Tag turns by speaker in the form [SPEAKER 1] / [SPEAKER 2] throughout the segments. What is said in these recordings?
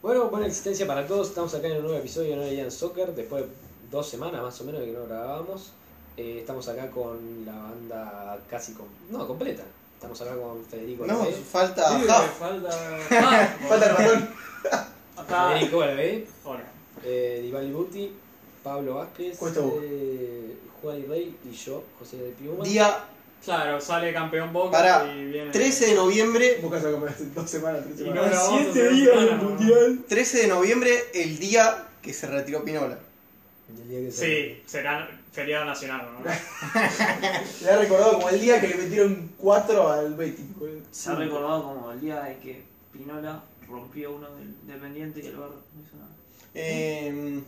[SPEAKER 1] Bueno, buena existencia para todos. Estamos acá en un nuevo episodio de No Leían Soccer. Después de dos semanas más o menos de que no grabábamos. Eh, estamos acá con la banda casi com- no, completa. Estamos acá con Federico
[SPEAKER 2] No,
[SPEAKER 1] Lave,
[SPEAKER 2] falta
[SPEAKER 3] Sí,
[SPEAKER 2] Jaf,
[SPEAKER 3] me falta.
[SPEAKER 2] falta el ratón.
[SPEAKER 3] Acá.
[SPEAKER 1] Federico Lave,
[SPEAKER 3] Hola.
[SPEAKER 1] eh, Dival Buti, Pablo Vázquez,
[SPEAKER 2] Cuesta vos.
[SPEAKER 1] eh, Juan y Rey y yo, José del Piuma.
[SPEAKER 2] Día
[SPEAKER 3] Claro, sale campeón Boca
[SPEAKER 2] Pará,
[SPEAKER 3] y viene.
[SPEAKER 2] 13 de noviembre.
[SPEAKER 4] Boca se va a comer hace dos semanas, tres
[SPEAKER 3] Y
[SPEAKER 4] semanas.
[SPEAKER 3] no- grabamos hace dos semanas, ¿no?
[SPEAKER 2] 13 de noviembre, el día que se retiró Pinola.
[SPEAKER 1] Del día que se-
[SPEAKER 3] Sí, será feriado nacional, ¿no?
[SPEAKER 4] Le ha recordado como el día que le metieron 4 al Betis. boludo.
[SPEAKER 5] Se ha recordado como el día de que Pinola rompió uno del dependiente y el bar no hizo nada.
[SPEAKER 2] Eh,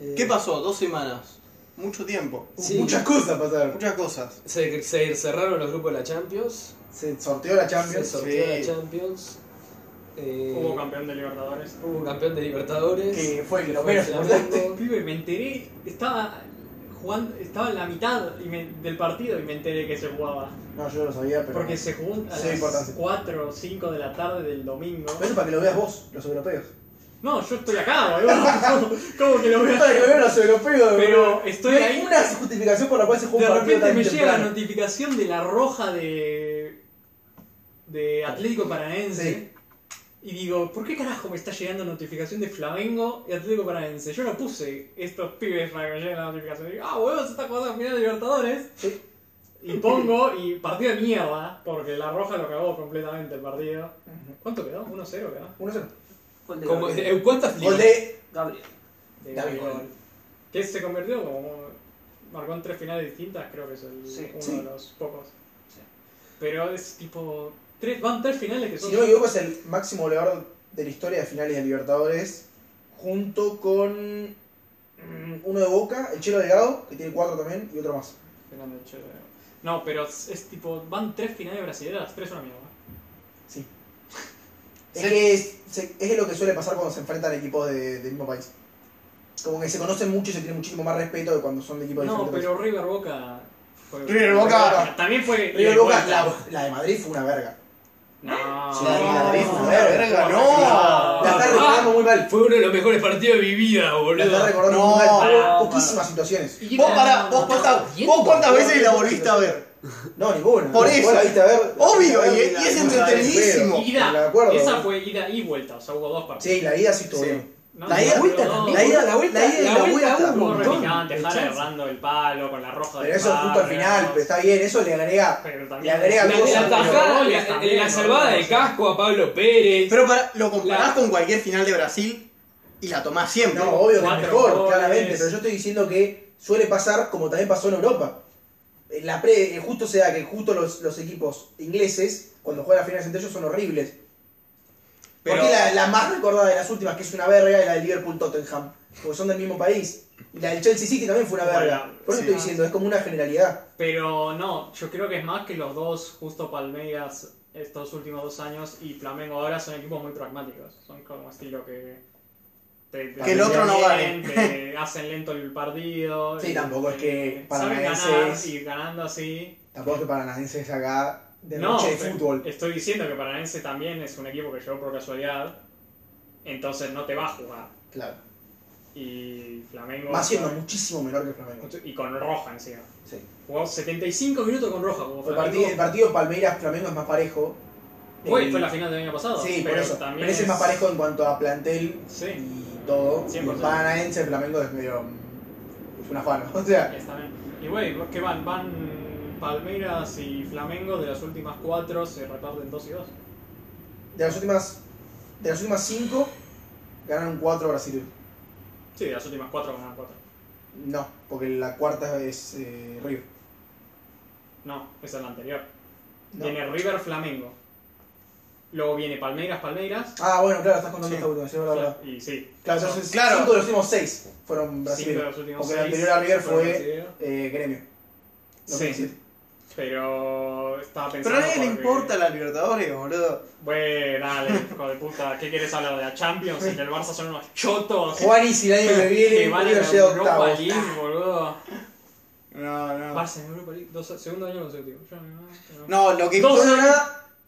[SPEAKER 1] Eh,
[SPEAKER 2] ¿Qué pasó? Dos semanas. Mucho tiempo.
[SPEAKER 1] Sí.
[SPEAKER 4] Muchas cosas pasaron.
[SPEAKER 2] Muchas cosas.
[SPEAKER 1] Se, se cerraron los grupos de la Champions.
[SPEAKER 4] Se sorteó la
[SPEAKER 1] Se
[SPEAKER 4] Champions.
[SPEAKER 1] sorteó
[SPEAKER 2] sí.
[SPEAKER 1] la Champions. Eh,
[SPEAKER 3] Hubo campeón de Libertadores.
[SPEAKER 1] hubo campeón de Libertadores.
[SPEAKER 4] Que fue
[SPEAKER 1] que
[SPEAKER 4] lo
[SPEAKER 1] fue
[SPEAKER 4] menos importante.
[SPEAKER 1] Flamengo.
[SPEAKER 3] Pibe, me enteré, estaba jugando, estaba en la mitad y me- del partido y me enteré que se jugaba.
[SPEAKER 4] No, yo lo sabía, pero.
[SPEAKER 3] Porque se jugó a
[SPEAKER 4] Sí,
[SPEAKER 3] las
[SPEAKER 4] importante.
[SPEAKER 3] 4 o 5 de la tarde del domingo.
[SPEAKER 4] Pero eso para que lo veas vos, los europeos.
[SPEAKER 3] No, yo estoy acá, boludo. ¿Cómo que lo voy a
[SPEAKER 4] Para que lo vean los europeos, boludo.
[SPEAKER 3] Pero estoy
[SPEAKER 4] No hay
[SPEAKER 3] ahí.
[SPEAKER 4] una justificación por la cual se juega
[SPEAKER 3] De
[SPEAKER 4] un partido
[SPEAKER 3] repente
[SPEAKER 4] tan
[SPEAKER 3] me llega la
[SPEAKER 4] temprano.
[SPEAKER 3] notificación de la roja de. de Atlético Paranaense. Y digo, ¿por qué carajo me está llegando notificación de Flamengo y Atlético Paranaense? Yo no puse estos pibes para que me lleguen la notificación. Digo, ah, huevos, se está jugando la final de Libertadores.
[SPEAKER 4] Sí.
[SPEAKER 3] Y pongo, y partido de mierda, porque la roja lo cagó completamente el partido. ¿Cuánto quedó? 1-0 quedó.
[SPEAKER 4] 1-0.
[SPEAKER 5] Gol de
[SPEAKER 1] Como,
[SPEAKER 5] Gabriel.
[SPEAKER 1] eh, ¿Cuántas
[SPEAKER 4] Gol de.
[SPEAKER 5] Gabriel.
[SPEAKER 3] De
[SPEAKER 4] Dale,
[SPEAKER 3] Gabigol.
[SPEAKER 4] gol.
[SPEAKER 3] Que se convirtió como. Marcó en tres finales distintas, creo que es el-
[SPEAKER 5] Sí.
[SPEAKER 3] uno
[SPEAKER 4] Sí.
[SPEAKER 3] de los pocos.
[SPEAKER 5] Sí.
[SPEAKER 3] Pero es tipo. Tres, van tres finales que son.
[SPEAKER 4] Si no me equivoco, es el máximo goleador de la historia de finales de Libertadores. Junto con. mm, Uno de Boca, el Chelo Delgado, que tiene 4 también, y otro más.
[SPEAKER 3] Fernando Ochoa. eh, No, pero es, es tipo. Van tres finales brasileñas, las tres son una mierda.
[SPEAKER 4] Sí.
[SPEAKER 2] Sí.
[SPEAKER 4] Es que es, se- es lo que suele pasar cuando se enfrentan equipos de, del mismo país. Como que se conocen mucho y se tiene muchísimo más respeto que cuando son de equipos
[SPEAKER 3] No,
[SPEAKER 4] diferentes.
[SPEAKER 3] pero River Boca. Fue...
[SPEAKER 2] River Boca.
[SPEAKER 3] También fue.
[SPEAKER 4] River Boca,
[SPEAKER 3] la.
[SPEAKER 4] la, la de Madrid fue una verga.
[SPEAKER 3] No,
[SPEAKER 2] Sí, la de Madrid fue
[SPEAKER 3] no,
[SPEAKER 2] una verga, no.
[SPEAKER 4] La está
[SPEAKER 1] Ah.
[SPEAKER 4] recordando muy mal.
[SPEAKER 1] Fue uno de los mejores partidos de mi vida,
[SPEAKER 4] La está
[SPEAKER 1] boludo.
[SPEAKER 4] recordando
[SPEAKER 2] No,
[SPEAKER 4] muy mal.
[SPEAKER 5] no,
[SPEAKER 4] Tuvo poquísimas
[SPEAKER 5] para.
[SPEAKER 4] situaciones.
[SPEAKER 3] Y
[SPEAKER 2] Vos
[SPEAKER 3] la-
[SPEAKER 2] pará, vos cuántas, vos cuántas veces la volviste a ver.
[SPEAKER 4] No, ninguna.
[SPEAKER 2] Por
[SPEAKER 4] Vos
[SPEAKER 2] eso.
[SPEAKER 4] la viste a ver.
[SPEAKER 2] Obvio,
[SPEAKER 4] la viste a
[SPEAKER 2] y- y es
[SPEAKER 4] ver, la viste a ver,
[SPEAKER 2] entretenidísimo.
[SPEAKER 4] pero-
[SPEAKER 3] Ida,
[SPEAKER 4] me la acuerdo,
[SPEAKER 3] esa
[SPEAKER 4] boludo.
[SPEAKER 3] fue ida y vuelta, o sea, hubo dos partidos.
[SPEAKER 4] Sí, la ida sí estuvo
[SPEAKER 2] Sí.
[SPEAKER 4] bien.
[SPEAKER 3] No,
[SPEAKER 2] La
[SPEAKER 3] no,
[SPEAKER 2] ida-
[SPEAKER 3] no,
[SPEAKER 4] vuelta
[SPEAKER 3] no,
[SPEAKER 4] también. La ida, la vuelta, la
[SPEAKER 2] la vuelta
[SPEAKER 4] vuelta.
[SPEAKER 3] Hubo
[SPEAKER 2] montón
[SPEAKER 3] replicante,
[SPEAKER 1] de
[SPEAKER 3] Jara
[SPEAKER 1] chances.
[SPEAKER 3] errando el palo con la roja
[SPEAKER 4] Pero
[SPEAKER 3] del
[SPEAKER 4] eso
[SPEAKER 3] bar,
[SPEAKER 4] justo al final,
[SPEAKER 3] Ah, ¿no?
[SPEAKER 4] pero está bien, eso le agregaría.
[SPEAKER 3] Pero
[SPEAKER 4] Le
[SPEAKER 3] también.
[SPEAKER 4] agrega
[SPEAKER 1] La,
[SPEAKER 4] cosas.
[SPEAKER 1] la
[SPEAKER 4] pero-
[SPEAKER 1] tajada,
[SPEAKER 3] goles
[SPEAKER 1] la-
[SPEAKER 3] también,
[SPEAKER 1] la salvada
[SPEAKER 3] boludo,
[SPEAKER 1] de
[SPEAKER 3] o sea.
[SPEAKER 1] casco a Pablo Pérez.
[SPEAKER 2] Pero para, lo comparás
[SPEAKER 1] La-
[SPEAKER 2] con cualquier final de Brasil y la tomás siempre.
[SPEAKER 4] No, obvio que es
[SPEAKER 3] Cuatro
[SPEAKER 4] mejor,
[SPEAKER 3] goles.
[SPEAKER 4] claramente, pero yo estoy diciendo que suele pasar como también pasó en Europa. En la pre, eh, justo se da que justo los, los equipos ingleses, cuando juegan las finales entre ellos, son horribles.
[SPEAKER 2] Pero-
[SPEAKER 4] Porque la, la más recordada de las últimas, que es una verga, es la del Liverpool-Tottenham, porque son del mismo país. Y la del Chelsea City también fue una
[SPEAKER 3] Bueno,
[SPEAKER 4] verga. Por eso
[SPEAKER 2] sí.
[SPEAKER 4] estoy diciendo, es como una generalidad.
[SPEAKER 3] Pero no, yo creo que es más que los dos, justo Palmeiras, estos últimos dos años y Flamengo ahora son equipos muy pragmáticos. Son como estilo que. te- te-
[SPEAKER 2] Que el otro no
[SPEAKER 3] te- te hacen lento el partido.
[SPEAKER 4] Sí,
[SPEAKER 3] y-
[SPEAKER 4] tampoco es que
[SPEAKER 3] Saben
[SPEAKER 4] Paranaense
[SPEAKER 3] ganar
[SPEAKER 4] es-
[SPEAKER 3] y ganando así.
[SPEAKER 4] Tampoco es que Paranaense es acá de
[SPEAKER 3] no,
[SPEAKER 4] noche de
[SPEAKER 3] pero
[SPEAKER 4] fútbol.
[SPEAKER 3] Estoy diciendo que Paranaense también es un equipo que llegó por casualidad, entonces no te va a jugar.
[SPEAKER 4] Claro.
[SPEAKER 3] Y Flamengo.
[SPEAKER 4] Va siendo muchísimo menor que Flamengo.
[SPEAKER 3] Y con roja encima.
[SPEAKER 4] Sí.
[SPEAKER 3] Jugó 75 minutos con roja. Jugó
[SPEAKER 4] El
[SPEAKER 3] Flamengo.
[SPEAKER 4] partido, el partido Palmeiras-Flamengo es más parejo.
[SPEAKER 3] Fue,
[SPEAKER 4] Eh,
[SPEAKER 3] fue la final del año pasado.
[SPEAKER 4] Sí,
[SPEAKER 3] pero
[SPEAKER 4] por eso.
[SPEAKER 3] También
[SPEAKER 4] Pero ese es más parejo en cuanto a plantel
[SPEAKER 3] Sí,
[SPEAKER 4] y todo. Y
[SPEAKER 3] 100%.
[SPEAKER 4] el Paranaense, el Flamengo es medio. Es una fan. O sea,
[SPEAKER 3] está bien. Y güey, ¿qué van? Van Palmeiras y Flamengo de las últimas cuatro se reparten dos y dos.
[SPEAKER 4] de las últimas. De las últimas 5, ganaron 4 Brasil.
[SPEAKER 3] Sí, de las últimas cuatro ganan cuatro.
[SPEAKER 4] No, porque la cuarta es eh, River.
[SPEAKER 3] No, esa es la anterior.
[SPEAKER 4] No.
[SPEAKER 3] Viene River Flamengo. Luego viene Palmeiras Palmeiras.
[SPEAKER 4] Ah, bueno, claro, estás contando
[SPEAKER 2] Sí.
[SPEAKER 4] esta última, sí, es verdad, verdad.
[SPEAKER 3] Y sí.
[SPEAKER 4] Claro, entonces
[SPEAKER 2] Claro.
[SPEAKER 4] 5 de los últimos 6 fueron
[SPEAKER 3] Cinco de
[SPEAKER 4] Brasil.
[SPEAKER 3] los últimos
[SPEAKER 4] Porque
[SPEAKER 3] seis
[SPEAKER 4] la anterior a River
[SPEAKER 3] fueron
[SPEAKER 4] fue
[SPEAKER 3] brasileños.
[SPEAKER 4] eh, Gremio.
[SPEAKER 3] Sí, pero estaba
[SPEAKER 2] Pero
[SPEAKER 3] pensando.
[SPEAKER 2] a nadie le
[SPEAKER 3] porque-
[SPEAKER 2] importa la Libertadores, boludo.
[SPEAKER 3] Bueno, dale, hijo de puta. ¿Qué quieres hablar de la Champions? Y que el Barça son unos chotos.
[SPEAKER 4] Juan y si nadie me
[SPEAKER 3] que
[SPEAKER 4] viene,
[SPEAKER 3] van a
[SPEAKER 4] River
[SPEAKER 3] la
[SPEAKER 4] llega
[SPEAKER 3] Europa
[SPEAKER 4] octavo.
[SPEAKER 3] League, boludo.
[SPEAKER 2] No, no.
[SPEAKER 3] Barça en Europa League, dos- segundo año consecutivo. Yo, no, no.
[SPEAKER 2] No, lo que
[SPEAKER 3] Dos
[SPEAKER 2] importa
[SPEAKER 3] años.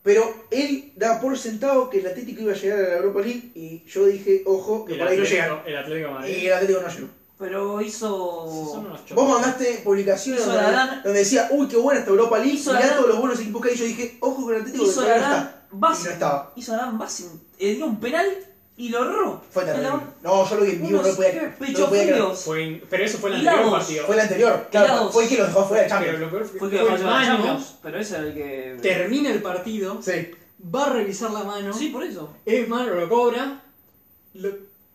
[SPEAKER 4] Pero él daba por sentado que el Atlético iba a llegar a la Europa League y yo dije, ojo, que
[SPEAKER 3] El
[SPEAKER 4] por ahí no
[SPEAKER 3] Atlético, eh.
[SPEAKER 4] llegaron.
[SPEAKER 3] el Atlético de
[SPEAKER 4] Y
[SPEAKER 3] Madrid.
[SPEAKER 4] el Atlético no llegó.
[SPEAKER 5] Pero
[SPEAKER 3] Son
[SPEAKER 5] hizo.
[SPEAKER 3] unos chocos.
[SPEAKER 4] Vos mandaste publicaciones
[SPEAKER 5] Hizo
[SPEAKER 4] donde,
[SPEAKER 5] Aragán-
[SPEAKER 4] donde decía, uy, qué buena esta Europa League,
[SPEAKER 5] Hizo
[SPEAKER 4] mirá
[SPEAKER 5] Aragán-
[SPEAKER 4] todos los buenos equipos que hay. Yo dije, ojo con el Atlético, que
[SPEAKER 5] Hizo
[SPEAKER 4] todavía no
[SPEAKER 5] Arán
[SPEAKER 4] está. Y no
[SPEAKER 5] Basin.
[SPEAKER 4] estaba.
[SPEAKER 5] Hizo Arán Basin. Eh, dio un penal y lo erró.
[SPEAKER 4] Fue terrible.
[SPEAKER 5] Era un-
[SPEAKER 4] No, yo lo vi en vivo, no lo podía creer. No
[SPEAKER 5] Pecho
[SPEAKER 4] lo podía creer.
[SPEAKER 5] fríos.
[SPEAKER 3] Fue in- Pero eso fue el
[SPEAKER 5] Y
[SPEAKER 3] anterior
[SPEAKER 5] Lagos.
[SPEAKER 3] partido.
[SPEAKER 4] Fue el anterior, claro,
[SPEAKER 5] Mirados.
[SPEAKER 4] fue el que los dejó fuera de
[SPEAKER 3] Pero
[SPEAKER 4] Champions.
[SPEAKER 3] lo peor fue,
[SPEAKER 5] Fue
[SPEAKER 3] fue
[SPEAKER 5] el que lo falló la
[SPEAKER 3] Maño.
[SPEAKER 5] Champions, pero ese era el que.
[SPEAKER 3] Termina el partido.
[SPEAKER 4] Sí.
[SPEAKER 3] Va a revisar la mano.
[SPEAKER 5] Sí, por eso.
[SPEAKER 3] Es mano, lo cobra. Lo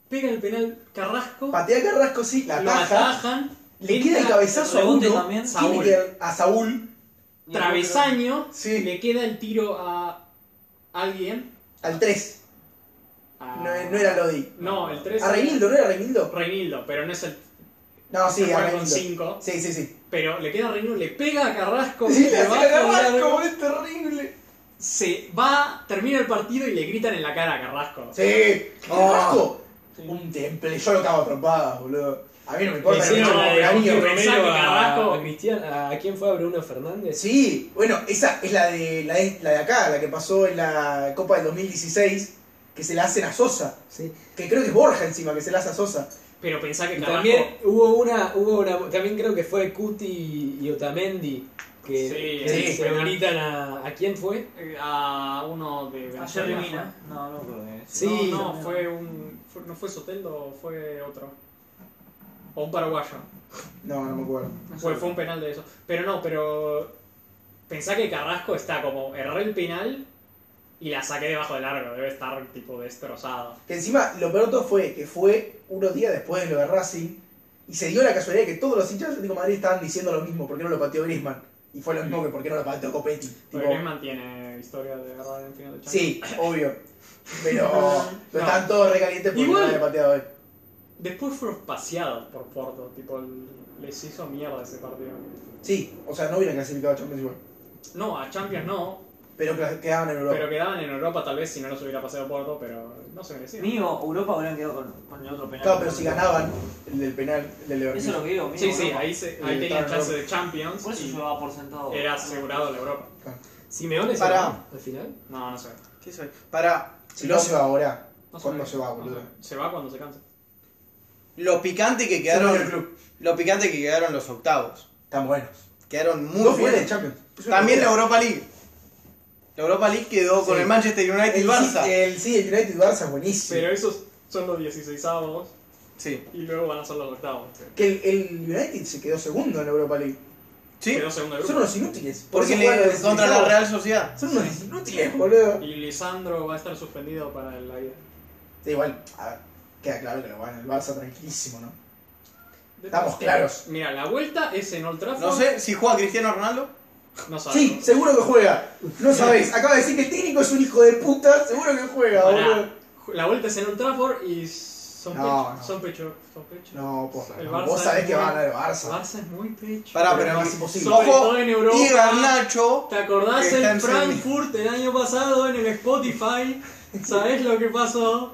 [SPEAKER 3] pega el penal Carrasco.
[SPEAKER 4] Patea Carrasco, sí, la
[SPEAKER 3] lo
[SPEAKER 4] ataja.
[SPEAKER 3] atajan.
[SPEAKER 4] Le queda el
[SPEAKER 3] entra,
[SPEAKER 4] cabezazo a
[SPEAKER 5] rebote
[SPEAKER 4] uno.
[SPEAKER 5] también.
[SPEAKER 4] Tiene que- A Saúl,
[SPEAKER 5] Y el
[SPEAKER 3] Travesaño.
[SPEAKER 4] Sí.
[SPEAKER 3] Le queda el tiro a alguien.
[SPEAKER 4] al 3.
[SPEAKER 3] a-
[SPEAKER 4] No, eh, no era Lodi.
[SPEAKER 3] No, el 3.
[SPEAKER 4] A Reinildo, ¿no era Reinildo?
[SPEAKER 3] Reinildo, pero no es el.
[SPEAKER 4] No, sí,
[SPEAKER 3] se
[SPEAKER 4] a
[SPEAKER 3] juega con 5.
[SPEAKER 4] Reinildo. Sí, sí, sí.
[SPEAKER 3] Pero le queda a Reinildo, le pega a Carrasco.
[SPEAKER 4] Sí,
[SPEAKER 3] le
[SPEAKER 4] la
[SPEAKER 3] va a
[SPEAKER 4] Carrasco,
[SPEAKER 3] cobrar,
[SPEAKER 4] boludo, es terrible.
[SPEAKER 3] Se va, termina el partido y le gritan en la cara a Carrasco.
[SPEAKER 4] Sí. Carrasco.
[SPEAKER 5] Sí.
[SPEAKER 4] Un temple, yo lo cago a trompadas, boludo. A mí no me
[SPEAKER 1] Le
[SPEAKER 4] importa.
[SPEAKER 1] hicieron
[SPEAKER 4] no,
[SPEAKER 1] la de
[SPEAKER 4] no,
[SPEAKER 1] Joaquín
[SPEAKER 4] no,
[SPEAKER 3] Romero.
[SPEAKER 1] Romero
[SPEAKER 3] Pensá que Carrasco-
[SPEAKER 1] a, a Cristian, ¿a quién fue a Bruno Fernández?
[SPEAKER 4] Sí, bueno, esa es la de, la de la de acá, la que pasó en la Copa del 2016, que se la hacen a Sosa.
[SPEAKER 1] Sí.
[SPEAKER 4] Que creo que es Borja encima, que se la hace a Sosa.
[SPEAKER 3] Pero pensá que
[SPEAKER 1] Y
[SPEAKER 3] Carrasco.
[SPEAKER 1] también hubo una, hubo una, también creo que fue Cuti y Otamendi que,
[SPEAKER 3] Sí,
[SPEAKER 1] que
[SPEAKER 4] sí.
[SPEAKER 1] se gritan a, a quién fue.
[SPEAKER 3] eh, A uno de.
[SPEAKER 5] A Jerry
[SPEAKER 3] Ayer
[SPEAKER 5] Mina. No, no creo que
[SPEAKER 1] Sí.
[SPEAKER 3] No, no, fue un. fue- no fue Soteldo, fue otro. O un paraguayo.
[SPEAKER 4] No, no me acuerdo.
[SPEAKER 3] Fue, fue un penal de eso. Pero no, pero. Pensá que Carrasco está como. Erré el penal y la saqué debajo del arco. Debe estar tipo destrozado.
[SPEAKER 4] Que encima, lo peor de todo fue que fue unos días después de lo de Racing, y se dio la casualidad de que todos los hinchas de Atlético de Madrid estaban diciendo lo mismo, ¿por qué no lo pateó Griezmann? Y fue lo mismo que por qué no lo pateó Copetti.
[SPEAKER 3] Porque
[SPEAKER 4] Tipo,
[SPEAKER 3] Griezmann tiene historia de errar en final de Champions.
[SPEAKER 4] sí, obvio. Pero, pero
[SPEAKER 3] No.
[SPEAKER 4] estaban todos recalientes porque
[SPEAKER 3] Igual.
[SPEAKER 4] no lo había pateado él.
[SPEAKER 3] Después fueron paseados por Porto. Tipo, les hizo mierda ese partido.
[SPEAKER 4] Sí, o sea, no hubieran clasificado a Champions igual.
[SPEAKER 3] No, a Champions no.
[SPEAKER 4] Pero cla- quedaban en Europa.
[SPEAKER 3] Pero quedaban en Europa tal vez si no los hubiera paseado Porto, pero no se merecía.
[SPEAKER 5] Mío, Europa hubieran quedado con, con el otro penal.
[SPEAKER 4] Claro, pero si ganaban el del penal, el del
[SPEAKER 5] Eso es
[SPEAKER 4] Leverkusen.
[SPEAKER 5] lo que digo, mío.
[SPEAKER 3] Sí, sí,
[SPEAKER 5] Europa.
[SPEAKER 3] ahí, se,
[SPEAKER 4] Eh,
[SPEAKER 3] ahí tenían
[SPEAKER 4] claro,
[SPEAKER 3] chance de
[SPEAKER 5] Por
[SPEAKER 3] Champions
[SPEAKER 5] eso
[SPEAKER 3] y
[SPEAKER 5] yo daba por sentado.
[SPEAKER 3] era asegurado la Europa.
[SPEAKER 1] Simeone se
[SPEAKER 2] Pará.
[SPEAKER 1] va al final.
[SPEAKER 3] No, no se va.
[SPEAKER 2] ¿Qué soy? Para
[SPEAKER 4] Si no se va ahora,
[SPEAKER 3] No
[SPEAKER 4] ¿cuándo
[SPEAKER 3] ve.
[SPEAKER 4] se va,
[SPEAKER 3] No
[SPEAKER 4] boludo?
[SPEAKER 3] se- Se va cuando se cansa.
[SPEAKER 2] lo picante que
[SPEAKER 4] Se va del
[SPEAKER 2] quedaron.
[SPEAKER 4] club.
[SPEAKER 2] Lo picante que quedaron los octavos.
[SPEAKER 4] Están buenos.
[SPEAKER 2] Quedaron muy
[SPEAKER 4] Dos finales de
[SPEAKER 2] buenos.
[SPEAKER 4] Champions. Es una
[SPEAKER 2] También la
[SPEAKER 4] locura.
[SPEAKER 2] Europa League. La Europa League quedó con
[SPEAKER 4] Sí.
[SPEAKER 2] el Manchester United y
[SPEAKER 4] el
[SPEAKER 2] el Barça.
[SPEAKER 4] Sí, el, sí, el United Barça es buenísimo.
[SPEAKER 3] Pero esos son los 16 avos
[SPEAKER 2] Sí.
[SPEAKER 3] y luego van a ser los octavos.
[SPEAKER 4] Que el, el United se quedó segundo en la Europa League.
[SPEAKER 2] Sí.
[SPEAKER 3] Quedó segundo de
[SPEAKER 4] Son
[SPEAKER 3] grupo.
[SPEAKER 4] unos inútiles. Por
[SPEAKER 2] Porque
[SPEAKER 4] eso juegan
[SPEAKER 2] le
[SPEAKER 4] los
[SPEAKER 2] contra la
[SPEAKER 4] desclasificados.
[SPEAKER 2] Real Sociedad.
[SPEAKER 4] Son unos inútiles, boludo.
[SPEAKER 3] Y Lisandro va a estar suspendido para la vida.
[SPEAKER 4] Sí, igual, a ver, queda claro que lo gana el Barça tranquilísimo, ¿no? Estamos claros.
[SPEAKER 3] Mira, la vuelta es en Old Trafford.
[SPEAKER 2] No sé si juega Cristiano Ronaldo.
[SPEAKER 3] No sabemos.
[SPEAKER 4] Sí, seguro que juega. No sabés. Acaba de decir que el técnico es un hijo de puta. Seguro que juega,
[SPEAKER 3] Pará.
[SPEAKER 4] boludo.
[SPEAKER 3] La vuelta es en Old Trafford y son
[SPEAKER 4] No,
[SPEAKER 3] pecho.
[SPEAKER 4] no.
[SPEAKER 3] Son pecho. Son pecho.
[SPEAKER 4] No, pues,
[SPEAKER 3] El
[SPEAKER 4] no,
[SPEAKER 3] Barça
[SPEAKER 4] vos sabés
[SPEAKER 3] es
[SPEAKER 4] que va a
[SPEAKER 3] muy-
[SPEAKER 4] ganar el
[SPEAKER 3] El
[SPEAKER 4] Barça.
[SPEAKER 3] Barça es muy pecho.
[SPEAKER 2] Pará,
[SPEAKER 4] Pero
[SPEAKER 2] pero.
[SPEAKER 4] no es imposible.
[SPEAKER 3] Sobre
[SPEAKER 2] Ojo,
[SPEAKER 3] todo en Europa.
[SPEAKER 2] y Garnacho.
[SPEAKER 3] ¿Te acordás
[SPEAKER 2] Está
[SPEAKER 3] el
[SPEAKER 2] en
[SPEAKER 3] Frankfurt el año pasado en el Spotify? ¿Sabés lo que pasó?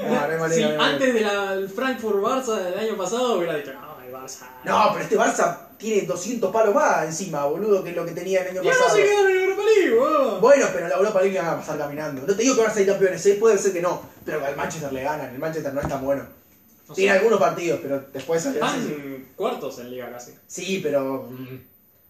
[SPEAKER 4] No, no hay manera,
[SPEAKER 3] Si
[SPEAKER 4] no hay manera.
[SPEAKER 3] antes del Frankfurt Barça del año pasado hubiera dicho, no, el Barça.
[SPEAKER 4] No, pero este Barça tiene 200 palos más encima, boludo, que lo que tenía el año
[SPEAKER 3] Y ahora
[SPEAKER 4] pasado.
[SPEAKER 3] se quedaron en Europa League, wow.
[SPEAKER 4] Bueno, pero la Europa League la van a pasar caminando. No te digo que van a salir campeones, ¿eh? puede ser que no, pero al Manchester le ganan. El Manchester no es tan bueno.
[SPEAKER 3] No sé, Ah,
[SPEAKER 4] Tiene algunos partidos, pero después sale.
[SPEAKER 3] Están cuartos en liga casi.
[SPEAKER 4] Sí, pero. mm,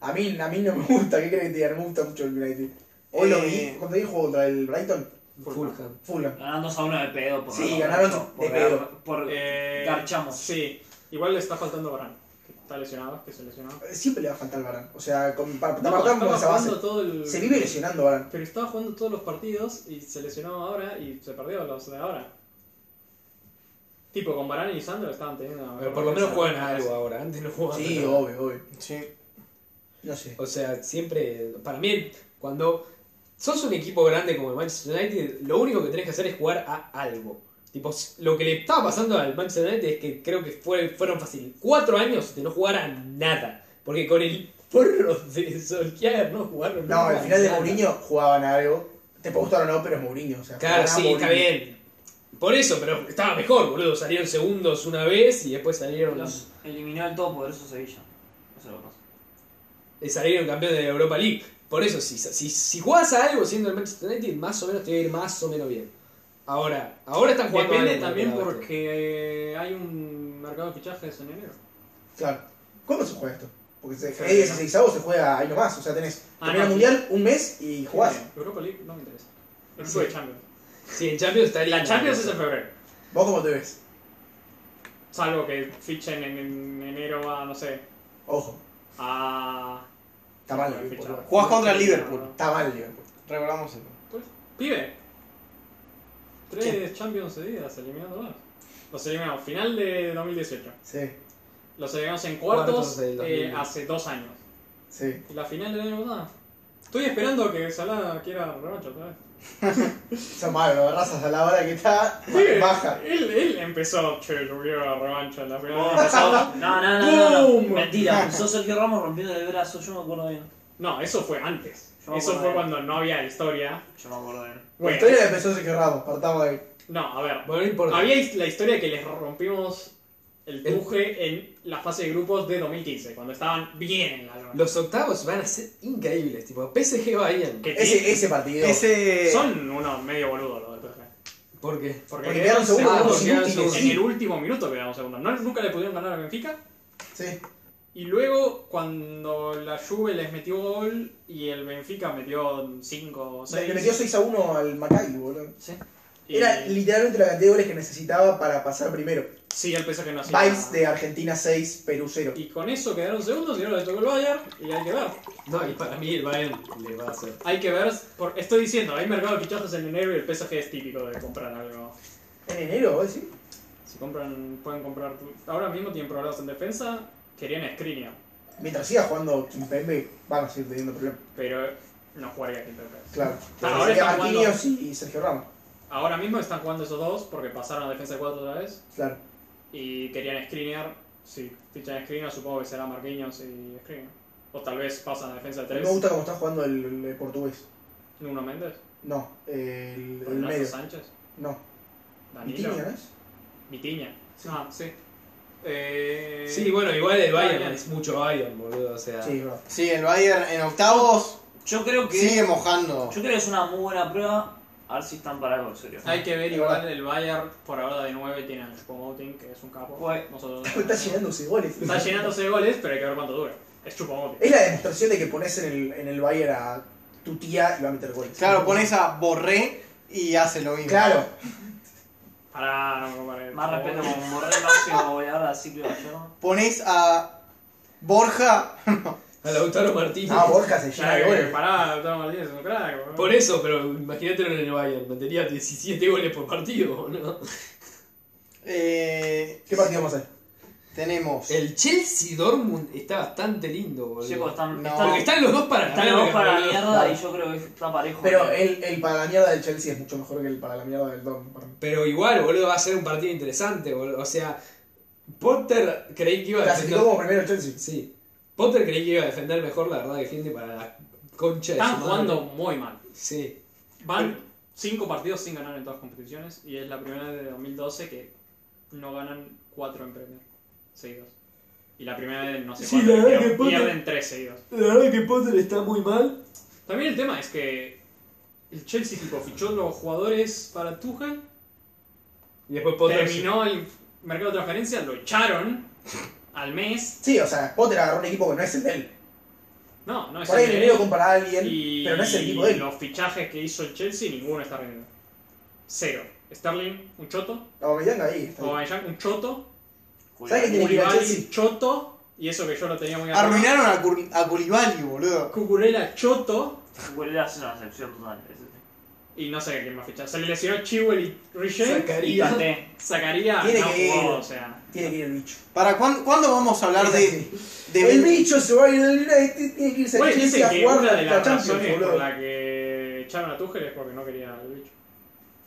[SPEAKER 4] A mí, a mí no me gusta, ¿qué crees que te diga? No me gusta mucho el United. Hoy lo
[SPEAKER 2] Eh.
[SPEAKER 4] vi, cuando vi jugó contra el Brighton,
[SPEAKER 1] Fulham.
[SPEAKER 4] Fulham.
[SPEAKER 5] Ganando 2 a 1 de pedo. Por
[SPEAKER 4] Sí,
[SPEAKER 5] ganar
[SPEAKER 4] ganaron
[SPEAKER 5] ocho,
[SPEAKER 4] de
[SPEAKER 5] por
[SPEAKER 4] pedo.
[SPEAKER 5] ganar- Por
[SPEAKER 3] Eh,
[SPEAKER 5] Garchamos.
[SPEAKER 3] Sí, igual le está faltando Varane. que Está lesionado, que se lesionó.
[SPEAKER 4] Eh, Siempre le va a faltar Barán. O sea, con, para
[SPEAKER 3] No,
[SPEAKER 4] tapar con
[SPEAKER 3] estaba
[SPEAKER 4] esa base.
[SPEAKER 3] jugando todo el...
[SPEAKER 4] Se vive lesionando Barán.
[SPEAKER 3] Pero estaba jugando todos los partidos y se lesionó ahora y se perdió los de ahora. Tipo, con Varane y Sandro estaban teniendo...
[SPEAKER 1] Pero por lo menos juegan algo ¿eh? ahora, antes no jugaban.
[SPEAKER 4] Sí,
[SPEAKER 1] nada.
[SPEAKER 4] obvio, obvio.
[SPEAKER 2] Sí.
[SPEAKER 4] No sé.
[SPEAKER 1] O sea, siempre, para mí, cuando sos un equipo grande como el Manchester United, lo único que tenés que hacer es jugar a algo. Tipo, s- lo que le estaba pasando al Manchester United es que creo que fue, fueron fácil cuatro años de no jugar a nada. Porque con el porro de Solskjaer no jugaron
[SPEAKER 4] No, al
[SPEAKER 1] nunca
[SPEAKER 4] final de
[SPEAKER 1] nada.
[SPEAKER 4] Mourinho jugaban a algo. Te puede gustar o no, pero es Mourinho. O sea,
[SPEAKER 1] Claro,
[SPEAKER 4] jugaban a
[SPEAKER 1] sí, está
[SPEAKER 4] Mourinho.
[SPEAKER 1] bien. Por eso, pero estaba mejor, boludo. Salieron segundos una vez y después salieron
[SPEAKER 5] Los eliminó el todopoderoso Sevilla. Eso es lo que pasa.
[SPEAKER 1] salieron campeones de la Europa League. Por eso, si, si, si jugás a algo siendo el Manchester United, más o menos te va a ir más o menos bien. Ahora, ahora están jugando a
[SPEAKER 3] Depende
[SPEAKER 1] algo,
[SPEAKER 3] también
[SPEAKER 1] ¿verdad?
[SPEAKER 3] porque eh, hay un mercado de fichajes en enero.
[SPEAKER 4] Claro. ¿Cuándo se juega esto? Porque se,
[SPEAKER 3] Sí.
[SPEAKER 4] hay 16 avos, se juega ahí nomás. O sea, tenés
[SPEAKER 3] Ah,
[SPEAKER 4] termina
[SPEAKER 3] no.
[SPEAKER 4] mundial un mes y jugás.
[SPEAKER 3] Europa League no me interesa. Pero
[SPEAKER 1] Sí.
[SPEAKER 3] de Champions.
[SPEAKER 1] Sí, en Champions está
[SPEAKER 3] La
[SPEAKER 1] linda
[SPEAKER 3] Champions
[SPEAKER 1] cosa.
[SPEAKER 3] es en febrero.
[SPEAKER 4] ¿Vos cómo te ves?
[SPEAKER 3] Salvo que fichen en, en enero a, no sé,
[SPEAKER 4] Ojo,
[SPEAKER 3] a...
[SPEAKER 4] está mal.
[SPEAKER 3] a
[SPEAKER 4] Liverpool.
[SPEAKER 3] fichar.
[SPEAKER 2] Jugás contra el Liverpool.
[SPEAKER 4] Está mal, Liverpool.
[SPEAKER 2] Recordamos eso.
[SPEAKER 3] Pibe. Tres Champions seguidas eliminándolos. Los eliminamos final de 2018.
[SPEAKER 4] Sí,
[SPEAKER 3] Los eliminamos en cuartos,
[SPEAKER 1] Cuartos del
[SPEAKER 3] eh,
[SPEAKER 1] 2000.
[SPEAKER 3] hace dos años.
[SPEAKER 4] sí.
[SPEAKER 3] Y la final del año pasado. Estoy esperando que Salah quiera revancha otra vez.
[SPEAKER 4] Son malos, lo agarrás hasta la hora que está.
[SPEAKER 3] Pibe,
[SPEAKER 4] Baja.
[SPEAKER 3] Él, él empezó, che, yo quiero la revancha en la final. del año pasado".
[SPEAKER 5] No, no, no, no, no.
[SPEAKER 3] ¡Bum!
[SPEAKER 5] Mentira,
[SPEAKER 4] Ah.
[SPEAKER 5] sos Sergio Ramos rompiendo el brazo, yo me acuerdo bien.
[SPEAKER 3] No, eso fue antes.
[SPEAKER 5] Yo me
[SPEAKER 3] eso
[SPEAKER 5] acuerdo
[SPEAKER 3] fue
[SPEAKER 5] de-
[SPEAKER 3] cuando no había historia.
[SPEAKER 5] Yo me acuerdo bien.
[SPEAKER 4] La
[SPEAKER 3] Bueno,
[SPEAKER 4] historia la empezó Sergio Ramos, partamos de ahí.
[SPEAKER 3] no, a ver.
[SPEAKER 1] Bueno, no importa.
[SPEAKER 3] Había his- la historia que les rompimos el tuje en la fase de grupos de 2015, cuando estaban bien en la lona.
[SPEAKER 1] Los octavos van a ser increíbles. Tipo, PSG Bayern.
[SPEAKER 3] Que sí,
[SPEAKER 4] Ese, eh, ese partido.
[SPEAKER 2] Ese.
[SPEAKER 3] son unos medio boludos los del PSG.
[SPEAKER 1] ¿Por qué?
[SPEAKER 3] Porque,
[SPEAKER 4] Porque quedaron segundos,
[SPEAKER 1] Ah,
[SPEAKER 3] segundos
[SPEAKER 4] unos
[SPEAKER 1] porque eran
[SPEAKER 4] inútiles.
[SPEAKER 3] en el último minuto quedaron segundos. No, nunca le pudieron ganar a Benfica.
[SPEAKER 4] Sí.
[SPEAKER 3] Y luego, cuando la Juve les metió gol y el Benfica metió 5 o
[SPEAKER 4] Le metió
[SPEAKER 3] 6.
[SPEAKER 4] 6 a 1 al Maccabi, boludo. Era
[SPEAKER 3] Y,
[SPEAKER 4] literalmente la cantidad de goles que necesitaba para pasar primero.
[SPEAKER 3] sí, el PSG no hacía
[SPEAKER 4] Vibes
[SPEAKER 3] nada.
[SPEAKER 4] de Argentina 6, Perú 0.
[SPEAKER 3] Y con eso quedaron segundos y ahora le tocó el Bayern y hay que ver.
[SPEAKER 1] No, y para mí el Bayern le va a hacer.
[SPEAKER 3] Hay que ver, por- estoy diciendo, hay mercado de fichajes en enero y el PSG es típico de comprar algo.
[SPEAKER 4] ¿En enero, vos decís?
[SPEAKER 3] Si compran, pueden comprar. Ahora mismo tienen problemas en defensa, querían a Skriniar,
[SPEAKER 4] Mientras siga jugando Kimpembe, van a seguir teniendo problemas.
[SPEAKER 3] pero no jugaría a Kimpembe.
[SPEAKER 4] Claro.
[SPEAKER 3] Claro,
[SPEAKER 4] Así
[SPEAKER 3] ahora
[SPEAKER 4] que
[SPEAKER 3] están jugando-
[SPEAKER 4] Marquinhos y y Sergio Ramos.
[SPEAKER 3] Ahora mismo están jugando esos dos porque pasaron a defensa de 4 otra vez
[SPEAKER 4] Claro.
[SPEAKER 3] y querían Skriniar. Si fichan a Skriniar, supongo que será Marquinhos y Skriniar. O tal vez pasan a defensa de
[SPEAKER 4] No
[SPEAKER 3] 3.
[SPEAKER 4] me gusta cómo está jugando el, el portugués.
[SPEAKER 3] Nuno Méndez,
[SPEAKER 4] No, el, el
[SPEAKER 3] Renato
[SPEAKER 4] medio.
[SPEAKER 3] Sánchez,
[SPEAKER 4] No.
[SPEAKER 3] Danilo,
[SPEAKER 4] Vitinha, ¿eh? ¿no es?
[SPEAKER 3] Vitinha. Ah, sí. Eh,
[SPEAKER 1] Sí, bueno, igual el Bayern
[SPEAKER 3] Bayern.
[SPEAKER 1] es mucho Bayern, boludo. O sea,
[SPEAKER 4] Sí, bro.
[SPEAKER 2] Sí, el Bayern en octavos
[SPEAKER 5] Yo creo que.
[SPEAKER 2] sigue mojando.
[SPEAKER 5] Yo creo que es una muy buena prueba. A ver si están para algo en serio.
[SPEAKER 3] Hay que ver,
[SPEAKER 4] Es
[SPEAKER 3] igual
[SPEAKER 4] verdad.
[SPEAKER 3] el Bayern por ahora de 9 tiene a Chupomoting, que es un capo.
[SPEAKER 5] Bueno.
[SPEAKER 3] Nosotros no
[SPEAKER 4] Está
[SPEAKER 3] tenemos.
[SPEAKER 4] llenándose de goles.
[SPEAKER 3] Está llenándose de goles, pero hay que ver cuánto dura. Es Chupomoting.
[SPEAKER 4] Es la demostración de que pones en el, en el Bayern a tu tía y va a meter goles.
[SPEAKER 2] Claro, pones a Borré y hace lo mismo.
[SPEAKER 4] Claro.
[SPEAKER 3] Pará, no me compares.
[SPEAKER 5] Más
[SPEAKER 3] Por favor.
[SPEAKER 5] respeto como Borré, máximo goleador del ciclo Bayern.
[SPEAKER 2] Pones a Borja.
[SPEAKER 1] a Lautaro Martínez.
[SPEAKER 4] Ah, Borja se llena
[SPEAKER 3] Ya,
[SPEAKER 4] de
[SPEAKER 3] que-
[SPEAKER 4] goles.
[SPEAKER 3] pará, Lautaro Martínez es un crack. boludo.
[SPEAKER 1] Por eso, pero imagínatelo en el Bayern. Metería 17 goles por partido, boludo.
[SPEAKER 2] Eh,
[SPEAKER 4] ¿Qué partido vamos a hacer?
[SPEAKER 2] tenemos.
[SPEAKER 1] El Chelsea Dortmund está bastante lindo, boludo.
[SPEAKER 5] Chicos, están.
[SPEAKER 2] No.
[SPEAKER 5] están-
[SPEAKER 1] Porque están los dos para
[SPEAKER 5] Están los dos para la
[SPEAKER 1] boludo.
[SPEAKER 5] mierda y yo creo que está parejo.
[SPEAKER 4] Pero el, el para la mierda del Chelsea es mucho mejor que el para la mierda del Dortmund. para mí.
[SPEAKER 1] Pero igual, boludo, va a ser un partido interesante, boludo. O sea, Potter creí que iba a defender.
[SPEAKER 4] Clasificó como primero el Chelsea.
[SPEAKER 1] Sí. Potter creí que iba a defender mejor, la verdad, que gente para la concha de su
[SPEAKER 3] Están
[SPEAKER 1] madre.
[SPEAKER 3] jugando muy mal.
[SPEAKER 1] Sí.
[SPEAKER 3] Van 5 partidos sin ganar en todas las competiciones y es la primera de 2012 que no ganan 4 en Premier seguidos. Y la primera de no sé
[SPEAKER 1] Sí,
[SPEAKER 3] cuánto,
[SPEAKER 1] la verdad que
[SPEAKER 3] pierden-
[SPEAKER 1] puta-
[SPEAKER 3] pierden 3 seguidos.
[SPEAKER 1] La verdad que Potter está muy mal.
[SPEAKER 3] También el tema es que el Chelsea tipo fichó los jugadores para Tuchel,
[SPEAKER 1] Y después Potter.
[SPEAKER 3] terminó el mercado de transferencias, lo echaron al mes.
[SPEAKER 4] Sí, o sea, Potter agarró un equipo que no es el de él.
[SPEAKER 3] No, no es
[SPEAKER 4] Por ahí
[SPEAKER 3] el
[SPEAKER 4] en
[SPEAKER 3] de
[SPEAKER 4] enero
[SPEAKER 3] él.
[SPEAKER 4] compara a alguien,
[SPEAKER 3] Y
[SPEAKER 4] pero no es el equipo de él.
[SPEAKER 3] los fichajes que hizo el Chelsea, ninguno está rindiendo. Cero. Sterling, un choto.
[SPEAKER 4] La Aubameyang ahí está.
[SPEAKER 3] Aubameyang, un choto.
[SPEAKER 4] ¿Sabes qué tiene que ir al
[SPEAKER 3] Koulibaly,
[SPEAKER 4] Chelsea?
[SPEAKER 3] choto. Y eso que yo lo tenía muy arriba.
[SPEAKER 2] Arruinaron a, Cur- a Koulibaly, boludo.
[SPEAKER 3] Cucurella, choto.
[SPEAKER 5] Cucurella es una excepción total. es- este.
[SPEAKER 3] Y no sé quién más fichar. Se le lesionó Chiwell y Richard.
[SPEAKER 5] Y
[SPEAKER 1] Zacarías.
[SPEAKER 5] Kanté.
[SPEAKER 3] Sacaría,
[SPEAKER 4] Tiene
[SPEAKER 3] no
[SPEAKER 4] que
[SPEAKER 3] jugó,
[SPEAKER 4] ir.
[SPEAKER 3] o sea.
[SPEAKER 4] Tiene que ir el bicho.
[SPEAKER 2] ¿Para cuán- cuándo vamos a hablar
[SPEAKER 4] Es
[SPEAKER 2] de,
[SPEAKER 4] así.
[SPEAKER 2] de-
[SPEAKER 4] El bicho se va a ir del United, tiene que irse al
[SPEAKER 3] Bueno,
[SPEAKER 4] Chelsea
[SPEAKER 3] dicen
[SPEAKER 4] a
[SPEAKER 3] que
[SPEAKER 4] jugar
[SPEAKER 3] una
[SPEAKER 4] la,
[SPEAKER 3] de las
[SPEAKER 4] Champions,
[SPEAKER 3] razones por
[SPEAKER 4] boludo.
[SPEAKER 3] la que echaron a Tuchel es porque no quería al bicho.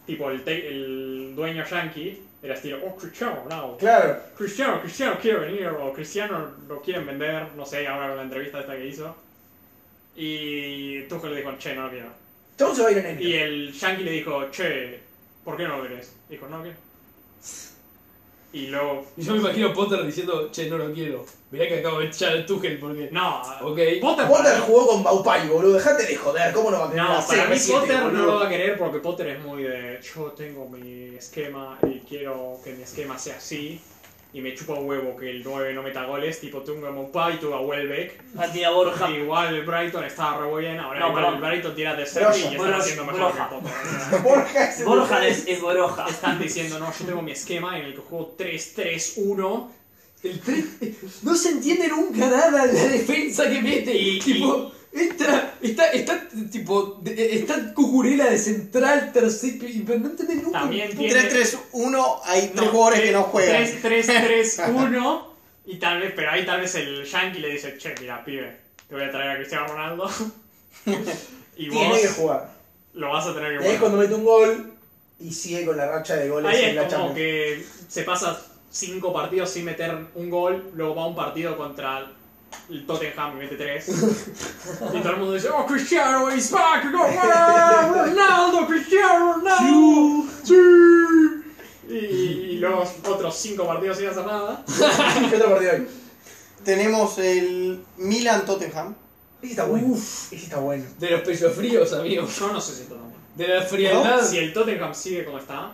[SPEAKER 3] Tipo, el, te- el dueño yankee era estilo, oh, Cristiano, no.
[SPEAKER 4] Claro.
[SPEAKER 3] Cristiano, Cristiano quiere venir, o Cristiano lo quieren vender, no sé, ahora con la entrevista esta que hizo. Y Tuchel le dijo, che, no lo quiero.
[SPEAKER 4] Chon se va a ir en
[SPEAKER 3] Y
[SPEAKER 4] enero.
[SPEAKER 3] el yankee le dijo, che, ¿por qué no lo querés? Dijo, no lo quiero. Y luego.
[SPEAKER 1] Y yo me imagino a Potter diciendo, che, no lo quiero. Mirá que acabo de echar al Tuchel porque.
[SPEAKER 3] No,
[SPEAKER 1] Ok.
[SPEAKER 3] Potter.
[SPEAKER 4] Potter jugó con Baupai, boludo. Dejate de joder, ¿cómo no va a querer
[SPEAKER 3] No,
[SPEAKER 4] la
[SPEAKER 3] para mí
[SPEAKER 4] CR7,
[SPEAKER 3] Potter no
[SPEAKER 4] boludo?
[SPEAKER 3] lo va a querer porque Potter es muy de. Yo tengo mi esquema y quiero que mi esquema sea así. Y me chupa un huevo que el 9 no meta goles, tipo Tunga Mopai, Tunga Welbeck.
[SPEAKER 5] Antina Borja.
[SPEAKER 3] Igual el Brighton estaba re bien, ahora
[SPEAKER 5] No,
[SPEAKER 3] igual
[SPEAKER 5] perdón.
[SPEAKER 3] el Brighton tira de cero y están
[SPEAKER 4] Broja,
[SPEAKER 5] Broja,
[SPEAKER 3] haciendo mejor
[SPEAKER 5] Broja.
[SPEAKER 3] que Potter.
[SPEAKER 4] Borja es el
[SPEAKER 5] Borja es, es Boroja.
[SPEAKER 3] Están diciendo, no, yo tengo mi esquema en el que juego 3-3-1
[SPEAKER 1] El tren- No se entiende nunca nada de la defensa que mete.
[SPEAKER 3] Y-
[SPEAKER 1] tipo, entra, está, está, tipo, de- está Cucurela de central, tercer, y- pero no entiende nunca.
[SPEAKER 3] También tiene
[SPEAKER 2] 3-3-1, hay tres
[SPEAKER 3] eh,
[SPEAKER 2] jugadores que no juegan.
[SPEAKER 3] 3-3-3-1 y tal vez, pero ahí tal vez el Yankee le dice, che, mira, pibe, te voy a traer a Cristiano Ronaldo. y
[SPEAKER 4] Tiene que
[SPEAKER 3] vos
[SPEAKER 4] jugar.
[SPEAKER 3] lo vas a tener
[SPEAKER 4] Y
[SPEAKER 3] que
[SPEAKER 4] ahí
[SPEAKER 3] jugar.
[SPEAKER 4] cuando mete un gol y sigue con la racha de goles
[SPEAKER 3] Ahí
[SPEAKER 4] en la
[SPEAKER 3] es como
[SPEAKER 4] Champions.
[SPEAKER 3] que se pasa cinco partidos sin meter un gol, luego va un partido contra el Tottenham y mete tres. y todo el mundo dice, oh, Cristiano is back, go, ah, Ronaldo, Cristiano Ronaldo. Sí. Y, y luego otros cinco partidos sin hacer nada.
[SPEAKER 4] ¿Qué otro partido hay?
[SPEAKER 2] Tenemos el Milan-Tottenham.
[SPEAKER 4] Ese está bueno. Ese está bueno.
[SPEAKER 1] De los pechos fríos, amigo.
[SPEAKER 3] Yo no sé si esto también.
[SPEAKER 1] De la frialdad.
[SPEAKER 3] Si el Tottenham sigue como está.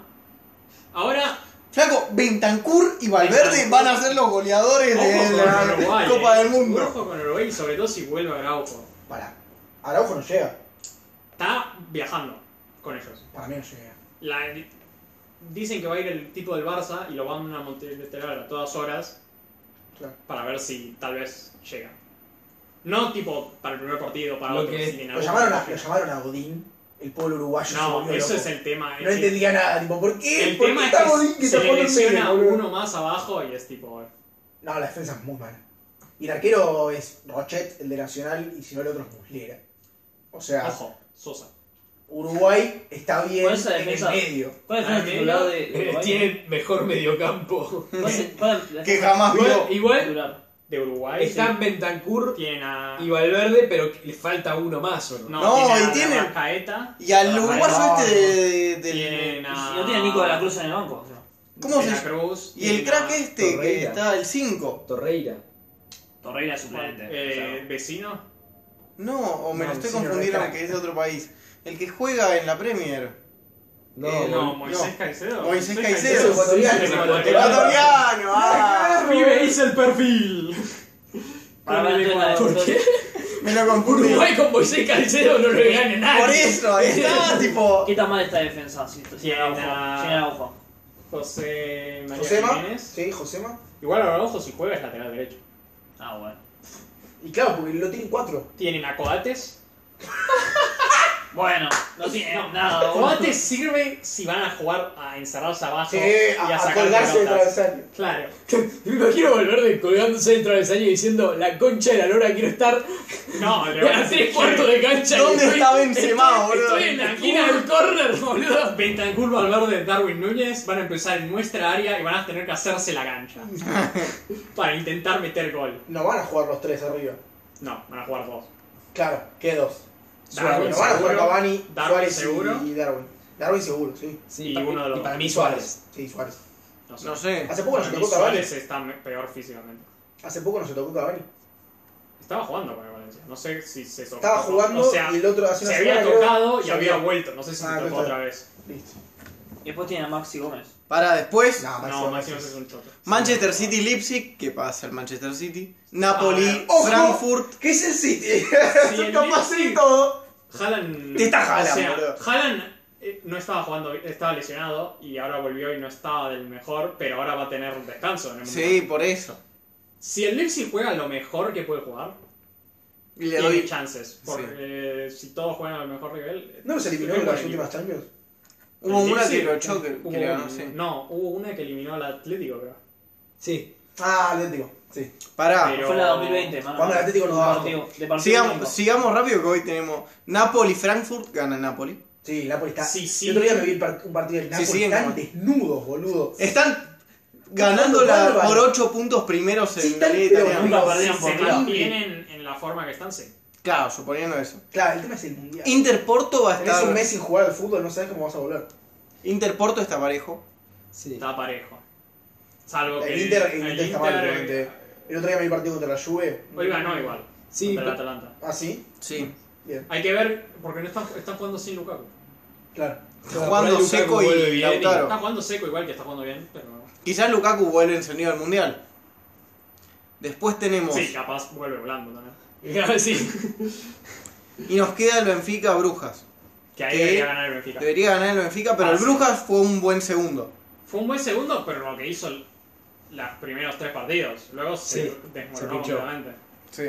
[SPEAKER 3] Ahora,
[SPEAKER 2] Flaco, Bentancur y Valverde van a ser los goleadores
[SPEAKER 3] ojo
[SPEAKER 2] de
[SPEAKER 3] con
[SPEAKER 2] la
[SPEAKER 3] Uruguay.
[SPEAKER 2] Copa
[SPEAKER 3] eh.
[SPEAKER 2] del Mundo.
[SPEAKER 3] Ojo con Uruguay, y sobre todo si vuelve a Araujo.
[SPEAKER 4] Para. Araujo no llega.
[SPEAKER 3] Está viajando con ellos.
[SPEAKER 4] Para mí no llega.
[SPEAKER 3] La- dicen que va a ir el tipo del Barça y lo van a monitorear a todas horas
[SPEAKER 4] Claro.
[SPEAKER 3] para ver si tal vez llega. No tipo para el primer partido, para
[SPEAKER 1] Lo
[SPEAKER 3] otro.
[SPEAKER 1] que-
[SPEAKER 3] si en
[SPEAKER 4] Lo
[SPEAKER 3] algún
[SPEAKER 4] llamaron, a,
[SPEAKER 3] momento
[SPEAKER 4] lo
[SPEAKER 3] llega.
[SPEAKER 4] llamaron a Godín, el pueblo uruguayo. se
[SPEAKER 3] No,
[SPEAKER 4] volvió
[SPEAKER 3] eso
[SPEAKER 4] loco.
[SPEAKER 3] es el tema. es
[SPEAKER 4] No
[SPEAKER 3] que-
[SPEAKER 4] entendía nada, tipo, ¿por qué?
[SPEAKER 3] el
[SPEAKER 4] ¿Por
[SPEAKER 3] tema
[SPEAKER 4] qué
[SPEAKER 3] es
[SPEAKER 4] está Godín
[SPEAKER 3] que
[SPEAKER 4] que
[SPEAKER 3] se
[SPEAKER 4] tapó
[SPEAKER 3] le
[SPEAKER 4] los medios,
[SPEAKER 3] lesiona
[SPEAKER 4] boludo?
[SPEAKER 3] uno más abajo y es tipo.
[SPEAKER 4] No, la defensa es muy mala. Y el arquero es Rochet, el de Nacional, y si no el otro es Muslera. O sea,
[SPEAKER 3] Ojo, Sosa.
[SPEAKER 4] Uruguay está bien
[SPEAKER 5] Con esa
[SPEAKER 4] en el
[SPEAKER 5] defensa-
[SPEAKER 4] medio.
[SPEAKER 5] ¿Cuál es el
[SPEAKER 3] Al
[SPEAKER 5] titular
[SPEAKER 3] medio,
[SPEAKER 5] de de
[SPEAKER 1] Eh,
[SPEAKER 5] Uruguay?
[SPEAKER 1] tiene mejor mediocampo.
[SPEAKER 5] ¿Cuál es- cuál es la-
[SPEAKER 2] Que jamás
[SPEAKER 1] Igual,
[SPEAKER 2] vio.
[SPEAKER 1] igual
[SPEAKER 5] titular?
[SPEAKER 3] De Uruguay.
[SPEAKER 1] están Bentancur
[SPEAKER 3] sí, tienen a.
[SPEAKER 1] y Valverde, pero le falta uno más, ¿o no?
[SPEAKER 3] No,
[SPEAKER 2] No,
[SPEAKER 3] tienen
[SPEAKER 2] y
[SPEAKER 3] a
[SPEAKER 2] tienen-
[SPEAKER 3] Caeta.
[SPEAKER 2] Y al uruguayo este de- de- del.
[SPEAKER 3] Tienen a.
[SPEAKER 5] Y No tiene a Nico de la Cruz en el banco. o sea,
[SPEAKER 2] ¿Cómo
[SPEAKER 3] de
[SPEAKER 2] se
[SPEAKER 3] la
[SPEAKER 2] llama?
[SPEAKER 3] Cruz.
[SPEAKER 2] Y el
[SPEAKER 3] tienen
[SPEAKER 2] crack
[SPEAKER 3] a,
[SPEAKER 2] este que
[SPEAKER 1] Torreira.
[SPEAKER 2] está el 5.
[SPEAKER 1] Torreira.
[SPEAKER 5] Torreira es
[SPEAKER 3] Juan,
[SPEAKER 5] suplente.
[SPEAKER 3] eh,
[SPEAKER 5] o sea,
[SPEAKER 3] Vecino.
[SPEAKER 2] No, o me
[SPEAKER 4] No,
[SPEAKER 2] lo estoy
[SPEAKER 4] sí, no,
[SPEAKER 2] confundiendo
[SPEAKER 4] no,
[SPEAKER 2] porque es de otro país. El que juega en la Premier.
[SPEAKER 1] No,
[SPEAKER 2] Eh,
[SPEAKER 3] No,
[SPEAKER 2] Mo-
[SPEAKER 3] Moisés
[SPEAKER 2] no.
[SPEAKER 3] Caicedo.
[SPEAKER 2] Moisés
[SPEAKER 4] Eso
[SPEAKER 2] Caicedo.
[SPEAKER 4] es ecuatoriano.
[SPEAKER 3] Es ecuatoriano.
[SPEAKER 2] ¡Ecuatoriano! ¡Ah!
[SPEAKER 3] Pibe, hice el perfil.
[SPEAKER 5] Para ver,
[SPEAKER 3] Con el
[SPEAKER 5] entonces-
[SPEAKER 1] ¿Por qué?
[SPEAKER 2] Me lo confundí.
[SPEAKER 1] Uruguay con Moisés Caicedo no lo gana nadie.
[SPEAKER 2] Por eso, ahí está, tipo.
[SPEAKER 5] ¿Qué tan mal esta defensa? Si si
[SPEAKER 3] Tiene
[SPEAKER 5] Araujo.
[SPEAKER 3] a-
[SPEAKER 5] Tiene Araujo.
[SPEAKER 3] José María
[SPEAKER 4] Josema,
[SPEAKER 3] Jiménez.
[SPEAKER 4] sí, Josema.
[SPEAKER 3] Igual Araujo si juega es lateral derecho.
[SPEAKER 5] Ah, bueno.
[SPEAKER 4] Y claro, porque lo tienen cuatro.
[SPEAKER 3] Tienen a Coates.
[SPEAKER 5] Bueno, no tiene nada. boludo.
[SPEAKER 3] Coates sirve si van a jugar a encerrarse abajo
[SPEAKER 4] Sí,
[SPEAKER 3] y
[SPEAKER 4] a,
[SPEAKER 3] a,
[SPEAKER 4] a
[SPEAKER 3] sacar
[SPEAKER 4] colgarse de
[SPEAKER 3] pelotas.
[SPEAKER 4] travesaño.
[SPEAKER 3] Claro.
[SPEAKER 1] Me imagino Valverde colgándose dentro del año diciendo la concha de la lora quiero estar
[SPEAKER 3] No, le van a
[SPEAKER 1] a
[SPEAKER 3] decir,
[SPEAKER 1] tres cuartos de cancha.
[SPEAKER 2] ¿Dónde
[SPEAKER 1] Estoy-
[SPEAKER 2] está Benzema,
[SPEAKER 1] estoy-
[SPEAKER 2] boludo?
[SPEAKER 1] Estoy en la esquina del corner, boludo.
[SPEAKER 3] Bentancur, Valverde, Darwin Núñez van a empezar en nuestra área y van a tener que hacerse la cancha para intentar meter gol.
[SPEAKER 4] No van a jugar los tres arriba.
[SPEAKER 3] No, van a jugar dos. Ah,
[SPEAKER 4] Claro, ¿qué dos?
[SPEAKER 3] Darwin
[SPEAKER 4] no van a jugar
[SPEAKER 3] seguro,
[SPEAKER 4] Cavani,
[SPEAKER 3] Darwin
[SPEAKER 4] Suárez
[SPEAKER 3] seguro.
[SPEAKER 4] y Darwin. Darwin seguro, sí.
[SPEAKER 1] Sí,
[SPEAKER 3] Y
[SPEAKER 1] pa-
[SPEAKER 3] uno de los-
[SPEAKER 1] y para mí Suárez.
[SPEAKER 4] Sí, Suárez.
[SPEAKER 3] No sé.
[SPEAKER 2] No sé.
[SPEAKER 4] Hace poco nos
[SPEAKER 3] Para mí
[SPEAKER 4] tocó Cavani.
[SPEAKER 3] Suárez está me- peor físicamente.
[SPEAKER 4] Hace poco nos tocó Cavani.
[SPEAKER 3] Estaba jugando con el Valencia. No sé si se tocó.
[SPEAKER 4] Estaba jugando
[SPEAKER 3] O sea,
[SPEAKER 4] y el otro hace una
[SPEAKER 3] se había
[SPEAKER 4] semana, creo,
[SPEAKER 3] tocado y
[SPEAKER 4] se
[SPEAKER 3] había vuelto. No sé si
[SPEAKER 4] Ah,
[SPEAKER 3] se
[SPEAKER 4] no
[SPEAKER 3] tocó
[SPEAKER 4] está.
[SPEAKER 3] otra vez.
[SPEAKER 4] Listo.
[SPEAKER 5] Y después tiene a Maxi Gómez.
[SPEAKER 2] Para después.
[SPEAKER 4] No, Maxi
[SPEAKER 3] No,
[SPEAKER 4] Gómez
[SPEAKER 3] Maxi no
[SPEAKER 4] es-
[SPEAKER 3] es un choto.
[SPEAKER 2] Manchester City Leipzig, ¿qué pasa el Manchester City? Napoli,
[SPEAKER 4] Ah, ojo.
[SPEAKER 2] Frankfurt.
[SPEAKER 4] ¿Qué es el
[SPEAKER 3] Si
[SPEAKER 4] City? Son
[SPEAKER 3] el
[SPEAKER 4] capaces
[SPEAKER 3] Leipzig-
[SPEAKER 4] de todo.
[SPEAKER 3] Haaland.
[SPEAKER 2] Te está Haaland,
[SPEAKER 3] o sea,
[SPEAKER 2] boludo.
[SPEAKER 3] Haaland, eh, no estaba jugando, estaba lesionado y ahora volvió y no estaba del mejor, pero ahora va a tener un descanso en el Mundial.
[SPEAKER 2] Sí, por eso.
[SPEAKER 3] Si el Leipzig juega lo mejor que puede jugar,
[SPEAKER 2] Y le
[SPEAKER 3] tiene
[SPEAKER 2] doy.
[SPEAKER 3] chances. Porque
[SPEAKER 2] Sí.
[SPEAKER 3] eh, si todos juegan al mejor nivel. eh,
[SPEAKER 4] ¿No los eliminó
[SPEAKER 3] es
[SPEAKER 4] en
[SPEAKER 3] buen
[SPEAKER 4] las
[SPEAKER 3] equipo.
[SPEAKER 4] últimas Champions?
[SPEAKER 2] Hubo
[SPEAKER 3] El
[SPEAKER 2] una que
[SPEAKER 3] Leipzig-
[SPEAKER 2] lo echó que, que
[SPEAKER 3] hubo
[SPEAKER 2] le ganó,
[SPEAKER 3] un-
[SPEAKER 2] sí.
[SPEAKER 3] No, hubo una que eliminó al Atlético, creo.
[SPEAKER 1] Sí.
[SPEAKER 4] Ah, Atlético. Sí.
[SPEAKER 2] Pará.
[SPEAKER 3] Pero-
[SPEAKER 5] Fue la 2020, mano.
[SPEAKER 4] Cuando el Atlético nos
[SPEAKER 5] De
[SPEAKER 4] da
[SPEAKER 5] partido- de partido único.
[SPEAKER 2] Sigamos, sigamos rápido que hoy tenemos Napoli, Frankfurt, gana Napoli.
[SPEAKER 4] Sí, el Napoli está.
[SPEAKER 3] Sí, sí.
[SPEAKER 4] El otro día me vi el par- un partido del
[SPEAKER 2] Sí,
[SPEAKER 4] Napoli.
[SPEAKER 2] sí,
[SPEAKER 4] están
[SPEAKER 2] no.
[SPEAKER 4] desnudos, boludo.
[SPEAKER 2] Están ganando la, por 8 puntos primeros en
[SPEAKER 4] Sí,
[SPEAKER 2] la
[SPEAKER 4] están
[SPEAKER 2] Liga
[SPEAKER 4] pero
[SPEAKER 2] Italiana.
[SPEAKER 5] nunca
[SPEAKER 4] boludo,
[SPEAKER 5] perdieron
[SPEAKER 4] sí,
[SPEAKER 5] por
[SPEAKER 3] Se
[SPEAKER 4] sí.
[SPEAKER 5] nada.
[SPEAKER 3] mantienen en la forma que están, sí.
[SPEAKER 2] Claro, suponiendo eso.
[SPEAKER 4] Claro, el tema es el mundial.
[SPEAKER 2] Inter Porto va a
[SPEAKER 4] Tenés un
[SPEAKER 2] estar.
[SPEAKER 4] mes sin jugar al fútbol, no sabes cómo vas a volver.
[SPEAKER 2] Inter Porto está parejo.
[SPEAKER 1] Sí.
[SPEAKER 3] Está parejo. Salvo
[SPEAKER 4] El
[SPEAKER 3] que.
[SPEAKER 4] Inter- el Inter está mal, obviamente. El otro día me vi partido contra la Juve.
[SPEAKER 3] eh, Hoy ganó igual.
[SPEAKER 1] Sí,
[SPEAKER 3] Contra el
[SPEAKER 1] pe-
[SPEAKER 3] Atalanta.
[SPEAKER 4] Ah, sí,
[SPEAKER 2] Sí.
[SPEAKER 4] bien,
[SPEAKER 3] Hay que ver, porque no están, están jugando sin Lukaku.
[SPEAKER 4] claro.
[SPEAKER 1] claro,
[SPEAKER 2] jugando
[SPEAKER 1] por ahí Lukaku
[SPEAKER 2] Seco
[SPEAKER 1] vuelve
[SPEAKER 2] y
[SPEAKER 1] bien
[SPEAKER 3] Está
[SPEAKER 2] Lautaro.
[SPEAKER 3] jugando seco igual que está jugando bien, pero.
[SPEAKER 2] Quizás Lukaku vuelve encendido al mundial. Después tenemos.
[SPEAKER 3] Sí, capaz vuelve volando también.
[SPEAKER 1] y- Ah, sí.
[SPEAKER 2] Y nos queda el Benfica Brujas.
[SPEAKER 3] Que ahí
[SPEAKER 2] Que
[SPEAKER 3] debería ganar el Benfica.
[SPEAKER 2] Debería ganar el Benfica, pero
[SPEAKER 3] Ah,
[SPEAKER 2] el
[SPEAKER 3] sí.
[SPEAKER 2] Brujas fue un buen segundo.
[SPEAKER 3] Fue un buen segundo, pero lo que hizo el- los primeros tres partidos. Luego se
[SPEAKER 1] Sí, se
[SPEAKER 3] desmoronó
[SPEAKER 1] pinchó.
[SPEAKER 3] completamente.
[SPEAKER 2] Sí.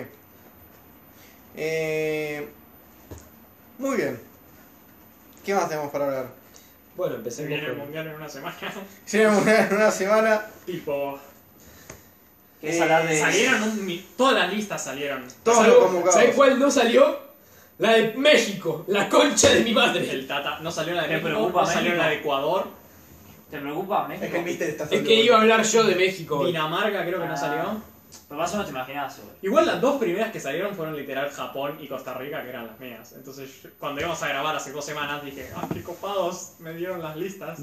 [SPEAKER 2] Eh, muy bien. ¿Qué más tenemos para hablar?
[SPEAKER 1] Bueno,
[SPEAKER 3] Se
[SPEAKER 1] empecemos
[SPEAKER 3] viene el
[SPEAKER 1] con...
[SPEAKER 3] mundial en una semana.
[SPEAKER 2] Llega el Mundial en una semana.
[SPEAKER 3] tipo.
[SPEAKER 5] ¿Querés hablar de.
[SPEAKER 3] Salieron un mi- Todas las listas salieron.
[SPEAKER 2] Todos los
[SPEAKER 1] Salvo- ¿Sabés
[SPEAKER 2] convocados.
[SPEAKER 1] cuál no salió? La de México, la concha de mi madre.
[SPEAKER 3] El Tata. No salió la de
[SPEAKER 5] Me
[SPEAKER 3] México,
[SPEAKER 5] preocupa
[SPEAKER 3] no salió
[SPEAKER 5] México.
[SPEAKER 3] la de Ecuador.
[SPEAKER 5] ¿Te preocupa México?
[SPEAKER 4] Es que el Mister está
[SPEAKER 1] Es
[SPEAKER 4] solo,
[SPEAKER 1] que iba a
[SPEAKER 4] boludo.
[SPEAKER 1] hablar yo de México.
[SPEAKER 3] Dinamarca creo que no
[SPEAKER 5] Ah.
[SPEAKER 3] salió.
[SPEAKER 5] Pero más o menos te imaginás, güey.
[SPEAKER 3] Igual las dos primeras que salieron fueron literal Japón y Costa Rica, que eran las mías. Entonces, yo- cuando íbamos a grabar hace dos semanas, dije, ah, qué copados, me dieron las listas.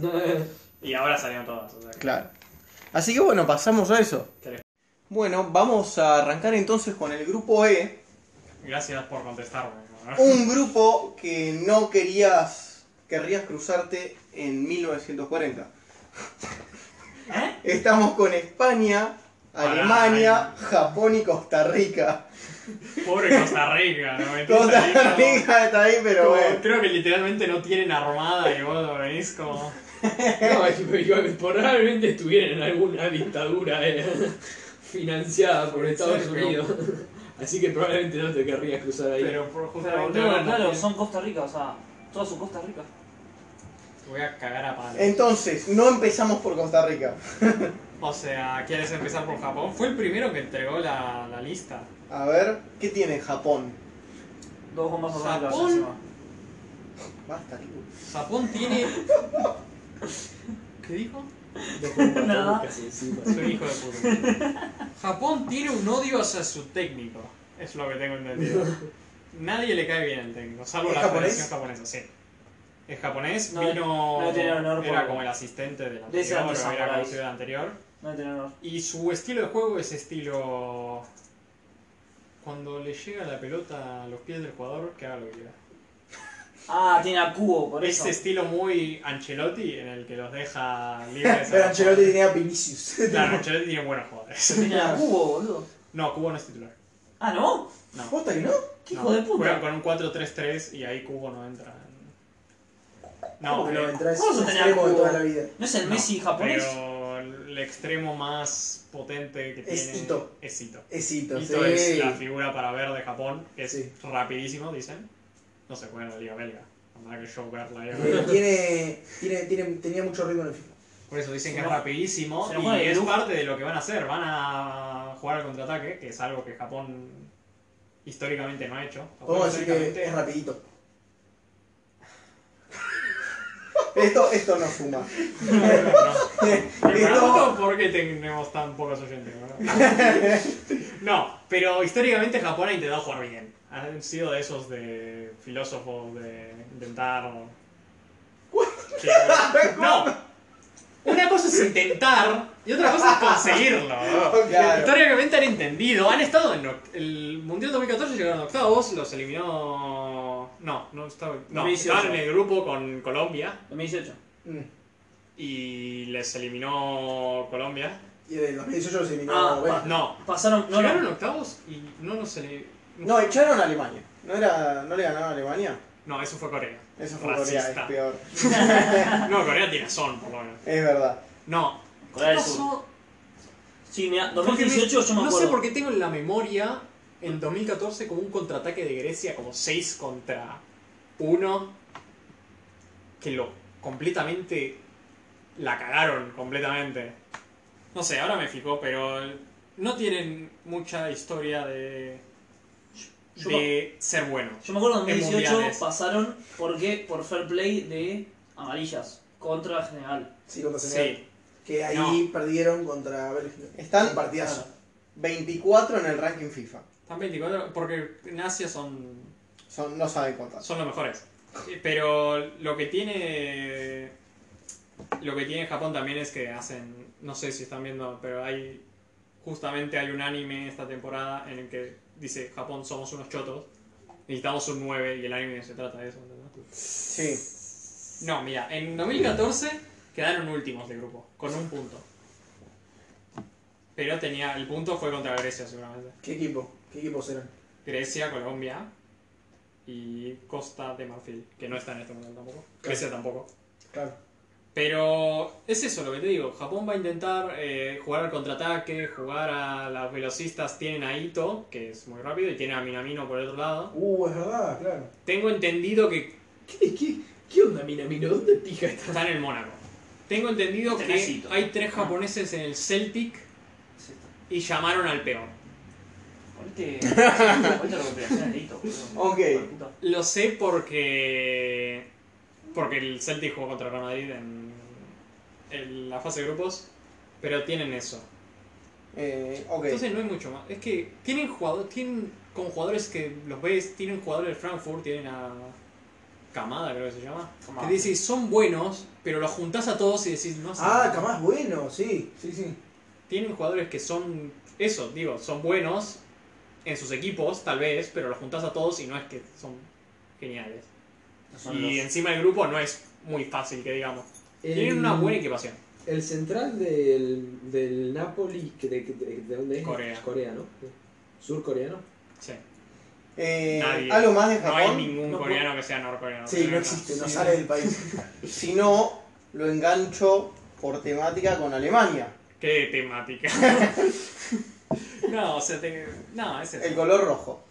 [SPEAKER 3] Y ahora salieron todas. o sea que-
[SPEAKER 2] Claro. Así que bueno, pasamos a eso.
[SPEAKER 3] ¿Querés?
[SPEAKER 2] Bueno, vamos a arrancar entonces con el grupo E.
[SPEAKER 3] Gracias por contestarme. ¿no?
[SPEAKER 2] Un grupo que no querías, querrías cruzarte en 1940.
[SPEAKER 3] ¿Eh?
[SPEAKER 2] Estamos con España, Alemania, Japón y Costa Rica.
[SPEAKER 3] Pobre Costa Rica, ¿no? Metiste ahí
[SPEAKER 2] Costa
[SPEAKER 3] como-
[SPEAKER 2] Rica está ahí, pero
[SPEAKER 3] como-
[SPEAKER 2] bueno.
[SPEAKER 3] Creo que literalmente no tienen armada y vos lo venís como...
[SPEAKER 1] No, iba- probablemente estuviera en alguna dictadura eh, financiada por Estados
[SPEAKER 3] serio?
[SPEAKER 1] Unidos. Así que probablemente no te querrías cruzar ahí.
[SPEAKER 3] Pero por
[SPEAKER 5] Pero
[SPEAKER 3] justamente ahora
[SPEAKER 5] boludo,
[SPEAKER 3] no
[SPEAKER 5] claro,
[SPEAKER 3] tienen-
[SPEAKER 5] son Costa Rica, o sea, todas son Costa Rica.
[SPEAKER 3] Voy a cagar a palos.
[SPEAKER 2] Entonces, no empezamos por Costa Rica.
[SPEAKER 3] O sea, ¿quieres empezar por Japón? Fue el primero que entregó la, la lista.
[SPEAKER 2] A ver, ¿qué tiene Japón?
[SPEAKER 5] Dos bombas atómicas
[SPEAKER 3] Japón.
[SPEAKER 5] encima.
[SPEAKER 2] Basta, Kiku.
[SPEAKER 3] Japón tiene... ¿Qué dijo?
[SPEAKER 5] Nada.
[SPEAKER 3] Soy hijo de puta. Japón tiene un odio hacia su técnico. Es lo que tengo entendido. Nadie le cae bien al técnico, salvo
[SPEAKER 4] ¿Es
[SPEAKER 3] la
[SPEAKER 4] japonés?
[SPEAKER 3] federación japonesa, sí. Es japonés,
[SPEAKER 5] No,
[SPEAKER 3] vino.
[SPEAKER 5] no tiene honor
[SPEAKER 3] era
[SPEAKER 5] por-
[SPEAKER 3] como el asistente del
[SPEAKER 5] De ese
[SPEAKER 3] anterior, o era
[SPEAKER 5] anti-samurai.
[SPEAKER 3] conocido del anterior.
[SPEAKER 5] No tiene honor.
[SPEAKER 3] Y su estilo de juego es estilo. Cuando le llega la pelota a los pies del jugador, que haga lo que quiera.
[SPEAKER 5] Ah, tiene a Cubo, por eso.
[SPEAKER 3] Ese estilo muy Ancelotti, en el que los deja libres. a
[SPEAKER 4] Pero
[SPEAKER 3] los
[SPEAKER 4] Ancelotti
[SPEAKER 3] jugadores.
[SPEAKER 4] tenía Vinicius.
[SPEAKER 3] Claro, Ancelotti tiene buenos jugadores.
[SPEAKER 5] Tiene a Cubo, boludo.
[SPEAKER 3] No, Cubo no es titular.
[SPEAKER 5] Ah, ¿no?
[SPEAKER 4] ¿Posta que no?
[SPEAKER 5] ¿Qué
[SPEAKER 3] No,
[SPEAKER 5] hijo de
[SPEAKER 3] juegan
[SPEAKER 5] puta?
[SPEAKER 3] con un 4-3-3 y ahí Cubo no entra.
[SPEAKER 4] ¿Cómo
[SPEAKER 3] No,
[SPEAKER 4] que no
[SPEAKER 3] eh,
[SPEAKER 4] entra? Es
[SPEAKER 5] ¿cómo
[SPEAKER 4] un
[SPEAKER 5] se tenía
[SPEAKER 4] extremo de
[SPEAKER 5] Cubo?
[SPEAKER 4] toda la vida.
[SPEAKER 5] ¿No es el
[SPEAKER 3] no,
[SPEAKER 5] Messi japonés?
[SPEAKER 3] Pero el extremo más potente que
[SPEAKER 4] Es
[SPEAKER 3] tiene
[SPEAKER 4] Ito.
[SPEAKER 3] es Ito.
[SPEAKER 4] Esito,
[SPEAKER 3] Ito es
[SPEAKER 4] sí.
[SPEAKER 3] la figura para ver de Japón, que es
[SPEAKER 4] Sí.
[SPEAKER 3] rapidísimo, dicen. No se juega en la Liga Belga. Tendrá que yo ver la Liga
[SPEAKER 4] Eh,
[SPEAKER 3] Belga.
[SPEAKER 4] tiene, tiene, tiene, tenía mucho ritmo en el FIFA.
[SPEAKER 3] Por eso dicen que
[SPEAKER 5] Se
[SPEAKER 3] es
[SPEAKER 5] lo-
[SPEAKER 3] rapidísimo
[SPEAKER 5] se lo juega
[SPEAKER 3] y
[SPEAKER 5] de
[SPEAKER 3] es
[SPEAKER 5] lujo.
[SPEAKER 3] parte de lo que van a hacer. Van a jugar al contraataque, que es algo que Japón históricamente no ha hecho. Japón
[SPEAKER 4] Podemos decir Oh, que
[SPEAKER 3] históricamente-
[SPEAKER 4] es rapidito.
[SPEAKER 2] Esto, esto no suma.
[SPEAKER 3] No, no, no. Me
[SPEAKER 2] Esto,
[SPEAKER 3] pregunto por qué tenemos tan pocos oyentes, ¿verdad? No, pero históricamente Japón ha intentado jugar bien. Han sido de esos de filósofos de intentar. que- No. Una cosa es intentar y otra cosa es conseguirlo. ¿no?
[SPEAKER 2] claro.
[SPEAKER 3] Históricamente han entendido, han estado en oct- el Mundial 2014 llegaron a octavos, los eliminó. No, no estaba. No,
[SPEAKER 5] 2018.
[SPEAKER 3] estaban en el grupo con Colombia
[SPEAKER 5] 2018.
[SPEAKER 4] Mm.
[SPEAKER 3] y les eliminó Colombia.
[SPEAKER 4] Y en el 2018 se eliminó
[SPEAKER 5] Ah,
[SPEAKER 4] Bélgica.
[SPEAKER 3] No,
[SPEAKER 5] Pasaron. No,
[SPEAKER 3] llegaron
[SPEAKER 5] no.
[SPEAKER 3] octavos y no nos ele-
[SPEAKER 2] No, echaron a Alemania. ¿No, era, no le ganaron a Alemania?
[SPEAKER 3] No, eso fue Corea.
[SPEAKER 2] Eso fue
[SPEAKER 3] Racista.
[SPEAKER 2] Corea, es peor.
[SPEAKER 3] No, Corea tiene son, por lo menos.
[SPEAKER 2] Es verdad.
[SPEAKER 3] No.
[SPEAKER 5] Corea del Sur. Sí, mira, 2018 yo me
[SPEAKER 3] no
[SPEAKER 5] acuerdo.
[SPEAKER 3] sé por qué tengo en la memoria en 2014 como un contraataque de Grecia, como 6 contra 1, que lo completamente... La cagaron completamente. No sé, ahora me fijó, pero no tienen mucha historia de...
[SPEAKER 5] Yo-
[SPEAKER 3] de ser bueno.
[SPEAKER 5] Yo me acuerdo en
[SPEAKER 3] En
[SPEAKER 5] 2018
[SPEAKER 3] mundiales.
[SPEAKER 5] pasaron porque por fair play de amarillas contra general.
[SPEAKER 4] Sí, contra Senegal.
[SPEAKER 3] Sí.
[SPEAKER 4] Que ahí
[SPEAKER 3] No.
[SPEAKER 4] perdieron contra Bélgica.
[SPEAKER 2] Están
[SPEAKER 4] Un partidazo.
[SPEAKER 2] 24 en el ranking FIFA.
[SPEAKER 3] Están 24, porque en Asia son,
[SPEAKER 2] Son, no saben contar.
[SPEAKER 3] son los mejores. Pero lo que tiene lo que tiene Japón también es que hacen, no sé si están viendo, pero hay, justamente hay un anime esta temporada en el que dice Japón somos unos chotos, necesitamos un 9 y el anime se trata de eso. ¿entendés?
[SPEAKER 4] Sí.
[SPEAKER 3] No, mira, en 2014 quedaron últimos de grupo, con un punto. Pero tenía, el punto fue contra Grecia seguramente.
[SPEAKER 4] ¿Qué equipo? ¿Qué equipos eran?
[SPEAKER 3] Grecia, Colombia y Costa de Marfil, que no está en este mundial tampoco. Grecia tampoco.
[SPEAKER 4] Claro.
[SPEAKER 3] Pero es eso lo que te digo. Japón va a intentar eh, jugar al contraataque, jugar a las velocistas. Tienen a Ito, que es muy rápido, y tienen a Minamino por el otro lado.
[SPEAKER 4] Uh, es verdad, claro.
[SPEAKER 3] Tengo entendido que
[SPEAKER 6] ¿Qué, qué, qué onda, Minamino? ¿Dónde pija esta?
[SPEAKER 3] están en Mónaco. Tengo entendido
[SPEAKER 5] Tenés
[SPEAKER 3] que
[SPEAKER 5] Ito.
[SPEAKER 3] hay tres japoneses en el Celtic
[SPEAKER 5] Es esto.
[SPEAKER 3] y llamaron al peor.
[SPEAKER 5] Ponete. Ponete la recuperación de Hito. boludo.
[SPEAKER 2] Ok.
[SPEAKER 5] Hijo de puta.
[SPEAKER 3] Lo sé porque. Porque el Celtic jugó contra Real Madrid en, en la fase de grupos. Pero tienen eso.
[SPEAKER 2] Eh, ok.
[SPEAKER 3] Entonces no hay mucho más. Es que tienen jugadores, tienen con jugadores que los ves, tienen jugadores de Frankfurt, tienen a Camada creo que se llama.
[SPEAKER 5] Kamada.
[SPEAKER 3] Que decís, son buenos, pero los juntás a todos y decís, no sé.
[SPEAKER 4] Ah, Camás bueno, sí, sí, sí.
[SPEAKER 3] Tienen jugadores que son, eso, digo, son buenos en sus equipos, tal vez, pero los juntás a todos y no es que son geniales.
[SPEAKER 5] No son
[SPEAKER 3] y
[SPEAKER 5] los-
[SPEAKER 3] encima el grupo no es muy fácil, que digamos. Tienen una buena equipación.
[SPEAKER 1] El central del, del Napoli, que de, de- de dónde es?
[SPEAKER 3] Corea.
[SPEAKER 1] ¿no? Surcoreano.
[SPEAKER 3] Sí.
[SPEAKER 2] Eh,
[SPEAKER 3] Nadie.
[SPEAKER 2] algo más de
[SPEAKER 3] No hay
[SPEAKER 2] Japón,
[SPEAKER 3] ningún
[SPEAKER 4] No, no.
[SPEAKER 3] coreano que sea norcoreano.
[SPEAKER 4] Sí,
[SPEAKER 3] pero
[SPEAKER 4] no
[SPEAKER 3] no.
[SPEAKER 4] existe, no
[SPEAKER 2] Sí.
[SPEAKER 4] sale del país.
[SPEAKER 2] si no, lo engancho por temática con Alemania.
[SPEAKER 3] Qué temática. no, o sea, te... no, es
[SPEAKER 2] El
[SPEAKER 3] eso.
[SPEAKER 2] color rojo.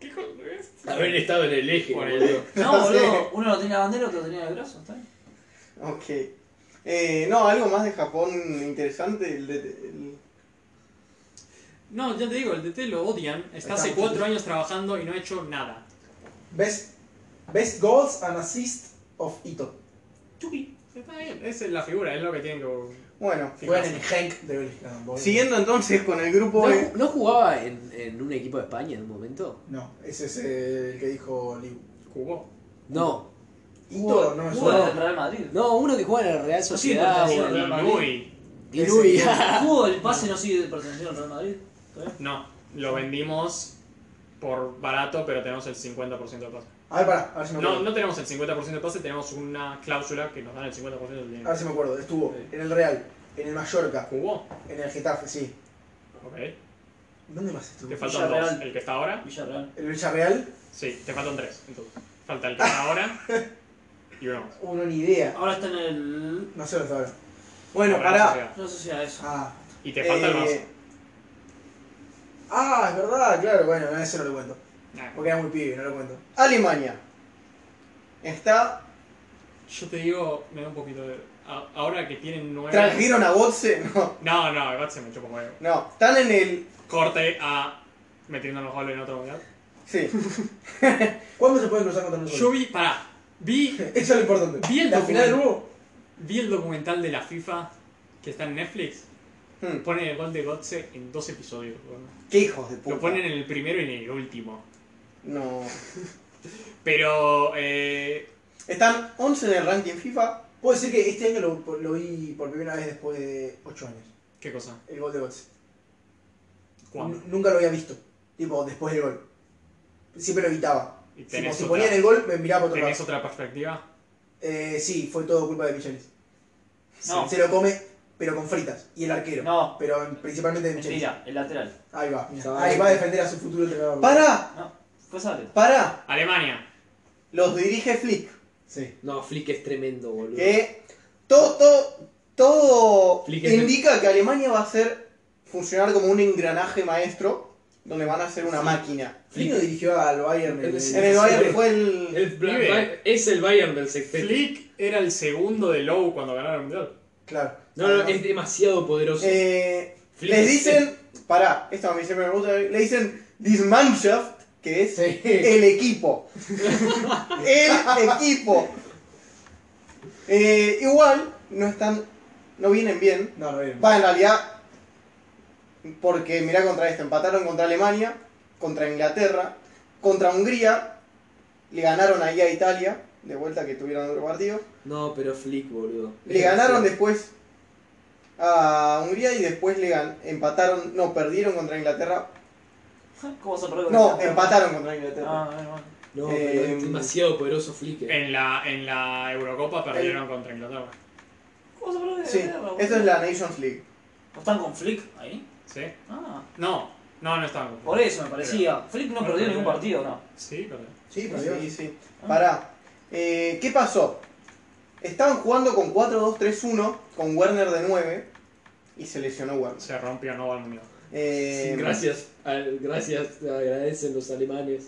[SPEAKER 3] ¿Qué color es?
[SPEAKER 1] Haber estado en el eje,
[SPEAKER 3] Por
[SPEAKER 1] boludo.
[SPEAKER 3] el...
[SPEAKER 5] No,
[SPEAKER 2] No sé.
[SPEAKER 5] boludo. Uno lo tenía la bandera, otro tenía el brazo. ¿está bien?
[SPEAKER 2] Ok. Eh, no, algo más de Japón interesante. el de- el-
[SPEAKER 3] No, ya te digo, el DT lo odian. Está hace
[SPEAKER 4] Estamos-
[SPEAKER 3] cuatro años trabajando y no ha hecho nada.
[SPEAKER 4] Best, best goals and assists of Ito.
[SPEAKER 3] Chucky. Está bien, esa es la figura, es lo que tienen que
[SPEAKER 2] Bueno,
[SPEAKER 4] Juegan
[SPEAKER 3] fijarse.
[SPEAKER 4] en el Henk de Bélgica. boludo.
[SPEAKER 2] siguiendo entonces con el grupo
[SPEAKER 1] ¿No,
[SPEAKER 2] E.
[SPEAKER 1] ju- no jugaba en, en un equipo de España en un momento?
[SPEAKER 4] No, ese es el que dijo Liu.
[SPEAKER 3] Jugó.
[SPEAKER 1] No,
[SPEAKER 4] Ito, no me
[SPEAKER 5] Hubo
[SPEAKER 4] suena.
[SPEAKER 5] del Real Madrid.
[SPEAKER 1] no, uno que juega en el Real Sociedad.
[SPEAKER 5] Sí,
[SPEAKER 1] o
[SPEAKER 5] pero
[SPEAKER 1] en-
[SPEAKER 5] Real Madrid.
[SPEAKER 3] Uy.
[SPEAKER 1] y Luis.
[SPEAKER 5] Hubo el pase no sigue perteneció al Real Madrid. ¿todavía?
[SPEAKER 3] No, lo vendimos por barato, pero tenemos el 50% de pase.
[SPEAKER 4] A ver, pará, a ver si me
[SPEAKER 3] No,
[SPEAKER 4] acuerdo.
[SPEAKER 3] no tenemos el 50% de pase, tenemos una cláusula que nos dan el 50% del
[SPEAKER 4] A ver
[SPEAKER 3] dinero.
[SPEAKER 4] si me acuerdo. Estuvo
[SPEAKER 5] Sí.
[SPEAKER 4] en el Real, en el Mallorca,
[SPEAKER 3] Jugó.
[SPEAKER 4] en el Getafe, sí.
[SPEAKER 3] Ok.
[SPEAKER 4] ¿Dónde más estuvo?
[SPEAKER 3] Te faltan dos.
[SPEAKER 5] Villarreal.
[SPEAKER 3] El que está ahora
[SPEAKER 5] Villarreal.
[SPEAKER 4] El Villarreal,
[SPEAKER 3] Sí, te faltan tres. Entonces, falta el que está ahora y uno más.
[SPEAKER 4] uno ni idea.
[SPEAKER 5] Ahora está en el.
[SPEAKER 4] No sé dónde está ahora.
[SPEAKER 2] Bueno,
[SPEAKER 3] Ahora
[SPEAKER 2] pará.
[SPEAKER 3] sociedad.
[SPEAKER 5] No sé si era eso.
[SPEAKER 4] Ah,
[SPEAKER 3] Y te falta el
[SPEAKER 2] Eh,
[SPEAKER 3] más.
[SPEAKER 4] ah, es verdad, claro. Bueno, no, ese no lo cuento.
[SPEAKER 3] Nah.
[SPEAKER 4] Porque era muy pibe, no lo cuento.
[SPEAKER 2] Alemania. Está.
[SPEAKER 3] Yo te digo, me da un poquito de. a- Ahora que tienen nueve.
[SPEAKER 2] ¿Trajeron a Botse? No,
[SPEAKER 3] No, no, el se me chupa un huevo.
[SPEAKER 2] no. Están en el.
[SPEAKER 3] Corte a. metiendo los goles en otro lugar.
[SPEAKER 2] Sí.
[SPEAKER 4] ¿Cuándo se pueden cruzar contra
[SPEAKER 3] Yo
[SPEAKER 4] nosotros?
[SPEAKER 3] vi. pará. Vi,
[SPEAKER 4] Eso es lo importante.
[SPEAKER 3] Vi el
[SPEAKER 4] la final de
[SPEAKER 3] documento.
[SPEAKER 4] nuevo.
[SPEAKER 3] vi el documental de la FIFA que está en Netflix.
[SPEAKER 2] Hmm.
[SPEAKER 3] Ponen el gol de Gotze en dos episodios. weón.
[SPEAKER 2] Qué hijos de puta.
[SPEAKER 3] Lo ponen en el primero y en el último.
[SPEAKER 2] No.
[SPEAKER 3] Pero. Eh,
[SPEAKER 2] Están 11 en el ranking FIFA.
[SPEAKER 4] Puedo decir que este año lo, lo vi por primera vez después de 8 años.
[SPEAKER 3] ¿Qué cosa?
[SPEAKER 4] El gol de Götze.
[SPEAKER 3] ¿Cuándo?
[SPEAKER 4] N- Nunca lo había visto. Tipo, después del gol. Siempre lo evitaba.
[SPEAKER 3] Y
[SPEAKER 4] Si,
[SPEAKER 3] tenés
[SPEAKER 4] si
[SPEAKER 3] otra-
[SPEAKER 4] ponían el gol, me miraba por otro
[SPEAKER 3] ¿Tenés
[SPEAKER 4] lado.
[SPEAKER 3] otra perspectiva?
[SPEAKER 4] Eh, sí, fue todo culpa de Michelis.
[SPEAKER 5] No,
[SPEAKER 4] Se lo come, pero con fritas. Y el arquero.
[SPEAKER 5] No.
[SPEAKER 4] Pero en- principalmente de Michelis.
[SPEAKER 5] mentira, el lateral.
[SPEAKER 4] Ahí va.
[SPEAKER 1] Mira.
[SPEAKER 4] Ahí va a defender a su futuro entrenador.
[SPEAKER 2] ¡Para!
[SPEAKER 5] No, fue Sale.
[SPEAKER 2] ¡Para!
[SPEAKER 3] Alemania.
[SPEAKER 2] Los dirige Flick.
[SPEAKER 4] Sí.
[SPEAKER 1] No, Flick es tremendo, boludo.
[SPEAKER 2] Que todo, todo, todo
[SPEAKER 1] Flick es el-
[SPEAKER 2] indica que Alemania va a ser funcionar como un engranaje maestro donde van a ser una máquina.
[SPEAKER 4] Flick no dirigió al Bayern en el,
[SPEAKER 1] Sí.
[SPEAKER 2] En el Bayern fue
[SPEAKER 1] Es,
[SPEAKER 2] el.
[SPEAKER 1] Black- es el Bayern del sexteto.
[SPEAKER 3] Flick era el segundo de Lowe cuando ganaron el mundial.
[SPEAKER 4] Claro.
[SPEAKER 1] No, no, es demasiado poderoso.
[SPEAKER 2] eh,
[SPEAKER 1] Flick
[SPEAKER 2] les
[SPEAKER 1] es-
[SPEAKER 2] dicen. Pará, esto a mí siempre me gusta. Le dicen Dismannschaft, que es
[SPEAKER 4] Sí.
[SPEAKER 2] el equipo. el equipo. Eh, igual no están. No vienen bien.
[SPEAKER 4] No, no bien.
[SPEAKER 2] Va, en realidad, porque mirá contra esto, empataron contra Alemania, contra Inglaterra, contra Hungría, le ganaron ahí a Italia, de vuelta que tuvieron otro partido.
[SPEAKER 1] No, pero Flick, boludo.
[SPEAKER 2] Le ganaron después a Hungría y después le gan- empataron, no, perdieron contra Inglaterra.
[SPEAKER 5] ¿Cómo se perdió?
[SPEAKER 2] No, empataron contra Inglaterra.
[SPEAKER 5] Ah, bueno.
[SPEAKER 1] No, pero
[SPEAKER 2] Eh,
[SPEAKER 1] es demasiado poderoso Flick. eh.
[SPEAKER 3] En la, en la Eurocopa perdieron contra Inglaterra.
[SPEAKER 5] ¿Cómo se perdió?
[SPEAKER 2] Sí, esto es la Nations League.
[SPEAKER 5] ¿No están con Flick ahí?
[SPEAKER 3] ¿Sí?
[SPEAKER 5] Ah,
[SPEAKER 3] No, no, no estaban
[SPEAKER 5] por eso me parecía.
[SPEAKER 2] ah,
[SPEAKER 5] Flick no
[SPEAKER 3] No,
[SPEAKER 5] perdió
[SPEAKER 3] no,
[SPEAKER 5] ningún
[SPEAKER 3] no.
[SPEAKER 5] partido, no.
[SPEAKER 3] Sí, pero.
[SPEAKER 4] Sí, pero
[SPEAKER 2] Sí, sí. Pará. Eh, ¿Qué pasó? Estaban jugando con 4-2-3-1 con Werner de 9 y se lesionó Werner.
[SPEAKER 3] Se rompió, no va al mundial.
[SPEAKER 2] Eh,
[SPEAKER 1] Gracias, al- gracias, te agradecen los alemanes.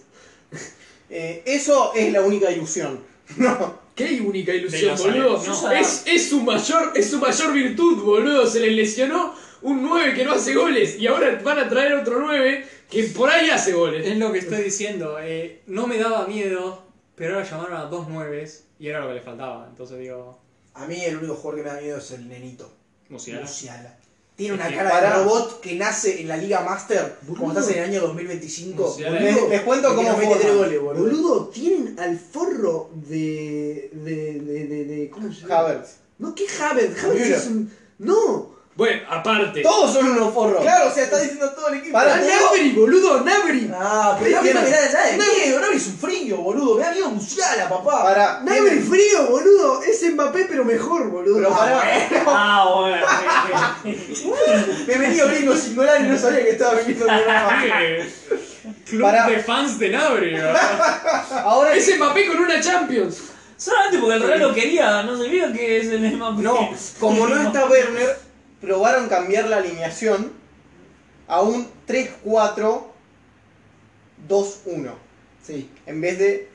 [SPEAKER 2] eh, eso es la única ilusión. No.
[SPEAKER 1] Qué única
[SPEAKER 3] De
[SPEAKER 1] ilusión,
[SPEAKER 3] los
[SPEAKER 1] boludo.
[SPEAKER 3] alemanes.
[SPEAKER 5] No.
[SPEAKER 1] Es, es su mayor, es su mayor virtud, boludo. Se les lesionó un 9 que no hace goles y ahora van a traer otro 9 que por ahí hace goles.
[SPEAKER 3] Es lo que estoy diciendo, eh, no me daba miedo, pero ahora llamaron a dos nueves y era lo que le faltaba. Entonces digo,
[SPEAKER 4] A mí el único jugador que me da miedo es el nenito.
[SPEAKER 3] Musiala.
[SPEAKER 4] Musiala. Tiene una
[SPEAKER 3] Sí,
[SPEAKER 4] cara
[SPEAKER 2] pará.
[SPEAKER 4] de robot que nace en la Liga Master, como estás en el año 2025.
[SPEAKER 3] Musiala.
[SPEAKER 4] boludo,
[SPEAKER 2] Les- les cuento
[SPEAKER 4] y que
[SPEAKER 2] cómo
[SPEAKER 4] nos mete
[SPEAKER 2] forman.
[SPEAKER 4] tres goles, boludo.
[SPEAKER 7] Boludo, tienen al forro de. de. de. de. de- ¿Cómo se llama?
[SPEAKER 2] Havertz.
[SPEAKER 7] No, ¿qué Havertz? Havertz
[SPEAKER 2] Müller.
[SPEAKER 7] es un. ¡No!
[SPEAKER 1] Bueno, aparte.
[SPEAKER 2] Todos son unos forros.
[SPEAKER 4] Claro, o sea, está diciendo todo el equipo.
[SPEAKER 2] Pará,
[SPEAKER 7] ¡Ah,
[SPEAKER 2] todo-
[SPEAKER 7] Nabri, boludo! ¡Nabri!
[SPEAKER 4] Ah, pero
[SPEAKER 2] Cristiano.
[SPEAKER 4] Nabri me da nada de miedo, Nabri es un frío, boludo. Me da miedo Musiala, papá.
[SPEAKER 2] Pará.
[SPEAKER 7] ¡Nabri frío, boludo! Es Mbappé, pero mejor, boludo.
[SPEAKER 2] Pero pará.
[SPEAKER 4] eh.
[SPEAKER 5] Ah, bueno. sí, sí.
[SPEAKER 2] Me venía abriendo sin dólares y no sabía que estaba viviendo el programa.
[SPEAKER 3] Eh, Club
[SPEAKER 2] Pará.
[SPEAKER 3] de fans de Nabri.
[SPEAKER 2] Ahora
[SPEAKER 1] Es Mbappé con una Champions.
[SPEAKER 5] Solamente porque el Real lo quería, no se vio que es el mismo.
[SPEAKER 2] No, como no está Werner, probaron cambiar la alineación a un 3-4-2-1
[SPEAKER 4] Sí.
[SPEAKER 2] en vez de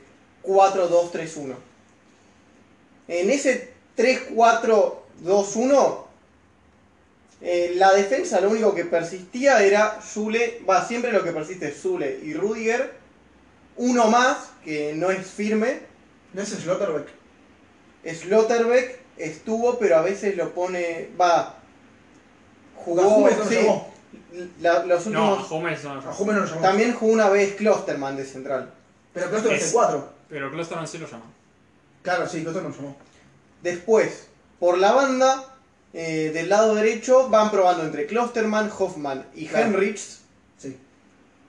[SPEAKER 2] 4-2-3-1. En ese 3-4-2-1, eh, la defensa lo único que persistía era Zule, va, siempre lo que persiste es Zule y Rudiger, uno más que no es firme.
[SPEAKER 4] ¿No es Slotterbeck?
[SPEAKER 2] Slotterbeck estuvo, pero a veces lo pone. Va. Jugó.
[SPEAKER 4] Jume no lo
[SPEAKER 2] sí,
[SPEAKER 4] llamó.
[SPEAKER 2] la- los
[SPEAKER 3] No,
[SPEAKER 2] últimos.
[SPEAKER 3] Hummels no.
[SPEAKER 4] A Jume no lo llamó.
[SPEAKER 2] También jugó una vez Klosterman de central.
[SPEAKER 4] Pero Klosterman es
[SPEAKER 3] Es-
[SPEAKER 4] el 4.
[SPEAKER 3] Pero Klosterman sí lo llama.
[SPEAKER 4] Claro, sí, Klosterman lo llamó.
[SPEAKER 2] Después, por la banda, eh, del lado derecho, van probando entre Klosterman, Hoffman y
[SPEAKER 4] Claro.
[SPEAKER 2] Henrichs.
[SPEAKER 4] Sí.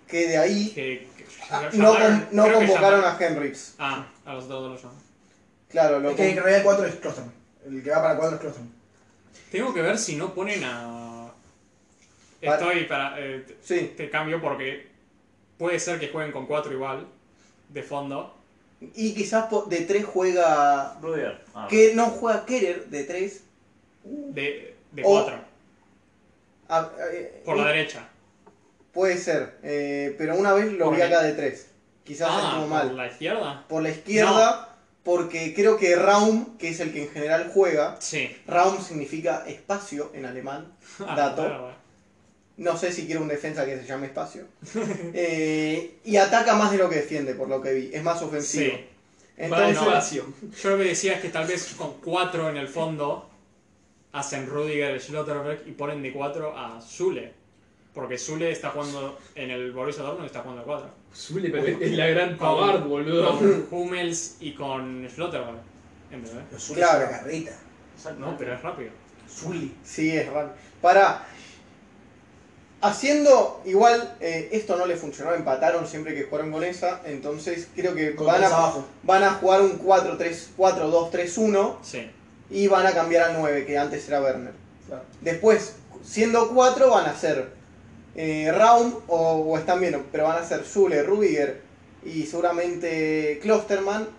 [SPEAKER 2] Que de ahí
[SPEAKER 3] Que, que
[SPEAKER 2] ah,
[SPEAKER 3] llamaron-
[SPEAKER 2] no, con- no
[SPEAKER 3] creo que
[SPEAKER 2] convocaron
[SPEAKER 3] llamaron-
[SPEAKER 2] a Henrichs.
[SPEAKER 3] Ah, a los dos los llaman.
[SPEAKER 2] Claro, lo
[SPEAKER 4] Es que en
[SPEAKER 2] con-
[SPEAKER 4] realidad el 4 es Klosterman. El que va para 4 es Klosterman.
[SPEAKER 3] Tengo que ver si no ponen a.
[SPEAKER 2] Para-
[SPEAKER 3] Estoy para. eh, te-
[SPEAKER 2] Sí.
[SPEAKER 3] te cambio porque puede ser que jueguen con cuatro igual, de fondo.
[SPEAKER 2] Y quizás po- de 3 juega.
[SPEAKER 5] Rudiger. Ah.
[SPEAKER 2] Que no juega Kerer de 3.
[SPEAKER 3] De, de
[SPEAKER 2] O-
[SPEAKER 3] cuatro,
[SPEAKER 2] eh,
[SPEAKER 3] por la derecha.
[SPEAKER 2] Puede ser, eh, pero una vez lo
[SPEAKER 3] ¿Por
[SPEAKER 2] vi
[SPEAKER 3] qué?
[SPEAKER 2] acá de tres. Quizás
[SPEAKER 3] Ah,
[SPEAKER 2] estuvo
[SPEAKER 3] por
[SPEAKER 2] mal.
[SPEAKER 3] la izquierda.
[SPEAKER 2] Por la izquierda, porque creo que Raum, que es el que en general juega,
[SPEAKER 3] Sí.
[SPEAKER 2] Raum significa espacio en alemán.
[SPEAKER 3] Ah,
[SPEAKER 2] Dato.
[SPEAKER 3] claro, bueno.
[SPEAKER 2] No sé si quiero un defensa que se llame espacio. Eh, y ataca más de lo que defiende, por lo que vi. Es más ofensivo.
[SPEAKER 3] Sí.
[SPEAKER 2] Entonces,
[SPEAKER 3] Vale, Yo lo que decía es que tal vez con cuatro en el fondo hacen Rudiger, Schlotterbeck y ponen de cuatro a Zule. Porque Zule está jugando en el Borussia Dortmund está jugando de cuatro.
[SPEAKER 1] Zule, pero es la gran Pavard, boludo.
[SPEAKER 3] Con Hummels y con Schlotterbeck. ¿Entendés?
[SPEAKER 4] Pero Zuli
[SPEAKER 2] Claro.
[SPEAKER 4] es una carreta.
[SPEAKER 5] Exacto.
[SPEAKER 3] No, pero es rápido.
[SPEAKER 4] Zuli.
[SPEAKER 2] sí, es raro. Para. Haciendo igual, eh, esto no le funcionó, empataron siempre que jugaron con esa, entonces creo que
[SPEAKER 4] Con
[SPEAKER 2] van
[SPEAKER 4] tres
[SPEAKER 2] a,
[SPEAKER 4] abajo.
[SPEAKER 2] van a jugar un 4-3-4-2-3-1
[SPEAKER 3] Sí.
[SPEAKER 2] y van a cambiar al 9, que antes era Werner.
[SPEAKER 4] Claro.
[SPEAKER 2] Después, siendo 4, van a ser eh, Raum, o, o están viendo, pero van a ser Zule, Rudiger y seguramente Klosterman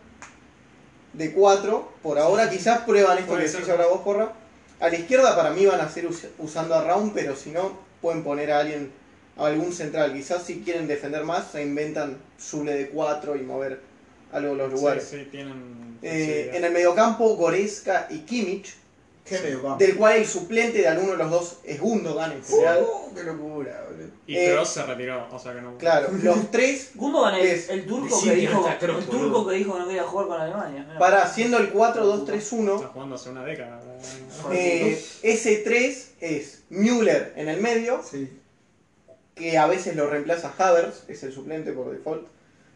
[SPEAKER 2] de 4. Por ahora, quizás prueban esto
[SPEAKER 3] Puede
[SPEAKER 2] que
[SPEAKER 3] ser.
[SPEAKER 2] decís ahora vos, Porra. A la izquierda, para mí, van a ser us- usando a Raum, pero si no, pueden poner a alguien, a algún central. Quizás si quieren defender más, se inventan Zule de 4 y mover algo los lugares.
[SPEAKER 3] Sí, sí, tienen.
[SPEAKER 2] Eh,
[SPEAKER 3] flexibilidad.
[SPEAKER 2] en el mediocampo, Goretzka y Kimmich,
[SPEAKER 4] Qué medio campo.
[SPEAKER 2] del cual el suplente de alguno de los dos es Gundogan en general.
[SPEAKER 4] Uh, qué locura, boludo.
[SPEAKER 3] Y
[SPEAKER 2] eh,
[SPEAKER 3] Kroos se retiró, o sea que no.
[SPEAKER 2] Claro, los tres,
[SPEAKER 5] Gundogan
[SPEAKER 2] Es-
[SPEAKER 5] es el turco
[SPEAKER 1] decí
[SPEAKER 5] que
[SPEAKER 1] que
[SPEAKER 5] dijo.
[SPEAKER 1] hasta Kroos,
[SPEAKER 5] El turco
[SPEAKER 1] boludo.
[SPEAKER 5] que dijo que no quería jugar con Alemania. Mira.
[SPEAKER 2] para siendo el
[SPEAKER 3] Está
[SPEAKER 2] 4-2-3-1,
[SPEAKER 3] jugando hace una década. ¿verdad?
[SPEAKER 2] eh, ese 3 es Müller en el medio,
[SPEAKER 4] Sí.
[SPEAKER 2] que a veces lo reemplaza Havers, es el suplente por default,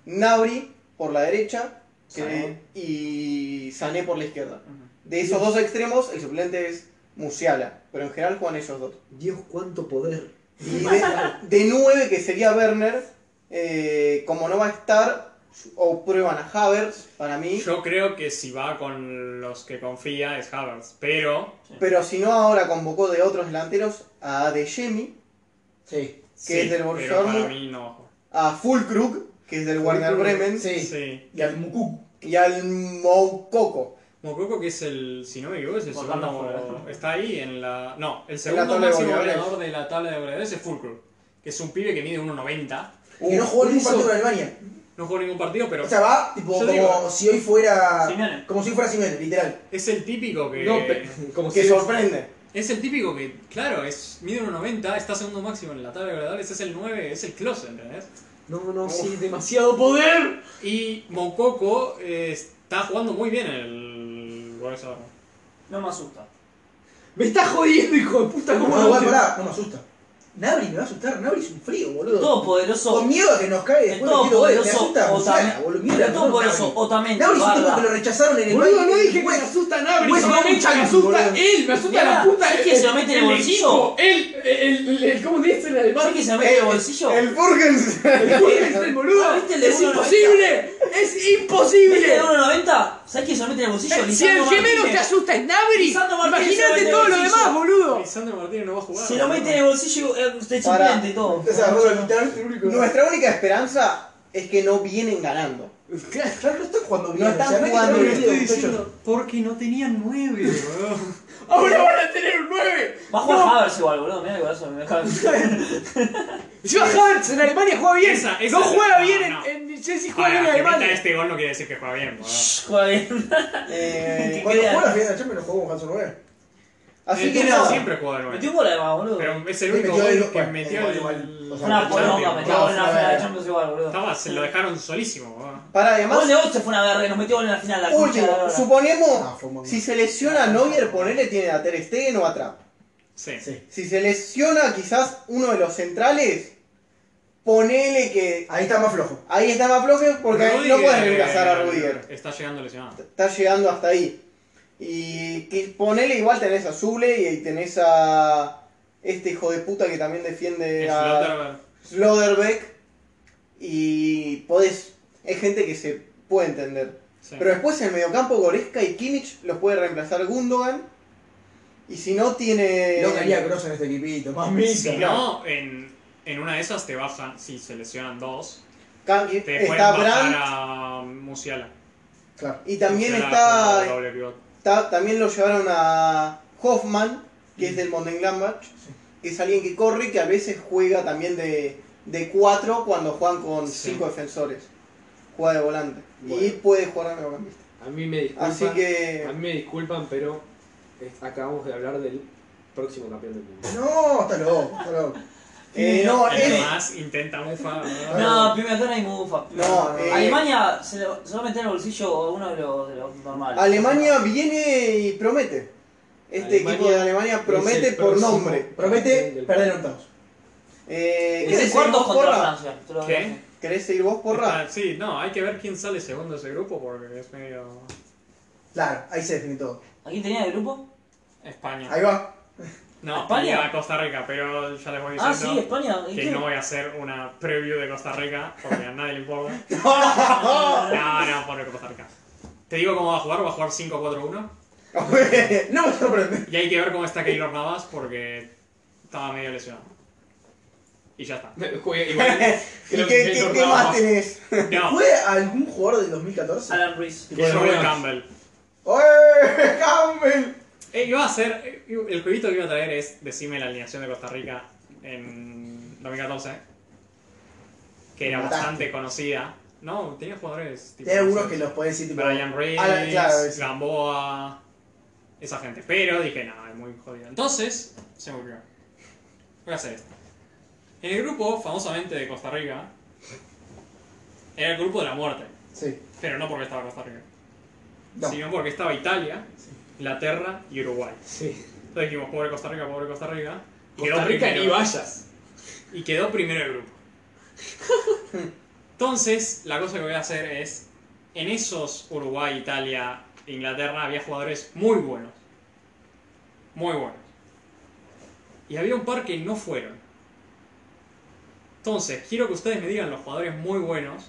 [SPEAKER 2] Nabri por la derecha, que- y Sané por la izquierda.
[SPEAKER 5] Ujú.
[SPEAKER 2] De esos dos extremos, el suplente es Musiala, pero en general juegan esos dos.
[SPEAKER 7] Dios, cuánto poder.
[SPEAKER 2] Y de, de nueve, que sería Werner, eh, como no va a estar, o prueban a Havertz, para mí.
[SPEAKER 3] Yo creo que si va con los que confía es Havertz, pero
[SPEAKER 2] Pero si no, ahora convocó de otros delanteros a Adeyemi,
[SPEAKER 4] Sí.
[SPEAKER 2] Que es del Borussia
[SPEAKER 3] pero para
[SPEAKER 2] Dortmund.
[SPEAKER 3] mí no.
[SPEAKER 2] a Fulkrug, que es del Werner Bremen,
[SPEAKER 4] Sí.
[SPEAKER 3] Sí.
[SPEAKER 4] Y al Mukuk.
[SPEAKER 2] y al Moukoko.
[SPEAKER 3] Mococo que es el, si no me equivoco, es el
[SPEAKER 5] Por tanto,
[SPEAKER 3] segundo,
[SPEAKER 5] fuera.
[SPEAKER 3] está ahí en la, no, el
[SPEAKER 2] En la
[SPEAKER 3] segundo
[SPEAKER 2] tabla de
[SPEAKER 3] máximo
[SPEAKER 2] goleadores.
[SPEAKER 3] goleador de la tabla de goleadores es Fulcrum, que es un pibe que mide 1.90,
[SPEAKER 4] que no jugó ningún
[SPEAKER 3] eso-
[SPEAKER 4] partido en Alemania.
[SPEAKER 3] no jugó ningún partido, pero
[SPEAKER 4] O sea, va tipo
[SPEAKER 3] Yo
[SPEAKER 4] como
[SPEAKER 3] digo-
[SPEAKER 4] si hoy fuera.
[SPEAKER 5] Simeone.
[SPEAKER 4] Como si fuera Simeone, literal.
[SPEAKER 3] es el típico que,
[SPEAKER 1] No, pero- como
[SPEAKER 2] Que
[SPEAKER 1] si-
[SPEAKER 2] sorprende.
[SPEAKER 3] es el típico que, claro, es mide 1.90, está segundo máximo en la tabla de goleadores, es el 9, es el close, ¿entendés?
[SPEAKER 7] No, no, sí,
[SPEAKER 1] Uf.
[SPEAKER 7] demasiado.
[SPEAKER 6] ¡Demasiado poder!
[SPEAKER 3] Y Mococo eh, está jugando muy bien el Borussia Dortmund.
[SPEAKER 5] No me asusta.
[SPEAKER 6] ¡Me está jodiendo, hijo de puta!
[SPEAKER 4] No,
[SPEAKER 6] ¿Cómo
[SPEAKER 4] igual,
[SPEAKER 6] no?
[SPEAKER 4] pará, no me asusta. Nabri me va a asustar, Nabri es un frío, boludo.
[SPEAKER 5] Todopoderoso.
[SPEAKER 4] Con miedo a que nos caiga
[SPEAKER 5] El
[SPEAKER 4] después eh, me quiero ver, me
[SPEAKER 5] todopoderoso
[SPEAKER 4] asusta, Musiala, boludo.
[SPEAKER 5] Otamendi.
[SPEAKER 4] Mierda,
[SPEAKER 5] El
[SPEAKER 4] no,
[SPEAKER 5] todopoderoso
[SPEAKER 4] Nabri.
[SPEAKER 5] Otamendi.
[SPEAKER 4] Nabri es un tipo
[SPEAKER 5] Barra.
[SPEAKER 4] que lo rechazaron en el
[SPEAKER 6] Boludo, no
[SPEAKER 4] país,
[SPEAKER 6] dije que me
[SPEAKER 4] güey.
[SPEAKER 6] asusta nada, pero
[SPEAKER 7] Pues,
[SPEAKER 4] Güey,
[SPEAKER 6] solamente
[SPEAKER 4] Manchas,
[SPEAKER 6] me asusta
[SPEAKER 4] boludo.
[SPEAKER 6] él, me asusta
[SPEAKER 5] Mirá,
[SPEAKER 6] la puta.
[SPEAKER 5] ¿sabés que se lo mete en el bolsillo?
[SPEAKER 6] equipo, Él, el, el, el- ¿cómo dice? El
[SPEAKER 5] ¿Sabes que se me mete en el bolsillo?
[SPEAKER 2] El Furgens.
[SPEAKER 6] El Wilson, boludo.
[SPEAKER 5] Ah, ¿viste el de
[SPEAKER 6] Es
[SPEAKER 5] uno
[SPEAKER 6] imposible, es
[SPEAKER 5] ¿Viste de
[SPEAKER 6] imposible.
[SPEAKER 5] 1.90? ¿Sabes que se lo mete en el bolsillo?
[SPEAKER 6] Si
[SPEAKER 5] Lisandro
[SPEAKER 6] el que menos te
[SPEAKER 5] Martínez.
[SPEAKER 6] asusta es Nabri,
[SPEAKER 5] Lisandro Martínez se
[SPEAKER 6] imagínate
[SPEAKER 5] mete
[SPEAKER 6] todo
[SPEAKER 5] en
[SPEAKER 6] lo
[SPEAKER 5] el
[SPEAKER 6] demás,
[SPEAKER 5] bolsillo.
[SPEAKER 6] boludo.
[SPEAKER 3] Lisandro Martínez no va a jugar.
[SPEAKER 5] Se lo mete en el bolsillo eh, usted suplente y todo.
[SPEAKER 4] O sea, Rodolfo, literal, el único.
[SPEAKER 2] Nuestra única esperanza es que no vienen ganando.
[SPEAKER 4] Claro, no están jugando bien.
[SPEAKER 2] No están
[SPEAKER 4] o sea, hay que
[SPEAKER 2] jugando
[SPEAKER 4] tener
[SPEAKER 2] bien.
[SPEAKER 4] miedo,
[SPEAKER 2] Estoy
[SPEAKER 4] muchachos.
[SPEAKER 3] Porque no tenía 9, weón.
[SPEAKER 6] Ahora van a tener un 9.
[SPEAKER 5] Va a jugar Havertz igual, boludo. Mirá el corazón. mirá el corazón.
[SPEAKER 6] Yo Havertz en Alemania juega bien.
[SPEAKER 3] Esa- esa-
[SPEAKER 6] no juega
[SPEAKER 3] no,
[SPEAKER 6] bien en-
[SPEAKER 3] no.
[SPEAKER 6] en, Chelsea, juega
[SPEAKER 3] Para,
[SPEAKER 6] bien en
[SPEAKER 3] que meta
[SPEAKER 6] Alemania.
[SPEAKER 3] este gol no quiere decir que juega bien, weón.
[SPEAKER 5] Juega bien.
[SPEAKER 2] Eh,
[SPEAKER 4] Cuando jugó la final de la Champions, lo jugó con Hanson Roger.
[SPEAKER 2] así
[SPEAKER 3] El
[SPEAKER 2] que
[SPEAKER 3] Tuca
[SPEAKER 2] nada.
[SPEAKER 3] siempre juega de 9.
[SPEAKER 5] Metió un gol además, boludo.
[SPEAKER 3] Pero es el
[SPEAKER 4] Sí,
[SPEAKER 3] único
[SPEAKER 4] metió el-
[SPEAKER 3] gol que
[SPEAKER 4] bueno,
[SPEAKER 3] metió
[SPEAKER 4] el
[SPEAKER 3] el.
[SPEAKER 4] gol Eh, igual. O sea,
[SPEAKER 5] Una poronga,
[SPEAKER 3] Champions.
[SPEAKER 5] metió gol en la
[SPEAKER 4] No,
[SPEAKER 5] final de
[SPEAKER 4] no,
[SPEAKER 5] Champions igual, boludo.
[SPEAKER 3] Estaba, se lo dejaron solísimo, weón.
[SPEAKER 2] Para
[SPEAKER 5] Gol de
[SPEAKER 2] además,
[SPEAKER 5] 8 fue una verga que nos metió gol en la final. La concha de la
[SPEAKER 2] último,
[SPEAKER 5] lora.
[SPEAKER 4] Ah,
[SPEAKER 2] suponemos,
[SPEAKER 4] fue muy bien.
[SPEAKER 2] si se lesiona a Neuer, ponele, tiene a Ter Stegen o a Trapp.
[SPEAKER 3] Sí.
[SPEAKER 4] Sí.
[SPEAKER 2] Si se lesiona quizás uno de los centrales, ponele que
[SPEAKER 4] Ahí está más flojo.
[SPEAKER 2] ahí está más flojo porque ahí no
[SPEAKER 3] Rüdiger,
[SPEAKER 2] puedes reemplazar a
[SPEAKER 3] eh,
[SPEAKER 2] Rudiger.
[SPEAKER 3] Está llegando lesionado.
[SPEAKER 2] Está llegando hasta ahí. Y que ponele igual tenés a Zule y ahí tenés a este hijo de puta que también defiende a...
[SPEAKER 3] Slaughter-
[SPEAKER 2] Slaughterbeck y podés, es gente que se puede entender.
[SPEAKER 3] sí.
[SPEAKER 2] Pero después en el mediocampo Goreska y Kimmich los puede reemplazar Gundogan. Y si no
[SPEAKER 3] Eh,
[SPEAKER 2] tiene...
[SPEAKER 4] No quería Cross en este equipito, mamita.
[SPEAKER 3] Si no, en, en una de esas te bajan, si se lesionan dos,
[SPEAKER 2] Cam-
[SPEAKER 3] te pueden
[SPEAKER 2] Está
[SPEAKER 3] bajar
[SPEAKER 2] Brandt
[SPEAKER 3] a Musiala.
[SPEAKER 4] Claro.
[SPEAKER 2] y también
[SPEAKER 3] Musiala como
[SPEAKER 2] está,
[SPEAKER 3] doble pivot.
[SPEAKER 2] está- También lo llevaron a Hoffman, que es del Mönchengladbach. Que es alguien que corre y que a veces juega también de, de 4 cuando juegan con
[SPEAKER 3] Sí.
[SPEAKER 2] 5 defensores. Juega de volante. Y
[SPEAKER 1] Bueno.
[SPEAKER 2] puede jugar de mediocampista.
[SPEAKER 1] A mí me disculpan.
[SPEAKER 2] Así que...
[SPEAKER 1] A mí me disculpan, pero es- acabamos de hablar del próximo campeón del mundo.
[SPEAKER 4] No, está loco, está loco.
[SPEAKER 2] eh, no,
[SPEAKER 3] Y
[SPEAKER 2] es,
[SPEAKER 3] además intenta mufa. ¿verdad?
[SPEAKER 5] No, primera zona y mufa.
[SPEAKER 2] No, eh,
[SPEAKER 5] Alemania se, lo- se va a meter en el bolsillo a uno de los, de los normales.
[SPEAKER 2] Alemania viene y promete. Este
[SPEAKER 1] Alemania
[SPEAKER 2] equipo de Alemania promete
[SPEAKER 1] el
[SPEAKER 2] por
[SPEAKER 1] próximo.
[SPEAKER 2] nombre.
[SPEAKER 4] Promete perder en octavos.
[SPEAKER 2] Eh,
[SPEAKER 5] Es
[SPEAKER 2] ¿Querés
[SPEAKER 5] el
[SPEAKER 2] seguir
[SPEAKER 5] cuarto
[SPEAKER 2] vos
[SPEAKER 5] contra
[SPEAKER 2] porra?
[SPEAKER 5] Francia. te lo
[SPEAKER 3] ¿Qué?
[SPEAKER 5] digo.
[SPEAKER 2] ¿Querés seguir vos porra?
[SPEAKER 3] Ah, sí, no, hay que ver quién sale segundo de ese grupo porque es medio.
[SPEAKER 4] Claro, ahí se define todo.
[SPEAKER 5] ¿A quién tenía el grupo?
[SPEAKER 3] España.
[SPEAKER 4] Ahí va.
[SPEAKER 3] No,
[SPEAKER 5] ¿España?
[SPEAKER 3] iba a Costa Rica, pero ya les voy
[SPEAKER 5] Ah,
[SPEAKER 3] diciendo
[SPEAKER 5] sí, España. ¿Y
[SPEAKER 3] que
[SPEAKER 5] quién?
[SPEAKER 3] no voy a hacer una preview de Costa Rica porque a nadie le importa. no, no, pobre Costa Rica. Te digo cómo va a jugar, va a jugar 5-4-1.
[SPEAKER 4] No me sorprende.
[SPEAKER 3] Y hay que ver cómo está Keylor Navas porque estaba medio lesionado. Y ya está.
[SPEAKER 1] Juega igual.
[SPEAKER 2] ¿Y
[SPEAKER 1] creo
[SPEAKER 2] qué,
[SPEAKER 1] que
[SPEAKER 2] qué-
[SPEAKER 1] Keylor
[SPEAKER 2] qué
[SPEAKER 1] Navas-
[SPEAKER 2] más tenés?
[SPEAKER 3] No, Ah.
[SPEAKER 4] ¿Fue algún jugador del 2014?
[SPEAKER 5] Alan Ruiz.
[SPEAKER 1] Bueno,
[SPEAKER 3] Joel
[SPEAKER 1] bueno.
[SPEAKER 3] Campbell.
[SPEAKER 4] ¡Oye, Campbell!
[SPEAKER 3] Eh, iba a hacer, eh, el jueguito que iba a traer es decime la alineación de Costa Rica en 2014, que era
[SPEAKER 4] Mataste.
[SPEAKER 3] bastante conocida. No, tenía jugadores tipo.
[SPEAKER 4] Hay algunos
[SPEAKER 3] no sé,
[SPEAKER 4] que los pueden decir tipo.
[SPEAKER 3] Brian Reeves,
[SPEAKER 4] Ah, claro, sí.
[SPEAKER 3] Gamboa, esa gente. Pero dije, no, es muy jodido. Entonces, se me ocurrió. Voy a hacer esto. En el grupo, famosamente de Costa Rica, era el grupo de la muerte.
[SPEAKER 4] Sí.
[SPEAKER 3] Pero no porque estaba Costa Rica,
[SPEAKER 4] No.
[SPEAKER 3] sino porque estaba Italia, Inglaterra y Uruguay.
[SPEAKER 1] Sí.
[SPEAKER 3] Entonces dijimos, pobre Costa Rica, pobre Costa Rica. Y
[SPEAKER 1] Costa Rica ni
[SPEAKER 3] primero,
[SPEAKER 1] vayas.
[SPEAKER 3] y quedó primero el grupo. Entonces, la cosa que voy a hacer es en esos Uruguay, Italia, Inglaterra había jugadores muy buenos. Muy buenos. Y había un par que no fueron. Entonces, quiero que ustedes me digan los jugadores muy buenos.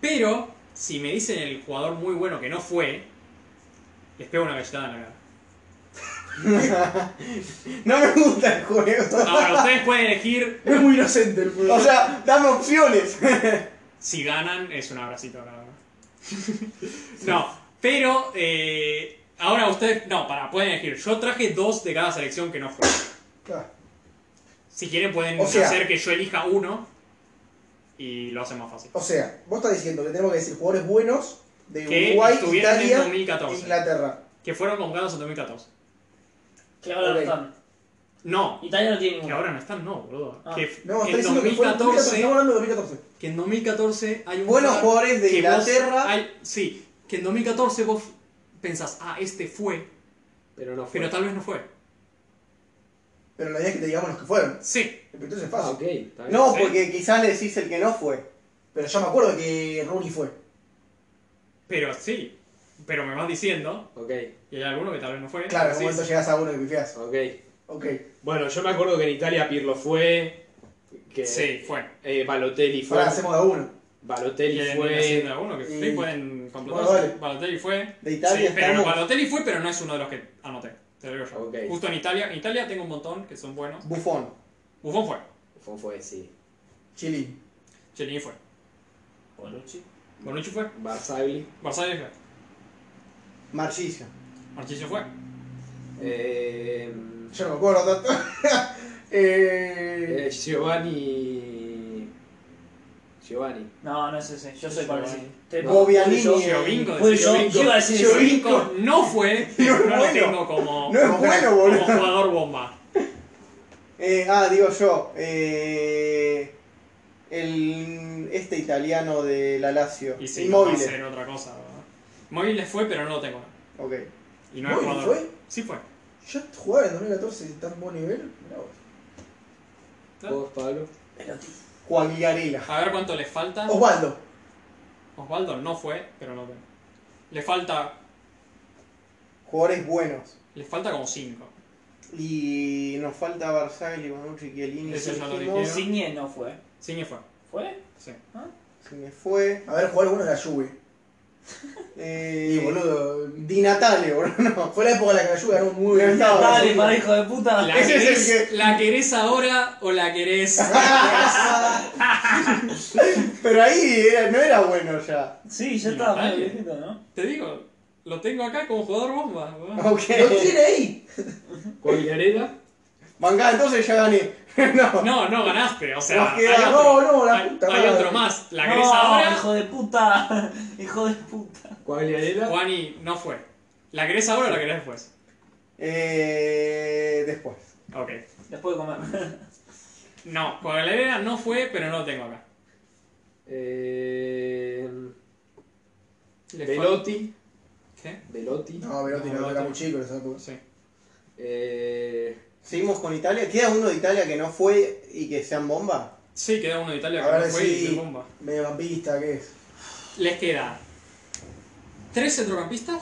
[SPEAKER 3] Pero, si me dicen el jugador muy bueno que no fue, les pego una galletada en la cara.
[SPEAKER 2] No me gusta el juego.
[SPEAKER 3] Ahora, ustedes pueden elegir
[SPEAKER 4] Es muy inocente el juego.
[SPEAKER 2] O sea, dame opciones.
[SPEAKER 3] Si ganan, es un abracito, la verdad. no, pero eh, ahora ustedes. No, para, pueden elegir. Yo traje dos de cada selección que no fue.
[SPEAKER 4] Ah,
[SPEAKER 3] Si quieren, pueden
[SPEAKER 4] O sea-
[SPEAKER 3] hacer que yo elija uno y lo hacen más fácil.
[SPEAKER 4] o sea, vos estás diciendo que tenemos que decir jugadores buenos de
[SPEAKER 3] Que
[SPEAKER 4] Uruguay,
[SPEAKER 3] estuvieron en
[SPEAKER 4] Italia,
[SPEAKER 3] 2014.
[SPEAKER 4] Inglaterra.
[SPEAKER 3] Que fueron convocados en 2014.
[SPEAKER 5] Que ahora
[SPEAKER 4] Ok.
[SPEAKER 5] no están.
[SPEAKER 3] No,
[SPEAKER 5] Italia no tiene
[SPEAKER 3] que
[SPEAKER 5] ninguno.
[SPEAKER 3] ahora no están, no, boludo.
[SPEAKER 5] Ah.
[SPEAKER 3] Que
[SPEAKER 4] No,
[SPEAKER 3] en
[SPEAKER 4] estás diciendo que fueron 2014.
[SPEAKER 3] 2014.
[SPEAKER 4] Estamos hablando de 2014.
[SPEAKER 3] que en 2014 hay un.
[SPEAKER 2] Buenos
[SPEAKER 3] lugar
[SPEAKER 2] jugadores de
[SPEAKER 3] que vos-
[SPEAKER 2] Inglaterra.
[SPEAKER 3] hay- sí, que en 2014 vos pensás, ah, este fue,
[SPEAKER 1] Pero no fue.
[SPEAKER 3] pero tal vez no fue.
[SPEAKER 4] Pero la idea es que te digamos los que fueron.
[SPEAKER 3] Sí,
[SPEAKER 4] Entonces es
[SPEAKER 1] Ah,
[SPEAKER 4] fácil.
[SPEAKER 1] ok. está bien.
[SPEAKER 2] No,
[SPEAKER 3] Sí.
[SPEAKER 2] porque quizás le decís el que no fue.
[SPEAKER 4] Pero yo me acuerdo que Rooney fue.
[SPEAKER 3] pero sí. Pero me vas diciendo
[SPEAKER 1] Ok,
[SPEAKER 3] Y hay alguno que tal vez no fue.
[SPEAKER 4] Claro, en
[SPEAKER 3] sí,
[SPEAKER 4] un momento
[SPEAKER 3] sí.
[SPEAKER 4] llegas a uno que pifias.
[SPEAKER 1] ok.
[SPEAKER 4] Ok.
[SPEAKER 1] Bueno, yo me acuerdo que en Italia Pirlo fue. Que,
[SPEAKER 3] Sí, fue.
[SPEAKER 1] eh, Balotelli fue.
[SPEAKER 4] Ahora hacemos de a uno.
[SPEAKER 1] Balotelli
[SPEAKER 3] Y en
[SPEAKER 1] fue.
[SPEAKER 3] alguno que
[SPEAKER 2] y-
[SPEAKER 3] sí pueden completar.
[SPEAKER 4] Bueno, vale.
[SPEAKER 3] Balotelli fue.
[SPEAKER 2] De Italia
[SPEAKER 3] Sí, pero
[SPEAKER 2] estamos-
[SPEAKER 3] Balotelli fue, pero no es uno de los que anoté. Te lo digo yo.
[SPEAKER 1] Ok.
[SPEAKER 3] Justo en Italia. En Italia tengo un montón que son buenos.
[SPEAKER 2] Bufón.
[SPEAKER 3] Buffon fue.
[SPEAKER 1] Fue, fue, sí.
[SPEAKER 4] Chile.
[SPEAKER 3] Cellini fue.
[SPEAKER 5] Bonucci.
[SPEAKER 3] Bonucci fue.
[SPEAKER 1] Barzagli.
[SPEAKER 3] Barzagli fue.
[SPEAKER 2] Marcillo.
[SPEAKER 3] Marchisio fue.
[SPEAKER 1] Eh,
[SPEAKER 4] Yo no me acuerdo tanto. eh...
[SPEAKER 1] eh, Giovanni. Giovanni.
[SPEAKER 5] No, no es ese. Yo soy para
[SPEAKER 3] Giovanni.
[SPEAKER 5] decir. Te-
[SPEAKER 1] No,
[SPEAKER 2] Bobianini.
[SPEAKER 5] Puedo yo-
[SPEAKER 3] Giovinco.
[SPEAKER 5] puedo yo-
[SPEAKER 3] decía
[SPEAKER 5] yo iba a decir eso.
[SPEAKER 2] Giovinco.
[SPEAKER 3] Giovinco no fue.
[SPEAKER 2] No
[SPEAKER 3] pero
[SPEAKER 2] es
[SPEAKER 3] No, lo
[SPEAKER 2] bueno.
[SPEAKER 3] tengo como,
[SPEAKER 2] No es
[SPEAKER 3] como-
[SPEAKER 2] bueno,
[SPEAKER 3] como
[SPEAKER 2] boludo.
[SPEAKER 3] jugador bomba.
[SPEAKER 2] Eh, ah, digo yo. eh, el, este italiano de la Lazio.
[SPEAKER 3] Y sí, no va a
[SPEAKER 2] Inmóvil.
[SPEAKER 3] ser otra cosa. Móviles fue, pero no lo tengo.
[SPEAKER 2] Ok.
[SPEAKER 3] Y no es
[SPEAKER 4] ¿Móvil
[SPEAKER 3] jugador.
[SPEAKER 4] fue?
[SPEAKER 3] Sí fue.
[SPEAKER 4] Yo jugaba en 2014 de tan buen nivel. Mirá vos.
[SPEAKER 3] Ah.
[SPEAKER 1] ¿Vos, Pablo?
[SPEAKER 5] Pelotti.
[SPEAKER 2] Cuagliarella.
[SPEAKER 3] A ver cuánto les falta.
[SPEAKER 4] Osvaldo.
[SPEAKER 3] Osvaldo no fue, pero no tengo. Le falta,
[SPEAKER 2] Jugadores buenos.
[SPEAKER 3] le falta como 5.
[SPEAKER 2] Y nos falta Barzagli, Bonucci, Chiellini.
[SPEAKER 3] Eso ya lo
[SPEAKER 2] dijimos.
[SPEAKER 3] dijeron.
[SPEAKER 5] Insigne no fue.
[SPEAKER 3] Signe fue.
[SPEAKER 5] ¿Fue?
[SPEAKER 3] Sí.
[SPEAKER 2] Se me fue.
[SPEAKER 4] A ver, jugar uno de la Juve.
[SPEAKER 2] Eh,
[SPEAKER 4] Sí, boludo.
[SPEAKER 2] Di Natale, boludo.
[SPEAKER 4] Fue la época en la que la Juve ganó muy bien.
[SPEAKER 2] No,
[SPEAKER 5] Dale,
[SPEAKER 2] sí.
[SPEAKER 5] para hijo de puta.
[SPEAKER 4] Ah,
[SPEAKER 3] ¿La
[SPEAKER 2] Ese es
[SPEAKER 3] querés,
[SPEAKER 2] el
[SPEAKER 3] ¿La querés ahora o la querés?
[SPEAKER 2] Pero ahí era- no era bueno ya.
[SPEAKER 5] Sí, ya
[SPEAKER 3] Y
[SPEAKER 5] estaba
[SPEAKER 3] Natale.
[SPEAKER 5] medio viejito, ¿no?
[SPEAKER 3] Te digo, lo tengo acá como jugador bomba. weón.
[SPEAKER 2] Ok.
[SPEAKER 4] ¡Lo tiene ahí!
[SPEAKER 1] Cuagliarella.
[SPEAKER 2] Mangá, entonces ya gané. no.
[SPEAKER 3] No, no ganaste, o sea,
[SPEAKER 2] Nos
[SPEAKER 3] hay
[SPEAKER 2] queda-
[SPEAKER 3] otro,
[SPEAKER 4] No, no, la
[SPEAKER 3] hay-
[SPEAKER 4] puta
[SPEAKER 3] hay
[SPEAKER 4] madre.
[SPEAKER 3] otro más. ¿La querés
[SPEAKER 5] no,
[SPEAKER 3] ahora?
[SPEAKER 5] hijo de puta. hijo de puta.
[SPEAKER 1] Cuagliarella.
[SPEAKER 3] Juani no fue. ¿La querés ahora o la querés después?
[SPEAKER 2] Eh, después.
[SPEAKER 3] Ok.
[SPEAKER 5] Después de comer.
[SPEAKER 3] No, Cuagliarella no fue, pero no lo tengo acá.
[SPEAKER 1] Eh,
[SPEAKER 3] Le
[SPEAKER 1] Velotti.
[SPEAKER 3] fal- ¿Qué?
[SPEAKER 1] Velotti.
[SPEAKER 4] No, Velotti no,
[SPEAKER 3] No,
[SPEAKER 4] era
[SPEAKER 3] Velotti.
[SPEAKER 4] muy chico en esa época.
[SPEAKER 3] Sí.
[SPEAKER 1] Eh,
[SPEAKER 2] Seguimos con Italia. ¿Queda uno de Italia que no fue y que sean bomba?
[SPEAKER 3] Sí, queda uno de Italia que no
[SPEAKER 4] Ahora
[SPEAKER 3] fue y
[SPEAKER 4] sí.
[SPEAKER 3] de bomba.
[SPEAKER 4] Mediocampista, ¿qué es?
[SPEAKER 3] Les queda tres centrocampistas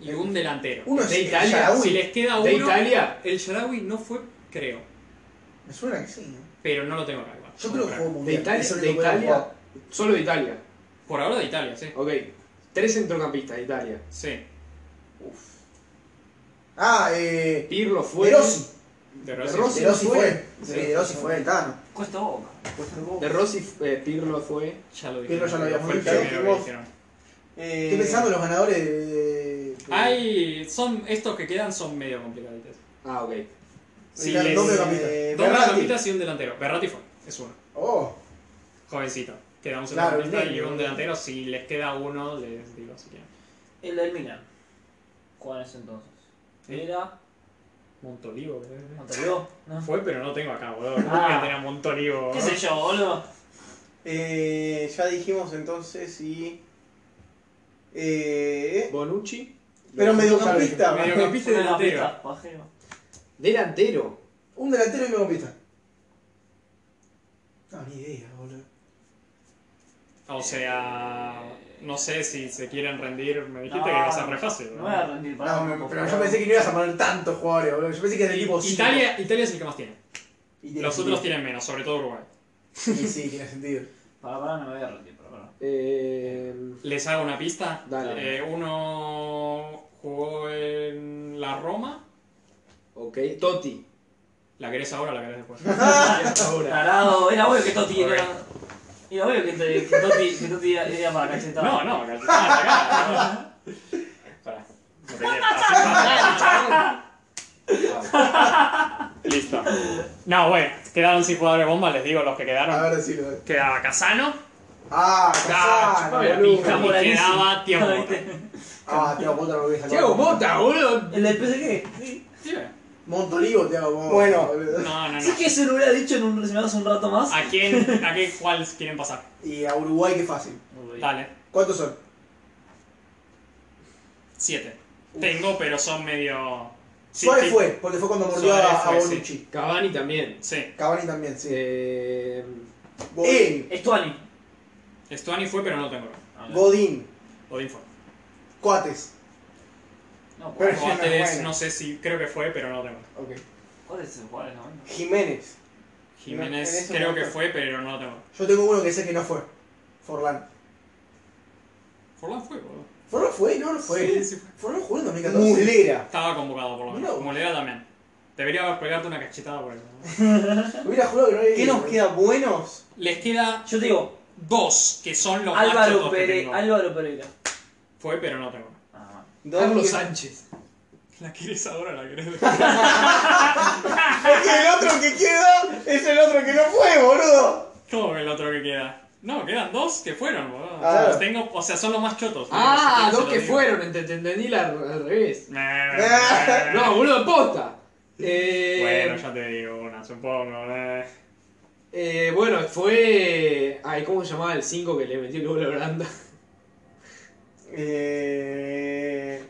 [SPEAKER 3] y un delantero.
[SPEAKER 4] Uno es
[SPEAKER 1] De Italia,
[SPEAKER 4] Sharawi.
[SPEAKER 3] Si les queda Ah, uno,
[SPEAKER 1] ¿De Italia?
[SPEAKER 3] el Sharawi no fue, creo,
[SPEAKER 4] Me suena que sí. ¿no?
[SPEAKER 3] pero no lo tengo acá. igual.
[SPEAKER 4] Yo creo que jugó
[SPEAKER 1] De
[SPEAKER 4] mundial.
[SPEAKER 1] Italia.
[SPEAKER 4] Eso es lo
[SPEAKER 1] De
[SPEAKER 4] que voy a
[SPEAKER 1] Italia.
[SPEAKER 4] jugar.
[SPEAKER 1] Solo de Italia.
[SPEAKER 3] Por ahora de Italia, sí.
[SPEAKER 1] Ok. Tres centrocampistas de Italia.
[SPEAKER 3] Sí,
[SPEAKER 4] Ah, eh.
[SPEAKER 1] Pirlo fue.
[SPEAKER 4] De Rossi.
[SPEAKER 3] de
[SPEAKER 1] De
[SPEAKER 3] Rossi.
[SPEAKER 1] Rossi
[SPEAKER 4] De Rossi fue.
[SPEAKER 1] Sí.
[SPEAKER 4] Sí, De Rossi fue el Tano.
[SPEAKER 5] Cuesta boca.
[SPEAKER 1] De Rossi, eh, Pirlo fue.
[SPEAKER 3] Ya lo dije.
[SPEAKER 4] Pirlo ya lo habíamos
[SPEAKER 3] fue el
[SPEAKER 4] dicho,
[SPEAKER 3] primero que
[SPEAKER 2] dijimos.
[SPEAKER 3] dijeron.
[SPEAKER 2] Eh,
[SPEAKER 4] Estoy pensando en los ganadores de.
[SPEAKER 3] Hay, son, estos que quedan son medio complicaditos.
[SPEAKER 1] Ah, ok.
[SPEAKER 3] Sí,
[SPEAKER 4] Quedan
[SPEAKER 3] es-
[SPEAKER 4] dos
[SPEAKER 3] dos
[SPEAKER 4] mediocampistas.
[SPEAKER 2] Eh, Berratti.
[SPEAKER 3] mediocampistas y un delantero. Berratti fue, es uno.
[SPEAKER 4] Oh,
[SPEAKER 3] Jovencito. Queda un
[SPEAKER 4] Claro,
[SPEAKER 3] centrocampista
[SPEAKER 4] el
[SPEAKER 3] y un
[SPEAKER 4] negro.
[SPEAKER 3] delantero. Si les queda uno, les digo si quieren.
[SPEAKER 5] El del Milan. Jugaba en ese entonces.
[SPEAKER 3] Sí.
[SPEAKER 5] Era.
[SPEAKER 3] Montolivo, creo.
[SPEAKER 5] Montevideo. ¿No?
[SPEAKER 3] Fue, pero no tengo acá, boludo. ¿Cómo
[SPEAKER 5] Ah.
[SPEAKER 3] voy a tener a Montolivo?
[SPEAKER 5] ¿Qué sé yo, boludo?
[SPEAKER 2] Eh, ya dijimos entonces y. Eh,
[SPEAKER 1] Bonucci.
[SPEAKER 2] pero mediocampista.
[SPEAKER 3] Mediocampista y delantero.
[SPEAKER 5] Mediocampista, pajero.
[SPEAKER 1] Delantero.
[SPEAKER 4] un delantero y mediocampista. No, ni idea, boludo.
[SPEAKER 3] O sea, no sé si se quieren rendir. Me dijiste
[SPEAKER 5] No,
[SPEAKER 3] que iba a ser re fácil.
[SPEAKER 5] No
[SPEAKER 3] ¿no?
[SPEAKER 5] voy a rendir para
[SPEAKER 4] No,
[SPEAKER 5] un
[SPEAKER 4] me-
[SPEAKER 5] poco.
[SPEAKER 4] pero yo pensé que no ibas a poner tantos jugadores, boludo. Yo pensé que es del equipo
[SPEAKER 3] Italia, Italia es el que más tiene. Los otros
[SPEAKER 4] tienen.
[SPEAKER 3] tienen menos, sobre todo Uruguay.
[SPEAKER 4] Sí, sí, tiene sentido.
[SPEAKER 5] Para, para, no me voy a rendir. Para, para.
[SPEAKER 1] Eh,
[SPEAKER 3] Les hago una pista.
[SPEAKER 1] Dale.
[SPEAKER 3] Eh, uno jugó en la Roma.
[SPEAKER 1] ok, Totti.
[SPEAKER 3] ¿La querés ahora o la querés después?
[SPEAKER 5] Tarado, era obvio que Totti
[SPEAKER 3] Ok.
[SPEAKER 5] era. Era obvio que, te- que Totti, que Totti era- era para cachetar.
[SPEAKER 3] No, no, acá, acá, acá, no. Pará. No tenía- así no. Listo. No, bueno, quedaron sin jugadores bomba, les digo los que quedaron.
[SPEAKER 4] Ahora sí lo veo.
[SPEAKER 3] Quedaba Casano,
[SPEAKER 4] Ah,
[SPEAKER 3] Ah,
[SPEAKER 4] Casano,
[SPEAKER 3] chupame la
[SPEAKER 4] boludo.
[SPEAKER 3] pija. quedaba Thiago Motta.
[SPEAKER 4] Ah, Tiago Mota no lo voy a sacar.
[SPEAKER 6] Thiago Mota, boludo.
[SPEAKER 5] El del PSG. Sí.
[SPEAKER 4] Montolivo, Tiago Mota.
[SPEAKER 2] Bueno.
[SPEAKER 4] boludo.
[SPEAKER 3] No, no, no.
[SPEAKER 5] ¿Sí que se lo hubiera dicho en un, si me das un rato más?
[SPEAKER 3] ¿A quién, a qué cuáles quieren pasar?
[SPEAKER 4] Y a Uruguay, qué fácil.
[SPEAKER 3] Dale.
[SPEAKER 4] ¿Cuántos son?
[SPEAKER 3] Siete. Tengo, pero son medio. Sí,
[SPEAKER 4] Suárez
[SPEAKER 3] sí.
[SPEAKER 4] fue, porque fue cuando mordió
[SPEAKER 3] Suárez
[SPEAKER 4] a, a
[SPEAKER 3] fue, sí.
[SPEAKER 4] Bonucci.
[SPEAKER 1] Cavani también.
[SPEAKER 3] Sí.
[SPEAKER 4] Cavani también, sí.
[SPEAKER 1] Eh,
[SPEAKER 5] Eh.
[SPEAKER 4] Godín.
[SPEAKER 5] Estuani.
[SPEAKER 3] Stuani fue, pero no lo tengo.
[SPEAKER 2] Godín.
[SPEAKER 3] Odin fue.
[SPEAKER 4] Coates.
[SPEAKER 5] No, ¿cuál,
[SPEAKER 2] Pero-
[SPEAKER 5] es-
[SPEAKER 3] Coates,
[SPEAKER 2] buena.
[SPEAKER 3] no sé si. Creo que fue, pero no lo tengo.
[SPEAKER 4] Ok.
[SPEAKER 5] cuál es el jugador? No,
[SPEAKER 2] Jiménez. No, en
[SPEAKER 3] Jiménez,
[SPEAKER 2] ese
[SPEAKER 3] creo que
[SPEAKER 2] momento.
[SPEAKER 3] fue, pero no lo tengo.
[SPEAKER 4] Yo tengo uno que sé que no fue. Forlán.
[SPEAKER 3] Forlán fue, boludo.
[SPEAKER 4] ¿Forlán fue? No, no fue.
[SPEAKER 3] Sí, sí fue.
[SPEAKER 4] Forlán jugó en 2014.
[SPEAKER 2] Muslera.
[SPEAKER 3] Estaba convocado, por lo menos.
[SPEAKER 4] No.
[SPEAKER 3] Molera también. Debería pegarte una cachetada por eso. ¿no?
[SPEAKER 4] Hubiera jurado que no había
[SPEAKER 2] ¿Qué
[SPEAKER 4] ido,
[SPEAKER 2] nos
[SPEAKER 4] boludo.
[SPEAKER 2] queda buenos?
[SPEAKER 3] Les queda
[SPEAKER 5] Yo te digo,
[SPEAKER 3] dos, que son los más
[SPEAKER 5] Álvaro,
[SPEAKER 3] chotos que
[SPEAKER 5] Pere,
[SPEAKER 3] tengo.
[SPEAKER 5] Álvaro Pereira.
[SPEAKER 3] Fue, pero no tengo.
[SPEAKER 5] Ah, bueno.
[SPEAKER 2] Dos
[SPEAKER 6] Carlos
[SPEAKER 2] que-
[SPEAKER 6] Sánchez.
[SPEAKER 3] ¿La querés ahora o la querés
[SPEAKER 2] Es que el otro que queda es el otro que no fue, boludo.
[SPEAKER 3] ¿Cómo que el otro que queda? No, quedan dos que fueron, boludo.
[SPEAKER 2] Ah.
[SPEAKER 3] Los tengo, o sea, son los más chotos.
[SPEAKER 6] Ah,
[SPEAKER 3] Si
[SPEAKER 6] dos
[SPEAKER 3] quieren
[SPEAKER 6] que
[SPEAKER 3] se los digo.
[SPEAKER 6] fueron, ent- te entendí la- al revés.
[SPEAKER 3] Nah.
[SPEAKER 6] No, boludo, posta. Eh,
[SPEAKER 3] Bueno, ya te digo una, supongo. nah.
[SPEAKER 6] eh, bueno, fue. Ay, ¿cómo se llamaba el 5 que le metió el gol a Holanda?
[SPEAKER 2] Eh...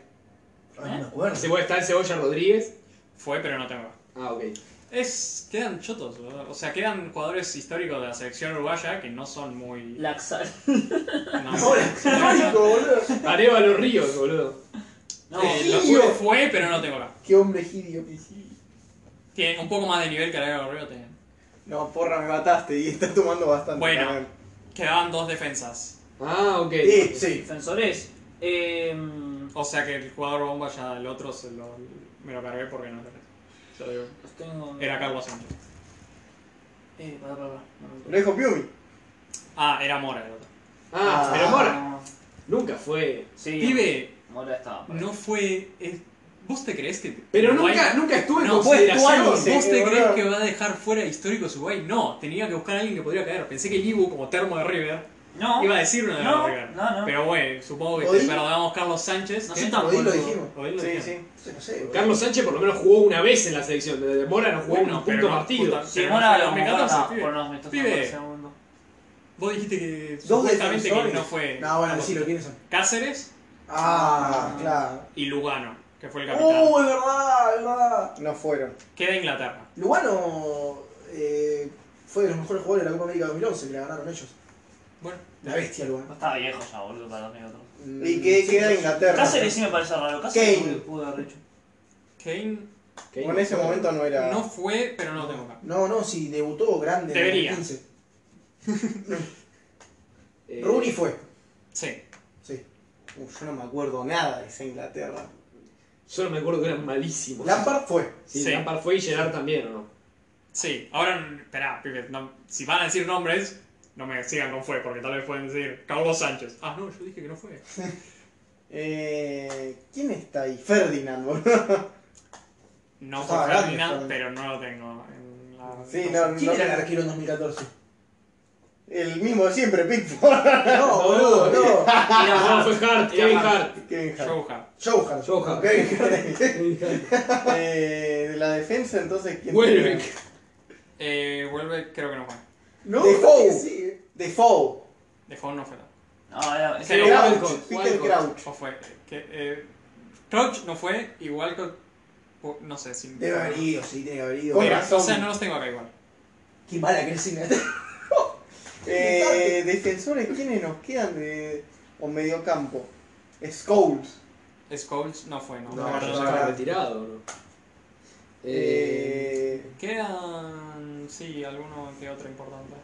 [SPEAKER 4] Ay, no me acuerdo.
[SPEAKER 6] Se puede estar Cebolla Rodríguez.
[SPEAKER 3] Fue, pero no tengo.
[SPEAKER 6] Ah, ok.
[SPEAKER 3] Es, quedan chotos, boludo. o sea, quedan jugadores históricos de la selección uruguaya que no son muy...
[SPEAKER 5] Laxal.
[SPEAKER 3] No,
[SPEAKER 4] Mágico, boludo.
[SPEAKER 6] Areva los Ríos, boludo.
[SPEAKER 5] No,
[SPEAKER 3] Eh, lo juro, fue, pero no tengo acá.
[SPEAKER 4] Qué hombre gidio.
[SPEAKER 3] Tiene un poco más de nivel que la Guerrero tenía.
[SPEAKER 2] No, porra, me mataste y estás tomando bastante.
[SPEAKER 3] Bueno.
[SPEAKER 2] también.
[SPEAKER 3] Quedaban dos defensas.
[SPEAKER 6] Ah, ok.
[SPEAKER 4] Sí, sí.
[SPEAKER 5] defensores. Eh,
[SPEAKER 3] O sea que el jugador bomba ya el otro se lo, me lo cargué porque no es defensa. Ya digo.
[SPEAKER 5] los tengo.
[SPEAKER 3] Era Carlos Sánchez.
[SPEAKER 5] Eh, para, para, para.
[SPEAKER 2] Lo dijo Piumi.
[SPEAKER 3] Ah, era Mora el otro.
[SPEAKER 6] Ah, pero Mora.
[SPEAKER 5] No,
[SPEAKER 6] Nunca fue.
[SPEAKER 5] Sí,
[SPEAKER 3] Pibe,
[SPEAKER 5] Mora estaba. para-
[SPEAKER 3] no fue... es- ¿Vos te crees que...?
[SPEAKER 6] Pero
[SPEAKER 3] Uruguay-
[SPEAKER 6] nunca, nunca estuvo en
[SPEAKER 3] No,
[SPEAKER 6] consideración.
[SPEAKER 2] fue Tuani,
[SPEAKER 3] ¿Vos
[SPEAKER 2] Sí,
[SPEAKER 3] te
[SPEAKER 2] boludo.
[SPEAKER 3] crees que va a dejar fuera históricos Uruguay? No, tenía que buscar a alguien que podría caer. Pensé que el Ibu, como termo de River,
[SPEAKER 5] No,
[SPEAKER 3] iba a decir una de las
[SPEAKER 5] No,
[SPEAKER 3] de River.
[SPEAKER 5] no, no.
[SPEAKER 3] Pero bueno, supongo que te
[SPEAKER 4] ¿Odín?
[SPEAKER 3] perdonamos Carlos Sánchez.
[SPEAKER 5] no
[SPEAKER 3] ¿Qué?
[SPEAKER 5] soy tan
[SPEAKER 4] Godín lo
[SPEAKER 5] boludo.
[SPEAKER 4] dijimos.
[SPEAKER 3] Odín lo
[SPEAKER 2] Sí,
[SPEAKER 3] dijeron.
[SPEAKER 2] sí.
[SPEAKER 4] Sí, No sé, boludo.
[SPEAKER 6] Carlos Sánchez por lo menos jugó una vez en la selección. De Mora no jugó
[SPEAKER 3] Bueno,
[SPEAKER 6] un
[SPEAKER 3] pero
[SPEAKER 6] punto
[SPEAKER 3] no,
[SPEAKER 6] partido.
[SPEAKER 3] puta,
[SPEAKER 5] Sí,
[SPEAKER 3] pero no
[SPEAKER 5] Mora lo
[SPEAKER 3] fue en
[SPEAKER 5] convocaron
[SPEAKER 3] 2014,
[SPEAKER 5] ah, por
[SPEAKER 3] pibe.
[SPEAKER 5] unos metros
[SPEAKER 3] Pibe.
[SPEAKER 5] por segundo.
[SPEAKER 3] Vos dijiste que
[SPEAKER 4] Dos
[SPEAKER 3] supuestamente que
[SPEAKER 4] defensores.
[SPEAKER 3] no fue
[SPEAKER 4] No, bueno, decilo, ¿quiénes son?
[SPEAKER 3] Cáceres
[SPEAKER 4] Ah, claro.
[SPEAKER 3] y Lugano, que fue el capitán.
[SPEAKER 4] Uh, es verdad, es verdad.
[SPEAKER 2] No fueron.
[SPEAKER 3] Queda Inglaterra.
[SPEAKER 4] Lugano eh, fue de los mejores jugadores de la Copa América 2011, que la ganaron ellos.
[SPEAKER 3] Bueno,
[SPEAKER 4] La bestia,
[SPEAKER 5] No
[SPEAKER 4] Lugano.
[SPEAKER 5] estaba viejo ya, boludo, para 2004.
[SPEAKER 4] Mm,
[SPEAKER 2] ¿Y qué
[SPEAKER 4] sí,
[SPEAKER 2] queda
[SPEAKER 4] sí.
[SPEAKER 2] Inglaterra?
[SPEAKER 5] Cáceres sí me parece raro. Cáceres
[SPEAKER 2] Kane.
[SPEAKER 5] pudo- pudo haber hecho.
[SPEAKER 3] Kane
[SPEAKER 2] Bueno, en ese momento no era.
[SPEAKER 3] no fue, pero no lo tengo acá.
[SPEAKER 4] Mm. No, no, sí, debutó grande. en
[SPEAKER 3] Debería.
[SPEAKER 4] 2015.
[SPEAKER 1] eh,
[SPEAKER 4] Rooney fue.
[SPEAKER 3] Sí.
[SPEAKER 4] Sí.
[SPEAKER 2] Uh, yo no me acuerdo nada de esa Inglaterra.
[SPEAKER 6] Solo me acuerdo que eran malísimos.
[SPEAKER 2] Pues
[SPEAKER 4] Lampard fue.
[SPEAKER 6] Sí,
[SPEAKER 3] Sí.
[SPEAKER 6] Lampard fue y Gerard también, ¿o no?
[SPEAKER 3] Sí, ahora, esperá, pibes, no- si van a decir nombres, no me sigan con fue, porque tal vez pueden decir Carlos Sánchez. Ah, no, yo dije que no fue.
[SPEAKER 2] Eh, ¿Quién está ahí? Ferdinand, boludo.
[SPEAKER 3] No
[SPEAKER 4] Ah,
[SPEAKER 3] fue
[SPEAKER 4] grande,
[SPEAKER 3] Ferdinand,
[SPEAKER 4] Ferdinand.
[SPEAKER 3] pero no lo tengo en la...
[SPEAKER 2] Sí, no,
[SPEAKER 4] ¿Quién
[SPEAKER 2] no.
[SPEAKER 4] era el arquero en 2014?
[SPEAKER 2] El mismo de siempre, Pickford.
[SPEAKER 4] No, boludo, no.
[SPEAKER 6] No, fue Hart,
[SPEAKER 5] Era
[SPEAKER 6] Kevin
[SPEAKER 5] Hart.
[SPEAKER 6] Hart.
[SPEAKER 2] Kevin Hart.
[SPEAKER 3] Johan.
[SPEAKER 4] Johan.
[SPEAKER 6] Johan.
[SPEAKER 4] Ok.
[SPEAKER 6] Kevin Hart.
[SPEAKER 2] Eh, de la defensa, entonces, ¿quién
[SPEAKER 6] Welbeck.
[SPEAKER 3] Eh, vuelve, creo que no fue.
[SPEAKER 4] No,
[SPEAKER 2] Defoe.
[SPEAKER 4] sí, eh.
[SPEAKER 2] Defoe.
[SPEAKER 3] De Fon no fue.
[SPEAKER 5] No, era.
[SPEAKER 3] Sí.
[SPEAKER 5] ese-
[SPEAKER 2] Crouch.
[SPEAKER 6] Walcott,
[SPEAKER 2] Peter
[SPEAKER 6] Walcott.
[SPEAKER 2] Crouch.
[SPEAKER 3] O fue. Que, eh, Crouch no fue, igual que. o- No sé si.
[SPEAKER 4] Debe haber ido, sí, tiene que haber ido.
[SPEAKER 2] Con
[SPEAKER 3] Mira,
[SPEAKER 2] razón.
[SPEAKER 3] O sea, no los tengo acá igual.
[SPEAKER 4] Qué mala que es Inglaterra.
[SPEAKER 2] Eh, defensores, ¿quiénes nos quedan de o mediocampo? Scholes.
[SPEAKER 8] Scholes no fue, no.
[SPEAKER 4] No,
[SPEAKER 1] ya
[SPEAKER 4] no,
[SPEAKER 1] está
[SPEAKER 4] no.
[SPEAKER 1] retirado, ¿no? Eh,
[SPEAKER 2] Eh,
[SPEAKER 8] Quedan, sí, alguno que otro importante.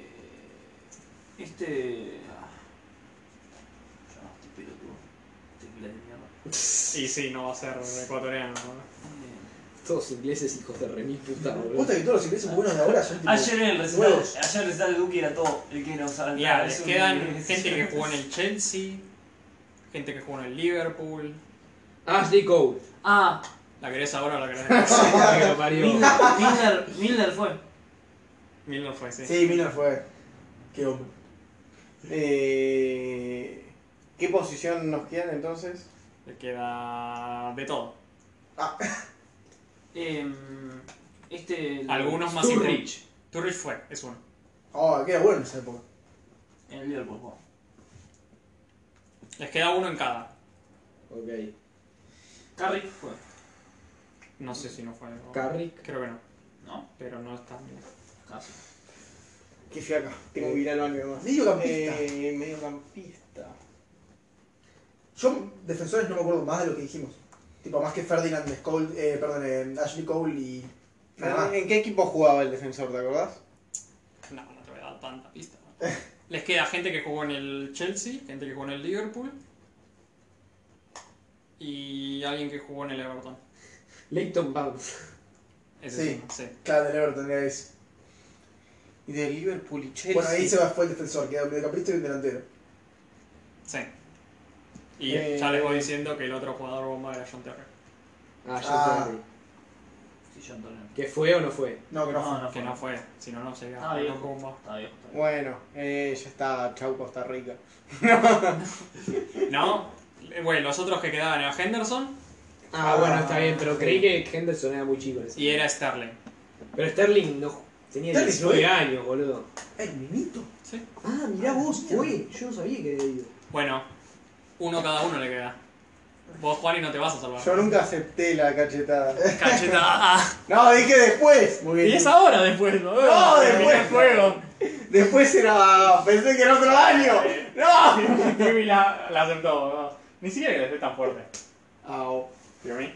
[SPEAKER 5] Eh, este. ah, Ya, este pelotudo. Este pila de mierda.
[SPEAKER 6] Eh,
[SPEAKER 3] Y sí, no va a ser ecuatoriano. ¿no?
[SPEAKER 5] Eh,
[SPEAKER 1] todos ingleses, hijos de remil puta, boludo.
[SPEAKER 4] Posta que todos los ingleses buenos de ahora son tipo.
[SPEAKER 5] Ayer Ah, en el recital,
[SPEAKER 4] huevos.
[SPEAKER 5] ayer el recital de Duque era todo el que nos saltaba.
[SPEAKER 8] Mirá, les
[SPEAKER 5] Eso
[SPEAKER 8] quedan
[SPEAKER 5] es-
[SPEAKER 8] gente que jugó en el Chelsea, gente que jugó en el Liverpool.
[SPEAKER 1] Ashley Cole.
[SPEAKER 5] Ah,
[SPEAKER 8] ¿La querés ahora o la querés
[SPEAKER 3] Ah,
[SPEAKER 8] después?
[SPEAKER 1] que lo parió.
[SPEAKER 5] Milner, Milner, Milner fue.
[SPEAKER 8] Milner fue, sí.
[SPEAKER 4] Sí, Miller fue. Qué hombre.
[SPEAKER 2] eh, ¿Qué posición nos quedan entonces?
[SPEAKER 8] Le queda de todo.
[SPEAKER 5] Em, este. el-
[SPEAKER 8] Algunos más
[SPEAKER 5] Sturridge.
[SPEAKER 8] Turrich. Turrich fue, es uno.
[SPEAKER 4] Oh, qué bueno esa época.
[SPEAKER 5] En el Liverpool jugó.
[SPEAKER 8] Les queda uno en cada.
[SPEAKER 1] Ok.
[SPEAKER 5] Carrick fue.
[SPEAKER 8] No sé si no fue. o-
[SPEAKER 1] Carrick.
[SPEAKER 8] Creo que no,
[SPEAKER 5] No,
[SPEAKER 8] pero no está bien.
[SPEAKER 5] casi.
[SPEAKER 2] Qué fiaca,
[SPEAKER 4] Eh,
[SPEAKER 2] tengo que ir al baño además.
[SPEAKER 4] Mediocampista.
[SPEAKER 2] Eh, mediocampista.
[SPEAKER 4] Yo, defensores, no me acuerdo más de lo que dijimos. Tipo, más que Ferdinand, Scholl, eh, perdón, eh, Ashley Cole y. Nada más.
[SPEAKER 2] ¿En qué equipo jugaba el defensor, te acordás?
[SPEAKER 8] No, no te voy a dar tanta pista. ¿no? Les queda gente que jugó en el Chelsea, gente que jugó en el Liverpool y alguien que jugó en el Everton.
[SPEAKER 1] Leighton Bounce.
[SPEAKER 8] Ese
[SPEAKER 4] Sí.
[SPEAKER 8] es uno, sí.
[SPEAKER 4] Claro, del Everton era ese.
[SPEAKER 2] Y de Liverpool y Chelsea.
[SPEAKER 4] Bueno, ahí se va, fue el defensor, queda un mediocampista y un delantero.
[SPEAKER 8] Sí. Y
[SPEAKER 2] Eh,
[SPEAKER 8] ya les voy diciendo que el otro jugador bomba era John Terry.
[SPEAKER 1] Ah, John
[SPEAKER 4] Ah.
[SPEAKER 1] Terry.
[SPEAKER 5] Sí, John Turner.
[SPEAKER 1] ¿Que fue o no fue?
[SPEAKER 4] No, que no, fue.
[SPEAKER 5] No, no
[SPEAKER 8] Que
[SPEAKER 5] fue.
[SPEAKER 8] no fue, si no, no sería
[SPEAKER 5] Ah, bien.
[SPEAKER 8] no bomba.
[SPEAKER 5] Está viejo, está viejo.
[SPEAKER 2] Bueno, eh, ya está, chau Costa Rica.
[SPEAKER 8] No, eh, bueno, los otros que quedaban era Henderson
[SPEAKER 1] Ah,
[SPEAKER 2] Ah,
[SPEAKER 1] bueno, está bien, pero
[SPEAKER 2] sí.
[SPEAKER 1] creí que Henderson era muy chico. en ese
[SPEAKER 8] y era Sterling.
[SPEAKER 1] momento. Pero Sterling no tenía
[SPEAKER 4] Sterling
[SPEAKER 1] 19
[SPEAKER 4] fue.
[SPEAKER 1] años, boludo.
[SPEAKER 4] El minito.
[SPEAKER 8] Sí.
[SPEAKER 7] Ah, mirá vos, fue. Yo no sabía que había ido.
[SPEAKER 8] Bueno, uno cada uno le queda. Vos, Juan, y no te vas a salvar.
[SPEAKER 2] Yo nunca acepté la cachetada.
[SPEAKER 8] Cacheta. Ah,
[SPEAKER 2] No, dije después. Muy
[SPEAKER 6] Y
[SPEAKER 2] bien.
[SPEAKER 6] es ahora después, ¿no?
[SPEAKER 2] No, después.
[SPEAKER 6] Termina el juego.
[SPEAKER 2] Después era. Pensé que era otro año. ¡No!
[SPEAKER 3] Kirby la, la aceptó. ¿no? Ni siquiera que la esté tan fuerte.
[SPEAKER 2] Au.
[SPEAKER 3] ¿Y a mí?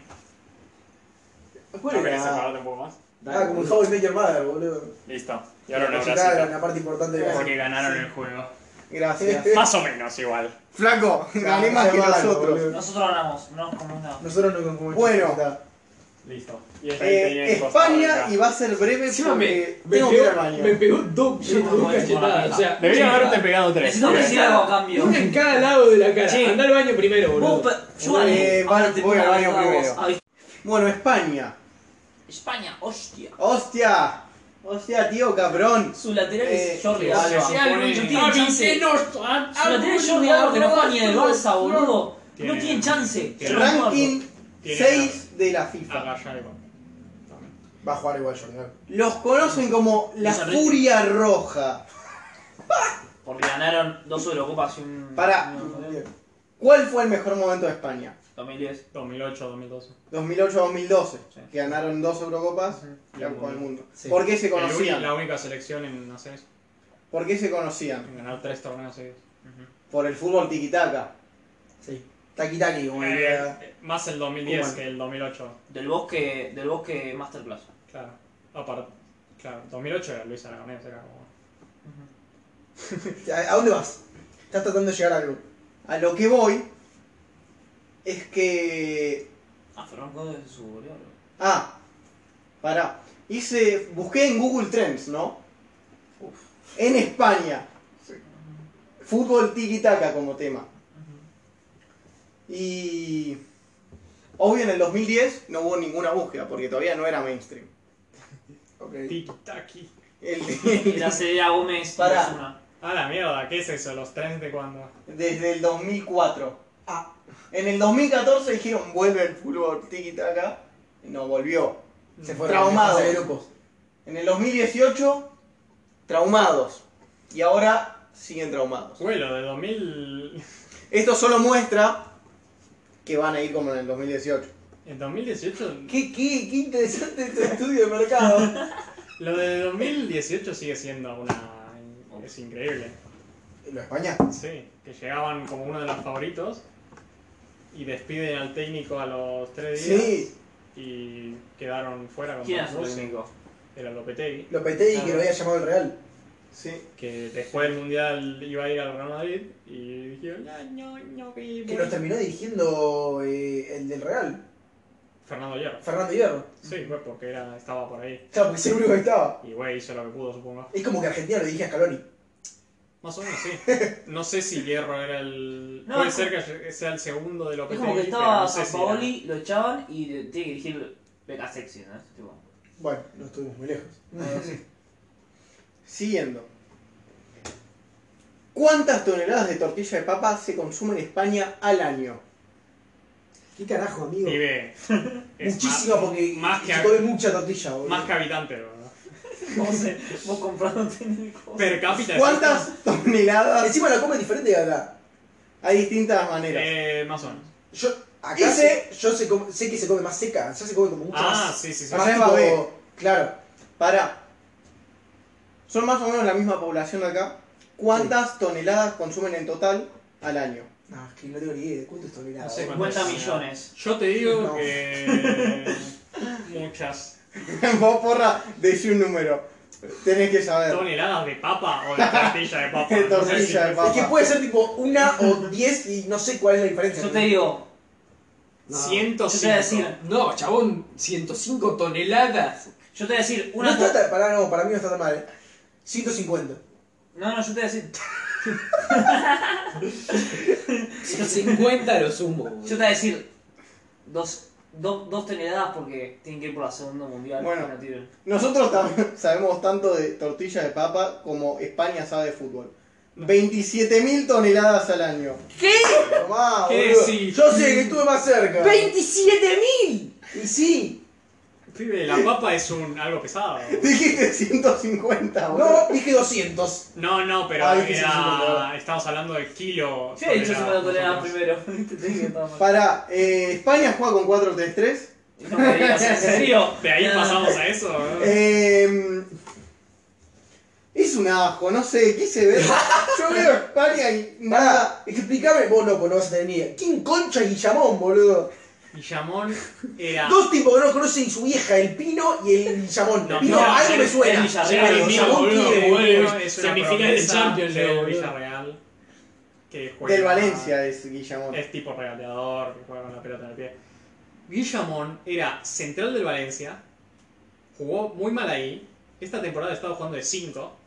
[SPEAKER 2] ¿Cuál
[SPEAKER 3] ¿No querés
[SPEAKER 2] era?
[SPEAKER 3] separarte un poco más?
[SPEAKER 4] Ah, como el How I Met Your Mother, boludo.
[SPEAKER 3] Listo. Y ahora lo
[SPEAKER 4] Cachetada era
[SPEAKER 3] abrazo.
[SPEAKER 4] la parte importante de la
[SPEAKER 3] Porque ganaron el juego.
[SPEAKER 2] Gracias.
[SPEAKER 3] Más o menos igual.
[SPEAKER 2] Flaco, gané más que
[SPEAKER 4] Claro,
[SPEAKER 2] nosotros.
[SPEAKER 4] boludo.
[SPEAKER 5] Nosotros ganamos, no nos comemos nada.
[SPEAKER 4] Nosotros no concurrimos.
[SPEAKER 2] Bueno.
[SPEAKER 3] Listo. Y esta ahí tenía
[SPEAKER 2] Eh,
[SPEAKER 3] en Costa
[SPEAKER 2] España,
[SPEAKER 3] Rica.
[SPEAKER 2] y va a ser breve
[SPEAKER 1] Encima me,
[SPEAKER 2] porque
[SPEAKER 1] me,
[SPEAKER 2] tengo que ir al
[SPEAKER 1] pegó,
[SPEAKER 2] baño.
[SPEAKER 1] me pegó dos,
[SPEAKER 5] Yo no
[SPEAKER 1] dos
[SPEAKER 5] puedo decir
[SPEAKER 1] cachetadas. O
[SPEAKER 5] nada.
[SPEAKER 1] sea,
[SPEAKER 3] Debería haberte pegado tres.
[SPEAKER 5] Necesitamos decir algo a cambio.
[SPEAKER 1] una en cada lado de la cara.
[SPEAKER 5] Sí.
[SPEAKER 1] Andá al baño primero, boludo.
[SPEAKER 5] Vos, pe- yo
[SPEAKER 2] Eh,
[SPEAKER 5] gané. Ahora
[SPEAKER 2] va-
[SPEAKER 5] te
[SPEAKER 2] voy al
[SPEAKER 5] pongo
[SPEAKER 2] baño
[SPEAKER 5] a vos.
[SPEAKER 2] primero.
[SPEAKER 5] Ay,
[SPEAKER 2] Bueno, España.
[SPEAKER 5] España, hostia.
[SPEAKER 2] ¡Hostia! ¡Hostia, tío, cabrón!
[SPEAKER 5] Su lateral
[SPEAKER 2] Eh,
[SPEAKER 5] es Jordi
[SPEAKER 2] sí,
[SPEAKER 5] Alba.
[SPEAKER 2] sí,
[SPEAKER 5] Jordi Alba,
[SPEAKER 8] sí.
[SPEAKER 5] No
[SPEAKER 1] Ah,
[SPEAKER 5] tiene chance. Su lateral es Jordi Alba que Ah, no juega ni en el Barça, boludo. No
[SPEAKER 3] Tiene-
[SPEAKER 5] tiene chance.
[SPEAKER 3] tiene-
[SPEAKER 5] Yo lo guardo.
[SPEAKER 2] Ranking
[SPEAKER 3] Tiene
[SPEAKER 2] 6 de la FIFA.
[SPEAKER 3] Agallar igual.
[SPEAKER 4] Va a jugar igual Jordan.
[SPEAKER 2] Los conocen como la
[SPEAKER 5] Luis Enrique.
[SPEAKER 2] Furia Roja.
[SPEAKER 5] Porque ganaron dos Eurocopas y un.
[SPEAKER 2] Pará.
[SPEAKER 5] un-
[SPEAKER 2] ¿Cuál fue el mejor momento de España?
[SPEAKER 5] 2010.
[SPEAKER 3] 2008, 2012.
[SPEAKER 2] 2008-2012,
[SPEAKER 5] Sí.
[SPEAKER 2] que ganaron dos Eurocopas y la Copa del Mundo. ¿Por qué se
[SPEAKER 3] El uni-
[SPEAKER 2] conocían?
[SPEAKER 3] la única selección en hacer eso.
[SPEAKER 2] ¿Por qué se conocían?
[SPEAKER 3] En ganar tres torneos seguidos.
[SPEAKER 2] Por el fútbol tiquitaca.
[SPEAKER 4] Taki taki, como diría.
[SPEAKER 3] Eh, más el 2010
[SPEAKER 4] Cuba.
[SPEAKER 3] que el 2008.
[SPEAKER 5] Del bosque, del bosque Masterclass.
[SPEAKER 3] Claro. Aparte. Claro, 2008 era Luis Aragonés, era como...
[SPEAKER 4] ¿A a dónde vas? Estás tratando de llegar a algo.
[SPEAKER 2] A lo que voy es que.
[SPEAKER 5] Ah, Ferran Gómez es su goleador.
[SPEAKER 2] Ah, pará. Hice. Busqué en Google Trends, ¿no?
[SPEAKER 5] Uf.
[SPEAKER 2] En España. Fútbol tiquitaca como tema. Y. Obvio en el 2010 no hubo ninguna búsqueda porque todavía no era mainstream.
[SPEAKER 4] Ok.
[SPEAKER 3] Tiki-taki.
[SPEAKER 2] El-
[SPEAKER 5] Era Celia Gómez. y
[SPEAKER 2] Pará.
[SPEAKER 5] Osuna.
[SPEAKER 3] A la mierda, ¿qué es eso? ¿Los trends de cuando?
[SPEAKER 2] desde el 2004.
[SPEAKER 5] Ah.
[SPEAKER 2] En el 2014 dijeron vuelve el fútbol tiquitaca. No volvió.
[SPEAKER 4] Se fue
[SPEAKER 2] Traumado.
[SPEAKER 4] De grupos.
[SPEAKER 2] En el 2018, traumados. Y ahora siguen traumados.
[SPEAKER 3] Bueno, de 2000...
[SPEAKER 2] Esto solo muestra que van a ir como en el 2018.
[SPEAKER 3] En 2018...
[SPEAKER 7] Qué, qué, qué interesante tu estudio de mercado.
[SPEAKER 3] Lo de 2018 sigue siendo una. Es increíble.
[SPEAKER 4] ¿Lo de España?
[SPEAKER 3] Sí, que llegaban como uno de los favoritos y despiden al técnico a los tres días
[SPEAKER 4] Sí,
[SPEAKER 3] y quedaron fuera con
[SPEAKER 5] ¿Quién era su
[SPEAKER 3] Borussia.
[SPEAKER 5] técnico?
[SPEAKER 3] Era Lopetegui,
[SPEAKER 4] lo peté y
[SPEAKER 5] Claro.
[SPEAKER 4] que lo había llamado el Real.
[SPEAKER 2] Sí.
[SPEAKER 3] que después del Mundial iba a ir al Real Madrid y dijeron, "Ah, no, no, que
[SPEAKER 4] Que
[SPEAKER 3] voy".
[SPEAKER 4] los terminó dirigiendo eh, el del Real,
[SPEAKER 3] Fernando Hierro.
[SPEAKER 4] Fernando Hierro.
[SPEAKER 3] Sí, fue porque era, estaba por ahí.
[SPEAKER 4] Claro, porque es el único que estaba.
[SPEAKER 3] Y güey, hizo lo que pudo, supongo.
[SPEAKER 4] Es como que Argentina lo dirige a Scaloni.
[SPEAKER 3] Más o menos, sí. No sé si Hierro era el...
[SPEAKER 5] No,
[SPEAKER 3] Puede
[SPEAKER 5] es
[SPEAKER 3] ser que sea el segundo de Lopetegui,
[SPEAKER 5] Es como que
[SPEAKER 3] pero
[SPEAKER 5] estaba
[SPEAKER 3] no sé
[SPEAKER 5] San
[SPEAKER 3] si era.
[SPEAKER 5] Paoli, lo echaban y tiene que dirigir Beca Sexy, ¿no? Este tipo.
[SPEAKER 4] Bueno, no estuvimos muy lejos.
[SPEAKER 2] Siguiendo. ¿Cuántas toneladas de tortilla de papa se consumen en España al año?
[SPEAKER 7] ¿Qué carajo, amigo?
[SPEAKER 3] Pibe, es
[SPEAKER 4] Muchísima porque
[SPEAKER 3] más que-
[SPEAKER 4] se come mucha tortilla,
[SPEAKER 3] más,
[SPEAKER 4] boludo.
[SPEAKER 3] más que habitante, ¿verdad?
[SPEAKER 5] Vos, eh, vos comprando un técnico.
[SPEAKER 3] Per cápita.
[SPEAKER 2] ¿Cuántas toneladas?
[SPEAKER 4] Encima la come diferente de acá.
[SPEAKER 2] Hay distintas maneras.
[SPEAKER 3] Eh, más o menos.
[SPEAKER 4] Yo, acá
[SPEAKER 2] Ese-
[SPEAKER 4] sé, yo se come- sé que se come más seca, ya se come como mucho
[SPEAKER 3] Ah,
[SPEAKER 4] más.
[SPEAKER 3] sí, sí, sí.
[SPEAKER 2] Ah,
[SPEAKER 4] más
[SPEAKER 2] sí,
[SPEAKER 4] tipo-
[SPEAKER 2] babé.
[SPEAKER 4] claro.
[SPEAKER 2] Para. Son más o menos la misma población acá. ¿Cuántas toneladas consumen en total al año?
[SPEAKER 4] No, es que no tengo ni idea de cuánto es tonelada.
[SPEAKER 8] No sé.
[SPEAKER 5] 50 millones.
[SPEAKER 3] Yo te digo
[SPEAKER 4] No.
[SPEAKER 3] que... Muchas
[SPEAKER 2] Vos, porra, decí un núbero. Tenés que saber.
[SPEAKER 3] toneladas de papa o de tortilla de papa.
[SPEAKER 2] De
[SPEAKER 3] No sé
[SPEAKER 2] tortilla
[SPEAKER 3] si-
[SPEAKER 2] de
[SPEAKER 4] Es
[SPEAKER 2] papa.
[SPEAKER 4] que puede ser tipo una o diez y no sé cuál es la diferencia.
[SPEAKER 5] Yo te digo,
[SPEAKER 7] No.
[SPEAKER 3] 105.
[SPEAKER 5] yo te voy a decir,
[SPEAKER 1] No, chabón, 105 toneladas.
[SPEAKER 5] yo te voy a decir,
[SPEAKER 4] No
[SPEAKER 5] una.
[SPEAKER 4] está tan- pará, no, para mí no está tan mal. eh. 150.
[SPEAKER 5] No, no, yo te voy a decir,
[SPEAKER 1] 50 lo sumo.
[SPEAKER 5] yo te voy a decir, dos, do- dos toneladas porque tienen que ir por la segunda mundial.
[SPEAKER 2] Bueno.
[SPEAKER 5] que no tienen.
[SPEAKER 2] Nosotros tam- sabemos tanto de tortilla de papa como España sabe de fútbol. 27.000 toneladas al año.
[SPEAKER 4] Tomá,
[SPEAKER 3] ¿Qué
[SPEAKER 4] boludo.
[SPEAKER 3] decís?
[SPEAKER 4] Yo sé que estuve más cerca.
[SPEAKER 5] ¡27.000!
[SPEAKER 4] Y sí.
[SPEAKER 3] Pibe, la papa es un algo pesado.
[SPEAKER 2] Dijiste 150, boludo.
[SPEAKER 4] No, dije 200.
[SPEAKER 3] No, no, pero
[SPEAKER 4] Ah, difícil,
[SPEAKER 3] era...
[SPEAKER 4] boludo.
[SPEAKER 3] Estamos hablando de kilo.
[SPEAKER 5] Yo he dicho si me lo
[SPEAKER 3] toneladas.
[SPEAKER 5] toleraban primero. Te dije que estaba mal.
[SPEAKER 2] Pará, eh, España juega con 4-3-3.
[SPEAKER 5] No me digas, ¿en serio?
[SPEAKER 3] De ahí
[SPEAKER 5] No, no, no.
[SPEAKER 3] pasamos a eso. ¿no?
[SPEAKER 2] Eh, es un asco, no sé, quise ver. Yo veo a España y nada.
[SPEAKER 4] Pará, explícame. Vos loco, no vas a tener ni idea. ¿Quién concha es Guillamón, boludo?
[SPEAKER 3] Guillamón era.
[SPEAKER 4] Dos tipos que no conocen su vieja, el Pino y el Guillamón.
[SPEAKER 3] No,
[SPEAKER 4] Pino,
[SPEAKER 3] no,
[SPEAKER 4] algo
[SPEAKER 3] el-
[SPEAKER 4] me suena.
[SPEAKER 5] el Villarreal,
[SPEAKER 4] Pero
[SPEAKER 5] el
[SPEAKER 3] Mira,
[SPEAKER 4] Guillamón
[SPEAKER 3] boludo,
[SPEAKER 4] tiene-
[SPEAKER 3] boludo, es una
[SPEAKER 1] Semifinal de
[SPEAKER 3] promesa
[SPEAKER 1] Champions,
[SPEAKER 3] de
[SPEAKER 1] boludo.
[SPEAKER 3] Villarreal. Que juega.
[SPEAKER 2] Del Valencia es Guillamón.
[SPEAKER 3] Pues Es tipo regateador, que juega con la pelota en el pie. Guillamón era central del Valencia. Jugó muy mal ahí. Esta temporada estaba jugando de 5.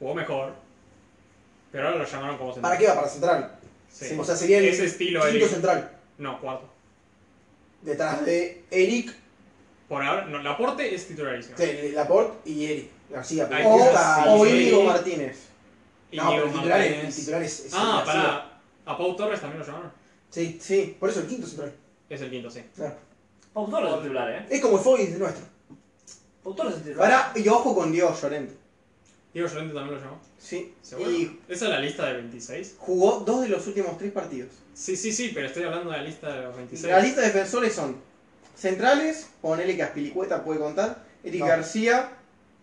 [SPEAKER 3] Jugó mejor. Pero ahora lo llamaron como central.
[SPEAKER 4] ¿Para qué va? Para central.
[SPEAKER 3] Sí.
[SPEAKER 4] O sea, sería el
[SPEAKER 3] Ese estilo
[SPEAKER 4] quinto
[SPEAKER 3] Eric.
[SPEAKER 4] central.
[SPEAKER 3] No, cuarto.
[SPEAKER 4] Detrás de Eric,
[SPEAKER 3] Por ahora, no, Laporte es titularísimo.
[SPEAKER 4] de Laporte y Eric García.
[SPEAKER 3] Ay,
[SPEAKER 2] O,
[SPEAKER 3] sí,
[SPEAKER 2] o
[SPEAKER 3] sí.
[SPEAKER 2] Íñigo Martínez.
[SPEAKER 3] Y
[SPEAKER 4] No, pero
[SPEAKER 3] Diego
[SPEAKER 4] el titular es. El
[SPEAKER 3] Martínez.
[SPEAKER 4] titular es, es
[SPEAKER 3] Ah,
[SPEAKER 4] García.
[SPEAKER 3] para. A Pau Torres también lo llamaron.
[SPEAKER 4] Sí,
[SPEAKER 2] Sí.
[SPEAKER 4] por eso el quinto central.
[SPEAKER 3] Es el quinto, sí.
[SPEAKER 4] Claro.
[SPEAKER 5] Autor es el titular, ¿eh?
[SPEAKER 4] Es como el Foy de nuestro.
[SPEAKER 5] Autor es el titular.
[SPEAKER 2] Pará, y ojo con Dios Llorente.
[SPEAKER 3] Diego Llorente también lo llamó.
[SPEAKER 2] Sí.
[SPEAKER 3] ¿Seguro?
[SPEAKER 2] Y
[SPEAKER 3] ¿Esa es la lista de 26?
[SPEAKER 2] jugó dos de los últimos tres partidos.
[SPEAKER 3] Sí, sí, sí, pero estoy hablando de la lista de los 26.
[SPEAKER 2] La lista de defensores son centrales, ponele que Aspilicueta puede contar, Eric
[SPEAKER 4] No.
[SPEAKER 2] García,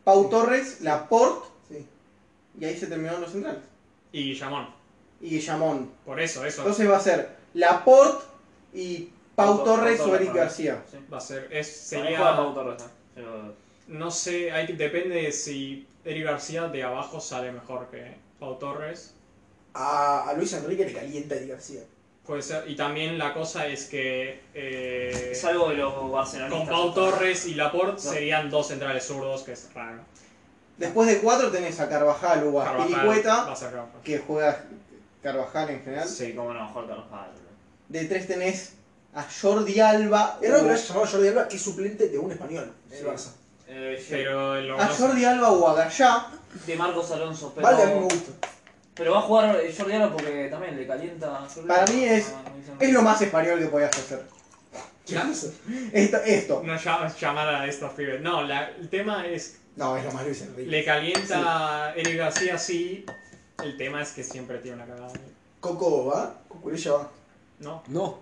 [SPEAKER 2] Pau Torres, Laporte,
[SPEAKER 4] Sí.
[SPEAKER 2] y ahí se terminaron los centrales.
[SPEAKER 3] Y Guillamón.
[SPEAKER 2] Y Guillamón.
[SPEAKER 3] Por eso, eso.
[SPEAKER 2] Entonces va a ser Laporte y Pau
[SPEAKER 5] Pau-
[SPEAKER 2] Torres
[SPEAKER 5] Pau
[SPEAKER 2] o
[SPEAKER 5] Torres,
[SPEAKER 2] Eric
[SPEAKER 5] Pau.
[SPEAKER 2] García.
[SPEAKER 5] Sí.
[SPEAKER 3] va a ser. Es,
[SPEAKER 5] Para mí juega
[SPEAKER 3] sería.
[SPEAKER 5] Pau Torres, ¿eh? Pero-
[SPEAKER 3] No sé, hay, depende de si Eric García de abajo sale mejor que Pau Torres.
[SPEAKER 4] A, a Luis Enrique le calienta Eric García.
[SPEAKER 3] Puede ser. Y también la cosa es que. eh,
[SPEAKER 5] Es algo de los barcelonistas.
[SPEAKER 3] con Pau Torres y Laporte
[SPEAKER 5] No.
[SPEAKER 3] serían dos centrales zurdos, que es raro.
[SPEAKER 2] Después de cuatro tenés a Carvajal o a
[SPEAKER 3] Carvajal Va
[SPEAKER 2] Aspilicueta,
[SPEAKER 3] a ser Carvajal.
[SPEAKER 2] que juega Carvajal en general.
[SPEAKER 5] Sí, cómo no, Jorge Carvajal.
[SPEAKER 2] De tres tenés a Jordi Alba.
[SPEAKER 4] Es raro
[SPEAKER 2] o-
[SPEAKER 4] que lo haya llamado Jordi Alba, que es suplente de un español. El
[SPEAKER 5] Sí.
[SPEAKER 4] Barça.
[SPEAKER 5] Eh, sí.
[SPEAKER 3] Pero lo
[SPEAKER 2] A
[SPEAKER 3] más-
[SPEAKER 2] Ah, Jordi Alba o a Gallá.
[SPEAKER 5] De Marcos Alonso, pero,
[SPEAKER 4] Vale, a mí me gusta.
[SPEAKER 5] pero va a jugar eh, Jordi Alba porque también le calienta. Jordi
[SPEAKER 2] Para
[SPEAKER 5] Alba.
[SPEAKER 2] mí es-
[SPEAKER 5] Ah, no sé.
[SPEAKER 2] Es lo más español que podías hacer.
[SPEAKER 4] ¿Qué hace?
[SPEAKER 2] Esto. esto.
[SPEAKER 3] No llama- llamar a estos pibes. No, la- el tema es
[SPEAKER 4] No, es lo más Luis Enrique.
[SPEAKER 3] Le calienta Eric García, sí. El tema es que siempre tiene una cagada.
[SPEAKER 4] Coco va, Cucurella va.
[SPEAKER 3] No.
[SPEAKER 1] No.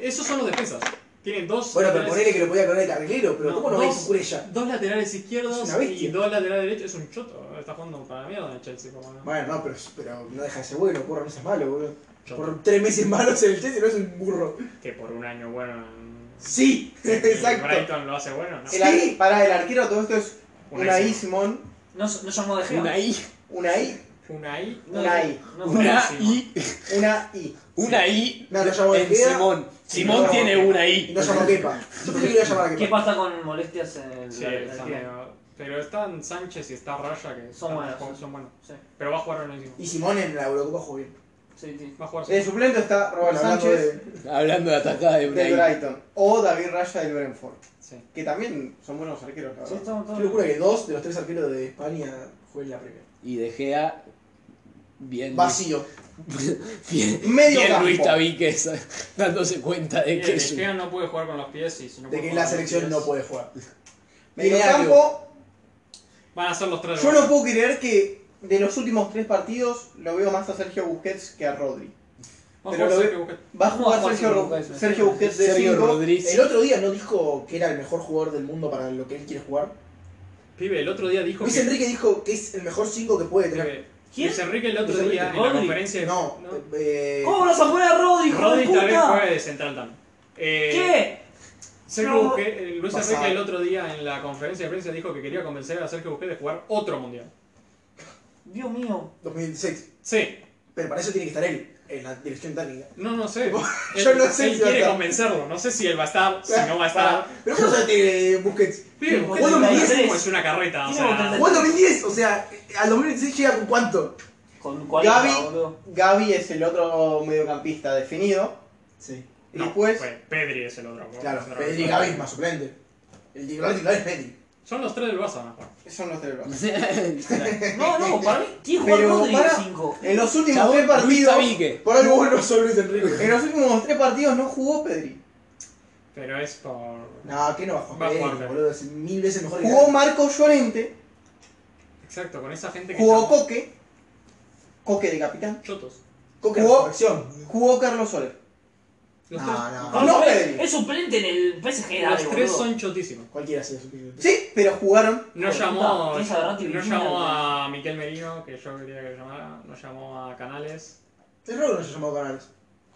[SPEAKER 3] Esos son los defensas. Tiene dos.
[SPEAKER 4] Bueno, pero
[SPEAKER 3] laterales-
[SPEAKER 4] ponele que lo podía clonar el carrilero, pero
[SPEAKER 3] No,
[SPEAKER 4] ¿cómo no
[SPEAKER 3] dos.
[SPEAKER 4] veis un Cureya?
[SPEAKER 3] Dos laterales
[SPEAKER 4] Es
[SPEAKER 3] izquierdos
[SPEAKER 4] una bestia.
[SPEAKER 3] y dos laterales derechos. Es un choto. Está jugando para la mierda en el Chelsea. como no.
[SPEAKER 4] Bueno, no, pero, pero no deja de ser bueno, porra, no seas malo, boludo.
[SPEAKER 3] Choto.
[SPEAKER 4] Por tres meses malos en el Chelsea no es un burro.
[SPEAKER 3] Que por un año bueno. en-
[SPEAKER 4] Sí,
[SPEAKER 3] en
[SPEAKER 4] exacto.
[SPEAKER 3] Brighton lo hace bueno. No.
[SPEAKER 2] El ar- Pará, el arquero todo esto es
[SPEAKER 3] Un
[SPEAKER 2] una
[SPEAKER 3] ahí.
[SPEAKER 2] I, Simón.
[SPEAKER 5] No, no llamó de
[SPEAKER 1] Una I.
[SPEAKER 2] Una I.
[SPEAKER 3] Una I.
[SPEAKER 5] No,
[SPEAKER 2] Una I.
[SPEAKER 5] No,
[SPEAKER 1] Una
[SPEAKER 3] Simón.
[SPEAKER 1] I.
[SPEAKER 2] Una I.
[SPEAKER 1] Una I
[SPEAKER 4] No, lo llamo de
[SPEAKER 1] en
[SPEAKER 4] queda.
[SPEAKER 1] Simón.
[SPEAKER 4] No,
[SPEAKER 1] Simón
[SPEAKER 4] no,
[SPEAKER 1] tiene
[SPEAKER 4] no.
[SPEAKER 1] una
[SPEAKER 4] Y
[SPEAKER 1] I.
[SPEAKER 4] no llamo a Kepa. Yo pensé que iba a llamar a
[SPEAKER 5] ¿Qué
[SPEAKER 4] Kepa.
[SPEAKER 5] pasa con molestias en el
[SPEAKER 3] Sí,
[SPEAKER 5] la- la-
[SPEAKER 3] tiene- Pero están Sánchez y está Raya que
[SPEAKER 5] Son
[SPEAKER 3] están-
[SPEAKER 5] buenos.
[SPEAKER 3] son buenos.
[SPEAKER 5] Sí,
[SPEAKER 3] Pero va a jugar buenísimo.
[SPEAKER 4] Y Simón en la Eurocopa jugó bien.
[SPEAKER 5] sí, sí.
[SPEAKER 3] Va a jugar
[SPEAKER 2] De suplente está Robert
[SPEAKER 4] Bueno, hablando
[SPEAKER 2] Sánchez
[SPEAKER 4] de-
[SPEAKER 1] Hablando de atacada de
[SPEAKER 2] del
[SPEAKER 1] una I.
[SPEAKER 2] Brighton. O David Raya del Brentford.
[SPEAKER 3] Sí.
[SPEAKER 2] Que también son buenos arqueros, la
[SPEAKER 5] Sí,
[SPEAKER 2] verdad.
[SPEAKER 5] estamos
[SPEAKER 4] Qué
[SPEAKER 5] todos-
[SPEAKER 4] locura que dos de los tres arqueros de España jueguen la Premier.
[SPEAKER 1] Y De Gea, bien.
[SPEAKER 4] Vacío.
[SPEAKER 1] Bien,
[SPEAKER 2] Medio
[SPEAKER 1] bien
[SPEAKER 2] campo.
[SPEAKER 1] Luis Tavíquez dándose cuenta de
[SPEAKER 3] Bien,
[SPEAKER 1] que
[SPEAKER 3] De
[SPEAKER 1] es un-
[SPEAKER 3] Gea no puede jugar con los pies y si no
[SPEAKER 4] De
[SPEAKER 3] puede
[SPEAKER 4] que
[SPEAKER 3] jugar
[SPEAKER 4] la
[SPEAKER 3] con los pies,
[SPEAKER 4] selección no puede jugar.
[SPEAKER 2] Mediocampo.
[SPEAKER 3] Van a ser los tres.
[SPEAKER 2] Yo no puedo creer que de los últimos tres partidos lo veo más a Sergio Busquets que a Rodri.
[SPEAKER 3] Pero
[SPEAKER 2] pero lo ve- Va a
[SPEAKER 5] ¿Cómo
[SPEAKER 2] jugar
[SPEAKER 5] va a jugar
[SPEAKER 2] Sergio,
[SPEAKER 5] Sergio
[SPEAKER 2] Ro-
[SPEAKER 5] Busquets?
[SPEAKER 2] Sergio Busquets de
[SPEAKER 1] Sergio
[SPEAKER 2] 5.
[SPEAKER 1] Rodríguez.
[SPEAKER 4] El otro día no dijo que era el mejor jugador del mundo para lo que él quiere jugar.
[SPEAKER 3] Pibe, el otro día dijo
[SPEAKER 4] Luis
[SPEAKER 3] que.
[SPEAKER 4] Enrique dijo que es el mejor 5 que puede tener.
[SPEAKER 3] Pibe, Luis Enrique el otro
[SPEAKER 4] Luis Enrique.
[SPEAKER 3] día en la
[SPEAKER 5] Rodri.
[SPEAKER 3] conferencia. de-
[SPEAKER 4] No, eh,
[SPEAKER 5] ¿Cómo vas a poner a Rodri, hijo
[SPEAKER 3] Rodri
[SPEAKER 5] de
[SPEAKER 3] tal vez
[SPEAKER 5] puta?
[SPEAKER 3] juegue de central también. Eh,
[SPEAKER 5] ¿Qué?
[SPEAKER 3] Sergio
[SPEAKER 5] No.
[SPEAKER 3] Busquets- eh, Luis
[SPEAKER 4] Pasado.
[SPEAKER 3] Enrique el otro día en la conferencia de prensa dijo que quería convencer a Sergio Busquets de jugar otro mundial.
[SPEAKER 5] Dios mío.
[SPEAKER 4] 2016.
[SPEAKER 3] Sí,
[SPEAKER 4] Pero para eso tiene que estar él, en la dirección técnica.
[SPEAKER 3] no, no sé.
[SPEAKER 4] Yo
[SPEAKER 3] Él-
[SPEAKER 4] no sé
[SPEAKER 3] él
[SPEAKER 4] si va a
[SPEAKER 3] quiere
[SPEAKER 4] estar.
[SPEAKER 3] convencerlo. No sé si él va a estar, si no va a estar.
[SPEAKER 4] Pero ¿cómo se tiene Busquets?
[SPEAKER 3] Pibe,
[SPEAKER 5] Sí,
[SPEAKER 3] Busquets
[SPEAKER 4] bueno,
[SPEAKER 3] es
[SPEAKER 4] es-
[SPEAKER 3] como es una carreta. O
[SPEAKER 5] Sí,
[SPEAKER 3] sea,
[SPEAKER 5] bueno,
[SPEAKER 4] Jugó en 2010, o sea, al 2016 llega con cuánto.
[SPEAKER 5] Con 40,
[SPEAKER 2] Gaby.
[SPEAKER 5] boludo.
[SPEAKER 2] Gaby es el otro mediocampista definido.
[SPEAKER 4] Sí.
[SPEAKER 2] Y
[SPEAKER 3] no,
[SPEAKER 2] después,
[SPEAKER 3] fue Pedri es el otro. ¿no?
[SPEAKER 4] Claro,
[SPEAKER 3] Es otro.
[SPEAKER 4] Pedri y Gaby es más suplente. El titular titular es Pedri.
[SPEAKER 3] Son los tres del Barça. ¿no?
[SPEAKER 2] son los tres. brazos.
[SPEAKER 5] No, no, para mí, ¿quién juega
[SPEAKER 2] Pero
[SPEAKER 5] Rodri de
[SPEAKER 2] para-
[SPEAKER 5] 5?
[SPEAKER 2] En los últimos
[SPEAKER 1] Chabón,
[SPEAKER 2] tres
[SPEAKER 1] Luis
[SPEAKER 2] partidos.
[SPEAKER 1] Tavíquez.
[SPEAKER 4] Por algo bueno solo Luis Enrique.
[SPEAKER 2] En los últimos tres partidos no jugó Pedri.
[SPEAKER 3] Pero es por.
[SPEAKER 4] No, que no va
[SPEAKER 3] Va
[SPEAKER 4] a
[SPEAKER 3] a
[SPEAKER 4] jugar
[SPEAKER 3] jugar
[SPEAKER 4] Pedri,
[SPEAKER 3] Pedri.
[SPEAKER 4] boludo. Es mil veces mejor que
[SPEAKER 2] Jugó
[SPEAKER 4] Gaby.
[SPEAKER 2] Marco Llorente,
[SPEAKER 3] Exacto, con esa gente que.
[SPEAKER 2] jugó
[SPEAKER 3] están
[SPEAKER 2] Coque, Coque de capitán,
[SPEAKER 3] Chotos.
[SPEAKER 4] Coque
[SPEAKER 2] Jugó-
[SPEAKER 4] la selección.
[SPEAKER 2] jugó Carlos Soler.
[SPEAKER 3] Los
[SPEAKER 4] No,
[SPEAKER 3] tres,
[SPEAKER 4] no.
[SPEAKER 5] Con
[SPEAKER 2] Ah, no,
[SPEAKER 5] tres-
[SPEAKER 2] Pedri.
[SPEAKER 5] Es suplente en el PSG,
[SPEAKER 3] los
[SPEAKER 5] dale,
[SPEAKER 3] tres
[SPEAKER 5] boludo.
[SPEAKER 3] son chotísimos.
[SPEAKER 4] Cualquiera sea suplente.
[SPEAKER 2] Sí, pero jugaron.
[SPEAKER 3] No
[SPEAKER 5] Joder, puta,
[SPEAKER 3] llamó,
[SPEAKER 5] tenés a Berratti
[SPEAKER 3] no
[SPEAKER 5] Virginia,
[SPEAKER 3] llamó
[SPEAKER 5] boludo.
[SPEAKER 3] a Miquel Merino, que yo quería que llamara. No llamó a Canales.
[SPEAKER 4] Es raro que no haya llamado Canales.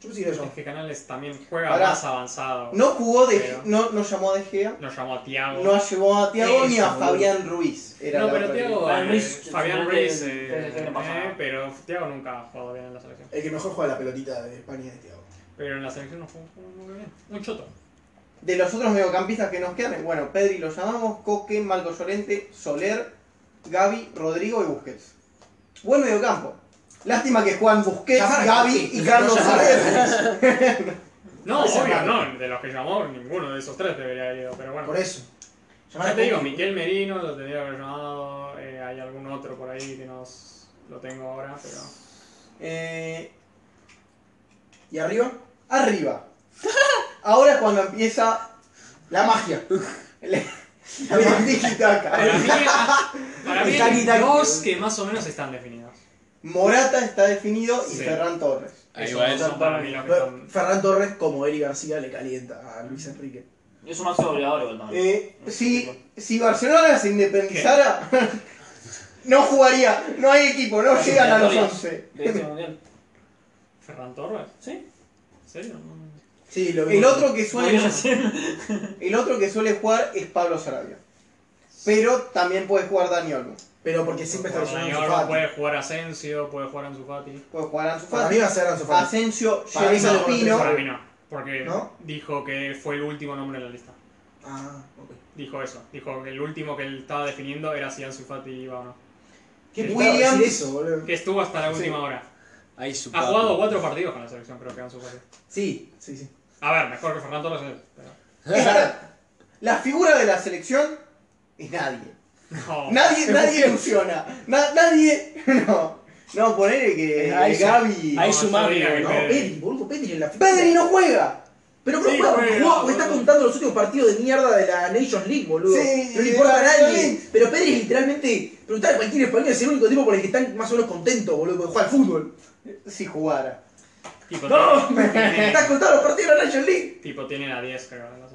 [SPEAKER 4] Yo pensé que lo
[SPEAKER 3] Es
[SPEAKER 4] llamó.
[SPEAKER 3] que Canales también juega
[SPEAKER 2] Pará.
[SPEAKER 3] más avanzado.
[SPEAKER 2] No jugó de
[SPEAKER 3] Pero- Ah,
[SPEAKER 2] no, no llamó a De Gea,
[SPEAKER 3] No llamó a Tiago.
[SPEAKER 2] no llevó a Thiago ni a
[SPEAKER 4] Eso, boludo.
[SPEAKER 2] Fabián Ruiz. Era
[SPEAKER 3] No,
[SPEAKER 2] la
[SPEAKER 3] pero
[SPEAKER 2] otra que-
[SPEAKER 3] Tiago.
[SPEAKER 5] Fabián
[SPEAKER 3] eh,
[SPEAKER 5] Ruiz,
[SPEAKER 3] Fabián
[SPEAKER 5] suponete,
[SPEAKER 3] Ruiz.
[SPEAKER 5] el-
[SPEAKER 3] eh,
[SPEAKER 5] el- el- no pasa
[SPEAKER 3] eh,
[SPEAKER 5] nada.
[SPEAKER 3] pero Tiago nunca ha jugado bien en la selección.
[SPEAKER 4] El que mejor juega la pelotita de España es Thiago.
[SPEAKER 3] Pero en la selección no jugó muy bien. Un choto.
[SPEAKER 2] De los otros mediocampistas que nos quedan, bueno, Pedri lo llamamos, Coque, Marco Llorente, Soler, Gaby, Rodrigo y Busquets. Buen mediocampo. Lástima que Juan Busquets,
[SPEAKER 4] Llamar a
[SPEAKER 2] Gaby
[SPEAKER 4] Coque.
[SPEAKER 2] y Carlos
[SPEAKER 4] No llamar a
[SPEAKER 2] Soler.
[SPEAKER 3] No,
[SPEAKER 4] Ese
[SPEAKER 3] obvio,
[SPEAKER 4] raro.
[SPEAKER 3] no. De los que llamó, ninguno de esos tres debería haber ido. Pero bueno.
[SPEAKER 4] Por eso. Llamar
[SPEAKER 3] Ah. Ya
[SPEAKER 4] a
[SPEAKER 3] te digo,
[SPEAKER 4] Coque.
[SPEAKER 3] Miquel Merino lo tendría que haber llamado. eh, hay algún otro por ahí que nos lo tengo ahora, pero.
[SPEAKER 2] Eh,
[SPEAKER 4] ¿Y arriba?
[SPEAKER 2] arriba. Ahora es cuando empieza
[SPEAKER 4] La magia.
[SPEAKER 2] el- el
[SPEAKER 3] Para
[SPEAKER 2] tiki-taka.
[SPEAKER 3] mí, para mí
[SPEAKER 4] Taki,
[SPEAKER 3] hay
[SPEAKER 4] taki.
[SPEAKER 3] dos que más o menos están definidos.
[SPEAKER 2] Morata está definido y
[SPEAKER 3] Sí.
[SPEAKER 2] Ferran Torres.
[SPEAKER 1] Ahí
[SPEAKER 3] Esos
[SPEAKER 1] va
[SPEAKER 3] dos
[SPEAKER 1] él.
[SPEAKER 3] son para mí los que
[SPEAKER 4] Pero
[SPEAKER 3] Ah, están.
[SPEAKER 4] Ferran Torres, como Eric García, le calienta a Luis Enrique.
[SPEAKER 5] Es un acto obligador, igual, también.
[SPEAKER 2] Eh, si, si Barcelona se independizara, no jugaría. No hay equipo, no
[SPEAKER 5] Las
[SPEAKER 2] llegan a los
[SPEAKER 5] eliminatorias
[SPEAKER 2] 11.
[SPEAKER 5] De este mundial.
[SPEAKER 3] ¿Ferran Torres?
[SPEAKER 5] ¿Sí?
[SPEAKER 3] ¿En serio? No.
[SPEAKER 4] Sí, lo
[SPEAKER 2] El otro que
[SPEAKER 5] Muy
[SPEAKER 2] suele
[SPEAKER 5] bien, recién.
[SPEAKER 2] El otro que suele jugar es Pablo Sarabia. Pero también puede jugar Dani Olmo.
[SPEAKER 4] Pero porque siempre está
[SPEAKER 3] Dani
[SPEAKER 4] lesionado
[SPEAKER 3] Olmo,
[SPEAKER 4] Ansu Fati.
[SPEAKER 3] Puede jugar Asensio, puede jugar Ansu Fati.
[SPEAKER 2] Puede jugar Ansu
[SPEAKER 4] Para mí
[SPEAKER 2] Fati.
[SPEAKER 4] va a ser Ansu Fati.
[SPEAKER 2] Asensio,
[SPEAKER 4] Para mí
[SPEAKER 2] Jeremy
[SPEAKER 4] sale con
[SPEAKER 2] Pino.
[SPEAKER 4] No.
[SPEAKER 3] Para mí no, porque
[SPEAKER 4] ¿No?
[SPEAKER 3] dijo que fue el último nombre en la lista.
[SPEAKER 4] Ah, ok.
[SPEAKER 3] Dijo eso, dijo que el último que él estaba definiendo era si Ansu Fati iba o no.
[SPEAKER 4] Qué
[SPEAKER 3] Que-
[SPEAKER 4] picado
[SPEAKER 2] Williams.
[SPEAKER 4] decir eso, boludo.
[SPEAKER 3] Que estuvo hasta la última hora.
[SPEAKER 1] Ahí su
[SPEAKER 3] Ha
[SPEAKER 1] papi.
[SPEAKER 3] jugado cuatro partidos con la selección, creo que Ansu Fati.
[SPEAKER 4] Sí, sí, sí.
[SPEAKER 3] A ver, mejor que Ferran Torres. él, pero-
[SPEAKER 2] Esta- La figura de la selección es nadie.
[SPEAKER 3] No.
[SPEAKER 2] Nadie, nadie ilusiona. Na- nadie. No. No, ponele que
[SPEAKER 1] Ahí
[SPEAKER 2] eh,
[SPEAKER 1] su-
[SPEAKER 2] Gaby.
[SPEAKER 1] ahí
[SPEAKER 3] No,
[SPEAKER 1] su
[SPEAKER 3] yo
[SPEAKER 1] mami,
[SPEAKER 3] diría que
[SPEAKER 4] No,
[SPEAKER 1] ¿no?
[SPEAKER 3] Pedri.
[SPEAKER 4] Pedri, boludo, Pedri en la final.
[SPEAKER 2] Pedri no juega.
[SPEAKER 4] Pero bro,
[SPEAKER 3] Sí,
[SPEAKER 4] jugá,
[SPEAKER 3] juega,
[SPEAKER 4] jugá, porque está
[SPEAKER 3] boludo.
[SPEAKER 4] contando los últimos partidos de mierda de la Nations League, boludo.
[SPEAKER 2] Sí,
[SPEAKER 4] no le
[SPEAKER 2] y
[SPEAKER 4] importa a
[SPEAKER 2] la-
[SPEAKER 4] nadie. Pero Pedri es literalmente, preguntar a cualquier español, es el único tipo por el que están más o menos contentos, boludo, porque juega al fútbol.
[SPEAKER 2] Si jugara.
[SPEAKER 3] Tipo,
[SPEAKER 4] ¡No! ¡Me
[SPEAKER 3] tiene,
[SPEAKER 4] estás contando los partidos de la National League!
[SPEAKER 3] tipo, tiene la 10, creo. No sé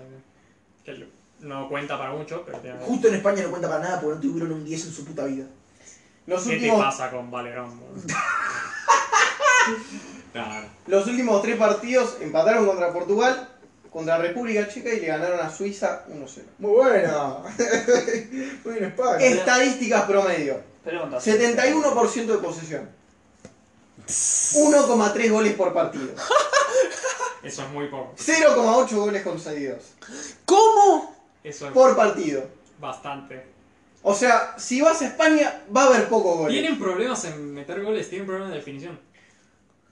[SPEAKER 3] qué. Que no cuenta para mucho, pero tiene la 10.
[SPEAKER 4] Justo en España no cuenta para nada porque no tuvieron un 10 en su puta vida.
[SPEAKER 2] Los
[SPEAKER 4] Este
[SPEAKER 3] ¿Qué te
[SPEAKER 2] últimos,
[SPEAKER 3] pasa con Valerón? boludo? Claro.
[SPEAKER 2] los últimos tres partidos empataron contra Portugal, contra República Checa y le ganaron a Suiza 1-0.
[SPEAKER 4] Muy buena. Muy bien, España.
[SPEAKER 2] Estadísticas promedio.
[SPEAKER 5] Pregunta.
[SPEAKER 2] 71% de posesión. 1,3 goles por partido.
[SPEAKER 3] Eso es muy poco.
[SPEAKER 2] 0,8 goles concedidos.
[SPEAKER 3] Eso es
[SPEAKER 2] Por partido.
[SPEAKER 3] bastante.
[SPEAKER 2] O sea, si vas a España, va a haber pocos goles.
[SPEAKER 9] Tienen problemas en meter goles, tienen problemas de definición.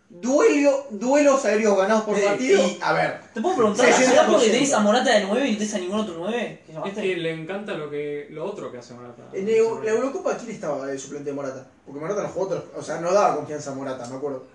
[SPEAKER 2] Duelo, duelos aéreos ganados por
[SPEAKER 9] Eh,
[SPEAKER 4] Sí,
[SPEAKER 2] partido.
[SPEAKER 4] eh, y, a ver,
[SPEAKER 5] ¿Te puedo preguntar?
[SPEAKER 2] 60%.
[SPEAKER 5] ¿Será porque tenés a Morata de 9 y no tenés a ningún otro 9? ¿Qué
[SPEAKER 9] Es
[SPEAKER 5] llamaste?
[SPEAKER 9] que le encanta lo que lo otro que hace Morata.
[SPEAKER 4] en el- la Eurocopa, ¿quién estaba el suplente de Morata? Porque Morata no jugó otro. O sea, no daba confianza a Morata, me acuerdo.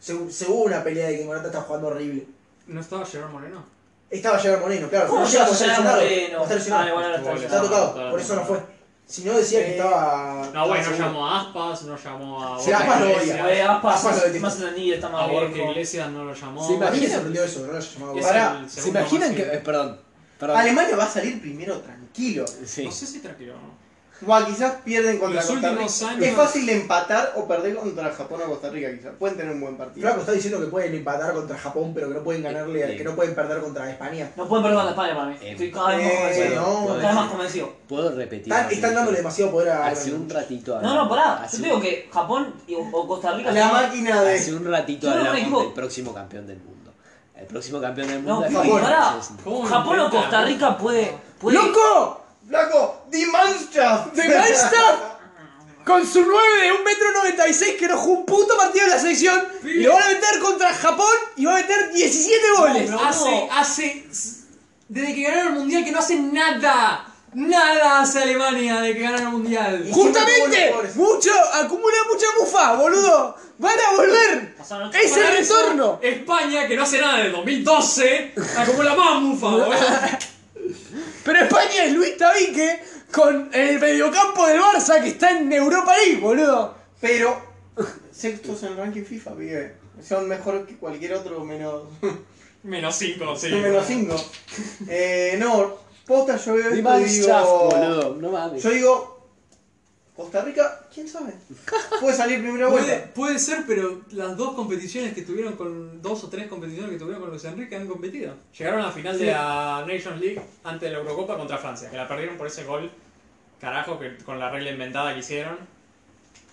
[SPEAKER 4] Se, se hubo una pelea de que Morata estaba jugando horrible.
[SPEAKER 9] ¿No estaba Gerard Moreno?
[SPEAKER 4] Estaba Gerard Moreno, claro.
[SPEAKER 5] ¿Cómo
[SPEAKER 4] No
[SPEAKER 5] llegas a
[SPEAKER 4] estaba
[SPEAKER 5] Gerard
[SPEAKER 4] lesionado,
[SPEAKER 5] Moreno?
[SPEAKER 4] no está lesionado.
[SPEAKER 5] Ah, igual ahora está
[SPEAKER 9] Goles.
[SPEAKER 4] Está
[SPEAKER 5] lesionado.
[SPEAKER 4] tocado, por eso no fue. Si no decía que
[SPEAKER 2] Eh,
[SPEAKER 4] estaba.
[SPEAKER 3] No, bueno, no
[SPEAKER 4] estaba seguro.
[SPEAKER 3] llamó a Aspas, no llamó a
[SPEAKER 4] Si Aspas lo
[SPEAKER 3] Iglesias,
[SPEAKER 4] odia.
[SPEAKER 5] Güey, Aspas,
[SPEAKER 4] Aspas lo Ah,
[SPEAKER 5] más,
[SPEAKER 4] detesta.
[SPEAKER 5] más entendido, está
[SPEAKER 3] A
[SPEAKER 5] más
[SPEAKER 3] Borja
[SPEAKER 5] viejo.
[SPEAKER 3] Iglesias no lo llamó.
[SPEAKER 1] Sí,
[SPEAKER 4] ¿A quién
[SPEAKER 1] Imagínense-
[SPEAKER 4] se aprendió eso? No lo llamaba
[SPEAKER 3] Es
[SPEAKER 4] Gorka.
[SPEAKER 1] Pará,
[SPEAKER 3] el
[SPEAKER 1] ¿se
[SPEAKER 3] segundo
[SPEAKER 1] imaginan
[SPEAKER 3] más
[SPEAKER 1] que.?
[SPEAKER 3] seguido.
[SPEAKER 1] eh, perdón, perdón.
[SPEAKER 2] Alemania va a salir primero tranquilo.
[SPEAKER 1] Sí.
[SPEAKER 3] No sé si tranquilo. ¿no?
[SPEAKER 2] Bueno, quizás pierden contra
[SPEAKER 9] Los
[SPEAKER 2] Costa Rica.
[SPEAKER 9] últimos años.
[SPEAKER 2] Es fácil empatar o perder contra Japón o Costa Rica, quizás. Pueden tener un buen partido.
[SPEAKER 4] Flaco está diciendo que pueden empatar contra Japón, pero que no pueden ganarle,
[SPEAKER 1] Sí.
[SPEAKER 4] que no pueden perder contra España.
[SPEAKER 5] No pueden perder con la España para mí.
[SPEAKER 1] Eh,
[SPEAKER 5] Estoy cada vez más
[SPEAKER 4] eh,
[SPEAKER 5] convencido.
[SPEAKER 4] no,
[SPEAKER 5] cada vez
[SPEAKER 1] no.
[SPEAKER 5] más convencido.
[SPEAKER 1] ¿Puedo repetir?
[SPEAKER 4] Están, están dándole demasiado poder a.
[SPEAKER 1] Hace un ratito
[SPEAKER 5] No, no,
[SPEAKER 4] Ah,
[SPEAKER 5] pará.
[SPEAKER 1] hace
[SPEAKER 5] Yo te
[SPEAKER 1] un-
[SPEAKER 5] digo que Japón y- o Costa Rica.
[SPEAKER 2] La
[SPEAKER 5] son-
[SPEAKER 2] máquina
[SPEAKER 1] Hace
[SPEAKER 2] de.
[SPEAKER 1] un ratito
[SPEAKER 5] Yo no me
[SPEAKER 1] hablamos
[SPEAKER 5] equivoco.
[SPEAKER 1] del próximo campeón del mundo. El próximo campeón del
[SPEAKER 5] No,
[SPEAKER 1] mundo es
[SPEAKER 5] Pipi,
[SPEAKER 1] Japón.
[SPEAKER 5] pará.
[SPEAKER 1] Sí, sí.
[SPEAKER 9] ¿Cómo
[SPEAKER 5] Japón o
[SPEAKER 9] intenta?
[SPEAKER 5] Costa Rica puede. puede...
[SPEAKER 2] ¡Loco! ¡Flaco! ¡Die Mannschaft!
[SPEAKER 1] ¡De Mannschaft! Con su 9 de 1,96 m que no jugó un puto partido en la selección. Y lo van a meter contra Japón y va a meter 17 goles.
[SPEAKER 5] No,
[SPEAKER 9] Hace, hace. Desde que ganaron el mundial que no hace nada. Nada hace Alemania de que ganaron el mundial.
[SPEAKER 4] Y siempre
[SPEAKER 1] Justamente,
[SPEAKER 4] tuvo los
[SPEAKER 1] mucho, acumula mucha mufa, boludo. Van a volver.
[SPEAKER 5] Pasaron ocho
[SPEAKER 1] Es el
[SPEAKER 5] partidos.
[SPEAKER 1] retorno.
[SPEAKER 9] España, que no hace nada desde 2012, acumula más mufa, boludo.
[SPEAKER 1] Pero España es Luis Tabique con el mediocampo del Barça que está en Europa League, boludo.
[SPEAKER 2] Pero. Sextos en el ranking FIFA, pibe. Son mejor que cualquier otro menos.
[SPEAKER 3] Menos 5, sí.
[SPEAKER 2] menos 5. Eh, no, posta yo veo
[SPEAKER 1] Di
[SPEAKER 2] esto y
[SPEAKER 1] Mannschaft,
[SPEAKER 2] digo.
[SPEAKER 1] boludo. No mames.
[SPEAKER 2] Yo digo. Costa Rica, quién sabe. Puede salir primera
[SPEAKER 9] Puede,
[SPEAKER 2] vuelta.
[SPEAKER 9] puede ser, pero las dos competiciones que tuvieron con. dos o tres competiciones que tuvieron con Luis Enrique han competido.
[SPEAKER 3] Llegaron a la final de la Nations League ante la Eurocopa contra Francia, que la perdieron por ese gol, carajo, que con la regla inventada que hicieron.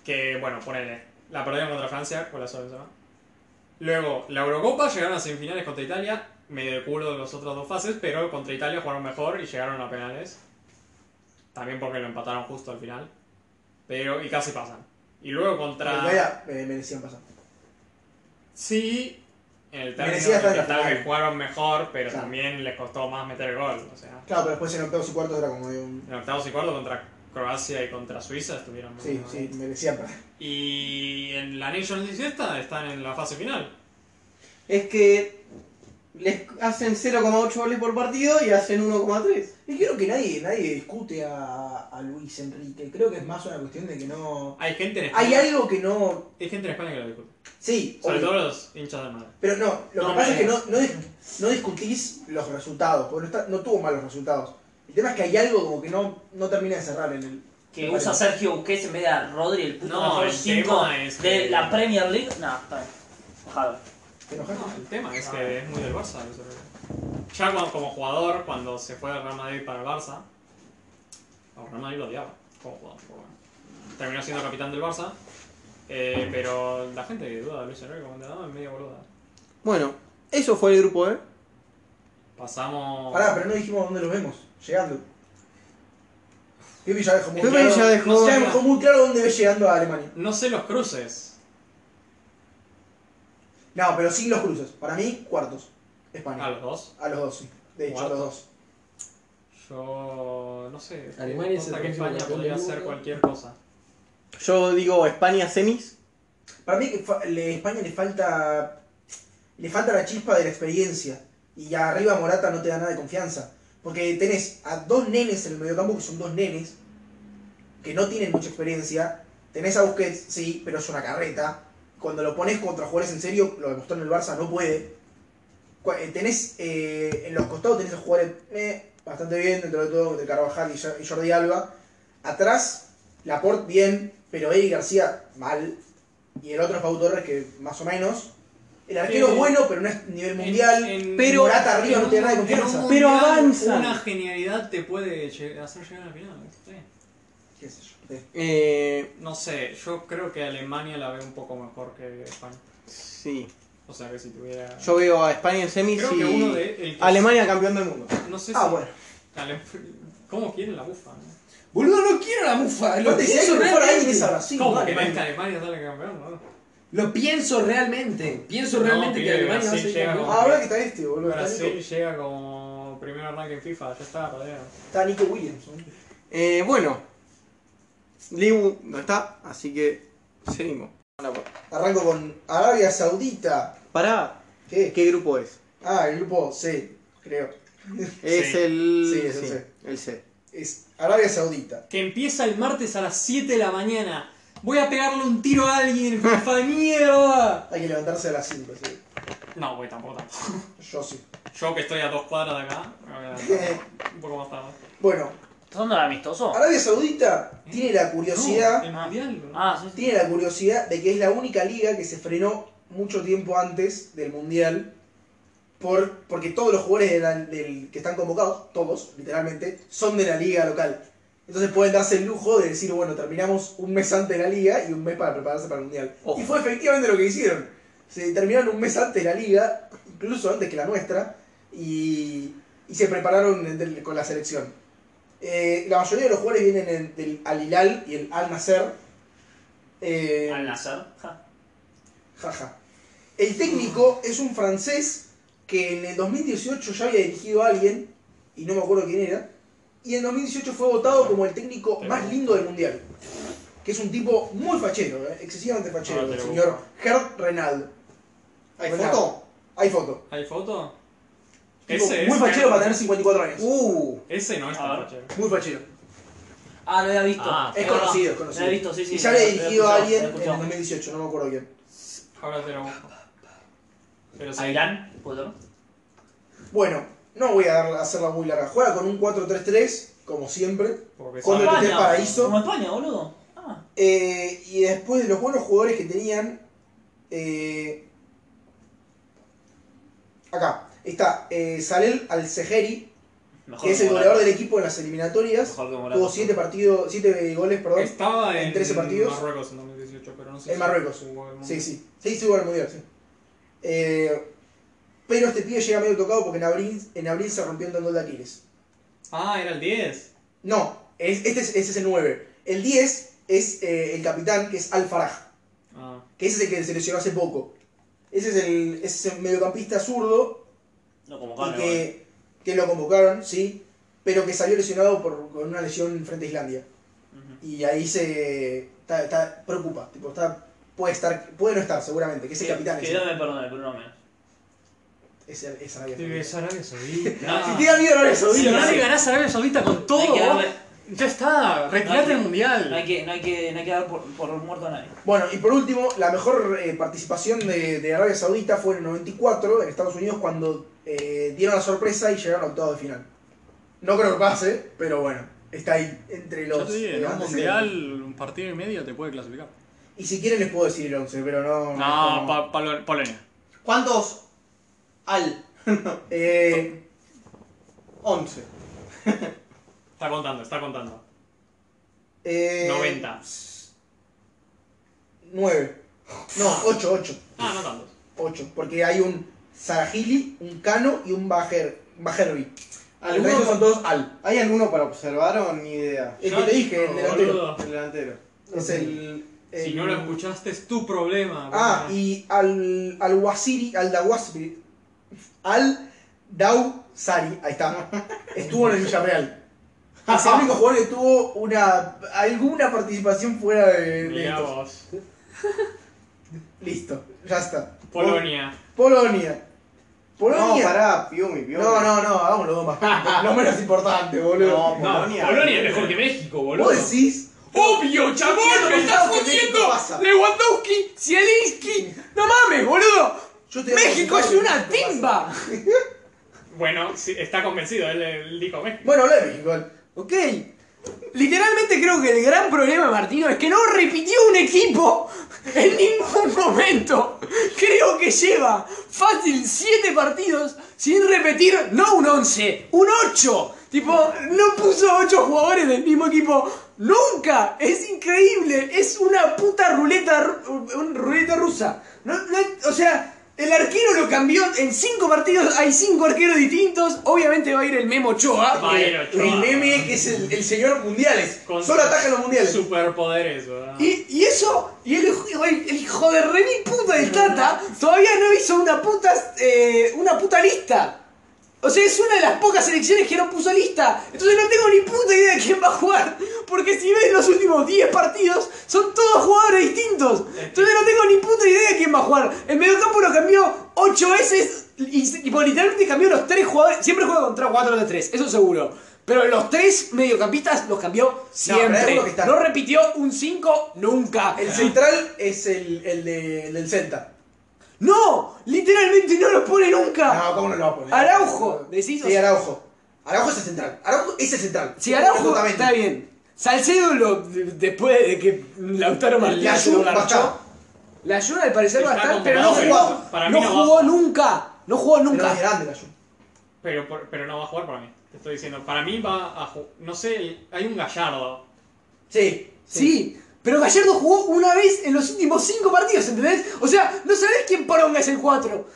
[SPEAKER 3] Que bueno, ponele. La perdieron contra Francia, con la sola encima. Luego, la Eurocopa llegaron a semifinales contra Italia, medio de culo de las otras dos fases, pero contra Italia jugaron mejor y llegaron a penales. También porque lo empataron justo al final. Pero, y casi pasan. Y luego
[SPEAKER 4] Pero
[SPEAKER 3] contra.
[SPEAKER 4] todavía, eh, merecían pasar.
[SPEAKER 3] Sí, en el
[SPEAKER 4] Merecía
[SPEAKER 3] término de
[SPEAKER 4] estar en la
[SPEAKER 3] que tal
[SPEAKER 4] final.
[SPEAKER 3] vez jugaron mejor, pero
[SPEAKER 4] Claro.
[SPEAKER 3] también les costó más meter el gol. O sea,
[SPEAKER 4] Claro, pero después en octavos y cuartos era como de un.
[SPEAKER 3] en octavos y cuartos contra Croacia y contra Suiza estuvieron muy
[SPEAKER 4] Sí,
[SPEAKER 3] mal.
[SPEAKER 4] sí, merecían pasar.
[SPEAKER 3] Y en la Nations League esta están en la fase final.
[SPEAKER 2] Es que. Les hacen 0,8 goles por partido y hacen 1,3.
[SPEAKER 4] Y creo que nadie, nadie discute a, a Luis Enrique. Creo que es más una cuestión de que no.
[SPEAKER 3] Hay gente en España,
[SPEAKER 4] Hay algo que no.
[SPEAKER 3] hay gente en España que lo discute.
[SPEAKER 4] Sí,
[SPEAKER 3] Sobre
[SPEAKER 4] obvio.
[SPEAKER 3] todo los hinchas de Madrid.
[SPEAKER 4] Pero no, lo
[SPEAKER 3] No,
[SPEAKER 4] que pasa
[SPEAKER 3] no
[SPEAKER 4] es que no,
[SPEAKER 3] es.
[SPEAKER 4] no, dis- no discutís los resultados, porque no, está- no tuvo malos resultados. El tema es que hay algo como que no, no termina de cerrar en el.
[SPEAKER 5] Que usa Sergio Busquets en vez de a Rodri, el puto
[SPEAKER 3] No,
[SPEAKER 5] mejor
[SPEAKER 3] el
[SPEAKER 5] 5
[SPEAKER 3] tema es
[SPEAKER 5] de
[SPEAKER 3] que-
[SPEAKER 5] la Premier League. No, está bien. Ojalá.
[SPEAKER 4] ¿Te enojaste?
[SPEAKER 3] No, el tema es que es muy del Barça. eso es. Ya cuando- como jugador, cuando se fue del Real Madrid para el Barça, el Real Madrid lo odiaba como jugador. pero bueno. Terminó siendo capitán del Barça, eh, pero la gente que duda de Luis Enrique como entrenador es medio boluda.
[SPEAKER 2] Bueno, eso fue el grupo, ¿eh?
[SPEAKER 3] Pasamos.
[SPEAKER 4] Pará, pero no dijimos dónde los vemos, llegando. Pipi ya dejó muy
[SPEAKER 2] Pepe
[SPEAKER 4] claro.
[SPEAKER 2] ya dejó-
[SPEAKER 4] ya dejó muy claro dónde ve llegando a Alemania.
[SPEAKER 3] No sé los cruces.
[SPEAKER 4] No, pero sin los cruces. Para mí, cuartos. España.
[SPEAKER 3] A los dos.
[SPEAKER 4] A los dos, sí. De hecho, a los dos.
[SPEAKER 3] Yo. no sé.
[SPEAKER 10] Alemania es el
[SPEAKER 3] posta que
[SPEAKER 10] próximo
[SPEAKER 3] España
[SPEAKER 10] campeón
[SPEAKER 3] podría
[SPEAKER 10] del
[SPEAKER 3] hacer
[SPEAKER 10] mundo.
[SPEAKER 3] cualquier cosa.
[SPEAKER 2] Yo digo España semis.
[SPEAKER 4] Para mí, que fa- le- España le falta. Le falta la chispa de la experiencia. Y arriba Morata no te da nada de confianza. Porque tenés a dos nenes en el mediocampo, que son dos nenes, que no tienen mucha experiencia. Tenés a Busquets, sí, pero es una carreta. cuando lo pones contra jugadores en serio, lo demostró en el Barça, no puede. Cu- eh, Tenés eh, en los costados tenés a jugadores eh, bastante bien, dentro de todo, de Carvajal y Ja- y Jordi Alba. Atrás, Laporte bien, pero Eric García mal. Y el otro es Pau Torres, que más o menos. El arquero
[SPEAKER 11] Eh,
[SPEAKER 4] es bueno, pero no es nivel mundial.
[SPEAKER 2] pero-
[SPEAKER 4] Morata arriba no tiene nada de
[SPEAKER 11] en un
[SPEAKER 4] confianza.
[SPEAKER 2] Pero
[SPEAKER 11] mundial,
[SPEAKER 2] avanza.
[SPEAKER 11] Una genialidad te puede lle- hacer llegar a la final. está bien.
[SPEAKER 4] Qué sé yo. Eh,
[SPEAKER 2] Eh,
[SPEAKER 3] No sé, yo creo que Alemania la veo un poco mejor que España.
[SPEAKER 2] sí.
[SPEAKER 3] O sea que si tuviera.
[SPEAKER 2] Yo veo a España en semis
[SPEAKER 3] creo
[SPEAKER 2] y
[SPEAKER 3] que uno de. el que-
[SPEAKER 2] Alemania campeón del mundo.
[SPEAKER 3] No sé
[SPEAKER 4] Ah,
[SPEAKER 3] si.
[SPEAKER 4] bueno.
[SPEAKER 3] Ale- ¿Cómo quieren la bufa? no?
[SPEAKER 1] Boludo, no quiero la mufa. Lo
[SPEAKER 4] Aparte, si hay
[SPEAKER 1] pienso
[SPEAKER 4] que jugar ahí,
[SPEAKER 1] realmente.
[SPEAKER 4] es a Brasil,
[SPEAKER 3] ¿Cómo?
[SPEAKER 4] no a
[SPEAKER 3] Que
[SPEAKER 4] Alemania.
[SPEAKER 3] que Alemania sale campeón, ¿no?
[SPEAKER 1] Lo pienso realmente. Pienso
[SPEAKER 3] No,
[SPEAKER 1] realmente que
[SPEAKER 3] pibe,
[SPEAKER 1] Alemania va a
[SPEAKER 3] Brasil
[SPEAKER 1] ser
[SPEAKER 3] llega
[SPEAKER 1] campeón.
[SPEAKER 3] con-
[SPEAKER 4] Ahora que está este, boludo. Está
[SPEAKER 3] Brasil
[SPEAKER 4] Nico,
[SPEAKER 3] llega como primer ranking en FIFA, ya está, perdieron.
[SPEAKER 4] está Nico Williams. ¿no?
[SPEAKER 2] Eh, bueno, Liu no está, así que seguimos.
[SPEAKER 4] Arranco con Arabia Saudita.
[SPEAKER 2] Pará,
[SPEAKER 4] ¿Qué?
[SPEAKER 2] ¿qué grupo es?
[SPEAKER 4] Ah, el grupo C, creo.
[SPEAKER 2] Es el.
[SPEAKER 4] Sí, es el C.
[SPEAKER 2] el C.
[SPEAKER 4] Es Arabia Saudita.
[SPEAKER 11] Que empieza el martes a las 7 de la mañana. Voy a pegarle un tiro a alguien, FIFA de mierda.
[SPEAKER 4] Hay que levantarse a las 5, sí.
[SPEAKER 3] No, güey, tampoco tanto.
[SPEAKER 4] Yo sí.
[SPEAKER 3] Yo que estoy a dos cuadras de acá, me voy a levantar un poco más tarde.
[SPEAKER 4] Bueno,
[SPEAKER 5] ¿Estás dando el amistoso?
[SPEAKER 4] Arabia Saudita tiene la curiosidad.
[SPEAKER 11] El mundial.
[SPEAKER 5] Ah, sí, sí.
[SPEAKER 4] Tiene la curiosidad de que es la única liga que se frenó mucho tiempo antes del Mundial. Por, porque todos los jugadores de la- del, que están convocados, todos, literalmente, son de la liga local. Entonces pueden darse el lujo de decir, bueno, terminamos un mes antes de la liga y un mes para prepararse para el Mundial.
[SPEAKER 5] Ojo.
[SPEAKER 4] Y fue efectivamente lo que hicieron. Se terminaron un mes antes de la liga, incluso antes que la nuestra, y, y se prepararon en- del- con la selección. Eh, la mayoría de los jugadores vienen en- del Al Hilal y el Al Nasser. Eh,
[SPEAKER 5] Al Nazar. Ja.
[SPEAKER 4] Jaja. El técnico es un francés que en el 2018 ya había dirigido a alguien, y no me acuerdo quién era, y en 2018 fue votado como el técnico más lindo del mundial. Que es un tipo muy fachero, eh, excesivamente fachero,
[SPEAKER 3] Ah, te
[SPEAKER 4] el
[SPEAKER 3] lo
[SPEAKER 4] señor Gerd Renaldo.
[SPEAKER 12] ¿Hay
[SPEAKER 4] Renaldo.
[SPEAKER 12] foto?
[SPEAKER 4] Hay foto.
[SPEAKER 3] ¿Hay foto?
[SPEAKER 4] Tipo,
[SPEAKER 3] Ese
[SPEAKER 4] muy
[SPEAKER 3] es.
[SPEAKER 4] fachero para tener 54 años.
[SPEAKER 2] Uh,
[SPEAKER 3] Ese no es
[SPEAKER 5] A
[SPEAKER 3] tan
[SPEAKER 5] ver.
[SPEAKER 3] fachero.
[SPEAKER 4] Muy fachero.
[SPEAKER 5] Ah, lo había visto.
[SPEAKER 3] Ah,
[SPEAKER 4] Es
[SPEAKER 5] verdad.
[SPEAKER 4] conocido, es
[SPEAKER 5] Lo
[SPEAKER 4] conocido.
[SPEAKER 5] había visto, sí, sí.
[SPEAKER 4] Y ya había
[SPEAKER 5] lo
[SPEAKER 4] dirigido a
[SPEAKER 5] escuchado,
[SPEAKER 4] alguien
[SPEAKER 5] lo
[SPEAKER 4] en el
[SPEAKER 5] escuchado.
[SPEAKER 4] 2018, no me acuerdo quién.
[SPEAKER 3] Ahora te lo busco. Pero sí.
[SPEAKER 5] ¿A Irán? ¿Puedo? no?
[SPEAKER 4] Bueno, no voy a dar- hacerla muy larga. Juega con un 4-3-3, como siempre.
[SPEAKER 3] Porque
[SPEAKER 4] Con
[SPEAKER 3] sabe-
[SPEAKER 4] el-
[SPEAKER 5] España,
[SPEAKER 4] Este paraíso.
[SPEAKER 5] Como España, boludo. Ah,
[SPEAKER 4] Eh, y después de los buenos jugadores que tenían. eh, acá está eh, Salel Al-Seheri,
[SPEAKER 5] mejor
[SPEAKER 4] que es el
[SPEAKER 5] Morata.
[SPEAKER 4] goleador del equipo en las eliminatorias.
[SPEAKER 5] Mejor que Morata.
[SPEAKER 4] Tuvo 7 partidos, siete goles, perdón.
[SPEAKER 5] Este
[SPEAKER 3] Estaba
[SPEAKER 4] en
[SPEAKER 3] en,
[SPEAKER 4] 13 partidos.
[SPEAKER 3] Marruecos en 2018, pero no sé
[SPEAKER 4] En Marruecos.
[SPEAKER 3] jugó el
[SPEAKER 4] Sí, sí. Sí, sí, bueno, mundial, sí. Eh, pero este pibe llega medio tocado porque en abril, en abril se rompió el tendón de Aquiles.
[SPEAKER 3] Ah, era el 10.
[SPEAKER 4] No, es- este es, ese es el 9. El 10 es eh, el capitán, que es Al-Faraj.
[SPEAKER 3] Ah,
[SPEAKER 4] que ese es el que se lesionó hace poco. Ese es el, ese es el mediocampista zurdo
[SPEAKER 5] No, como
[SPEAKER 4] y
[SPEAKER 5] Carne, boludo.
[SPEAKER 4] que, que lo convocaron, sí, pero que salió lesionado por, con una lesión frente a Islandia.
[SPEAKER 5] Ujú.
[SPEAKER 4] Y ahí se. Está, está- preocupa, tipo, está, puede estar, puede no estar seguramente, que es el capitán.
[SPEAKER 5] Que
[SPEAKER 4] ese.
[SPEAKER 5] Dios me perdone, pero no menos.
[SPEAKER 4] Es, el- es Arabia
[SPEAKER 3] debe
[SPEAKER 4] Saudita.
[SPEAKER 3] ser Arabia Saudita.
[SPEAKER 4] Si te da miedo Arabia
[SPEAKER 11] Si
[SPEAKER 4] Saudita,
[SPEAKER 11] ahora
[SPEAKER 4] sí.
[SPEAKER 11] le ganás a Arabia Saudita con
[SPEAKER 5] No hay
[SPEAKER 11] todo,
[SPEAKER 5] que darle-
[SPEAKER 11] ya está.
[SPEAKER 5] No hay
[SPEAKER 11] Retirate
[SPEAKER 5] que-
[SPEAKER 11] del mundial.
[SPEAKER 5] No hay que, no hay que, no hay que dar por, por muerto a nadie.
[SPEAKER 4] Bueno, y por último, la mejor eh, participación de, de Arabia Saudita fue en el 94 en Estados Unidos cuando eh, dieron la sorpresa y llegaron a octavos de final. No creo que pase, pero bueno, está ahí entre los.
[SPEAKER 13] Yo te dije,
[SPEAKER 4] eh,
[SPEAKER 13] en un
[SPEAKER 4] antecedentes.
[SPEAKER 13] mundial, un partido y medio te puede clasificar.
[SPEAKER 4] Y si quieren les puedo decir el 11, pero
[SPEAKER 13] No,
[SPEAKER 4] no. no.
[SPEAKER 13] pa- Polo- Polonia.
[SPEAKER 12] ¿Cuántos? Al
[SPEAKER 4] Eh,
[SPEAKER 12] 11.
[SPEAKER 3] Está contando, está contando.
[SPEAKER 4] eh,
[SPEAKER 3] 90.
[SPEAKER 4] 9. No, 8, 8.
[SPEAKER 3] Ah, no tanto.
[SPEAKER 4] 8. Porque hay un Sarajili, un Cano y un Bajer, Bajerbi.
[SPEAKER 12] ¿Alguno
[SPEAKER 4] Algunos son
[SPEAKER 12] con-
[SPEAKER 4] todos Al.
[SPEAKER 12] ¿Hay alguno para observar o ni idea?
[SPEAKER 4] El que te dije, el delantero.
[SPEAKER 3] Boludo.
[SPEAKER 12] El delantero.
[SPEAKER 4] Es el.
[SPEAKER 3] Si
[SPEAKER 4] el-
[SPEAKER 3] no lo escuchaste es tu problema.
[SPEAKER 4] Ah,
[SPEAKER 3] boludo.
[SPEAKER 4] y al, al Wasiri, al Dawasiri, al Dausari, ahí está, estuvo en el Villarreal. Es el único jugador que tuvo una, alguna participación fuera de, de
[SPEAKER 3] Mirá
[SPEAKER 4] estos.
[SPEAKER 3] vos.
[SPEAKER 4] Listo, ya está.
[SPEAKER 3] Polonia.
[SPEAKER 4] Polonia. Polonia.
[SPEAKER 12] No, pará, Piumi, Piumi.
[SPEAKER 4] no, no, no, hagamos los dos más. lo menos importante, boludo.
[SPEAKER 12] No,
[SPEAKER 3] No,
[SPEAKER 12] Polonia.
[SPEAKER 3] Polonia es mejor que México, boludo.
[SPEAKER 4] Oh, ¿Vos decís?
[SPEAKER 1] Obvio, chabón, me estás
[SPEAKER 2] que México
[SPEAKER 1] jodiendo.
[SPEAKER 2] pasa.
[SPEAKER 1] Lewandowski, Zielinski. No mames, boludo.
[SPEAKER 4] Yo te-
[SPEAKER 1] México es una
[SPEAKER 4] ¿Qué pasa?
[SPEAKER 1] timba.
[SPEAKER 3] Bueno, sí, está convencido, él, él dijo México.
[SPEAKER 4] Bueno, habla de México.
[SPEAKER 1] Ok. Literalmente creo que el gran problema de Martino es que no repitió un equipo en ningún momento. Creo que lleva fácil 7 partidos sin repetir, no un 11, un 8. Tipo, no puso 8 jugadores del mismo equipo nunca. Es increíble. Es una puta ruleta, ru- un- ruleta rusa. No- no- o sea, el arquero lo cambió en 5 partidos. Hay 5 arqueros distintos. Obviamente va a ir el Memo Ochoa.
[SPEAKER 3] Va a ir Ochoa.
[SPEAKER 4] El meme que es el, el señor mundiales.
[SPEAKER 3] Con
[SPEAKER 4] Solo ataca en los mundiales.
[SPEAKER 3] Superpoderes, ¿verdad?
[SPEAKER 1] Y, y eso, y el, el- el hijo de re mil puta del Tata todavía no hizo una puta, eh, una puta lista. O sea, es una de las pocas selecciones que no puso lista. Entonces no tengo ni puta idea de quién va a jugar. Porque si ves los últimos 10 partidos, son todos jugadores distintos. Entonces no tengo ni puta idea de quién va a jugar. El mediocampo lo cambió 8 veces y, se- tipo, literalmente cambió los 3 jugadores. Siempre juega contra 4 de 3, eso seguro. Pero los 3 mediocampistas los cambió
[SPEAKER 4] pero hay
[SPEAKER 1] siempre.
[SPEAKER 4] uno que está-
[SPEAKER 1] No repitió un 5 nunca. Ah.
[SPEAKER 4] El central es el, el, de- el del Celta.
[SPEAKER 1] ¡No! Literalmente no lo pone nunca.
[SPEAKER 4] No, Ah, ¿cómo no lo va a poner?
[SPEAKER 1] Araujo, decís, o
[SPEAKER 4] Sí,
[SPEAKER 1] sea-
[SPEAKER 4] Araujo. Araujo es el central. Araujo es el central.
[SPEAKER 1] Si Araujo
[SPEAKER 4] Absolutamente.
[SPEAKER 1] está bien. Salcedo lo, de- después de que Lautaro
[SPEAKER 4] La
[SPEAKER 1] Martínez
[SPEAKER 4] Jun
[SPEAKER 1] lo
[SPEAKER 4] va a
[SPEAKER 1] garchó.
[SPEAKER 4] estar.
[SPEAKER 1] La ayuda al parecer va a
[SPEAKER 3] Está
[SPEAKER 1] estar, pero no
[SPEAKER 3] convocado,
[SPEAKER 1] jugó.
[SPEAKER 3] pero para mí
[SPEAKER 1] no
[SPEAKER 3] no va a
[SPEAKER 1] jugó
[SPEAKER 3] jugar.
[SPEAKER 1] nunca. No jugó
[SPEAKER 4] Pero
[SPEAKER 1] nunca.
[SPEAKER 4] es grande la Jun.
[SPEAKER 3] Pero, por- pero no va a jugar para mí. Te estoy diciendo. Para mí va a jugar. No sé, el- hay un gallardo.
[SPEAKER 4] Sí.
[SPEAKER 1] Sí, pero Gallardo jugó una vez en los últimos cinco partidos, ¿entendés? O sea, no sabés quién poronga es el 4.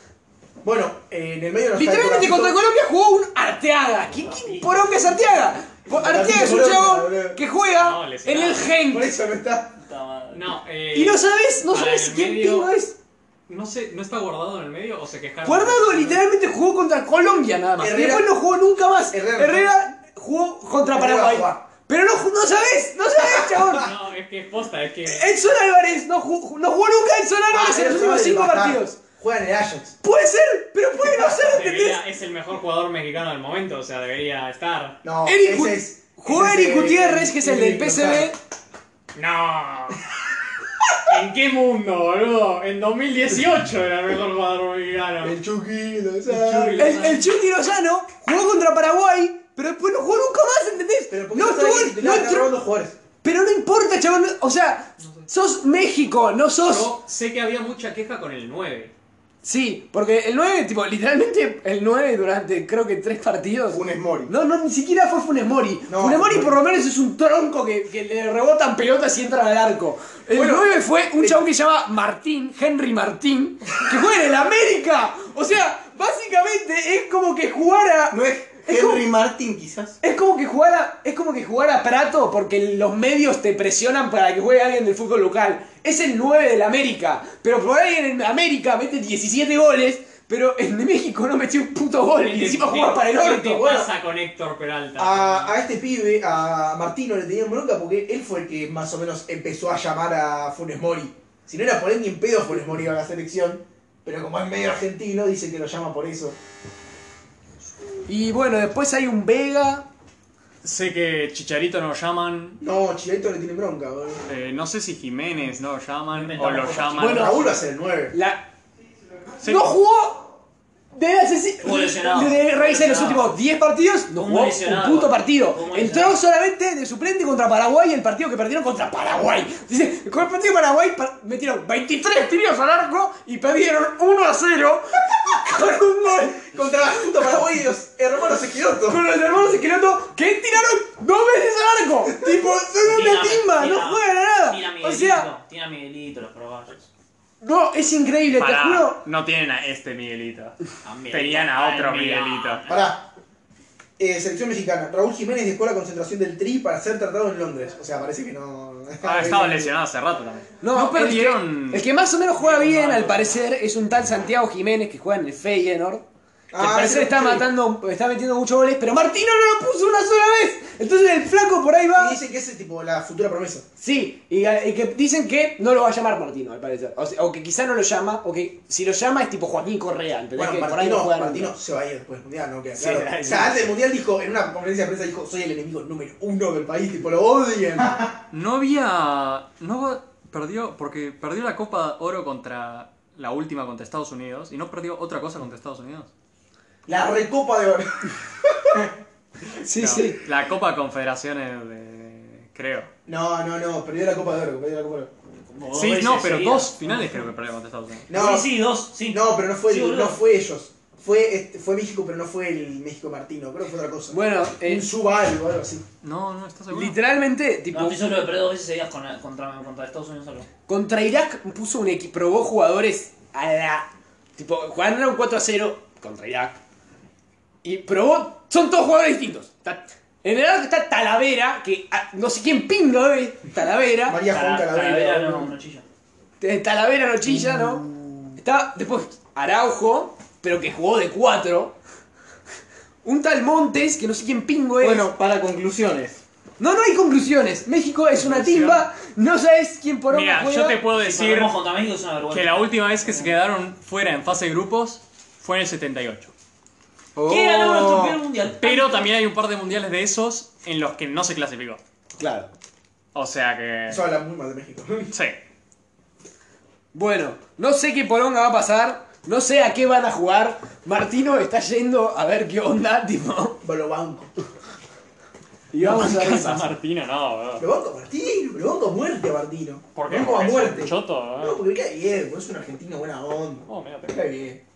[SPEAKER 4] Bueno, eh, en el medio no está
[SPEAKER 1] Literalmente
[SPEAKER 4] el
[SPEAKER 1] contra
[SPEAKER 4] Corajito.
[SPEAKER 1] Colombia jugó un Arteaga. ¿Quién, quién poronga es Arteaga? Po- Arteaga es un chabón que
[SPEAKER 3] No,
[SPEAKER 1] juega en
[SPEAKER 3] lesionado.
[SPEAKER 1] el Genk.
[SPEAKER 4] Por eso no está.
[SPEAKER 5] Puta madre.
[SPEAKER 3] No, eh.
[SPEAKER 1] Y no sabes, no
[SPEAKER 3] Para
[SPEAKER 1] sabes
[SPEAKER 3] el
[SPEAKER 1] quién
[SPEAKER 3] medio-
[SPEAKER 1] pingo es.
[SPEAKER 3] No sé, ¿no está guardado en el medio o se quejaron?
[SPEAKER 1] Guardado literalmente jugó contra Colombia nada más. Y
[SPEAKER 4] Herrera-
[SPEAKER 1] después no jugó nunca más.
[SPEAKER 4] Herrera-
[SPEAKER 1] Herrera, jugó contra
[SPEAKER 4] Herrera
[SPEAKER 1] Paraguay.
[SPEAKER 4] jugaba.
[SPEAKER 1] Pero no, ju- no sabes, no sabes, chabón.
[SPEAKER 3] No, es que es posta, es que.
[SPEAKER 1] Edson Álvarez no, ju- no jugó nunca Edson
[SPEAKER 4] Ah,
[SPEAKER 1] Álvarez en los últimos cinco partidos.
[SPEAKER 4] Juega en el Ajax.
[SPEAKER 1] Puede ser, pero puede no ser, ¿entendés?
[SPEAKER 3] Debería, es el mejor jugador mexicano del momento, o sea, debería estar.
[SPEAKER 4] No,
[SPEAKER 1] Eric
[SPEAKER 4] ese
[SPEAKER 1] Gut-
[SPEAKER 4] es.
[SPEAKER 1] Jugó
[SPEAKER 4] ese es
[SPEAKER 1] Eric
[SPEAKER 4] el-
[SPEAKER 1] Gutiérrez, que es el del
[SPEAKER 4] Eric González.
[SPEAKER 1] PSV.
[SPEAKER 3] ¡No! ¿En qué mundo, boludo? En 2018 era el mejor jugador mexicano.
[SPEAKER 4] El Chucky, lo sabe.
[SPEAKER 1] El, el Chucky Lozano jugó contra Paraguay, pero después no jugó nunca más, ¿entendés?
[SPEAKER 4] Pero ¿por qué
[SPEAKER 1] no
[SPEAKER 4] no
[SPEAKER 1] estuvo-
[SPEAKER 4] sabes que
[SPEAKER 1] no
[SPEAKER 4] te
[SPEAKER 1] entró-
[SPEAKER 4] robando jugadores?
[SPEAKER 1] Pero no importa, chabón. O sea, sos México, no sos.
[SPEAKER 3] Yo sé que había mucha queja con el 9.
[SPEAKER 1] Sí, porque el 9, tipo, literalmente el 9 durante creo que tres partidos.
[SPEAKER 2] Funes Mori.
[SPEAKER 1] No, no, ni siquiera fue Funes Mori.
[SPEAKER 4] No,
[SPEAKER 1] Funes Mori
[SPEAKER 4] no.
[SPEAKER 1] por lo menos es un tronco que, que le rebotan pelotas y entran al arco. El 9 fue un chabón que se llama Martín, Henry Martín, que juega en el América. O sea, básicamente es como que jugara...
[SPEAKER 2] No es
[SPEAKER 1] Es como-
[SPEAKER 2] Henry Martin, quizás.
[SPEAKER 1] Es como que jugara, es como que jugara Prato porque los medios te presionan para que juegue alguien del fútbol local. Es el 9 del América, pero por ahí en América mete 17 goles, pero en México no metió un puto gol y encima juega para el
[SPEAKER 3] ¿Qué
[SPEAKER 1] orto. Ah,
[SPEAKER 3] pasa con Héctor Peralta?
[SPEAKER 4] A, a este pibe, a Martino, le tenían bronca porque él fue el que más o menos empezó a llamar a Funes Mori. Si no era por él, ni en pedo Funes Mori iba a la selección. Pero como es medio argentino, dice que lo llama por eso.
[SPEAKER 1] Y bueno, después hay un Vega.
[SPEAKER 3] Sé que Chicharito no llaman.
[SPEAKER 4] No, Chilito le tiene bronca, boludo.
[SPEAKER 3] eh, no sé si Jiménez no llaman o
[SPEAKER 5] Inventamos
[SPEAKER 3] lo
[SPEAKER 5] cosas.
[SPEAKER 3] llaman.
[SPEAKER 1] Bueno,
[SPEAKER 4] Raúl va a ser el 9.
[SPEAKER 1] La...
[SPEAKER 3] Sé
[SPEAKER 1] No
[SPEAKER 3] que-
[SPEAKER 1] jugó de hace
[SPEAKER 5] Jugó lesionado.
[SPEAKER 1] Revisé los
[SPEAKER 5] Lesionado.
[SPEAKER 1] últimos 10 partidos, no
[SPEAKER 5] Muy
[SPEAKER 1] jugó
[SPEAKER 5] lesionado.
[SPEAKER 1] un puto partido.
[SPEAKER 5] Muy
[SPEAKER 1] Entró
[SPEAKER 5] lesionado.
[SPEAKER 1] solamente de suplente contra Paraguay el partido que perdieron contra Paraguay. Dice, con el partido de Paraguay pa- metieron 23 tiros al arco y perdieron 1 a 0 con un gol.
[SPEAKER 4] Contra la Junta Paraguay y los hermanos Esquiloto.
[SPEAKER 1] Con los hermanos Esqueleto que tiraron dos veces al arco. Tipo, son una
[SPEAKER 5] Tira-
[SPEAKER 1] timba, no
[SPEAKER 5] tira-
[SPEAKER 1] juegan a
[SPEAKER 5] Tira
[SPEAKER 1] nada.
[SPEAKER 5] Miguelito,
[SPEAKER 1] O sea,
[SPEAKER 5] tira Miguelito, los proballos.
[SPEAKER 1] no, es increíble, te
[SPEAKER 3] Pará,
[SPEAKER 1] juro.
[SPEAKER 3] no tienen a este Miguelito.
[SPEAKER 5] A Ah, Miguelito.
[SPEAKER 3] Tenían a
[SPEAKER 5] Ay,
[SPEAKER 3] otro
[SPEAKER 5] mira.
[SPEAKER 3] Miguelito.
[SPEAKER 4] Pará. Eh, selección mexicana. Raúl Jiménez dejó la concentración del Tri para ser tratado en Londres. O sea, parece que no.
[SPEAKER 3] Ah,
[SPEAKER 1] eh.
[SPEAKER 3] estaba lesionado hace rato también.
[SPEAKER 1] No, el que- El
[SPEAKER 3] perdieron.
[SPEAKER 1] que, más o menos juega bien,
[SPEAKER 5] Malo.
[SPEAKER 1] al parecer, es un tal Santiago Jiménez que juega en el Feyenoord. Que
[SPEAKER 4] Ah,
[SPEAKER 1] al parecer
[SPEAKER 4] ese-
[SPEAKER 1] está
[SPEAKER 4] sí.
[SPEAKER 1] matando, está metiendo muchos goles, pero Martino no lo puso una sola vez. Entonces el flaco por ahí va.
[SPEAKER 4] Y dicen que es tipo la futura promesa.
[SPEAKER 1] Sí, y, y que dicen que no lo va a llamar Martino, al parecer. O, sea, o que quizá no lo llama, o que si lo llama es tipo Joaquín Correa, ¿entendés?
[SPEAKER 4] Bueno,
[SPEAKER 1] que por ahí no
[SPEAKER 4] Martino,
[SPEAKER 1] juega
[SPEAKER 4] Martino
[SPEAKER 1] nunca.
[SPEAKER 4] se va a ir después del mundial, ¿no? Queda
[SPEAKER 1] Sí,
[SPEAKER 4] claro.
[SPEAKER 1] claro.
[SPEAKER 4] O sea, antes del mundial dijo, en una conferencia de prensa dijo, soy el enemigo número uno del país, tipo, lo odian.
[SPEAKER 14] No había. No va- perdió. Porque perdió la Copa Oro contra. La última contra Estados Unidos. Y no perdió otra cosa contra Estados Unidos.
[SPEAKER 4] La recopa de oro.
[SPEAKER 1] Sí,
[SPEAKER 14] No,
[SPEAKER 1] sí.
[SPEAKER 14] La Copa Confederaciones de. Creo.
[SPEAKER 4] No, no, no, perdió la copa de oro, perdió la copa de oro.
[SPEAKER 14] Sí, no, pero dos finales creo que perdió contra Estados Unidos.
[SPEAKER 4] No,
[SPEAKER 15] Sí, sí, dos, sí.
[SPEAKER 4] no, pero no fue,
[SPEAKER 15] Sí,
[SPEAKER 4] el-
[SPEAKER 15] boludo.
[SPEAKER 4] no fue ellos. Fue, este- fue México, pero no fue el México Martino, creo que fue otra cosa.
[SPEAKER 1] Bueno, eh,
[SPEAKER 4] un subal o algo así.
[SPEAKER 14] No, no, ¿estás seguro?
[SPEAKER 1] literalmente, tipo,
[SPEAKER 5] No, estoy seguro que perdió dos veces seguidas con- contra, contra Estados Unidos solo.
[SPEAKER 1] contra Irak puso un equipo, probó jugadores a la. Tipo, jugaron 4 a 0 contra Irak. Y probó. Son todos jugadores distintos. Está- en el arco está Talavera, que ah, no sé quién pingo es. Talavera.
[SPEAKER 4] María Juan
[SPEAKER 5] Tala- Talavera
[SPEAKER 4] Calavera.
[SPEAKER 5] no,
[SPEAKER 4] boludo.
[SPEAKER 5] no chilla.
[SPEAKER 1] Eh, Talavera no chilla, ¿no? Estaba después Araujo, pero que jugó de 4. Un tal Montes, que no sé quién pingo es.
[SPEAKER 2] Bueno, para conclusiones.
[SPEAKER 1] No, no hay conclusiones. México es una timba, no sabes quién por
[SPEAKER 14] Mira,
[SPEAKER 1] juega.
[SPEAKER 14] yo te puedo
[SPEAKER 5] Si
[SPEAKER 14] decir
[SPEAKER 5] perdemos contra México es una vergüenza.
[SPEAKER 14] que la última vez que se quedaron fuera en fase de grupos fue en el 78.
[SPEAKER 5] ¿Qué ganó
[SPEAKER 1] Oh.
[SPEAKER 5] nuestro primer mundial?
[SPEAKER 14] Pero también hay un par de mundiales de esos en los que no se clasificó.
[SPEAKER 1] Claro.
[SPEAKER 14] O sea que.
[SPEAKER 4] Eso habla muy mal de México.
[SPEAKER 14] Sí.
[SPEAKER 1] Bueno, no sé qué poronga va a pasar, no sé a qué van a jugar. Martino está yendo a ver qué onda, tipo.
[SPEAKER 4] Lo banco.
[SPEAKER 1] Y vamos a ver.
[SPEAKER 14] Casa Martina, no, bro.
[SPEAKER 4] Lo banco a Martino, lo banco a muerte a Martino.
[SPEAKER 14] ¿Por
[SPEAKER 4] Lo
[SPEAKER 14] qué?
[SPEAKER 4] banco a
[SPEAKER 14] Porque es
[SPEAKER 4] muerte.
[SPEAKER 14] un choto,
[SPEAKER 4] No,
[SPEAKER 14] bro.
[SPEAKER 4] porque me cae bien, porque es un argentino buena onda.
[SPEAKER 14] Oh, mira, te-
[SPEAKER 4] Me cae bien.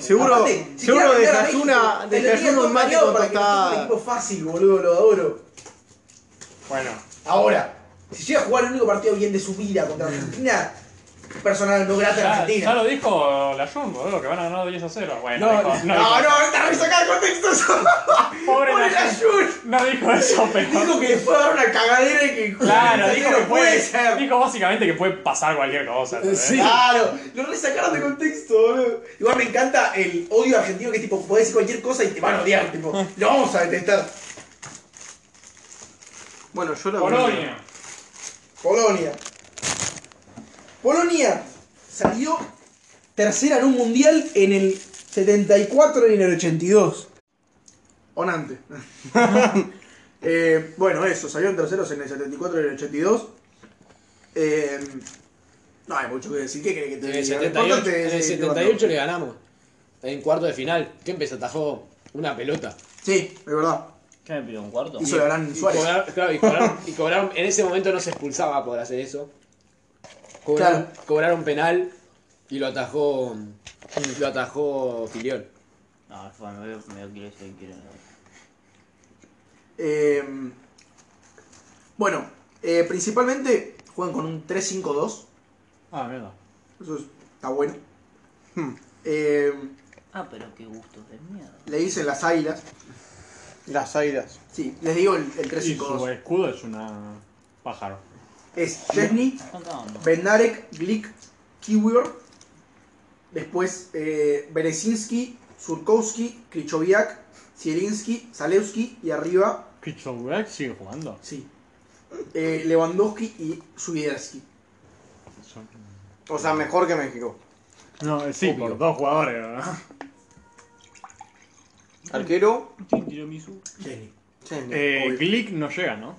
[SPEAKER 2] Seguro,
[SPEAKER 4] Aparte, si
[SPEAKER 2] seguro
[SPEAKER 4] queda- queda
[SPEAKER 2] desayuna,
[SPEAKER 4] México, te lo tiran
[SPEAKER 2] desayuna
[SPEAKER 4] todo
[SPEAKER 2] un mate
[SPEAKER 4] mareado
[SPEAKER 2] con
[SPEAKER 4] para que no sea Un
[SPEAKER 2] tostada.
[SPEAKER 4] equipo fácil, boludo, lo adoro.
[SPEAKER 14] Bueno,
[SPEAKER 4] Ahora, si llega a jugar el único partido bien de su vida contra Argentina, personal no grata en
[SPEAKER 14] ya, ya
[SPEAKER 4] Argentina.
[SPEAKER 14] lo dijo la Jun, boludo, que van a ganar 10 a 0. Bueno,
[SPEAKER 1] No,
[SPEAKER 14] dijo-
[SPEAKER 4] No,
[SPEAKER 14] no, dijo-
[SPEAKER 4] no, está re sacado de contexto eso. Pobre
[SPEAKER 14] pobre la
[SPEAKER 4] la
[SPEAKER 14] Jun.
[SPEAKER 4] Jun.
[SPEAKER 14] No dijo eso, pero.
[SPEAKER 4] Dijo que le puede dar una cagadera y que.
[SPEAKER 14] Claro,
[SPEAKER 4] que
[SPEAKER 14] dijo
[SPEAKER 4] no
[SPEAKER 14] que puede.
[SPEAKER 4] ser.
[SPEAKER 14] Dijo básicamente que puede pasar cualquier cosa. ¿entendés?
[SPEAKER 1] Sí.
[SPEAKER 4] Claro, lo resacaron de contexto, boludo. Igual me encanta el odio argentino que es tipo, podés decir cualquier cosa y te van a odiar, tipo,
[SPEAKER 14] Ah.
[SPEAKER 4] lo vamos a detestar.
[SPEAKER 2] Bueno, yo la
[SPEAKER 14] Polonia.
[SPEAKER 4] Polonia. Polonia salió tercera en un mundial en el 74 y en el 82. Onante. Eh, bueno, eso, salieron terceros en el 74 y en el 82. Eh, no hay mucho que decir. ¿Qué crees que te
[SPEAKER 16] En el
[SPEAKER 4] diga? Lo
[SPEAKER 16] 78,
[SPEAKER 4] importante es
[SPEAKER 16] en el
[SPEAKER 4] que levantó.
[SPEAKER 16] 78 le ganamos. En cuarto de final. Kempes atajó una pelota.
[SPEAKER 4] Sí, es verdad.
[SPEAKER 5] ¿Qué me pidió? ¿Un cuarto?
[SPEAKER 4] Hizo la gran
[SPEAKER 16] Y
[SPEAKER 4] Suárez.
[SPEAKER 16] cobraron- claro, y cobraron- y cobraron- en ese momento no se expulsaba por hacer eso. Cobraron, cobraron penal y lo atajó. Lo atajó Filiol.
[SPEAKER 5] No, fue medio, medio quiero decir que quiero.
[SPEAKER 4] Eh, bueno, eh, principalmente juegan con un 3-5-2.
[SPEAKER 14] Ah, mierda.
[SPEAKER 4] Eso es- está bueno. Eh,
[SPEAKER 5] Ah, pero qué gusto de mierda.
[SPEAKER 4] le dicen las águilas.
[SPEAKER 2] Las airas.
[SPEAKER 4] Sí, les digo el, el
[SPEAKER 14] Y su
[SPEAKER 4] 3-5-2.
[SPEAKER 14] escudo es una. pájaro.
[SPEAKER 4] Es Chesney,
[SPEAKER 5] ¿Cuánta onda?
[SPEAKER 4] Bendarek, Glick, Kiwior. Después eh, Berezinski, Surkowski, Krichoviak, Zielinski, Zalewski y arriba,
[SPEAKER 14] Kichowiak sigue jugando.
[SPEAKER 4] sí, eh, Lewandowski y Zubierski.
[SPEAKER 2] O sea, mejor que México.
[SPEAKER 14] No, eh, sí, por dos jugadores, ¿verdad?
[SPEAKER 2] Arquero.
[SPEAKER 5] ¿Quién tiró mi sub?
[SPEAKER 4] Chesney.
[SPEAKER 2] Chesney.
[SPEAKER 14] Eh,
[SPEAKER 4] Obvio.
[SPEAKER 14] Glick no llega, ¿no?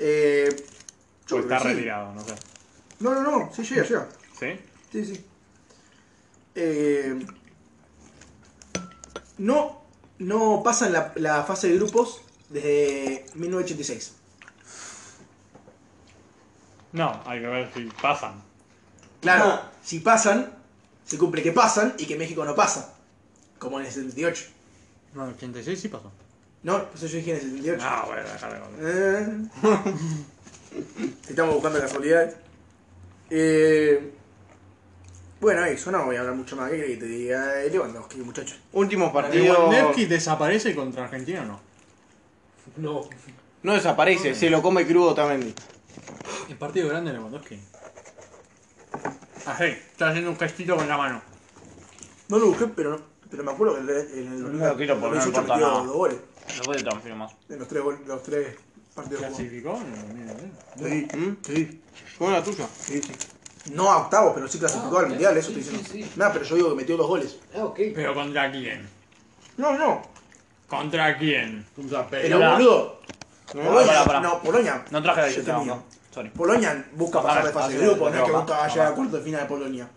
[SPEAKER 4] Eh, yo creo
[SPEAKER 14] O está
[SPEAKER 4] que sí.
[SPEAKER 14] retirado, no sé.
[SPEAKER 4] No, no, no, sí llega, llega.
[SPEAKER 14] ¿Sí?
[SPEAKER 4] Sí, sí. Eh, no, no pasan la, la fase de grupos desde 1986.
[SPEAKER 14] No, hay que ver si pasan.
[SPEAKER 4] Claro, si pasan, se cumple que pasan y que México no pasa. Como en el 78.
[SPEAKER 14] No, 86 sí pasó.
[SPEAKER 4] No, pues yo dije en el 78.
[SPEAKER 14] No, Ah, bueno, dejar de contar.
[SPEAKER 4] Eh. Estamos buscando casualidades. Eh, bueno, eso no voy a hablar mucho más. ¿Qué crees que te diga? Eh, Lewandowski, muchachos.
[SPEAKER 2] Último partido.
[SPEAKER 14] Lewandowski desaparece contra Argentina o no?
[SPEAKER 16] No.
[SPEAKER 2] No desaparece, se lo come crudo también.
[SPEAKER 14] El partido grande de Lewandowski. Así, está haciendo un gestito con la mano.
[SPEAKER 4] No lo busqué, pero, pero me acuerdo que en el, en el
[SPEAKER 14] No lo quiero poner, no
[SPEAKER 4] 2018
[SPEAKER 14] importa
[SPEAKER 4] metió
[SPEAKER 14] nada.
[SPEAKER 4] dos goles.
[SPEAKER 5] se puede transferir más.
[SPEAKER 4] De los tres, gol- los tres partidos.
[SPEAKER 17] ¿Clasificó?
[SPEAKER 4] Sí, sí.
[SPEAKER 2] ¿Cómo la tuya?
[SPEAKER 4] Sí, sí. No a octavos, pero sí clasificó al mundial, eso estoy diciendo. Nada, pero yo digo que metió dos goles.
[SPEAKER 1] Ah, ok.
[SPEAKER 17] ¿Pero contra quién?
[SPEAKER 4] No, no.
[SPEAKER 17] ¿Contra quién?
[SPEAKER 4] Pero boludo.
[SPEAKER 17] No,
[SPEAKER 4] Polonia,
[SPEAKER 17] pará, pará.
[SPEAKER 4] no, Polonia.
[SPEAKER 5] No traje la
[SPEAKER 4] Yo
[SPEAKER 5] discusión,
[SPEAKER 4] termino.
[SPEAKER 5] no. Sorry.
[SPEAKER 4] Polonia busca
[SPEAKER 5] No,
[SPEAKER 4] pasar
[SPEAKER 5] pará,
[SPEAKER 4] de fase de
[SPEAKER 5] pará,
[SPEAKER 4] grupo,
[SPEAKER 5] pará,
[SPEAKER 4] no es que
[SPEAKER 5] pará,
[SPEAKER 4] busca
[SPEAKER 5] pará.
[SPEAKER 4] llegar a cuarto de final de Polonia.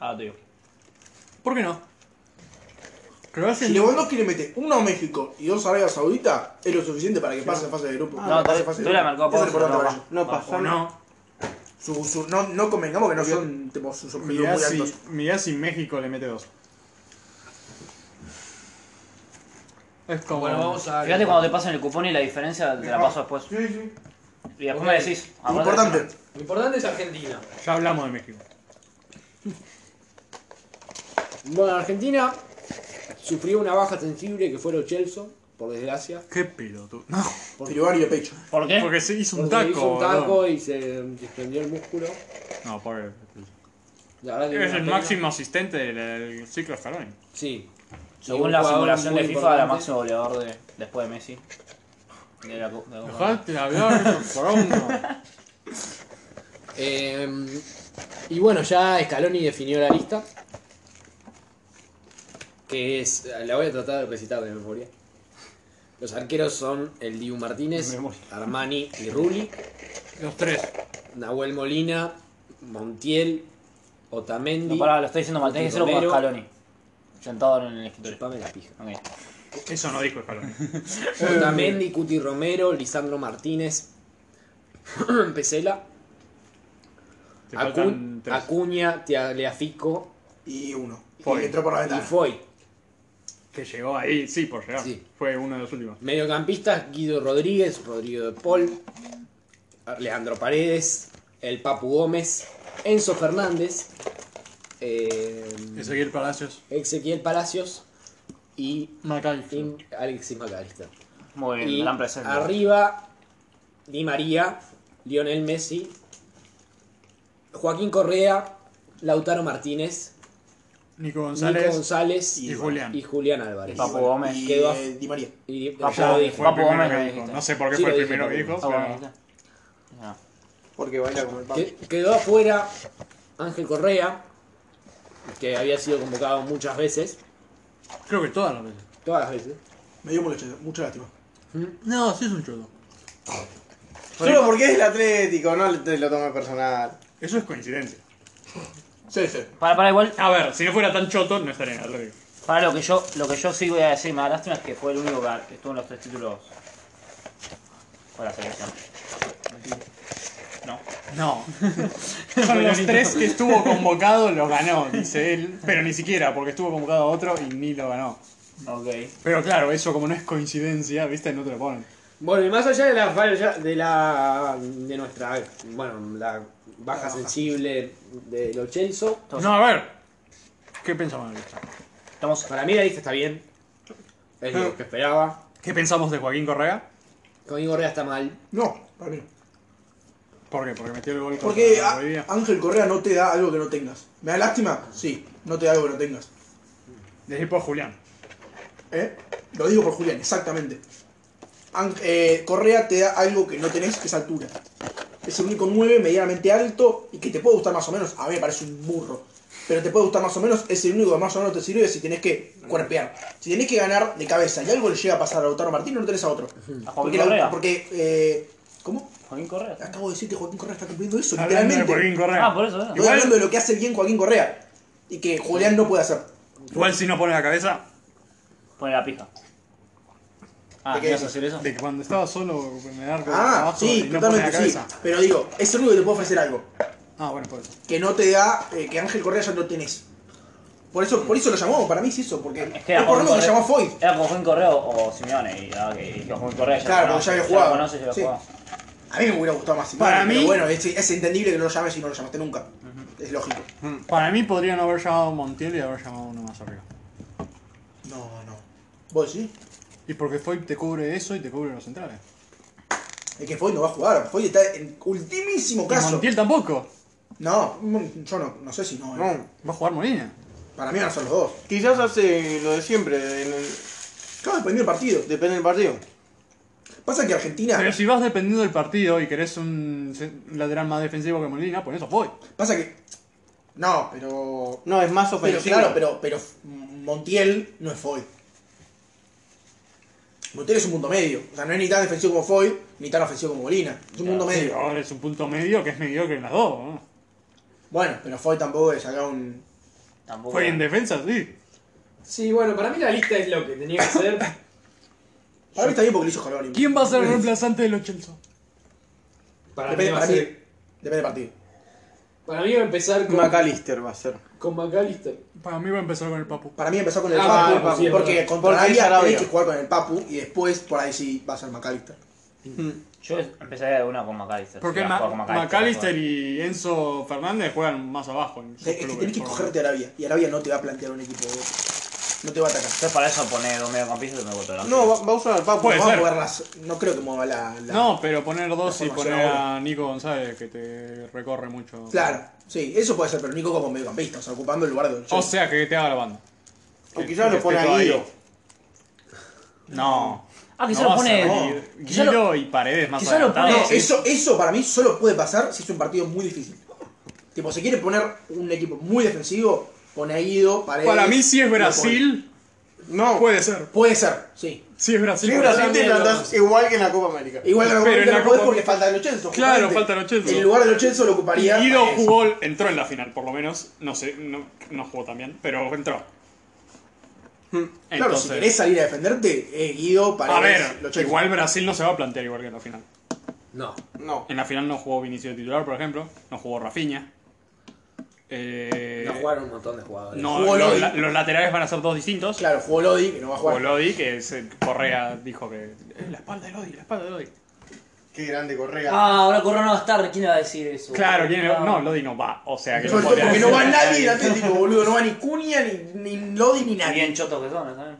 [SPEAKER 5] Ah, te digo.
[SPEAKER 17] ¿Por qué no?
[SPEAKER 4] Si Lewandowski le mete uno a México y dos a Arabia Saudita, es lo suficiente para que pase de fase de grupo.
[SPEAKER 5] No,
[SPEAKER 4] Ah, pase
[SPEAKER 5] tú-
[SPEAKER 4] fase
[SPEAKER 5] tú
[SPEAKER 4] de
[SPEAKER 5] la
[SPEAKER 4] grupo.
[SPEAKER 5] marcó
[SPEAKER 4] Eso es
[SPEAKER 5] Pau,
[SPEAKER 4] importante
[SPEAKER 5] no
[SPEAKER 4] para
[SPEAKER 5] va.
[SPEAKER 4] ellos.
[SPEAKER 5] No pasó.
[SPEAKER 4] O
[SPEAKER 17] No.
[SPEAKER 4] Su, su- no, no convengamos que no son tipo, sus objetivos
[SPEAKER 17] Mirá
[SPEAKER 4] muy
[SPEAKER 17] si,
[SPEAKER 4] altos.
[SPEAKER 17] mirá si México le mete dos.
[SPEAKER 18] Es como.
[SPEAKER 5] Bueno, Fíjate cuando te pasan el cupón y la diferencia te la paso después.
[SPEAKER 4] Sí, sí.
[SPEAKER 5] Y después me decís. acordate.
[SPEAKER 4] Importante.
[SPEAKER 1] Lo importante es Argentina.
[SPEAKER 17] Ya hablamos de México.
[SPEAKER 1] Bueno, Argentina sufrió una baja sensible que fue lo Chelsea, por desgracia.
[SPEAKER 17] Qué pelotudo. No.
[SPEAKER 1] Por-
[SPEAKER 4] Trivario pecho.
[SPEAKER 5] ¿Por qué?
[SPEAKER 17] Porque se hizo un
[SPEAKER 1] porque
[SPEAKER 17] taco.
[SPEAKER 1] hizo un
[SPEAKER 17] boludo.
[SPEAKER 1] taco y se desprendió el músculo.
[SPEAKER 17] No, pobre.
[SPEAKER 1] La verdad que
[SPEAKER 17] Es
[SPEAKER 1] una
[SPEAKER 17] el
[SPEAKER 1] pena.
[SPEAKER 17] máximo asistente del, del ciclo Scaloni.
[SPEAKER 1] Sí.
[SPEAKER 5] Según
[SPEAKER 1] un
[SPEAKER 5] la
[SPEAKER 1] jugador
[SPEAKER 5] simulación
[SPEAKER 1] muy
[SPEAKER 5] de FIFA, era
[SPEAKER 1] importante.
[SPEAKER 5] máximo goleador de, después de Messi. De la, Copa- de la Copa.
[SPEAKER 17] Dejate hablar, porongo.
[SPEAKER 1] Eh, y bueno, ya Scaloni definió la lista. Que es. La voy a tratar de recitar de memoria. Los arqueros son el Diu Martínez, Armani y Rulli.
[SPEAKER 17] Los tres.
[SPEAKER 1] Nahuel Molina, Montiel, Otamendi.
[SPEAKER 5] No, pará, lo estoy diciendo mal. Tenés que hacerlo con
[SPEAKER 1] Romero.
[SPEAKER 5] Scaloni. Sentado en el escritorio.
[SPEAKER 1] Chupame la pija.
[SPEAKER 5] Ok.
[SPEAKER 17] Eso no dijo Scaloni. Eh.
[SPEAKER 1] Otamendi, Cuti Romero, Lisandro Martínez, Pesela,
[SPEAKER 17] Te
[SPEAKER 1] Acu-
[SPEAKER 17] faltan tres.
[SPEAKER 1] Acuña, Tiagliafico
[SPEAKER 4] Y uno.
[SPEAKER 17] Foy.
[SPEAKER 4] Y entró por la
[SPEAKER 1] y
[SPEAKER 4] ventana.
[SPEAKER 1] Foy.
[SPEAKER 17] Que llegó ahí, sí, por llegar.
[SPEAKER 1] Sí.
[SPEAKER 17] Fue uno de los últimos.
[SPEAKER 1] Mediocampistas, Guido Rodríguez, Rodrigo de Paul, Leandro Paredes, el Papu Gómez, Enzo Fernández, eh,
[SPEAKER 17] Ezequiel Palacios.
[SPEAKER 1] Ezequiel Palacios y
[SPEAKER 17] Macay.
[SPEAKER 1] In- Alexis McAllister.
[SPEAKER 5] Muy bien,
[SPEAKER 1] Y
[SPEAKER 5] gran presente.
[SPEAKER 1] arriba, Di María, Lionel Messi, Joaquín Correa, Lautaro Martínez,
[SPEAKER 17] Nico
[SPEAKER 1] Nico
[SPEAKER 17] González.
[SPEAKER 1] González
[SPEAKER 17] y Julián.
[SPEAKER 1] y Julián Álvarez.
[SPEAKER 5] Papu Gómez.
[SPEAKER 4] Y
[SPEAKER 1] Quedó a-
[SPEAKER 4] eh, Di María.
[SPEAKER 1] Y-
[SPEAKER 5] Papu-
[SPEAKER 1] ya lo dije.
[SPEAKER 17] Fue el
[SPEAKER 5] Papu Gómez me
[SPEAKER 17] primero que dijo.
[SPEAKER 5] dijiste.
[SPEAKER 17] No sé por qué
[SPEAKER 1] Sí,
[SPEAKER 17] fue
[SPEAKER 1] lo
[SPEAKER 17] el
[SPEAKER 1] dije,
[SPEAKER 17] primero que
[SPEAKER 1] Papu
[SPEAKER 17] dijo.
[SPEAKER 5] Ah, bueno, ahí
[SPEAKER 17] pero-
[SPEAKER 5] está. Ah.
[SPEAKER 2] Porque baila como el pan.
[SPEAKER 1] Que- Quedó afuera Ángel Correa, que había sido convocado muchas veces,
[SPEAKER 17] Creo que todas las veces.
[SPEAKER 1] todas las veces.
[SPEAKER 4] Me dio mucha, mucha lástima.
[SPEAKER 17] No, sí es un chulo.
[SPEAKER 2] Solo porque es el Atlético, no te lo tomes personal.
[SPEAKER 17] Eso es coincidencia.
[SPEAKER 4] Sí, sí.
[SPEAKER 5] Para, para, igual.
[SPEAKER 17] A ver, si no fuera tan choto, no estaría en el Atlético.
[SPEAKER 5] Para lo que yo, lo que yo sí voy a decir, me da lástima es que fue el único que estuvo en los tres títulos con la selección. No.
[SPEAKER 17] No. Con los tres que estuvo convocado, los ganó, dice él. Pero ni siquiera, porque estuvo convocado a otro y ni lo ganó.
[SPEAKER 5] Ok.
[SPEAKER 17] Pero claro, eso como no es coincidencia, viste, no te lo ponen.
[SPEAKER 1] Bueno, y más allá de la falla- de la de nuestra bueno, la baja sensible de Lo Celso,
[SPEAKER 17] No, a ver. ¿Qué pensamos de esto?
[SPEAKER 5] Estamos.
[SPEAKER 1] para mí la lista está bien. Es lo que esperaba.
[SPEAKER 17] ¿Qué pensamos de Joaquín Correa?
[SPEAKER 1] Conmigo Correa está mal.
[SPEAKER 4] No, para mí no.
[SPEAKER 17] ¿Por qué? Porque metió el gol
[SPEAKER 4] Porque ah,
[SPEAKER 17] contra
[SPEAKER 4] a-
[SPEAKER 17] Bolivia.
[SPEAKER 4] Ángel Correa no te da algo que no tengas. ¿Me da lástima? Sí, no te da algo que no tengas.
[SPEAKER 17] Decir por Julián.
[SPEAKER 4] ¿Eh? Lo digo por Julián, exactamente. Ang- eh, Correa te da algo que no tenés, que es altura. Es el único 9 medianamente alto y que te puede gustar más o menos. A mí me parece un burro. Pero te puede gustar más o menos, es el único que más o menos te sirve si tenés que cuerpear. Si tenés que ganar de cabeza y algo le llega a pasar a Lautaro Martínez, no tenés a otro.
[SPEAKER 5] A Joaquín
[SPEAKER 4] Porque,
[SPEAKER 5] Correa.
[SPEAKER 4] la- porque eh, ¿Cómo?
[SPEAKER 5] Joaquín Correa.
[SPEAKER 4] Acabo de decir que Joaquín Correa está cumpliendo eso,
[SPEAKER 17] Hablando de
[SPEAKER 4] literalmente.
[SPEAKER 17] Joaquín Correa.
[SPEAKER 5] Ah, por eso. ¿no?
[SPEAKER 4] Estoy
[SPEAKER 17] Igual-
[SPEAKER 4] hablando de lo que hace bien Joaquín Correa y que Julián no puede hacer.
[SPEAKER 17] Igual si no pone la cabeza,
[SPEAKER 5] Pone la pija. Ah,
[SPEAKER 4] ¿De qué
[SPEAKER 5] ¿quieres
[SPEAKER 4] dices?
[SPEAKER 5] hacer eso?
[SPEAKER 17] de que cuando estaba solo en el arco
[SPEAKER 4] Ah,
[SPEAKER 17] abajo
[SPEAKER 4] sí,
[SPEAKER 17] y no pone la
[SPEAKER 4] totalmente sí.
[SPEAKER 17] cabeza.
[SPEAKER 4] Pero digo, es el único que te puede ofrecer algo.
[SPEAKER 17] Ah, bueno, por eso.
[SPEAKER 4] Que no te da, eh, que Ángel Correa ya no tenés. Por eso, por eso lo llamó, para mí es eso, porque
[SPEAKER 5] Es
[SPEAKER 4] es,
[SPEAKER 5] que era
[SPEAKER 4] por lo que
[SPEAKER 5] Correa-
[SPEAKER 4] llamó Foy.
[SPEAKER 5] Era con Joaquín Correa o o Simeone. Y, ah, que- y Joaquín Correa ya
[SPEAKER 4] Claro,
[SPEAKER 5] lo
[SPEAKER 4] porque ya había
[SPEAKER 5] conoce,
[SPEAKER 4] jugado.
[SPEAKER 5] lo conoce, ya había
[SPEAKER 4] Sí.
[SPEAKER 5] jugado.
[SPEAKER 4] A mí me hubiera gustado más Simeone,
[SPEAKER 17] Para
[SPEAKER 4] pero
[SPEAKER 17] mí-
[SPEAKER 4] bueno, es, es entendible que no lo llames y no lo llamaste nunca. Es lógico.
[SPEAKER 17] Para mí podrían haber llamado a Montiel y haber llamado uno más arriba.
[SPEAKER 4] No, no. ¿Vos sí?
[SPEAKER 17] Y porque Foy te cubre eso y te cubre los centrales.
[SPEAKER 4] Es que Foy no va a jugar, Foy está en ultimísimo
[SPEAKER 17] Y
[SPEAKER 4] caso.
[SPEAKER 17] Montiel tampoco.
[SPEAKER 4] No, mm, yo no, no sé si no. eh.
[SPEAKER 2] No.
[SPEAKER 17] Va a jugar Molina.
[SPEAKER 4] Para mí van a ser los dos.
[SPEAKER 2] Quizás hace lo de siempre. en el-
[SPEAKER 4] Claro, depende del partido.
[SPEAKER 2] Depende del partido.
[SPEAKER 4] Pasa que Argentina.
[SPEAKER 17] Pero si vas dependiendo del partido y querés un ce- un lateral más defensivo que Molina, por eso voy.
[SPEAKER 4] Pasa que. No, pero.
[SPEAKER 2] No, es más
[SPEAKER 4] Pero
[SPEAKER 2] ofensivo.
[SPEAKER 4] claro, pero, pero Montiel no es Foy. Montiel es un punto medio. O sea, no es ni tan defensivo como Foy, ni tan ofensivo como Molina. Es un punto
[SPEAKER 17] Sí,
[SPEAKER 4] medio.
[SPEAKER 2] ah.
[SPEAKER 17] ahora es un punto medio que es mediocre en las dos. ¿no?
[SPEAKER 4] Bueno, pero Foy tampoco es acá un.
[SPEAKER 5] Tampoco.
[SPEAKER 17] Fue en defensa, sí.
[SPEAKER 1] Sí, bueno, para mí la lista es lo que tenía que hacer.
[SPEAKER 4] Ahora está bien porque lo hizo Colón.
[SPEAKER 17] ¿Quién va a ser el reemplazante de los Chelsea?
[SPEAKER 1] Para mí,
[SPEAKER 4] Depende,
[SPEAKER 1] va a
[SPEAKER 4] para mí-
[SPEAKER 1] ser-
[SPEAKER 4] depende del partido.
[SPEAKER 1] para mí va a empezar con,
[SPEAKER 2] McAllister va a ser.
[SPEAKER 1] con McAllister.
[SPEAKER 17] Para mí va a empezar con el Papu.
[SPEAKER 4] Para mí empezó con el
[SPEAKER 1] Ah,
[SPEAKER 4] Papu.
[SPEAKER 1] el Papu, sí, es
[SPEAKER 4] porque
[SPEAKER 1] verdad.
[SPEAKER 4] contra
[SPEAKER 2] Porque es
[SPEAKER 4] Arabia
[SPEAKER 2] Arabia.
[SPEAKER 4] tenés que jugar con el Papu y después por ahí sí va a ser McAllister.
[SPEAKER 5] Yo empezaría de una con McAllister.
[SPEAKER 17] Porque
[SPEAKER 5] Sí,
[SPEAKER 17] Ma-
[SPEAKER 5] jugar con
[SPEAKER 17] McAllister y Enzo Fernández juegan más abajo. En
[SPEAKER 4] O
[SPEAKER 17] sus
[SPEAKER 4] sea, es que
[SPEAKER 17] clubes,
[SPEAKER 4] tenés que
[SPEAKER 17] por-
[SPEAKER 4] cogerte a Arabia. Y Arabia no te va a plantear un equipo. de- No te va a atacar.
[SPEAKER 5] Entonces para eso pone dos mediocampistas y me voto delante.
[SPEAKER 2] No, va, va a usar al Papu.
[SPEAKER 17] Puede
[SPEAKER 4] no, va a
[SPEAKER 17] ser.
[SPEAKER 4] mover las- no creo que mueva la. la-
[SPEAKER 17] No, pero poner dos
[SPEAKER 4] La
[SPEAKER 17] y
[SPEAKER 4] formación
[SPEAKER 17] poner
[SPEAKER 4] ahora.
[SPEAKER 17] a Nico González, que te recorre mucho.
[SPEAKER 4] Claro, sí, eso puede ser, pero Nico como mediocampista, o sea, ocupando el lugar de
[SPEAKER 17] O sea, que te haga la banda.
[SPEAKER 2] O quizás
[SPEAKER 17] Que
[SPEAKER 2] lo pone
[SPEAKER 17] esté todo
[SPEAKER 2] a
[SPEAKER 17] ahí.
[SPEAKER 2] Guido.
[SPEAKER 17] No.
[SPEAKER 5] Ah, quizá
[SPEAKER 17] no
[SPEAKER 5] lo
[SPEAKER 17] vas
[SPEAKER 5] pone.
[SPEAKER 17] a
[SPEAKER 5] no.
[SPEAKER 17] ver
[SPEAKER 5] Quizá
[SPEAKER 17] Guido
[SPEAKER 5] lo-
[SPEAKER 17] y Paredes más
[SPEAKER 5] quizá lo pone-
[SPEAKER 17] adelantados.
[SPEAKER 5] Sí.
[SPEAKER 4] eso, eso para mí solo puede pasar si es un partido muy difícil. Tipo, si quiere poner un equipo muy defensivo, pone a Guido, Paredes,
[SPEAKER 17] Para mí, si es
[SPEAKER 4] y Poli.
[SPEAKER 17] Brasil,
[SPEAKER 2] No.
[SPEAKER 17] puede ser.
[SPEAKER 4] Puede ser, sí.
[SPEAKER 17] Si es Brasil,
[SPEAKER 2] Si es
[SPEAKER 17] puede
[SPEAKER 2] Brasil te
[SPEAKER 17] ser.
[SPEAKER 2] plantás igual que en la Copa América.
[SPEAKER 4] Igual
[SPEAKER 17] Pero
[SPEAKER 4] pero
[SPEAKER 17] en la
[SPEAKER 4] no podés
[SPEAKER 17] Copa-
[SPEAKER 4] porque falta el Ochenzo.
[SPEAKER 17] Claro, falta el Ochenzo.
[SPEAKER 4] El lugar del Ochenzo lo ocuparía.
[SPEAKER 17] Y Guido
[SPEAKER 4] Paredes.
[SPEAKER 17] jugó, entró en la final, por lo menos. No sé, no, no jugó tan bien, pero entró. Hmm.
[SPEAKER 4] Claro, si querés
[SPEAKER 17] Entonces,
[SPEAKER 4] salir a defenderte, es Guido, Paredes,
[SPEAKER 17] a ver,
[SPEAKER 4] el Ochenzo.
[SPEAKER 17] igual Brasil no se va a plantear igual que en la final.
[SPEAKER 19] No.
[SPEAKER 2] No.
[SPEAKER 17] En la final no jugó Vinicius de titular, por ejemplo. No jugó Rafinha. Eh,
[SPEAKER 19] No jugaron un montón de jugadores.
[SPEAKER 17] no,
[SPEAKER 4] Jugó
[SPEAKER 17] los,
[SPEAKER 4] Lodi.
[SPEAKER 17] la- los laterales van a ser dos distintos.
[SPEAKER 4] Claro, jugó Lodi, que no va a
[SPEAKER 17] Jugó
[SPEAKER 4] jugar.
[SPEAKER 17] Lodi, que se- Correa dijo que. "Eh, la espalda de Lodi, la espalda de Lodi.
[SPEAKER 2] Qué grande Correa.
[SPEAKER 5] Ah, ahora Corona va a estar. ¿Quién le va a decir eso?
[SPEAKER 17] Claro, ¿quién era? no, Lodi no va. O sea, que
[SPEAKER 4] Sobre
[SPEAKER 17] no
[SPEAKER 4] todo
[SPEAKER 17] podía
[SPEAKER 4] porque no
[SPEAKER 17] decir
[SPEAKER 4] va
[SPEAKER 17] nada.
[SPEAKER 4] nadie en Atlético, boludo. No va ni Cunha, ni, ni Lodi, ni
[SPEAKER 5] Y Ah, Bien
[SPEAKER 4] nadie.
[SPEAKER 5] chotos que son, ¿sabes?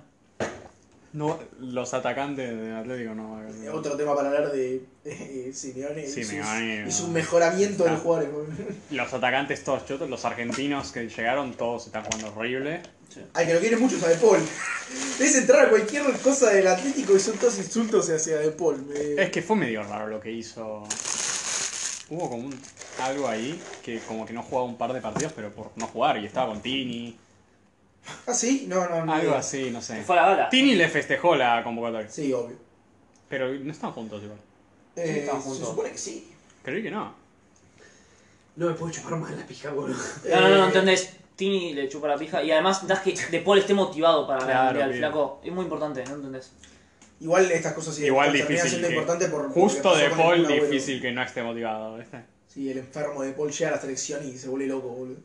[SPEAKER 17] No, los atacantes de Atlético no van a
[SPEAKER 4] Otro tema para hablar de eh, Simeone y sus-
[SPEAKER 17] Simeone, Ah.
[SPEAKER 4] y su
[SPEAKER 17] no.
[SPEAKER 4] mejoramiento de
[SPEAKER 17] Está.
[SPEAKER 4] los jugadores. boludo.
[SPEAKER 17] Los atacantes todos chotos, los argentinos que llegaron, todos están jugando horrible.
[SPEAKER 4] Al que lo quiere mucho es a De Paul. Es entrar a cualquier cosa del Atlético y son todos insultos hacia De Paul. me-
[SPEAKER 17] Es que fue medio raro lo que hizo. Hubo como un- algo ahí que como que no jugaba un par de partidos, pero por no jugar, y estaba con Tini.
[SPEAKER 4] ¿Ah, sí? No, no, no.
[SPEAKER 17] Algo así, no sé.
[SPEAKER 5] Fue a la bala.
[SPEAKER 17] Tini le festejó la convocatoria.
[SPEAKER 4] Sí, obvio.
[SPEAKER 17] Pero no están juntos igual.
[SPEAKER 4] Eh,
[SPEAKER 19] estaban
[SPEAKER 4] se
[SPEAKER 19] juntos.
[SPEAKER 4] supone que sí.
[SPEAKER 17] Creí que no.
[SPEAKER 1] No me puedo chupar más la pija, boludo.
[SPEAKER 5] No, no,
[SPEAKER 4] Eh,
[SPEAKER 5] no, entendés. Tini le chupa la pija y además das que De Paul esté motivado para ganar el
[SPEAKER 17] Claro,
[SPEAKER 5] mundial,
[SPEAKER 17] bien.
[SPEAKER 5] flaco. Es muy importante, ¿no entendés?
[SPEAKER 4] Igual estas cosas sí
[SPEAKER 17] Igual
[SPEAKER 4] terminan
[SPEAKER 17] difícil.
[SPEAKER 4] siendo
[SPEAKER 17] que-
[SPEAKER 4] importantes por, por lo que
[SPEAKER 17] justo
[SPEAKER 4] pasó
[SPEAKER 17] de
[SPEAKER 4] con el
[SPEAKER 17] Paul,
[SPEAKER 4] Kun Agüero.
[SPEAKER 17] difícil que no esté motivado. ¿viste?
[SPEAKER 4] Sí, el enfermo de Paul llega a la selección y se vuelve loco, boludo.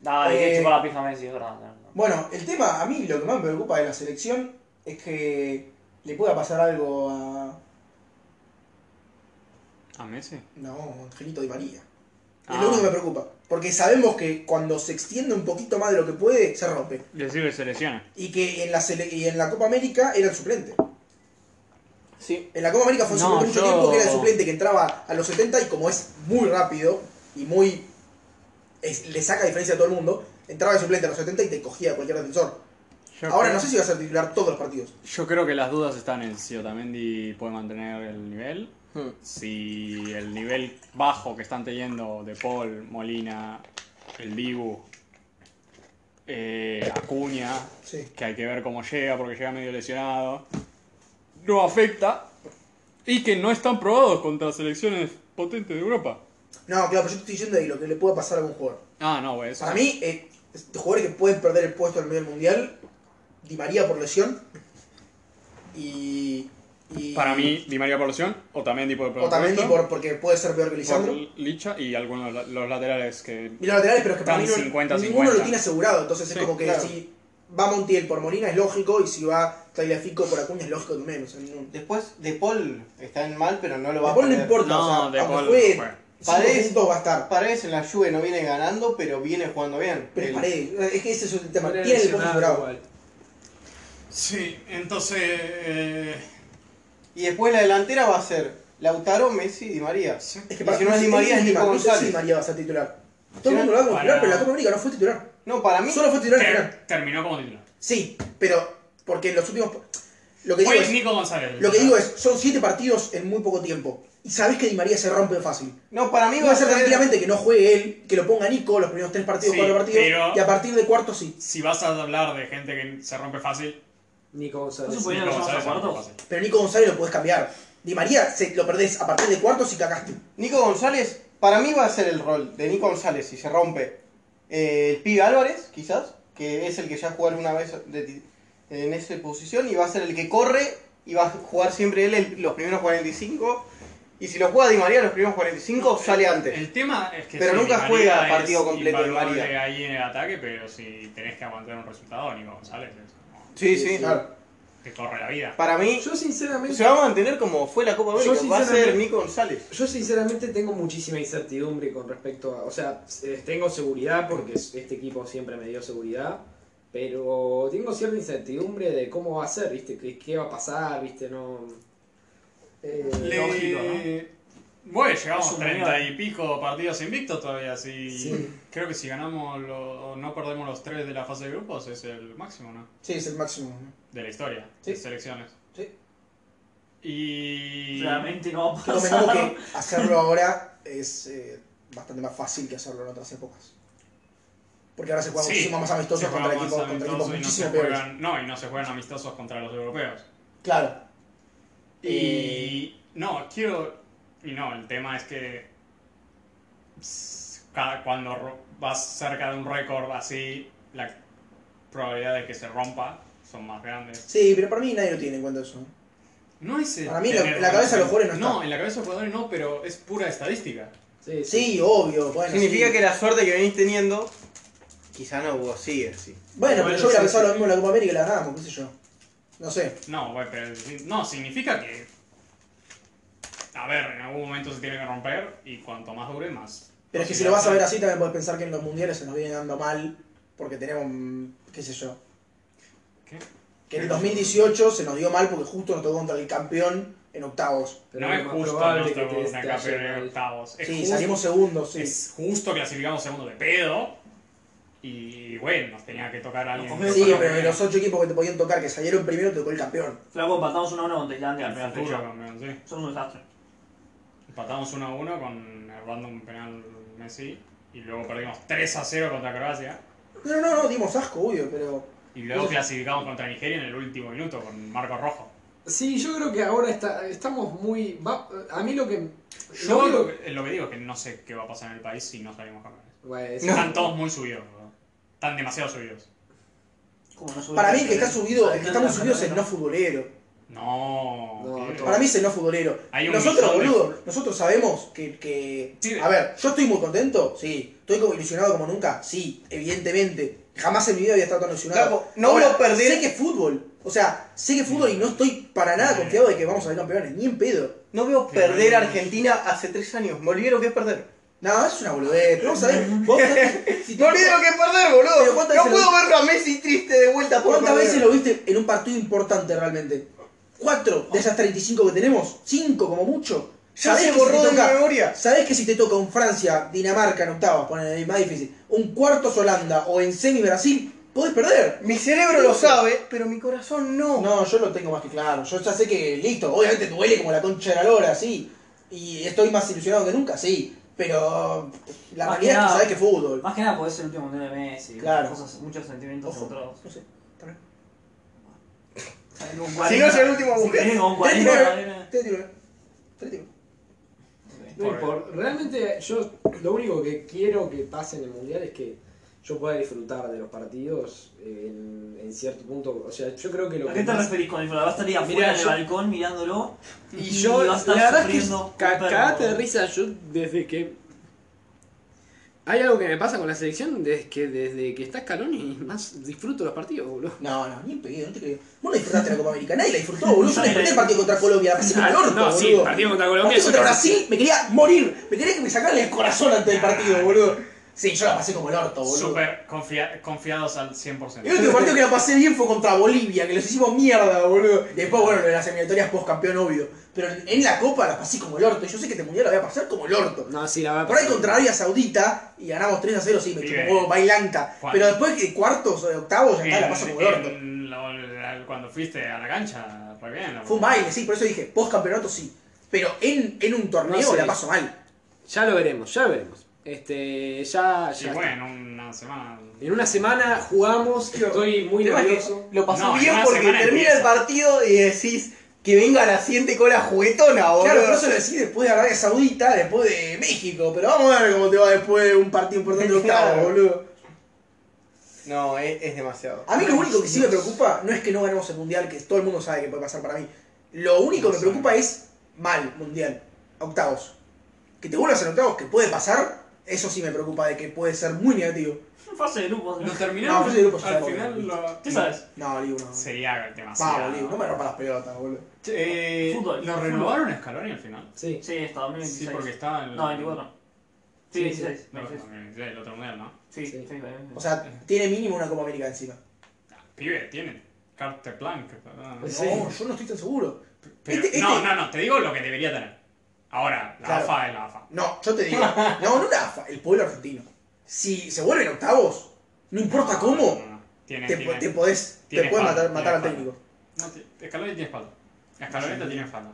[SPEAKER 5] Dale,
[SPEAKER 4] Eh,
[SPEAKER 5] que chupa la pija a Messi, es verdad. no, no.
[SPEAKER 4] Bueno, el tema, a mí lo que más me preocupa de la selección es que le pueda pasar algo a.
[SPEAKER 17] ¿A Messi?
[SPEAKER 4] No, Angelito Di María. Es
[SPEAKER 17] Ah.
[SPEAKER 4] lo único que me preocupa. Porque sabemos que cuando se extiende un poquito más de lo que puede, se rompe.
[SPEAKER 17] Decir que se lesiona.
[SPEAKER 4] Y que en la, sele- y en la Copa América era el suplente.
[SPEAKER 2] Sí.
[SPEAKER 4] En la Copa América fue un
[SPEAKER 17] No,
[SPEAKER 4] suplente mucho
[SPEAKER 17] yo-
[SPEAKER 4] tiempo que era el suplente que entraba a los 70 y como es muy rápido y muy. es- le saca diferencia a todo el mundo, entraba el suplente a los 70 y te cogía a cualquier defensor.
[SPEAKER 17] Yo
[SPEAKER 4] Ahora
[SPEAKER 17] creo-
[SPEAKER 4] no sé si va a ser titular todos los partidos.
[SPEAKER 17] Yo creo que las dudas están en si Otamendi puede mantener el nivel,
[SPEAKER 2] Hmm.
[SPEAKER 17] si el nivel bajo que están teniendo de Paul, Molina, el Dibu, eh, Acuña,
[SPEAKER 4] Sí.
[SPEAKER 17] que hay que ver cómo llega porque llega medio lesionado, no afecta y que no están probados contra selecciones potentes de Europa.
[SPEAKER 4] No, claro, pero yo te estoy diciendo de lo que le pueda pasar a algún jugador.
[SPEAKER 17] Ah, no, güey, eso.
[SPEAKER 4] Para mí, eh, jugadores que pueden perder el puesto en el medio del mundial, Di María por lesión y. y-
[SPEAKER 17] Para mí, Di María por lesión, Otamendi por
[SPEAKER 4] Otamendi
[SPEAKER 17] por-
[SPEAKER 4] por, porque puede ser peor que Lisandro.
[SPEAKER 17] por Licha y algunos de la- los laterales que
[SPEAKER 4] Y los laterales, pero es que para mí no,
[SPEAKER 17] Están 50,
[SPEAKER 4] ninguno
[SPEAKER 17] 50.
[SPEAKER 4] lo tiene asegurado. Entonces
[SPEAKER 17] Sí,
[SPEAKER 4] es como que
[SPEAKER 2] claro.
[SPEAKER 4] si va Montiel por Molina es lógico y si va Tagliafico por Acuña es lógico también. O sea, no-
[SPEAKER 2] Después, De Paul está en mal, pero no lo va
[SPEAKER 4] De Paul
[SPEAKER 2] a
[SPEAKER 4] no
[SPEAKER 2] perder.
[SPEAKER 4] importa,
[SPEAKER 17] No,
[SPEAKER 4] o
[SPEAKER 17] De
[SPEAKER 4] sea, aunque
[SPEAKER 17] Paul
[SPEAKER 4] juegue
[SPEAKER 17] fue.
[SPEAKER 4] cinco
[SPEAKER 2] Paredes-
[SPEAKER 4] minutos va a estar.
[SPEAKER 2] Paredes en la lluvia no viene ganando, pero viene jugando bien.
[SPEAKER 4] Pero es
[SPEAKER 2] El-
[SPEAKER 4] Paredes, es que ese es el tema.
[SPEAKER 1] Era
[SPEAKER 4] Tiene el puesto
[SPEAKER 1] lesionado
[SPEAKER 4] asegurado.
[SPEAKER 1] igual.
[SPEAKER 20] Sí, entonces. eh,
[SPEAKER 2] Y después la delantera va a ser Lautaro, Messi, Di María.
[SPEAKER 4] Es que
[SPEAKER 2] Y si no es Di María, es
[SPEAKER 4] ni
[SPEAKER 2] Nico
[SPEAKER 4] No sé si Di
[SPEAKER 2] González.
[SPEAKER 4] María va a ser titular. Todo el
[SPEAKER 2] no,
[SPEAKER 4] mundo lo va a
[SPEAKER 17] para-
[SPEAKER 4] titular, pero en la Copa América no fue titular.
[SPEAKER 2] No, para mí.
[SPEAKER 3] Eh.
[SPEAKER 4] Solo fue titular al final.
[SPEAKER 17] ter- terminó como titular.
[SPEAKER 4] Sí, pero porque en los últimos. Lo que digo
[SPEAKER 3] Fue
[SPEAKER 4] es-
[SPEAKER 3] Nico González.
[SPEAKER 4] Lo que digo es, son siete partidos en muy poco tiempo. Y sabés que Di María se rompe fácil.
[SPEAKER 2] No, para mí
[SPEAKER 4] va a ser tranquilamente que no juegue él, que lo ponga Nico los primeros tres partidos,
[SPEAKER 3] Sí,
[SPEAKER 4] cuatro partidos.
[SPEAKER 3] pero-
[SPEAKER 4] Y a partir de cuarto sí.
[SPEAKER 3] Si vas a hablar de gente que se rompe fácil,
[SPEAKER 1] Nico González.
[SPEAKER 3] Nico González se rompe fácil.
[SPEAKER 4] Pero Nico González lo podés cambiar. Di María se, lo perdés a partir de cuarto si cagaste.
[SPEAKER 2] Nico González, para mí va a ser el rol de Nico González si se rompe eh, el pibe Álvarez, quizás, que es el que ya jugó alguna vez de ti- en esa posición y va a ser el que corre y va a jugar siempre él el- los primeros 45. Y si lo juega Di María los primeros 45, sale antes.
[SPEAKER 3] El tema es que
[SPEAKER 2] Pero
[SPEAKER 3] sí,
[SPEAKER 2] nunca
[SPEAKER 3] Di
[SPEAKER 2] juega
[SPEAKER 3] María
[SPEAKER 2] partido
[SPEAKER 3] es
[SPEAKER 2] completo Di
[SPEAKER 3] invaluable
[SPEAKER 2] María.
[SPEAKER 3] ahí en el ataque, pero si tenés que aguantar un resultado, Nico González es-
[SPEAKER 2] Sí, sí.
[SPEAKER 3] te corre la vida.
[SPEAKER 2] Para mí,
[SPEAKER 7] Yo sinceramente.
[SPEAKER 2] se va a mantener como fue la Copa
[SPEAKER 7] Yo
[SPEAKER 2] América. Va a ser
[SPEAKER 7] sinceramente-
[SPEAKER 2] Nico González.
[SPEAKER 7] Yo sinceramente
[SPEAKER 1] Tengo muchísima incertidumbre con respecto a. O sea, eh, tengo seguridad porque este equipo siempre me dio seguridad. Pero tengo cierta incertidumbre de cómo va a ser, ¿viste? ¿Qué, qué va a pasar, ¿viste? No. eh,
[SPEAKER 3] Le- Bueno, llegamos a 30 y pico partidos invictos todavía. Si,
[SPEAKER 1] Sí.
[SPEAKER 3] Creo que si ganamos lo- o no perdemos los tres de la fase de grupos es el máximo, ¿no?
[SPEAKER 4] Sí, es el máximo.
[SPEAKER 3] De la historia, de selecciones.
[SPEAKER 2] Sí.
[SPEAKER 3] Y.
[SPEAKER 5] Realmente no va a
[SPEAKER 4] Yo
[SPEAKER 5] pasar.
[SPEAKER 4] convengo que hacerlo ahora es eh, bastante más fácil que hacerlo en otras épocas. Porque ahora se juegan
[SPEAKER 3] Sí,
[SPEAKER 4] muchísimo más amistosos
[SPEAKER 3] se
[SPEAKER 4] contra
[SPEAKER 3] juegan
[SPEAKER 4] equipos,
[SPEAKER 3] más
[SPEAKER 4] contra equipos
[SPEAKER 3] amistosos y no se
[SPEAKER 4] muchísimo peores.
[SPEAKER 3] juegan- No, y no se juegan amistosos contra los europeos.
[SPEAKER 4] Claro.
[SPEAKER 3] Y no, quiero. Y no, el tema es que. s- cada- cuando ro- vas cerca de un récord así, las probabilidades de que se rompa son más grandes.
[SPEAKER 4] Sí, pero para mí nadie lo tiene en cuenta eso.
[SPEAKER 3] No es el
[SPEAKER 4] Para mí la-
[SPEAKER 3] tener
[SPEAKER 4] la cabeza de los jugadores no
[SPEAKER 3] No,
[SPEAKER 4] está.
[SPEAKER 3] en la cabeza de los jugadores no, pero es pura estadística.
[SPEAKER 1] Sí,
[SPEAKER 4] Sí, obvio. Bueno,
[SPEAKER 2] Significa
[SPEAKER 4] sí.
[SPEAKER 2] que la suerte que venís teniendo, quizá no vos sigue así.
[SPEAKER 4] Bueno, pero yo hubiera
[SPEAKER 2] sí,
[SPEAKER 4] pensado
[SPEAKER 2] sí.
[SPEAKER 4] lo mismo en la Copa América y la ganamos, qué sé yo. No sé.
[SPEAKER 3] No, bueno, pero no, significa que. A ver, en algún momento se tiene que romper y cuanto más dure, más.
[SPEAKER 4] Pero es que si lo vas a ver así, también puedes pensar que en los mundiales se nos viene dando mal porque tenemos, mm, qué sé yo.
[SPEAKER 3] ¿Qué?
[SPEAKER 4] Que en el 2018 se nos dio mal porque justo nos tocó contra el campeón en octavos.
[SPEAKER 3] no es justo no estar con una campeona en octavos. Es
[SPEAKER 4] Sí,
[SPEAKER 3] justo-
[SPEAKER 4] salimos segundos, sí.
[SPEAKER 3] Es justo clasificamos segundo de pedo. Y bueno, nos tenía que tocar a alguien.
[SPEAKER 4] Sí, pero
[SPEAKER 2] eh,
[SPEAKER 4] de los ocho equipos que te podían tocar, que salieron primero, te tocó el campeón.
[SPEAKER 5] Flaco, empatamos 1 a 1 contra Islandia al
[SPEAKER 3] Campeón,
[SPEAKER 5] primer
[SPEAKER 3] futuro
[SPEAKER 5] fecha.
[SPEAKER 3] campeón, sí.
[SPEAKER 5] Somos un desastre.
[SPEAKER 3] Empatamos 1 a 1 con el random penal Messi. Y luego perdimos 3 a 0 contra Croacia.
[SPEAKER 4] No, no, no, dimos asco, obvio, pero.
[SPEAKER 3] Y luego clasificamos contra Nigeria en el último minuto con Marco Rojo.
[SPEAKER 1] Sí, yo creo que ahora está, estamos muy. va- a mí lo que.
[SPEAKER 3] Yo
[SPEAKER 1] lo
[SPEAKER 3] lo
[SPEAKER 1] que-
[SPEAKER 3] que, lo que digo es que no sé qué va a pasar en el país si no salimos campeones.
[SPEAKER 1] Bueno, es-
[SPEAKER 3] Están todos muy subidos, ¿no? Están demasiado subidos.
[SPEAKER 5] Como no subimos
[SPEAKER 4] Para mí,
[SPEAKER 2] eh,
[SPEAKER 4] el que
[SPEAKER 5] campeones.
[SPEAKER 4] está subido, el que
[SPEAKER 5] Islandia,
[SPEAKER 4] estamos subidos es el no
[SPEAKER 5] campeones,
[SPEAKER 4] futbolero.
[SPEAKER 3] No.
[SPEAKER 1] No,
[SPEAKER 3] tío.
[SPEAKER 4] Para mí es el no futbolero.
[SPEAKER 3] Hay un
[SPEAKER 4] Nosotros,
[SPEAKER 3] millón de
[SPEAKER 4] boludo, nosotros sabemos que, que-
[SPEAKER 3] Sí.
[SPEAKER 4] A ver, yo estoy muy contento, sí. Estoy como ilusionado como nunca, sí, evidentemente. Jamás en mi vida había estado tan ilusionado.
[SPEAKER 2] Capo, no lo perdés.
[SPEAKER 4] Sé que es fútbol. O sea, sé que es fútbol y no estoy para nada confiado de que vamos a ser campeones, ni en pedo.
[SPEAKER 2] No veo perder a Argentina hace tres años. Me olvidé lo que es perder.
[SPEAKER 4] No, es una boludez. Pero vamos a ver, vos si
[SPEAKER 2] Me olvidé lo que es perder, boludo.
[SPEAKER 4] Pero ¿cuántas
[SPEAKER 2] No
[SPEAKER 4] veces
[SPEAKER 2] puedo
[SPEAKER 4] lo-
[SPEAKER 2] verlo a Messi triste de vuelta por
[SPEAKER 4] ¿Cuántas
[SPEAKER 2] perder.
[SPEAKER 4] veces lo viste en un partido importante realmente? ¿Cuatro de esas 35 que tenemos? ¿Cinco como mucho?
[SPEAKER 2] Ya se
[SPEAKER 4] que si
[SPEAKER 2] borró
[SPEAKER 4] te
[SPEAKER 2] de mi
[SPEAKER 4] toca-
[SPEAKER 2] memoria.
[SPEAKER 4] ¿Sabés que si te toca un Francia, Dinamarca en octavos, ponen más difícil, un cuarto es Holanda o en semi Brasil, podés perder?
[SPEAKER 2] Mi cerebro lo sabe, pero mi corazón no.
[SPEAKER 4] No, yo lo tengo más que claro. Yo ya sé que, listo, obviamente duele como la concha de la lora, sí. Y estoy más ilusionado que nunca, sí. Pero la
[SPEAKER 5] Más
[SPEAKER 4] realidad es
[SPEAKER 5] que
[SPEAKER 4] que
[SPEAKER 5] nada.
[SPEAKER 4] sabés que es fútbol.
[SPEAKER 5] Más que nada, podés ser el último mundial de Messi.
[SPEAKER 4] Claro.
[SPEAKER 5] Cosas, muchos sentimientos
[SPEAKER 4] Ojo,
[SPEAKER 5] encontrados.
[SPEAKER 4] Ah, no sé. tal vez.
[SPEAKER 2] Si no es el último
[SPEAKER 5] Si tenés
[SPEAKER 2] mujer.
[SPEAKER 5] como un
[SPEAKER 4] Tres
[SPEAKER 5] 40,
[SPEAKER 4] tiros, tres tiros, tres tiros.
[SPEAKER 1] No importa. Realmente yo lo único que quiero que pase en el mundial es que yo pueda disfrutar de los partidos eh, en, en cierto punto. O sea, yo creo que lo
[SPEAKER 5] ¿A
[SPEAKER 1] que
[SPEAKER 5] qué te
[SPEAKER 1] más-
[SPEAKER 5] referís con el Vas a estar ahí afuera
[SPEAKER 1] Mirá,
[SPEAKER 5] en el
[SPEAKER 1] yo-
[SPEAKER 5] balcón mirándolo.
[SPEAKER 1] Y yo,
[SPEAKER 5] vas a
[SPEAKER 1] la
[SPEAKER 5] estar
[SPEAKER 1] verdad es que
[SPEAKER 5] sufriendo un
[SPEAKER 1] ca-
[SPEAKER 5] perro.
[SPEAKER 1] cagate de risa, yo desde que... Hay algo que me pasa con la selección desde que, desde que está Scaloni más disfruto los partidos, boludo.
[SPEAKER 4] No, no, ni en pedo, no te creo. Vos no disfrutaste la Copa América, nadie la disfrutó, boludo. Yo la disfruté el partido contra Colombia, la pasé como el orto,
[SPEAKER 1] Ah, no,
[SPEAKER 4] boludo.
[SPEAKER 1] sí, el partido contra Colombia
[SPEAKER 4] Partido
[SPEAKER 1] es
[SPEAKER 4] contra
[SPEAKER 1] una-
[SPEAKER 4] Brasil, me quería morir. Me quería que me sacaran el corazón antes del partido, boludo. Sí, yo la pasé como el orto, boludo.
[SPEAKER 3] Súper confia- confiados al
[SPEAKER 4] El
[SPEAKER 3] 100%.
[SPEAKER 4] último partido que la pasé bien fue contra Bolivia, que los hicimos mierda, boludo. Y después, bueno, lo de las eliminatorias post-campeón, obvio. Pero en, en la Copa la pasé como el orto. y Yo sé que este mundial la voy a pasar como el orto.
[SPEAKER 1] No, sí, la verdad.
[SPEAKER 4] Por ahí contra Arabia Saudita y ganamos 3 a 0, sí, me
[SPEAKER 3] Bien.
[SPEAKER 4] chupó un bailanca.
[SPEAKER 3] Juan.
[SPEAKER 4] Pero después que cuartos o de octavos, ya está, la paso como el orto.
[SPEAKER 3] En- en- la- la- cuando fuiste a la cancha, fue bien. la
[SPEAKER 4] Fue un
[SPEAKER 3] verdad.
[SPEAKER 4] baile, sí, por eso dije, post campeonato sí. Pero en, en un torneo
[SPEAKER 1] No sé.
[SPEAKER 4] la paso mal.
[SPEAKER 1] Ya lo veremos, ya lo veremos. Este, ya,
[SPEAKER 3] Y
[SPEAKER 1] ya.
[SPEAKER 3] bueno, una semana.
[SPEAKER 1] En una semana jugamos, estoy muy
[SPEAKER 2] tema es que
[SPEAKER 1] nervioso.
[SPEAKER 2] Lo pasás
[SPEAKER 3] No, en
[SPEAKER 2] bien
[SPEAKER 3] una
[SPEAKER 2] porque
[SPEAKER 3] semana
[SPEAKER 2] termina el
[SPEAKER 3] empieza.
[SPEAKER 2] partido y decís que venga la siguiente cola juguetona, boludo.
[SPEAKER 4] Claro, por eso lo decís después de Arabia Saudita, después de México. Pero vamos a ver cómo te va después de un partido importante de octavo,
[SPEAKER 2] Claro.
[SPEAKER 4] boludo.
[SPEAKER 2] No, es, es demasiado.
[SPEAKER 4] A mí lo único que sí me preocupa no es que no ganemos el mundial, que todo el mundo sabe que puede pasar para mí. Lo único que me preocupa es mal mundial, a octavos. Que te vuelvas en octavos, que puede pasar, eso sí me preocupa de que puede ser muy negativo.
[SPEAKER 5] Fase de grupos.
[SPEAKER 3] Lo
[SPEAKER 4] No,
[SPEAKER 3] terminamos.
[SPEAKER 4] fase de grupos,
[SPEAKER 3] al
[SPEAKER 4] ya
[SPEAKER 3] final
[SPEAKER 4] sabemos.
[SPEAKER 3] lo. ¿Qué sabes?
[SPEAKER 4] No, Liu, no.
[SPEAKER 3] Sería el tema.
[SPEAKER 4] Vamos, Liu, no me rompas las pelotas, boludo.
[SPEAKER 3] Eh,
[SPEAKER 5] Fútbol,
[SPEAKER 3] ¿Lo
[SPEAKER 5] fútbol.
[SPEAKER 3] renovaron a Scaloni al final?
[SPEAKER 1] Sí.
[SPEAKER 5] Sí,
[SPEAKER 3] Sí,
[SPEAKER 5] hasta 2026.
[SPEAKER 3] porque estaba en el.
[SPEAKER 5] No, 24. Sí, 16.
[SPEAKER 3] No, 2026, el otro mundial, ¿no?
[SPEAKER 5] Sí, sí,
[SPEAKER 4] O sea, tiene mínimo una Copa América encima.
[SPEAKER 3] Pibe, tiene. Carte Blanche. ¿verdad?
[SPEAKER 4] No,
[SPEAKER 1] Sí.
[SPEAKER 4] yo no estoy tan seguro.
[SPEAKER 3] Pero-
[SPEAKER 4] Este-
[SPEAKER 3] No,
[SPEAKER 4] este-
[SPEAKER 3] no, no, te digo lo que debería tener. Ahora, la
[SPEAKER 4] Claro.
[SPEAKER 3] AFA es la AFA.
[SPEAKER 4] No, yo te digo. No, no la AFA, el pueblo argentino. Si se vuelven octavos, no importa
[SPEAKER 3] No,
[SPEAKER 4] cómo,
[SPEAKER 3] no, no. Tiene,
[SPEAKER 4] te,
[SPEAKER 3] tiene-
[SPEAKER 4] po- te podés, te
[SPEAKER 3] tiene
[SPEAKER 4] pueden
[SPEAKER 3] espalda,
[SPEAKER 4] matar, matar al
[SPEAKER 3] tiene
[SPEAKER 4] técnico.
[SPEAKER 3] No, ti- Scaloni tiene espalda. Escaloneta tiene espalda.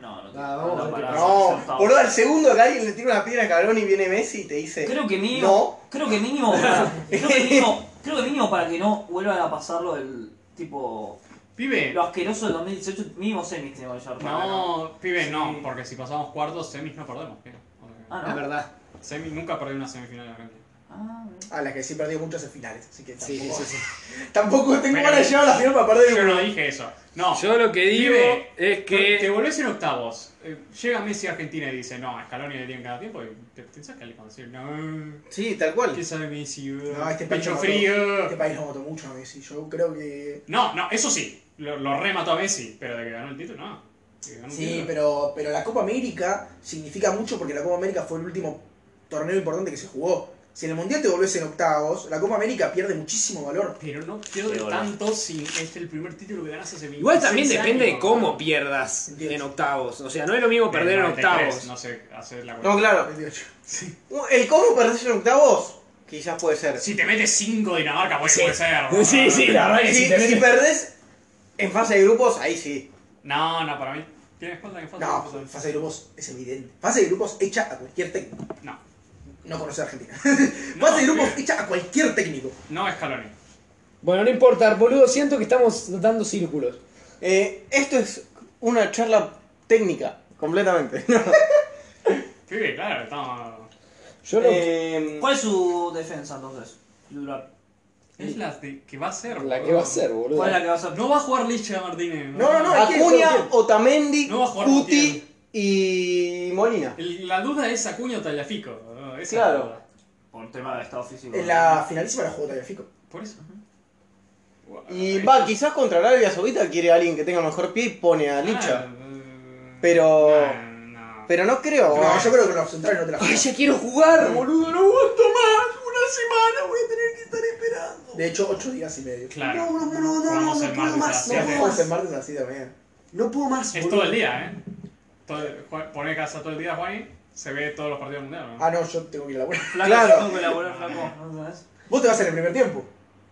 [SPEAKER 5] No, no.
[SPEAKER 1] Ah, vamos a ver qué
[SPEAKER 5] para-
[SPEAKER 1] pasa.
[SPEAKER 2] No,
[SPEAKER 5] octavos.
[SPEAKER 2] boludo, al segundo que alguien le tira una piedra a Cabrón y viene Messi y te dice.
[SPEAKER 5] Creo que mínimo.
[SPEAKER 2] No.
[SPEAKER 5] Creo que mínimo. para- creo, que mínimo creo que mínimo para que no vuelvan a pasar lo del tipo.
[SPEAKER 3] Pibe,
[SPEAKER 5] Lo asqueroso del 2018, mínimo semis tiene que llevar. para acá.
[SPEAKER 3] no, pibe, no, porque si pasamos cuartos, semis no perdemos. pibe. O sea,
[SPEAKER 5] Ah,
[SPEAKER 1] Es
[SPEAKER 5] no.
[SPEAKER 1] verdad.
[SPEAKER 3] Semis nunca perdió una semifinal de Argentina.
[SPEAKER 5] Ah,
[SPEAKER 4] A las que sí perdió muchas en finales, así que
[SPEAKER 1] Sí,
[SPEAKER 4] tampoco,
[SPEAKER 1] sí, sí, sí.
[SPEAKER 4] tampoco tengo
[SPEAKER 3] Pero-
[SPEAKER 4] ganas de llevar a la final para perder
[SPEAKER 3] Yo
[SPEAKER 4] una.
[SPEAKER 3] no dije eso. No,
[SPEAKER 1] Yo lo que digo
[SPEAKER 3] Pibe,
[SPEAKER 1] es
[SPEAKER 3] te- te
[SPEAKER 1] que.
[SPEAKER 3] volvés en octavos. eh, Llega Messi a Argentina y dice, no, a Scaloni le tienen cada tiempo. Y te pensás que le van a decir, no,
[SPEAKER 2] Sí, tal cual.
[SPEAKER 3] ¿qué sabe Messi?
[SPEAKER 4] No, este
[SPEAKER 3] pecho
[SPEAKER 4] pecho-
[SPEAKER 3] frío.
[SPEAKER 4] Este país no votó mucho a Messi, yo creo que...
[SPEAKER 3] No, no, eso sí, lo, lo remató a Messi, pero de que ganó el título, no. De que ganó un
[SPEAKER 4] Sí,
[SPEAKER 3] título.
[SPEAKER 4] pero, pero la Copa América significa mucho porque la Copa América fue el último torneo importante que se jugó. Si en el Mundial te volvés en octavos, la Copa América pierde muchísimo valor.
[SPEAKER 3] Pero no pierde
[SPEAKER 14] Sí, boludo.
[SPEAKER 3] tanto si es el primer título que ganas hace 26
[SPEAKER 1] Igual también depende de
[SPEAKER 3] años.
[SPEAKER 1] cómo pierdas
[SPEAKER 4] Dios.
[SPEAKER 1] en octavos. O sea, Eh, no es lo mismo
[SPEAKER 3] Pero
[SPEAKER 1] perder en
[SPEAKER 3] 93,
[SPEAKER 1] octavos.
[SPEAKER 3] No sé, hacer la cuenta.
[SPEAKER 2] No, claro.
[SPEAKER 4] 28.
[SPEAKER 2] Uh, El cómo perdés en octavos, quizás puede ser.
[SPEAKER 3] Si te metes 5 Dinamarca, pues puede ser.
[SPEAKER 1] Sí, sí, la verdad que
[SPEAKER 2] Si,
[SPEAKER 1] sí. te
[SPEAKER 2] si
[SPEAKER 1] metes-
[SPEAKER 2] perdés en fase de grupos, ahí sí.
[SPEAKER 3] No, no, para mí. ¿Tienes falta que falta?
[SPEAKER 4] No, pues, fase de grupos es evidente. Fase de grupos hecha a cualquier técnico.
[SPEAKER 3] No,
[SPEAKER 4] No conoce a Argentina. fase de grupos hecha a cualquier técnico.
[SPEAKER 3] no es Scaloni.
[SPEAKER 1] Bueno, no importa, boludo, siento que estamos dando círculos.
[SPEAKER 2] Eh, esto es una charla técnica, completamente.
[SPEAKER 3] Pibe, claro, estamos.
[SPEAKER 1] Yo lo-
[SPEAKER 2] Eh,
[SPEAKER 5] ¿Cuál es su defensa entonces? Titular.
[SPEAKER 3] Es la de- que va a ser.
[SPEAKER 1] la que
[SPEAKER 3] boludo.
[SPEAKER 1] va a ser, boludo.
[SPEAKER 5] ¿Cuál es la que va a ser?
[SPEAKER 3] No va a jugar Licha Martínez.
[SPEAKER 4] No, no, no.
[SPEAKER 2] Acuña, Otamendi,
[SPEAKER 3] No va a jugar
[SPEAKER 2] Cuti
[SPEAKER 3] Montiel.
[SPEAKER 2] y Molina.
[SPEAKER 3] El- la duda es Acuña o Tagliafico. boludo, esa es la
[SPEAKER 2] Claro.
[SPEAKER 3] duda.
[SPEAKER 5] Por tema de estado físico.
[SPEAKER 4] En la finalísima la jugó Tagliafico.
[SPEAKER 3] Por eso.
[SPEAKER 2] Y va, quizás contra Arabia Saudita quiere a alguien que tenga mejor pie y pone a Licha. Pero- Pero no creo.
[SPEAKER 4] No, yo creo que los centrales no te la
[SPEAKER 1] Ay,
[SPEAKER 4] juegan.
[SPEAKER 1] ya quiero jugar, boludo, no aguanto más. Una semana, boludo.
[SPEAKER 4] De hecho, 8 días y medio.
[SPEAKER 3] Claro.
[SPEAKER 7] No, no, no, no, no,
[SPEAKER 3] Jugamos
[SPEAKER 7] no
[SPEAKER 3] el
[SPEAKER 7] puedo
[SPEAKER 3] martes
[SPEAKER 7] más,
[SPEAKER 3] a las
[SPEAKER 7] no
[SPEAKER 4] No
[SPEAKER 3] 7.
[SPEAKER 4] juegas el martes a las 7 de la mañana.
[SPEAKER 7] No puedo más.
[SPEAKER 3] Es todo el día, ¿eh? Todo, jue- pone casa todo el día, Juan. Se ve todos los partidos mundiales. ¿no?
[SPEAKER 4] Ah, no, yo tengo que ir a la buena.
[SPEAKER 5] Flaco,
[SPEAKER 2] Claro.
[SPEAKER 5] yo Tengo que elaborar flaco, ¿no entendés?
[SPEAKER 4] Vos te vas en el primer tiempo.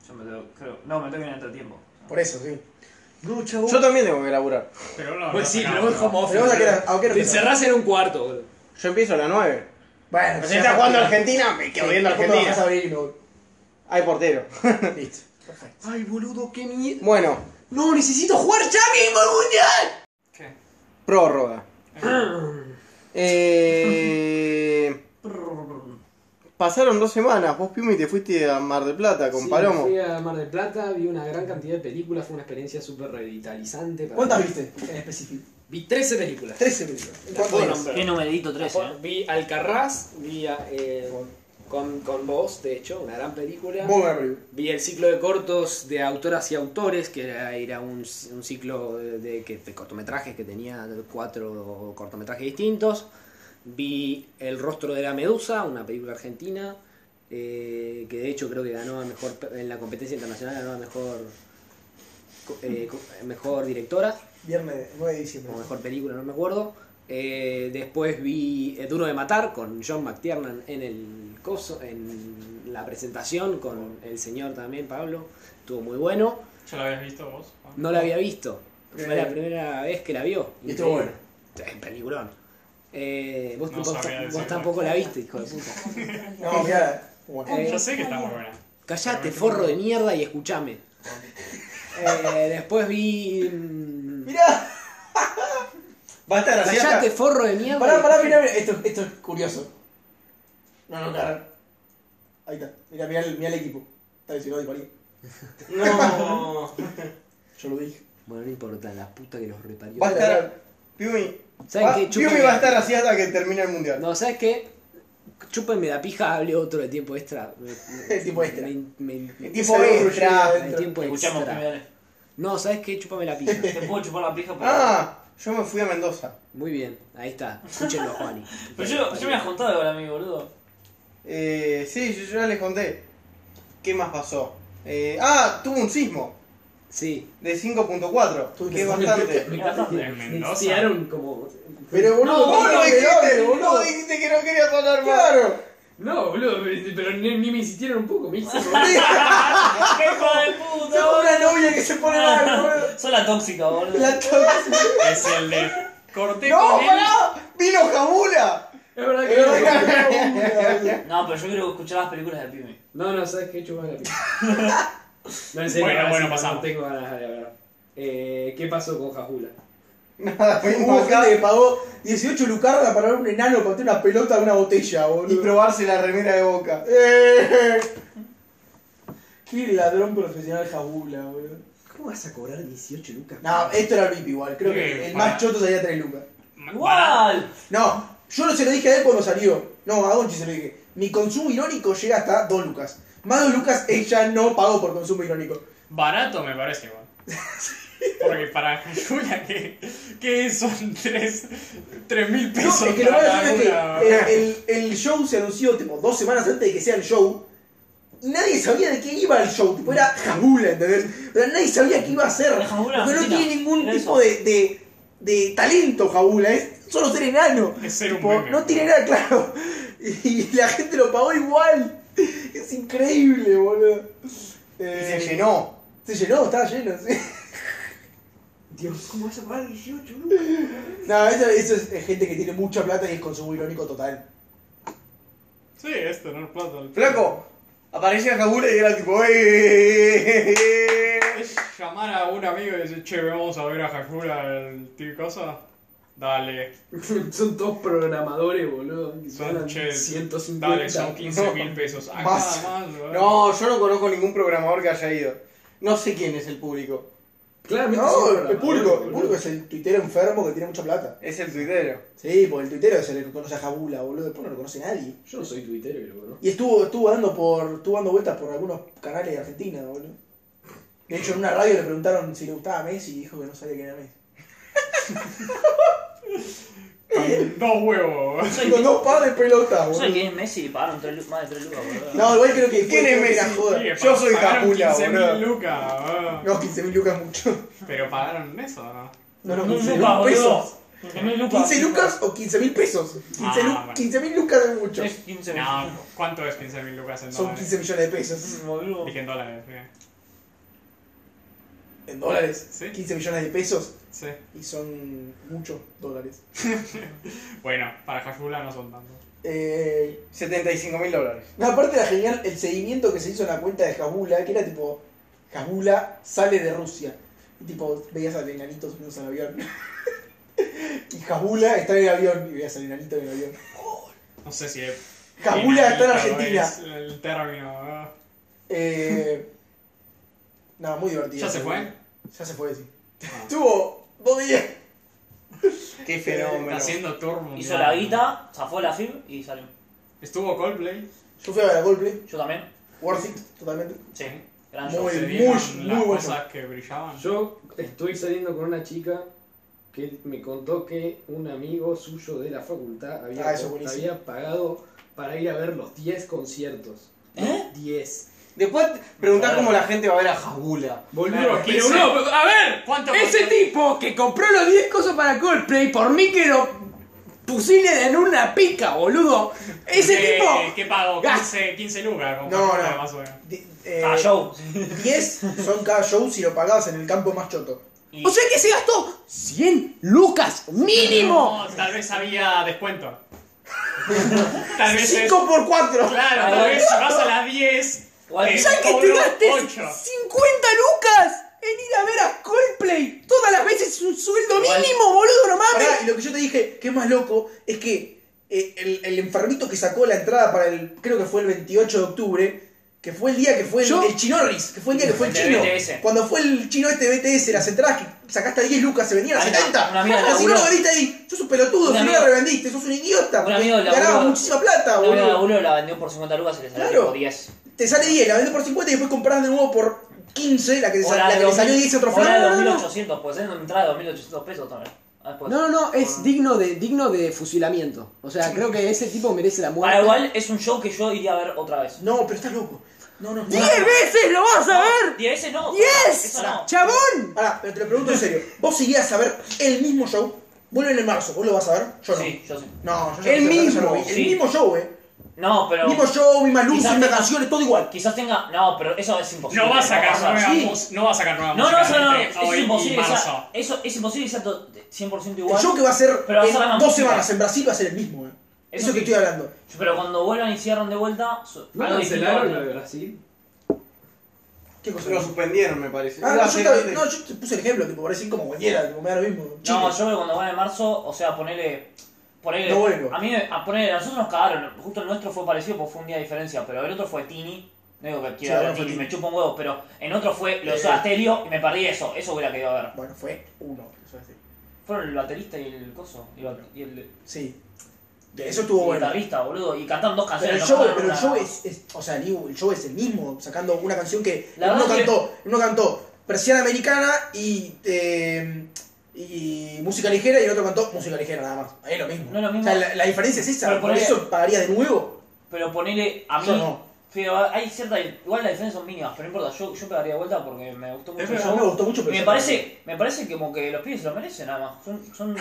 [SPEAKER 5] Yo me tengo, creo. No, me tengo que ir en entretiempo.
[SPEAKER 4] Por eso, sí.
[SPEAKER 7] No, chavo.
[SPEAKER 2] Yo también tengo que laburar.
[SPEAKER 3] Pero no,
[SPEAKER 1] Pues
[SPEAKER 3] no
[SPEAKER 1] sí,
[SPEAKER 3] sacamos,
[SPEAKER 1] pero vos
[SPEAKER 3] no.
[SPEAKER 1] como
[SPEAKER 4] Pero vos a qué hora- a qué hora
[SPEAKER 1] Te
[SPEAKER 4] empezás?
[SPEAKER 1] encerrás en un cuarto, boludo.
[SPEAKER 2] Yo empiezo a las 9.
[SPEAKER 4] Bueno,
[SPEAKER 2] Pero
[SPEAKER 4] si
[SPEAKER 2] si está
[SPEAKER 4] vas a-
[SPEAKER 2] jugando Argentina, me
[SPEAKER 4] Sí,
[SPEAKER 2] quedo viendo
[SPEAKER 4] después me vas a
[SPEAKER 2] Argentina.
[SPEAKER 4] abrir y me voy.
[SPEAKER 2] Hay portero.
[SPEAKER 4] Listo. Perfecto.
[SPEAKER 7] Ay, boludo, qué mierda.
[SPEAKER 2] Bueno,
[SPEAKER 7] No, necesito jugar ya mismo al mundial.
[SPEAKER 3] ¿Qué?
[SPEAKER 2] prórroga.
[SPEAKER 1] Ah.
[SPEAKER 2] Eh, pasaron dos semanas. Vos, Piumi, te fuiste a Mar del Plata con
[SPEAKER 1] Sí,
[SPEAKER 2] Palomo.
[SPEAKER 1] Fui a Mar del Plata, vi una gran cantidad de películas, fue una experiencia súper revitalizante. para
[SPEAKER 4] ¿Cuántas
[SPEAKER 1] mí.
[SPEAKER 4] viste en específico?
[SPEAKER 1] Vi 13 películas.
[SPEAKER 4] 13 películas.
[SPEAKER 1] Las
[SPEAKER 4] ¿En cuántos
[SPEAKER 1] puedo
[SPEAKER 4] días?
[SPEAKER 1] nombrar.
[SPEAKER 14] Qué numerito 13, ¿eh?
[SPEAKER 1] Vi Alcarraz, vi a, eh, con, con vos, de hecho, una gran película.
[SPEAKER 4] Muy buena película.
[SPEAKER 1] Vi el ciclo de cortos de autoras y autores, que era, era un, un ciclo de, de que- de cortometrajes que tenía cuatro cortometrajes distintos. Vi El rostro de la medusa, una película argentina, eh, que de hecho creo que ganó a mejor pe- en la competencia internacional, ganó a mejor, co- eh, co- mejor directora
[SPEAKER 4] Viernes 9 de diciembre.
[SPEAKER 1] o mejor película, no me acuerdo. Eh, después vi eh, Duro de Matar con John McTiernan en el coso, en la presentación con el señor también, Pablo. Estuvo muy bueno.
[SPEAKER 3] ¿Ya lo habías visto vos? Juan?
[SPEAKER 1] No la había visto. Fue
[SPEAKER 4] Eh,
[SPEAKER 1] la primera vez que la vio.
[SPEAKER 21] Y estuvo
[SPEAKER 1] Increíble. Es peliculón. Eh, vos
[SPEAKER 21] No
[SPEAKER 1] vos,
[SPEAKER 21] sabía
[SPEAKER 1] vos
[SPEAKER 21] decirlo.
[SPEAKER 1] tampoco la viste, hijo de puta.
[SPEAKER 21] No, mirá. Bueno.
[SPEAKER 1] Eh,
[SPEAKER 21] Yo sé que está muy
[SPEAKER 3] buena.
[SPEAKER 1] Callate, forro de mierda, y escuchame. Eh, después vi. mm,
[SPEAKER 4] ¡Mirá! Basta, gracias.
[SPEAKER 1] Callate, forro de mierda.
[SPEAKER 4] Pará, pará, mirá, mirá. Esto, esto es curioso. No, no, cara. Ahí está. Mirá, mirá, el, mirá el equipo. Está bien, si no, disparí. No. Yo lo dije.
[SPEAKER 1] Bueno, no importa, la puta que los reparió.
[SPEAKER 2] Va a estar. Piumi.
[SPEAKER 1] ¿Saben
[SPEAKER 2] va-
[SPEAKER 1] qué? Chúpenme
[SPEAKER 2] Piumi va a
[SPEAKER 1] la-
[SPEAKER 2] estar así hasta Ah, que termine el mundial.
[SPEAKER 1] No, ¿sabes qué? Chúpenme la pija, hable otro de tiempo extra. El tiempo extra. Me, me- me-
[SPEAKER 2] El tiempo extra.
[SPEAKER 1] El tiempo
[SPEAKER 2] Te escuchamos
[SPEAKER 1] extra.
[SPEAKER 2] primero.
[SPEAKER 1] No, ¿sabes qué? Chúpame la pija. Te puedo chupar la pija,
[SPEAKER 2] Ah, yo me fui a Mendoza.
[SPEAKER 1] Muy bien, ahí está. Escúchenlo, Juani.
[SPEAKER 5] Pero yo, yo me había juntado ahora, mi boludo.
[SPEAKER 2] Eh, sí, yo, yo ya les conté. ¿Qué más pasó? Eh, ah, tuvo un sismo.
[SPEAKER 1] Sí.
[SPEAKER 2] De 5.4. Que es bastante.
[SPEAKER 1] Mendoza. Tiraron como.
[SPEAKER 2] Pero
[SPEAKER 6] boludo,
[SPEAKER 2] no, vos
[SPEAKER 6] no
[SPEAKER 2] no
[SPEAKER 6] me
[SPEAKER 2] dijiste,
[SPEAKER 6] hables, boludo.
[SPEAKER 2] boludo. dijiste que no querías hablar más. Claro.
[SPEAKER 6] No, boludo, pero ni, ni me insistieron un poco, me hice.
[SPEAKER 5] ¡Hijo de puta! Ah,
[SPEAKER 6] Sos una novia
[SPEAKER 4] que se pone mal, boludo.
[SPEAKER 5] Sos la tóxica, boludo.
[SPEAKER 4] La tóxica.
[SPEAKER 3] Es el de.
[SPEAKER 2] Eh,
[SPEAKER 3] Corté
[SPEAKER 4] ¡No,
[SPEAKER 3] con él.
[SPEAKER 4] pará! ¡Vino Jabula!
[SPEAKER 6] Es verdad
[SPEAKER 4] Es verdad que no.
[SPEAKER 5] No, pero yo quiero escuchar las películas de Pyme.
[SPEAKER 1] No, no, ¿sabes qué? Chúpame la pija. No, en
[SPEAKER 3] Bueno,
[SPEAKER 1] ahora
[SPEAKER 3] bueno,
[SPEAKER 1] sí,
[SPEAKER 3] pasamos.
[SPEAKER 1] No tengo ganas de hablar. Eh, ¿Qué pasó con Jajula?
[SPEAKER 2] Nada,
[SPEAKER 4] fue Hubo gente que pagó 18 lucardas para ver un enano contra una pelota de una botella, boludo.
[SPEAKER 2] Y probarse la remera de boca.
[SPEAKER 4] ¡Eh! Qué ladrón profesional Jabula, boludo.
[SPEAKER 7] ¿Cómo vas a cobrar 18 lucas?
[SPEAKER 4] No,
[SPEAKER 1] eh.
[SPEAKER 4] esto era VIP igual. Creo que el más choto salía 3 lucas.
[SPEAKER 5] ¡Igual!
[SPEAKER 4] No, yo no se lo dije a él cuando salió. No, a Gonchi se lo dije. Mi consumo irónico llega hasta 2 lucas. Más 2 lucas ella no pagó por consumo irónico.
[SPEAKER 3] Barato me parece, igual. Porque para Julia, que, que son 3 mil
[SPEAKER 4] No,
[SPEAKER 3] pesos.
[SPEAKER 4] es que eh, lo
[SPEAKER 3] para
[SPEAKER 4] malo es
[SPEAKER 3] cada
[SPEAKER 4] que
[SPEAKER 3] una.
[SPEAKER 4] el, el- el show se anunció tipo dos semanas antes de que sea el show. Y nadie sabía de qué iba el show. Tipo, era jabula, ¿entendés? Pero nadie sabía qué iba a hacer.
[SPEAKER 5] Jabula
[SPEAKER 4] Porque no
[SPEAKER 5] argentina,
[SPEAKER 4] tiene ningún
[SPEAKER 5] era
[SPEAKER 4] tipo de, de, de talento jabula. Es solo ser enano. Tipo, no tiene nada claro. Y la gente lo pagó igual. Es increíble, boludo. Eh,
[SPEAKER 2] Y se llenó.
[SPEAKER 4] Se llenó, estaba lleno, sí.
[SPEAKER 7] Dios, ¿cómo vas a pagar 18 lucas?
[SPEAKER 4] No, eso, eso es eh, gente que tiene mucha plata y es consumo irónico total.
[SPEAKER 3] Sí, este, es tener plata. al-
[SPEAKER 2] Flaco, aparecía Jabula y era tipo, ¡eh!
[SPEAKER 3] Es llamar a un amigo y decir, che, vamos a ver a Hajura el tío cosa. Dale.
[SPEAKER 6] Son todos programadores, boludo. que
[SPEAKER 3] Son,
[SPEAKER 6] ganan
[SPEAKER 3] che,
[SPEAKER 6] 150.
[SPEAKER 3] dale, son 15 mil pesos. Acá
[SPEAKER 2] Más.
[SPEAKER 3] más, boludo.
[SPEAKER 2] No, yo no conozco ningún programador que haya ido. No sé quién es el público.
[SPEAKER 6] Claramente
[SPEAKER 2] son
[SPEAKER 4] No, el
[SPEAKER 2] programadores,
[SPEAKER 4] público, el
[SPEAKER 2] boludo.
[SPEAKER 4] público es el tuitero enfermo que tiene mucha plata.
[SPEAKER 2] Es el tuitero.
[SPEAKER 4] Sí, porque el tuitero es el que conoce a Jabula, boludo. Después no lo conoce nadie.
[SPEAKER 6] Yo no soy tuitero, pero bueno.
[SPEAKER 4] Y estuvo, estuvo dando por. estuvo dando vueltas por algunos canales de Argentina, boludo. De hecho, en una radio le preguntaron si le gustaba Messi y dijo que no sabía quién era Messi.
[SPEAKER 3] Con dos huevos.
[SPEAKER 4] Con dos pares de pelota,
[SPEAKER 5] Yo sé
[SPEAKER 4] boludo.
[SPEAKER 5] quién es Messi y pagaron tres lu- más de 3 lucas, boludo.
[SPEAKER 4] No, igual creo que.
[SPEAKER 2] ¿Quién es Messi?
[SPEAKER 3] Sí,
[SPEAKER 2] Yo soy
[SPEAKER 3] pagaron
[SPEAKER 2] Jabula,
[SPEAKER 3] 15.000
[SPEAKER 2] boludo.
[SPEAKER 3] lucas, boludo.
[SPEAKER 4] No, 15.000 lucas mucho.
[SPEAKER 3] Pero pagaron eso, ¿no?
[SPEAKER 4] No, no,
[SPEAKER 5] Mil
[SPEAKER 4] 15.000
[SPEAKER 5] lucas, boludo.
[SPEAKER 4] pesos.
[SPEAKER 5] mil lucas.
[SPEAKER 4] 15 lucas o 15.000 pesos. 15, lu-
[SPEAKER 3] Ah, bueno.
[SPEAKER 4] 15.000 lucas es mucho.
[SPEAKER 5] Es 15
[SPEAKER 3] No, ¿cuánto es 15 mil lucas en
[SPEAKER 4] Son
[SPEAKER 3] dólares?
[SPEAKER 4] 15 millones de pesos.
[SPEAKER 5] boludo.
[SPEAKER 3] Dije en dólares, bien.
[SPEAKER 4] ¿En dólares?
[SPEAKER 3] Sí.
[SPEAKER 4] 15 millones de pesos.
[SPEAKER 3] Sí.
[SPEAKER 4] Y son muchos dólares.
[SPEAKER 3] Bueno, para Hajula no son tantos.
[SPEAKER 4] Eh,
[SPEAKER 2] 75 mil dólares.
[SPEAKER 4] no, aparte era genial el seguimiento que se hizo en la cuenta de Jabula, que era tipo, Jabula sale de Rusia. Y tipo, veías al enanito subiéndose al avión. y Jabula está en el avión y veías al enanito en el avión.
[SPEAKER 3] No sé si es.
[SPEAKER 4] Jabula está en Argentina.
[SPEAKER 3] Es el término. ¿verdad?
[SPEAKER 4] Eh, no, muy divertido.
[SPEAKER 3] ¿Ya se fue?
[SPEAKER 4] Ya se fue, sí.
[SPEAKER 3] Ah.
[SPEAKER 4] Estuvo dos días.
[SPEAKER 2] Qué
[SPEAKER 3] Está
[SPEAKER 2] fenómeno.
[SPEAKER 3] haciendo tour
[SPEAKER 5] Hizo
[SPEAKER 3] mundial.
[SPEAKER 5] la guita, zafó la FIB y salió.
[SPEAKER 3] Estuvo Coldplay.
[SPEAKER 4] Yo fui a ver a Coldplay,
[SPEAKER 5] Yo también.
[SPEAKER 4] worth it, totalmente.
[SPEAKER 5] Sí. Gran
[SPEAKER 4] Muy,
[SPEAKER 5] show.
[SPEAKER 3] Se
[SPEAKER 4] muy,
[SPEAKER 3] dieron las
[SPEAKER 4] muy bueno.
[SPEAKER 3] cosas que brillaban.
[SPEAKER 1] Yo estoy saliendo con una chica que me contó que un amigo suyo de la facultad había,
[SPEAKER 4] Ah, eso es buenísimo.
[SPEAKER 1] había pagado para ir a ver los 10 conciertos.
[SPEAKER 5] ¿Eh?
[SPEAKER 1] 10.
[SPEAKER 2] Después preguntás cómo la gente va a ver a Jabula.
[SPEAKER 1] Boludo,
[SPEAKER 3] Claro,
[SPEAKER 1] pero
[SPEAKER 3] quince.
[SPEAKER 1] no, pero-
[SPEAKER 22] A ver,
[SPEAKER 3] ¿Cuánto
[SPEAKER 22] ese
[SPEAKER 3] costó?
[SPEAKER 22] tipo que compró los 10 cosas para Coldplay por mí que lo pusieron en una pica, boludo. Ese
[SPEAKER 3] ¿Qué-
[SPEAKER 22] tipo.
[SPEAKER 3] ¿Qué pago?
[SPEAKER 22] Ah.
[SPEAKER 3] 15, 15 lucas. como
[SPEAKER 4] No,
[SPEAKER 3] Hajula,
[SPEAKER 4] no.
[SPEAKER 3] Más o menos.
[SPEAKER 4] Di- eh,
[SPEAKER 5] Cada show.
[SPEAKER 4] 10 son cada show si lo pagabas en el campo más choto.
[SPEAKER 1] O sea que se gastó 100 lucas mínimo.
[SPEAKER 3] No, tal vez había descuento. tal vez es-
[SPEAKER 2] 5 por 4.
[SPEAKER 3] Claro, tal vez si vas a las 10.
[SPEAKER 1] O sea que te gastes 50 lucas en ir a ver a Coldplay todas las veces es un sueldo
[SPEAKER 4] Igual.
[SPEAKER 1] mínimo, boludo, no mames.
[SPEAKER 4] Pará, y lo que yo te dije, que es más loco, es que eh, el, el enfermito que sacó la entrada para el, creo que fue el 28 de octubre, que fue el día que fue el,
[SPEAKER 1] Yo-
[SPEAKER 4] el chinorris, que fue el día que fue el
[SPEAKER 5] El de
[SPEAKER 4] chino.
[SPEAKER 5] BTS.
[SPEAKER 4] Cuando fue el chino este BTS, las entradas que sacaste a 10 lucas se venían a
[SPEAKER 5] Ahí está,
[SPEAKER 4] 70.
[SPEAKER 5] un amigo
[SPEAKER 4] Pero si no
[SPEAKER 5] laburó.
[SPEAKER 4] lo vendiste ahí, sos un pelotudo, si
[SPEAKER 5] Un
[SPEAKER 4] no
[SPEAKER 5] amigo-
[SPEAKER 4] la revendiste, sos un idiota.
[SPEAKER 5] Un
[SPEAKER 4] porque
[SPEAKER 5] amigo
[SPEAKER 4] Ganabas
[SPEAKER 5] laburó-
[SPEAKER 4] muchísima plata,
[SPEAKER 5] No, no,
[SPEAKER 4] Ah, boludo.
[SPEAKER 5] uno la vendió por 50 lucas y le salió
[SPEAKER 4] Claro.
[SPEAKER 5] por 10.
[SPEAKER 4] Te sale 10, la vendés por 50 y después compras de nuevo por 15, la que, te
[SPEAKER 5] O
[SPEAKER 4] sal- la que le
[SPEAKER 5] 2000
[SPEAKER 4] salió 10 otro
[SPEAKER 5] o la de
[SPEAKER 4] flan.
[SPEAKER 5] 2800, pues es una entrada de 2800 pesos también. Ah, después.
[SPEAKER 1] No, no, no, es digno de, digno de fusilamiento. O sea, creo que ese tipo merece la muerte.
[SPEAKER 5] Para Ah, igual es un show que yo iría a ver otra vez.
[SPEAKER 4] No, pero estás loco. No, no, no.
[SPEAKER 1] ¡Diez veces lo vas a ver!
[SPEAKER 5] 10 veces no.
[SPEAKER 1] ¡Diez!
[SPEAKER 5] Eso no.
[SPEAKER 1] ¡Chabón!
[SPEAKER 4] Pará, pero te lo pregunto en serio. ¿Vos seguías a ver el mismo show? Vuelven en marzo, ¿vos lo vas a ver? Yo no.
[SPEAKER 5] Sí, yo sí.
[SPEAKER 4] No, yo ya
[SPEAKER 1] El
[SPEAKER 4] lo sé,
[SPEAKER 1] mismo.
[SPEAKER 4] ya lo vi. El
[SPEAKER 5] Sí.
[SPEAKER 4] mismo show, eh.
[SPEAKER 5] No, pero.
[SPEAKER 4] mismo show, misma luz,
[SPEAKER 5] Quizás
[SPEAKER 4] mismas
[SPEAKER 5] tenga-
[SPEAKER 4] canciones, todo igual.
[SPEAKER 5] Quizás tenga. No, pero eso es imposible.
[SPEAKER 3] No va a sacar
[SPEAKER 5] pasar.
[SPEAKER 3] nueva
[SPEAKER 5] Sí.
[SPEAKER 3] mus- No va a sacar nueva
[SPEAKER 5] No, no,
[SPEAKER 3] música
[SPEAKER 5] eso no.
[SPEAKER 3] entre hoy
[SPEAKER 5] Es
[SPEAKER 3] y
[SPEAKER 5] imposible. que sea-
[SPEAKER 3] marzo.
[SPEAKER 5] Eso es imposible que sea to- 100%
[SPEAKER 4] El
[SPEAKER 5] igual.
[SPEAKER 4] show que va a ser
[SPEAKER 5] Pero va a
[SPEAKER 4] en
[SPEAKER 5] ser la
[SPEAKER 4] dos
[SPEAKER 5] música.
[SPEAKER 4] semanas en Brasil va a ser el mismo, eh. Eso,
[SPEAKER 5] Eso
[SPEAKER 4] que
[SPEAKER 5] sí.
[SPEAKER 4] estoy hablando.
[SPEAKER 5] Pero cuando vuelvan y cierran de vuelta. so-
[SPEAKER 23] ¿No
[SPEAKER 5] algo distinto
[SPEAKER 23] cancelaron
[SPEAKER 5] va a
[SPEAKER 23] lo
[SPEAKER 5] tener.
[SPEAKER 23] de Brasil?
[SPEAKER 4] ¿Qué cosa?
[SPEAKER 2] Lo suspendieron, me parece. Iba
[SPEAKER 4] Ah, no,
[SPEAKER 2] a
[SPEAKER 4] yo
[SPEAKER 2] llegar
[SPEAKER 4] te,
[SPEAKER 2] de-
[SPEAKER 4] no, yo te puse el ejemplo, tipo, parecen como cualquiera, tipo, me da lo mismo. Chile.
[SPEAKER 5] No, yo creo que cuando van en marzo, o sea, ponele. Ponele.
[SPEAKER 4] No vuelvo.
[SPEAKER 5] A mí, me- a ponele, a nosotros nos cagaron. Justo el nuestro fue parecido porque fue un día de diferencia, pero el otro fue Tini. No digo que quiera
[SPEAKER 4] Sí,
[SPEAKER 5] ver
[SPEAKER 4] bueno, fue
[SPEAKER 5] Tini,
[SPEAKER 4] Tini.
[SPEAKER 5] me chupa un huevo, pero en otro fue los
[SPEAKER 4] Eh.
[SPEAKER 5] Asterio y me perdí eso. Eso hubiera querido ver.
[SPEAKER 4] Bueno, fue uno. eso es así.
[SPEAKER 5] Fueron el baterista y el coso. Y el, bat- y el-
[SPEAKER 4] Sí. De eso estuvo
[SPEAKER 5] y el
[SPEAKER 4] bueno.
[SPEAKER 5] guitarrista, boludo. Y cantaron dos
[SPEAKER 4] Pero
[SPEAKER 5] canciones.
[SPEAKER 4] el
[SPEAKER 5] no
[SPEAKER 4] show,
[SPEAKER 5] cantaron
[SPEAKER 4] pero el
[SPEAKER 5] una.
[SPEAKER 4] show es, es- O sea, digo, el show es el mismo, sacando una canción que.
[SPEAKER 5] La
[SPEAKER 4] uno,
[SPEAKER 5] verdad que-
[SPEAKER 4] cantó, uno cantó Persiana Americana y. eh, y música ligera y el otro cantó música ligera nada más. Ahí es lo mismo.
[SPEAKER 5] No es lo mismo.
[SPEAKER 4] O sea, la, la diferencia es esa.
[SPEAKER 5] Pero
[SPEAKER 4] por
[SPEAKER 5] ponele-
[SPEAKER 4] eso pagaría de nuevo.
[SPEAKER 5] Pero ponele a mí.
[SPEAKER 4] Yo no.
[SPEAKER 5] Pero hay cierta. Igual las diferencias son mínimas, pero no importa. Yo, yo pegaría de vuelta porque me gustó mucho
[SPEAKER 4] Es
[SPEAKER 5] el
[SPEAKER 4] verdad,
[SPEAKER 5] show.
[SPEAKER 4] me gustó mucho, pero
[SPEAKER 5] Me
[SPEAKER 4] yo
[SPEAKER 5] parece, me parece como que los pibes se lo merecen nada más. Son. son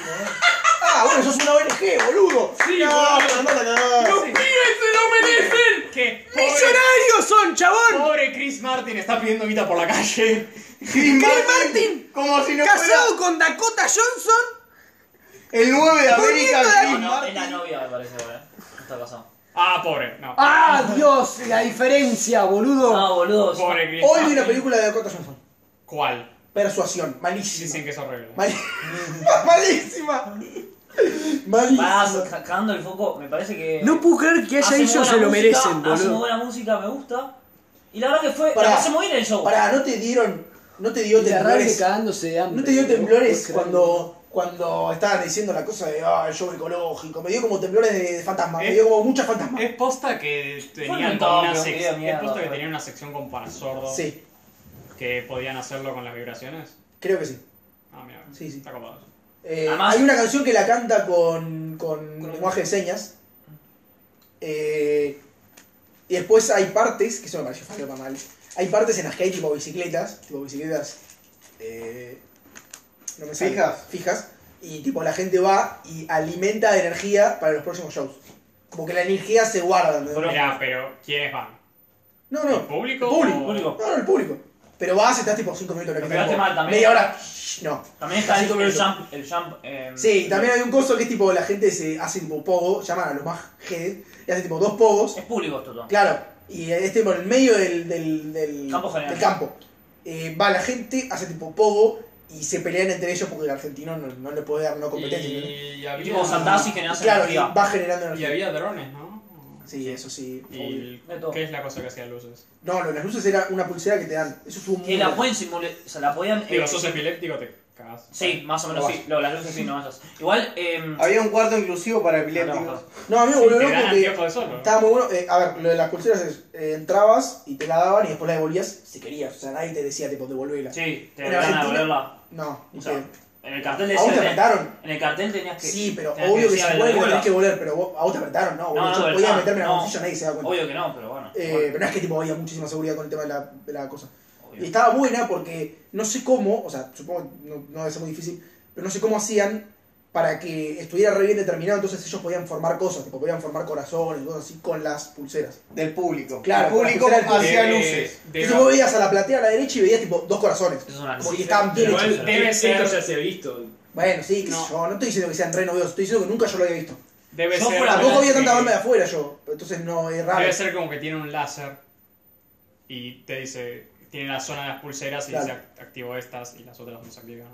[SPEAKER 4] Ah, bueno, sos una ONG, boludo.
[SPEAKER 3] Sí,
[SPEAKER 4] no,
[SPEAKER 3] boludo.
[SPEAKER 4] pero no, no, no.
[SPEAKER 3] Sí.
[SPEAKER 1] ¡Pibes se lo merecen!
[SPEAKER 3] ¿Qué? Pobre,
[SPEAKER 1] ¡Millonarios son, chabón!
[SPEAKER 3] pobre Chris Martin está pidiendo guita por la calle.
[SPEAKER 1] ¡Chris Martin!
[SPEAKER 24] Como si no
[SPEAKER 1] Casado con Dakota Johnson,
[SPEAKER 24] fuera el 9 de
[SPEAKER 1] Volviendo
[SPEAKER 24] América.
[SPEAKER 1] de
[SPEAKER 24] Chris
[SPEAKER 5] No, no, es
[SPEAKER 24] Martin.
[SPEAKER 5] la novia, me parece, ¿verdad? Está casado.
[SPEAKER 3] Ah, pobre. No.
[SPEAKER 1] ¡Ah, Dios! La diferencia, boludo.
[SPEAKER 5] No, boludo. sí.
[SPEAKER 3] Pobre Chris
[SPEAKER 4] Hoy vi una
[SPEAKER 3] Martin.
[SPEAKER 4] película de Dakota Johnson.
[SPEAKER 3] ¿Cuál?
[SPEAKER 4] Persuasión, malísima.
[SPEAKER 3] Dicen que es horrible.
[SPEAKER 4] Mal- malísima. Malísima.
[SPEAKER 5] Pará, ca- cagando el foco, me parece que.
[SPEAKER 1] No puedo creer que haya
[SPEAKER 5] Hace muy
[SPEAKER 1] ellos
[SPEAKER 5] buena
[SPEAKER 1] se lo
[SPEAKER 5] música,
[SPEAKER 1] merecen,
[SPEAKER 5] Hace muy
[SPEAKER 1] boludo.
[SPEAKER 5] buena música, me gusta. Y la verdad que fue.
[SPEAKER 4] Pará.
[SPEAKER 5] la pasé muy bien en el show.
[SPEAKER 4] Pará, no te dieron. No te dio
[SPEAKER 1] Y la radio
[SPEAKER 4] temblores.
[SPEAKER 1] cagándose de hambre.
[SPEAKER 4] ¿No te dio
[SPEAKER 1] boludo.
[SPEAKER 4] temblores
[SPEAKER 1] Puedo creer.
[SPEAKER 4] cuando, cuando estaban diciendo la cosa de ah, el show ecológico? Me dio como temblores de, de fantasma, me
[SPEAKER 3] ¿Eh?
[SPEAKER 4] dio como muchas fantasmas.
[SPEAKER 3] Es posta que
[SPEAKER 5] un
[SPEAKER 3] tenían como una
[SPEAKER 5] toque, un video
[SPEAKER 3] sección.
[SPEAKER 5] mierda,
[SPEAKER 3] Es posta que
[SPEAKER 5] pero-
[SPEAKER 3] tenían una sección con para sordos
[SPEAKER 4] Sí,
[SPEAKER 3] que podían hacerlo con las vibraciones.
[SPEAKER 4] creo que sí.
[SPEAKER 3] Ah, mira.
[SPEAKER 4] Sí, sí.
[SPEAKER 3] Está copado.
[SPEAKER 4] Eh,
[SPEAKER 5] Además-
[SPEAKER 4] hay una canción que la canta con, con lenguaje de señas. Eh, y después hay partes, que eso me pareció para mal. Hay partes en las que hay tipo bicicletas, tipo bicicletas. eh, no me sale.
[SPEAKER 2] Fijas.
[SPEAKER 4] Fijas. Y tipo la gente va y alimenta de energía para los próximos shows. Como que la energía se guarda. ¿entendés?
[SPEAKER 3] Mirá, pero ¿quiénes van?
[SPEAKER 4] No,
[SPEAKER 3] ¿El
[SPEAKER 4] no.
[SPEAKER 3] público?
[SPEAKER 4] Público,
[SPEAKER 3] o-
[SPEAKER 5] público.
[SPEAKER 4] No, no, el público. Pero vas, estás tipo 5 minutos en la
[SPEAKER 5] Pero quedaste mal también.
[SPEAKER 4] Media hora. shh, No.
[SPEAKER 5] También está
[SPEAKER 4] Así
[SPEAKER 5] el,
[SPEAKER 4] como
[SPEAKER 5] el
[SPEAKER 4] eso.
[SPEAKER 5] jump. El jump eh,
[SPEAKER 4] Sí, y también hay un coso que es tipo, la gente se hace tipo pogo, llaman a los más G, y hace tipo dos pogos.
[SPEAKER 5] Es público esto todo.
[SPEAKER 4] Claro, y este por el medio del, del, del
[SPEAKER 5] Campo general.
[SPEAKER 4] del campo. Eh, va la gente, hace tipo pogo y se pelean entre ellos porque el argentino no, no le puede dar una competencia. ¿entendés?
[SPEAKER 3] Y había,
[SPEAKER 5] Y tipo saltás y generás
[SPEAKER 4] Claro, y
[SPEAKER 5] energía.
[SPEAKER 4] va generando
[SPEAKER 3] y
[SPEAKER 4] energía.
[SPEAKER 3] había drones, ¿no?
[SPEAKER 4] Sí, eso sí. obvio.
[SPEAKER 3] ¿Y
[SPEAKER 5] De todo.
[SPEAKER 3] qué es la cosa que hacía luces?
[SPEAKER 4] No, lo de las luces era una pulsera que te dan. Eso es un.
[SPEAKER 5] Que la pueden simular. O sea, la podían. eh,
[SPEAKER 3] Digo, sos epiléptico, te cagas.
[SPEAKER 5] Sí, más o menos
[SPEAKER 4] No
[SPEAKER 5] sí. Lo, las luces sí, no vayas. Igual. Eh,
[SPEAKER 2] Había un cuarto inclusivo para
[SPEAKER 5] no,
[SPEAKER 2] epilépticos.
[SPEAKER 5] no.
[SPEAKER 4] No, a mí me
[SPEAKER 3] Sí,
[SPEAKER 4] volvió
[SPEAKER 3] te
[SPEAKER 4] loco
[SPEAKER 3] dan
[SPEAKER 4] que
[SPEAKER 3] anteojos de sol, ¿no?
[SPEAKER 4] Estaba muy bueno. eh, a ver, lo de las pulseras es, eh, entrabas y te la daban y después la devolvías si querías. O sea, nadie te decía, tipo, devolverla.
[SPEAKER 5] Sí, te
[SPEAKER 4] En
[SPEAKER 5] van a
[SPEAKER 4] Argentina-
[SPEAKER 5] devolverla.
[SPEAKER 4] No,
[SPEAKER 5] O
[SPEAKER 4] no
[SPEAKER 5] sea,
[SPEAKER 4] sé.
[SPEAKER 5] En el cartel
[SPEAKER 4] ¿A vos te
[SPEAKER 5] decía.
[SPEAKER 4] apretaron?
[SPEAKER 5] En el cartel tenías que.
[SPEAKER 4] Sí, pero
[SPEAKER 5] tenías
[SPEAKER 4] obvio que
[SPEAKER 5] decir,
[SPEAKER 4] si vuelve
[SPEAKER 5] "Devuelva".
[SPEAKER 4] tenés que volver, pero vos- a vos te apretaron, ¿no? boludo.
[SPEAKER 5] No, no,
[SPEAKER 4] yo
[SPEAKER 5] no,
[SPEAKER 4] podía
[SPEAKER 5] no,
[SPEAKER 4] meterme en la
[SPEAKER 5] no.
[SPEAKER 4] bolsilla, nadie se daba cuenta.
[SPEAKER 5] Obvio que no, pero bueno.
[SPEAKER 4] Eh,
[SPEAKER 5] Bueno,
[SPEAKER 4] Pero no es que tipo había muchísima seguridad con el tema de la, de la cosa.
[SPEAKER 5] obvio.
[SPEAKER 4] Y estaba buena porque no sé cómo, o sea, supongo que no, no debe ser muy difícil, pero no sé cómo hacían para que estuviera re bien determinado, entonces ellos podían formar cosas, tipo, podían formar corazones y cosas así con las pulseras.
[SPEAKER 2] Del público.
[SPEAKER 4] Claro,
[SPEAKER 2] El público
[SPEAKER 4] con las pulseras del
[SPEAKER 2] hacía
[SPEAKER 4] público.
[SPEAKER 2] luces.
[SPEAKER 4] Entonces vos veías a la platea a la derecha y veías tipo dos corazones.
[SPEAKER 5] una
[SPEAKER 4] Porque
[SPEAKER 5] luz.
[SPEAKER 4] estaban bien
[SPEAKER 5] Igual
[SPEAKER 4] hechos.
[SPEAKER 5] debe ser-
[SPEAKER 4] Esto
[SPEAKER 17] ya se ha visto.
[SPEAKER 4] Bueno, sí, qué sé yo, no estoy diciendo que sean re novedosos, estoy diciendo que nunca yo lo había visto.
[SPEAKER 3] Debe
[SPEAKER 4] Yo
[SPEAKER 3] ser.
[SPEAKER 4] fuera- Tampoco había tanta banda de afuera yo, entonces no es raro.
[SPEAKER 3] Debe ser como que tiene un láser y te dice. Tiene la zona de las pulseras y
[SPEAKER 4] Claro.
[SPEAKER 3] dice "Act- activo estas y las otras no se activan.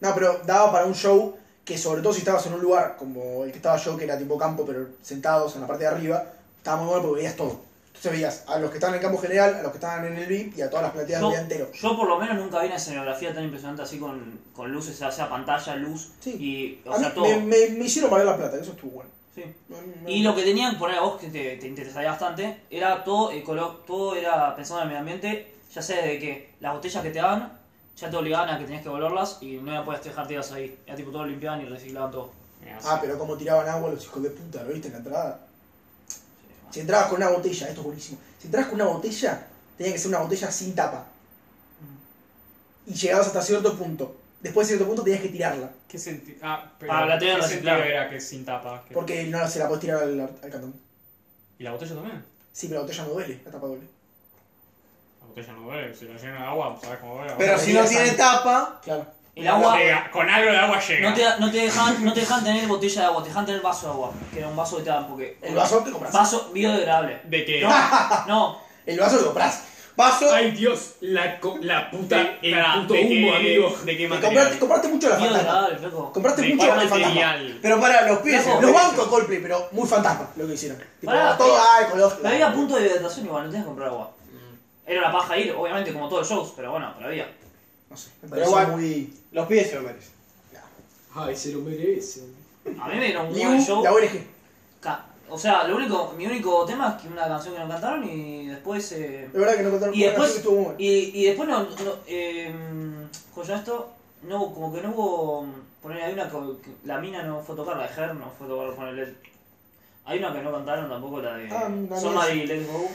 [SPEAKER 4] No, pero daba para un show que sobre todo si estabas en un lugar como el que estaba yo, que era tipo campo, pero sentados en la parte de arriba, estaba muy bueno porque veías todo. Entonces veías a los que estaban en el campo general, a los que estaban en el VIP y a todas las plateas del
[SPEAKER 5] Yo,
[SPEAKER 4] día entero.
[SPEAKER 5] yo por lo menos nunca vi una escenografía tan impresionante así con, con luces, o sea, pantalla, luz y, o
[SPEAKER 4] A mí
[SPEAKER 5] sea, todo.
[SPEAKER 4] me, me- me hicieron pagar la plata, eso estuvo bueno.
[SPEAKER 5] Sí.
[SPEAKER 4] Me- me-
[SPEAKER 5] Y lo que tenían, poner a vos que te, te interesaría bastante, era todo ecolog, todo era pensado en el medio ambiente, ya sea de que las botellas que te daban, ya te obligaban a que tenías que volverlas y no podías dejar tiras ahí. Era tipo todo limpiaban y reciclaban todo.
[SPEAKER 4] Ah, pero como tiraban agua los hijos de puta, ¿lo viste en la entrada? Si entrabas con una botella, esto es buenísimo. Si entrabas con una botella, tenía que ser una botella sin tapa. Y llegabas hasta cierto punto. Después de cierto punto tenías que tirarla.
[SPEAKER 3] ¿Qué sentido? Ah, pero.
[SPEAKER 5] Ah, la tenía
[SPEAKER 3] ¿Qué sentido
[SPEAKER 5] reciclada.
[SPEAKER 3] era que sin tapa? Que-
[SPEAKER 4] Porque no se la podés tirar al, al cantón.
[SPEAKER 3] ¿Y la botella también?
[SPEAKER 4] Sí, pero la botella no duele, la tapa duele.
[SPEAKER 3] La botella no duele, si la llena de agua, sabes cómo duele.
[SPEAKER 2] Pero si no tiene tapa,
[SPEAKER 4] Claro.
[SPEAKER 5] El agua.
[SPEAKER 3] Llega, con algo de agua llega.
[SPEAKER 5] No te, no, te dejaban, no te dejaban tener botella de agua, te dejaban tener vaso de agua, que era un vaso que te daban porque.
[SPEAKER 4] El vaso te compras.
[SPEAKER 5] Vaso biodegradable.
[SPEAKER 3] ¿De qué?
[SPEAKER 5] No, no.
[SPEAKER 4] El vaso lo compras.
[SPEAKER 2] Vaso.
[SPEAKER 17] Ay, Dios, la, co- la puta. El
[SPEAKER 3] Pará, eh,
[SPEAKER 17] puto
[SPEAKER 3] ¿de qué-
[SPEAKER 17] humo, amigo.
[SPEAKER 3] ¿De qué
[SPEAKER 4] Te
[SPEAKER 3] material?
[SPEAKER 4] compraste, compraste mucho la fantasma.
[SPEAKER 5] Biodegradable, loco.
[SPEAKER 4] Compraste
[SPEAKER 3] ¿De
[SPEAKER 4] mucho
[SPEAKER 3] qué
[SPEAKER 4] la fantasma.
[SPEAKER 3] material?
[SPEAKER 2] Pero para los pies.
[SPEAKER 5] Loco.
[SPEAKER 4] Los bancos Coldplay, pero muy fantasma lo que hicieron. Tipo,
[SPEAKER 5] Pará,
[SPEAKER 4] todo,
[SPEAKER 5] eh,
[SPEAKER 4] ah, ecológico.
[SPEAKER 5] Pero había punto de hidratación igual, no tenías que comprar agua. Mm. Era una paja ir, obviamente, como todos los shows, pero bueno, pero había.
[SPEAKER 4] No sé, me
[SPEAKER 2] Pero
[SPEAKER 4] pareció
[SPEAKER 2] igual,
[SPEAKER 4] muy...
[SPEAKER 2] los pies se lo merecen.
[SPEAKER 17] Ay, se lo merece.
[SPEAKER 5] A mí me dieron un buen
[SPEAKER 4] Liu,
[SPEAKER 5] show.
[SPEAKER 4] la ONG.
[SPEAKER 5] Ca- O sea, lo único, mi único tema es que una canción que no cantaron y después. eh,
[SPEAKER 4] La verdad que no contaron
[SPEAKER 5] Y después-
[SPEAKER 4] la canción estuvo muy buena.
[SPEAKER 5] y, y después no. no eh, ¿cómo se llama esto? No, como que no hubo. Poner hay una. co- que La mina no fue a tocar, la de Her no fue a tocar con el. Hay una que no cantaron tampoco, la de.
[SPEAKER 4] Ah, la
[SPEAKER 5] Somebody Let Go.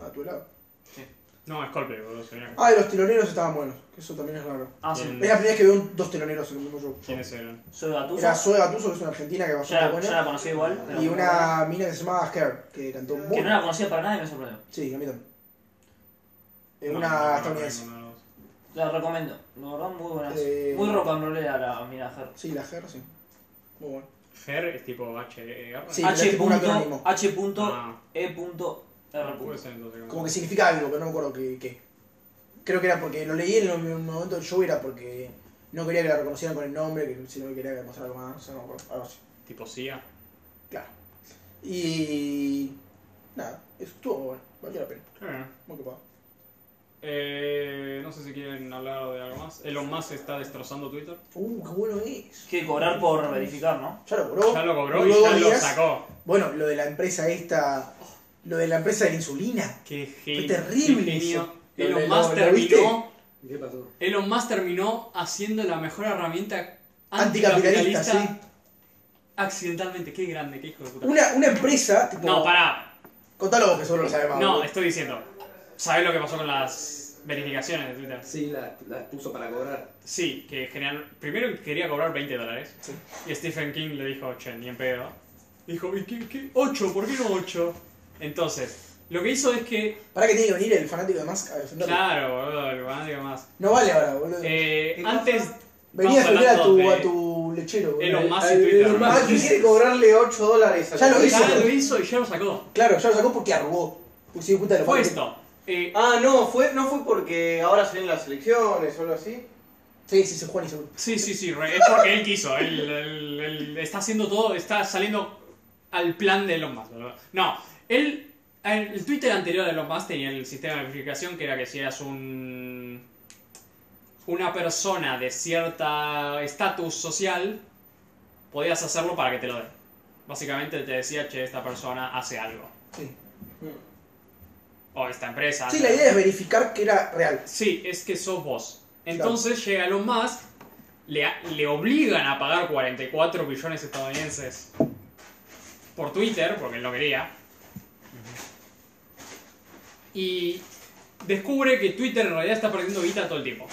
[SPEAKER 4] A tu lado.
[SPEAKER 3] No, es Coldplay, boludo. se viene-
[SPEAKER 4] Ah, y los teloneros estaban buenos, que eso también es raro.
[SPEAKER 5] Ah, sí.
[SPEAKER 3] ¿Quién-
[SPEAKER 4] Es la primera vez que veo un- dos teloneros en el mismo show.
[SPEAKER 3] ¿Quiénes eran?
[SPEAKER 5] Soy Gatuso.
[SPEAKER 4] Era Zoe Gattuso, que es una argentina que va
[SPEAKER 5] Ya,
[SPEAKER 4] a
[SPEAKER 5] la- ya la conocí igual. pero-
[SPEAKER 4] Y una mina que se llamaba Her, que cantó muy
[SPEAKER 5] Que no la conocía para nada y me sorprendió.
[SPEAKER 4] Sí, a mí también. Eh,
[SPEAKER 3] No,
[SPEAKER 4] una
[SPEAKER 3] no, no, no,
[SPEAKER 4] estadounidense.
[SPEAKER 3] no, no, no.
[SPEAKER 5] La recomiendo. La verdad, muy buena.
[SPEAKER 4] Eh,
[SPEAKER 5] Muy rock and rollera la mina Her.
[SPEAKER 4] Sí, la Her, sí. Muy bueno.
[SPEAKER 3] Her es tipo H-E-R.
[SPEAKER 4] Sí, pero es
[SPEAKER 5] H.
[SPEAKER 4] tipo un
[SPEAKER 5] punto-
[SPEAKER 4] acrónimo.
[SPEAKER 5] H. punto
[SPEAKER 3] Ah, Pues,
[SPEAKER 5] E. punto R.
[SPEAKER 3] puede
[SPEAKER 5] punto.
[SPEAKER 3] ser entonces.
[SPEAKER 4] Como que significa algo, pero no me acuerdo qué. qué. Creo que era porque lo leí en un momento del show, era porque no quería que la reconocieran con el nombre, que- sino que quería que pasara algo más, o sea, no me acuerdo, algo así.
[SPEAKER 3] Tipo CIA.
[SPEAKER 4] Claro. Y. Nada, eso estuvo bueno, valió la pena,
[SPEAKER 3] Eh,
[SPEAKER 4] muy copado.
[SPEAKER 3] Eh, no sé si quieren hablar de algo más. Elon Musk está destrozando Twitter.
[SPEAKER 4] Uh, qué bueno es.
[SPEAKER 5] Que cobrar por verificar, ¿no?
[SPEAKER 4] Ya lo cobró.
[SPEAKER 3] Ya lo cobró y
[SPEAKER 4] duró
[SPEAKER 3] ya
[SPEAKER 4] dos
[SPEAKER 3] lo
[SPEAKER 4] días.
[SPEAKER 3] sacó.
[SPEAKER 4] Bueno, lo de la empresa esta. Lo de la empresa de la insulina.
[SPEAKER 3] Qué
[SPEAKER 4] Fue
[SPEAKER 3] genio.
[SPEAKER 4] terrible.
[SPEAKER 3] qué genio.
[SPEAKER 4] eso. Lo-
[SPEAKER 25] Elon
[SPEAKER 4] lo-
[SPEAKER 25] Musk
[SPEAKER 4] lo- ¿lo viste?
[SPEAKER 25] terminó.
[SPEAKER 17] ¿Qué pasó?
[SPEAKER 25] Elon Musk terminó haciendo la mejor herramienta
[SPEAKER 4] Anticapitalista,
[SPEAKER 25] anticapitalista accidentalmente. Qué grande, qué hijo de puta.
[SPEAKER 4] Una, una empresa, tipo.
[SPEAKER 25] No, pará.
[SPEAKER 4] Contalo vos que solo lo sabemos.
[SPEAKER 3] No, estoy diciendo. ¿Sabes lo que pasó con las verificaciones de Twitter?
[SPEAKER 17] Sí, la, la puso para cobrar.
[SPEAKER 3] Sí, que general... primero quería cobrar 20 dólares.
[SPEAKER 4] Sí.
[SPEAKER 3] Y Stephen King le dijo, che, ni en pedo. Dijo, ¿y qué, qué? ¿8? ¿Por qué no 8? Entonces, lo que hizo es que.
[SPEAKER 4] Para que tiene que venir el fanático de Musk a defenderlo.
[SPEAKER 3] Claro, boludo, el fanático más.
[SPEAKER 4] No vale ahora, boludo.
[SPEAKER 3] Eh,
[SPEAKER 2] ¿Qué cosa?
[SPEAKER 3] antes.
[SPEAKER 4] Venía a
[SPEAKER 3] estamos
[SPEAKER 4] defender a tu,
[SPEAKER 3] hablando
[SPEAKER 4] a tu lechero, boludo.
[SPEAKER 3] de Elon Musk y
[SPEAKER 2] Ay,
[SPEAKER 3] Twitter.
[SPEAKER 2] Elon
[SPEAKER 3] ¿no?
[SPEAKER 2] Musk quisiera Ah, cobrarle 8 dólares a
[SPEAKER 4] Ya
[SPEAKER 2] la
[SPEAKER 4] lo
[SPEAKER 2] vez.
[SPEAKER 4] hizo.
[SPEAKER 25] Ya lo hizo y ya lo sacó.
[SPEAKER 4] Claro, ya lo sacó porque arrugó. Pues sí, puta, lo
[SPEAKER 25] Fue
[SPEAKER 4] malo que-
[SPEAKER 25] esto. Eh,
[SPEAKER 2] Ah, no, fue, no fue porque ahora se ven las elecciones o algo así.
[SPEAKER 4] Sí, sí, se Juan y seguro.
[SPEAKER 3] Sí, sí, sí, re- es porque él quiso. Él, él- él está haciendo todo, está saliendo al plan de Elon Musk. ¿verdad? No, él. El, el Twitter anterior de Elon Musk tenía el sistema de verificación que era que si eras un. una persona de cierta estatus social, podías hacerlo para que te lo den. Básicamente te decía, che, esta persona hace algo.
[SPEAKER 4] Sí.
[SPEAKER 3] O esta empresa.
[SPEAKER 4] Sí,
[SPEAKER 3] hace
[SPEAKER 4] la
[SPEAKER 3] algo.
[SPEAKER 4] idea es verificar que era real.
[SPEAKER 3] Sí, es que sos vos. Entonces llega Elon Musk, le, le obligan a pagar 44 billones estadounidenses por Twitter, porque él no quería. Y descubre que Twitter en realidad está perdiendo guita todo el tiempo.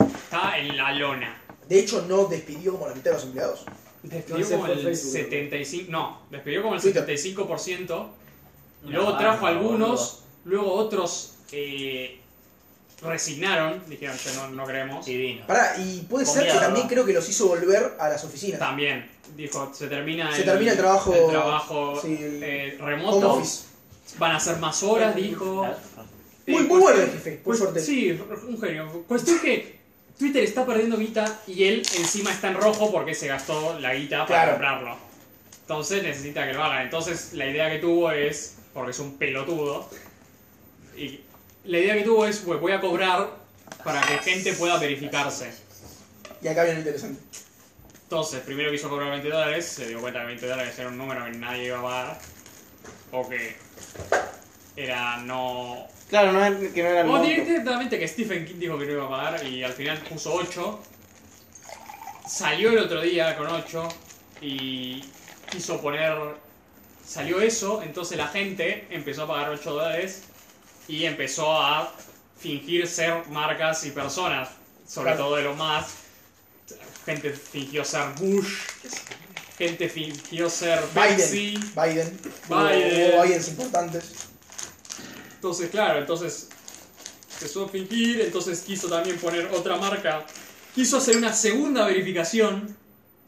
[SPEAKER 3] Está en la lona.
[SPEAKER 4] De hecho, no despidió como la mitad de los empleados.
[SPEAKER 3] Despidió como el 75%. No, despidió como el
[SPEAKER 4] Twitter.
[SPEAKER 3] 75%. Luego
[SPEAKER 4] Ah,
[SPEAKER 3] trajo
[SPEAKER 4] no,
[SPEAKER 3] algunos. Luego otros eh, resignaron. Dijeron, "Ya no, no creemos.
[SPEAKER 4] Pará, y puede ser que también creo que los hizo volver a las oficinas.
[SPEAKER 3] También. Dijo, se termina
[SPEAKER 4] Se termina el trabajo-
[SPEAKER 3] el trabajo,
[SPEAKER 4] sí, el
[SPEAKER 3] eh,
[SPEAKER 4] home
[SPEAKER 3] remoto.
[SPEAKER 4] office.
[SPEAKER 3] Van a ser más horas, dijo.
[SPEAKER 4] Muy,
[SPEAKER 3] Eh,
[SPEAKER 4] muy bueno el
[SPEAKER 3] cuestión-
[SPEAKER 4] jefe, por
[SPEAKER 3] pues-
[SPEAKER 4] suerte.
[SPEAKER 3] Sí, un genio. Cuestión que Twitter está perdiendo guita y él encima está en rojo porque se gastó la guita
[SPEAKER 4] Claro.
[SPEAKER 3] para comprarlo. Entonces necesita que lo hagan. Entonces la idea que tuvo es, porque es un pelotudo, y la idea que tuvo es, pues voy a cobrar para que gente pueda verificarse.
[SPEAKER 4] Y acá viene lo interesante.
[SPEAKER 3] Entonces, primero quiso cobrar 20 dólares, se dio cuenta que 20 dólares era un número que nadie iba a pagar, o que era no
[SPEAKER 26] Claro, no es que no era el
[SPEAKER 3] o
[SPEAKER 26] monto.
[SPEAKER 3] directamente que Stephen King dijo que no iba a pagar y al final puso 8. Salió el otro día con 8 y quiso poner. Salió eso, entonces la gente empezó a pagar 8 dólares y empezó a fingir ser marcas y personas, sobre
[SPEAKER 4] Claro.
[SPEAKER 3] todo de lo más. Gente fingió ser Bush, gente fingió ser Pepsi.
[SPEAKER 4] Biden. Biden.
[SPEAKER 3] Biden.
[SPEAKER 4] Hubo Bidens importantes.
[SPEAKER 3] Entonces, claro, entonces empezó a fingir, entonces quiso también poner otra marca. Quiso hacer una segunda verificación.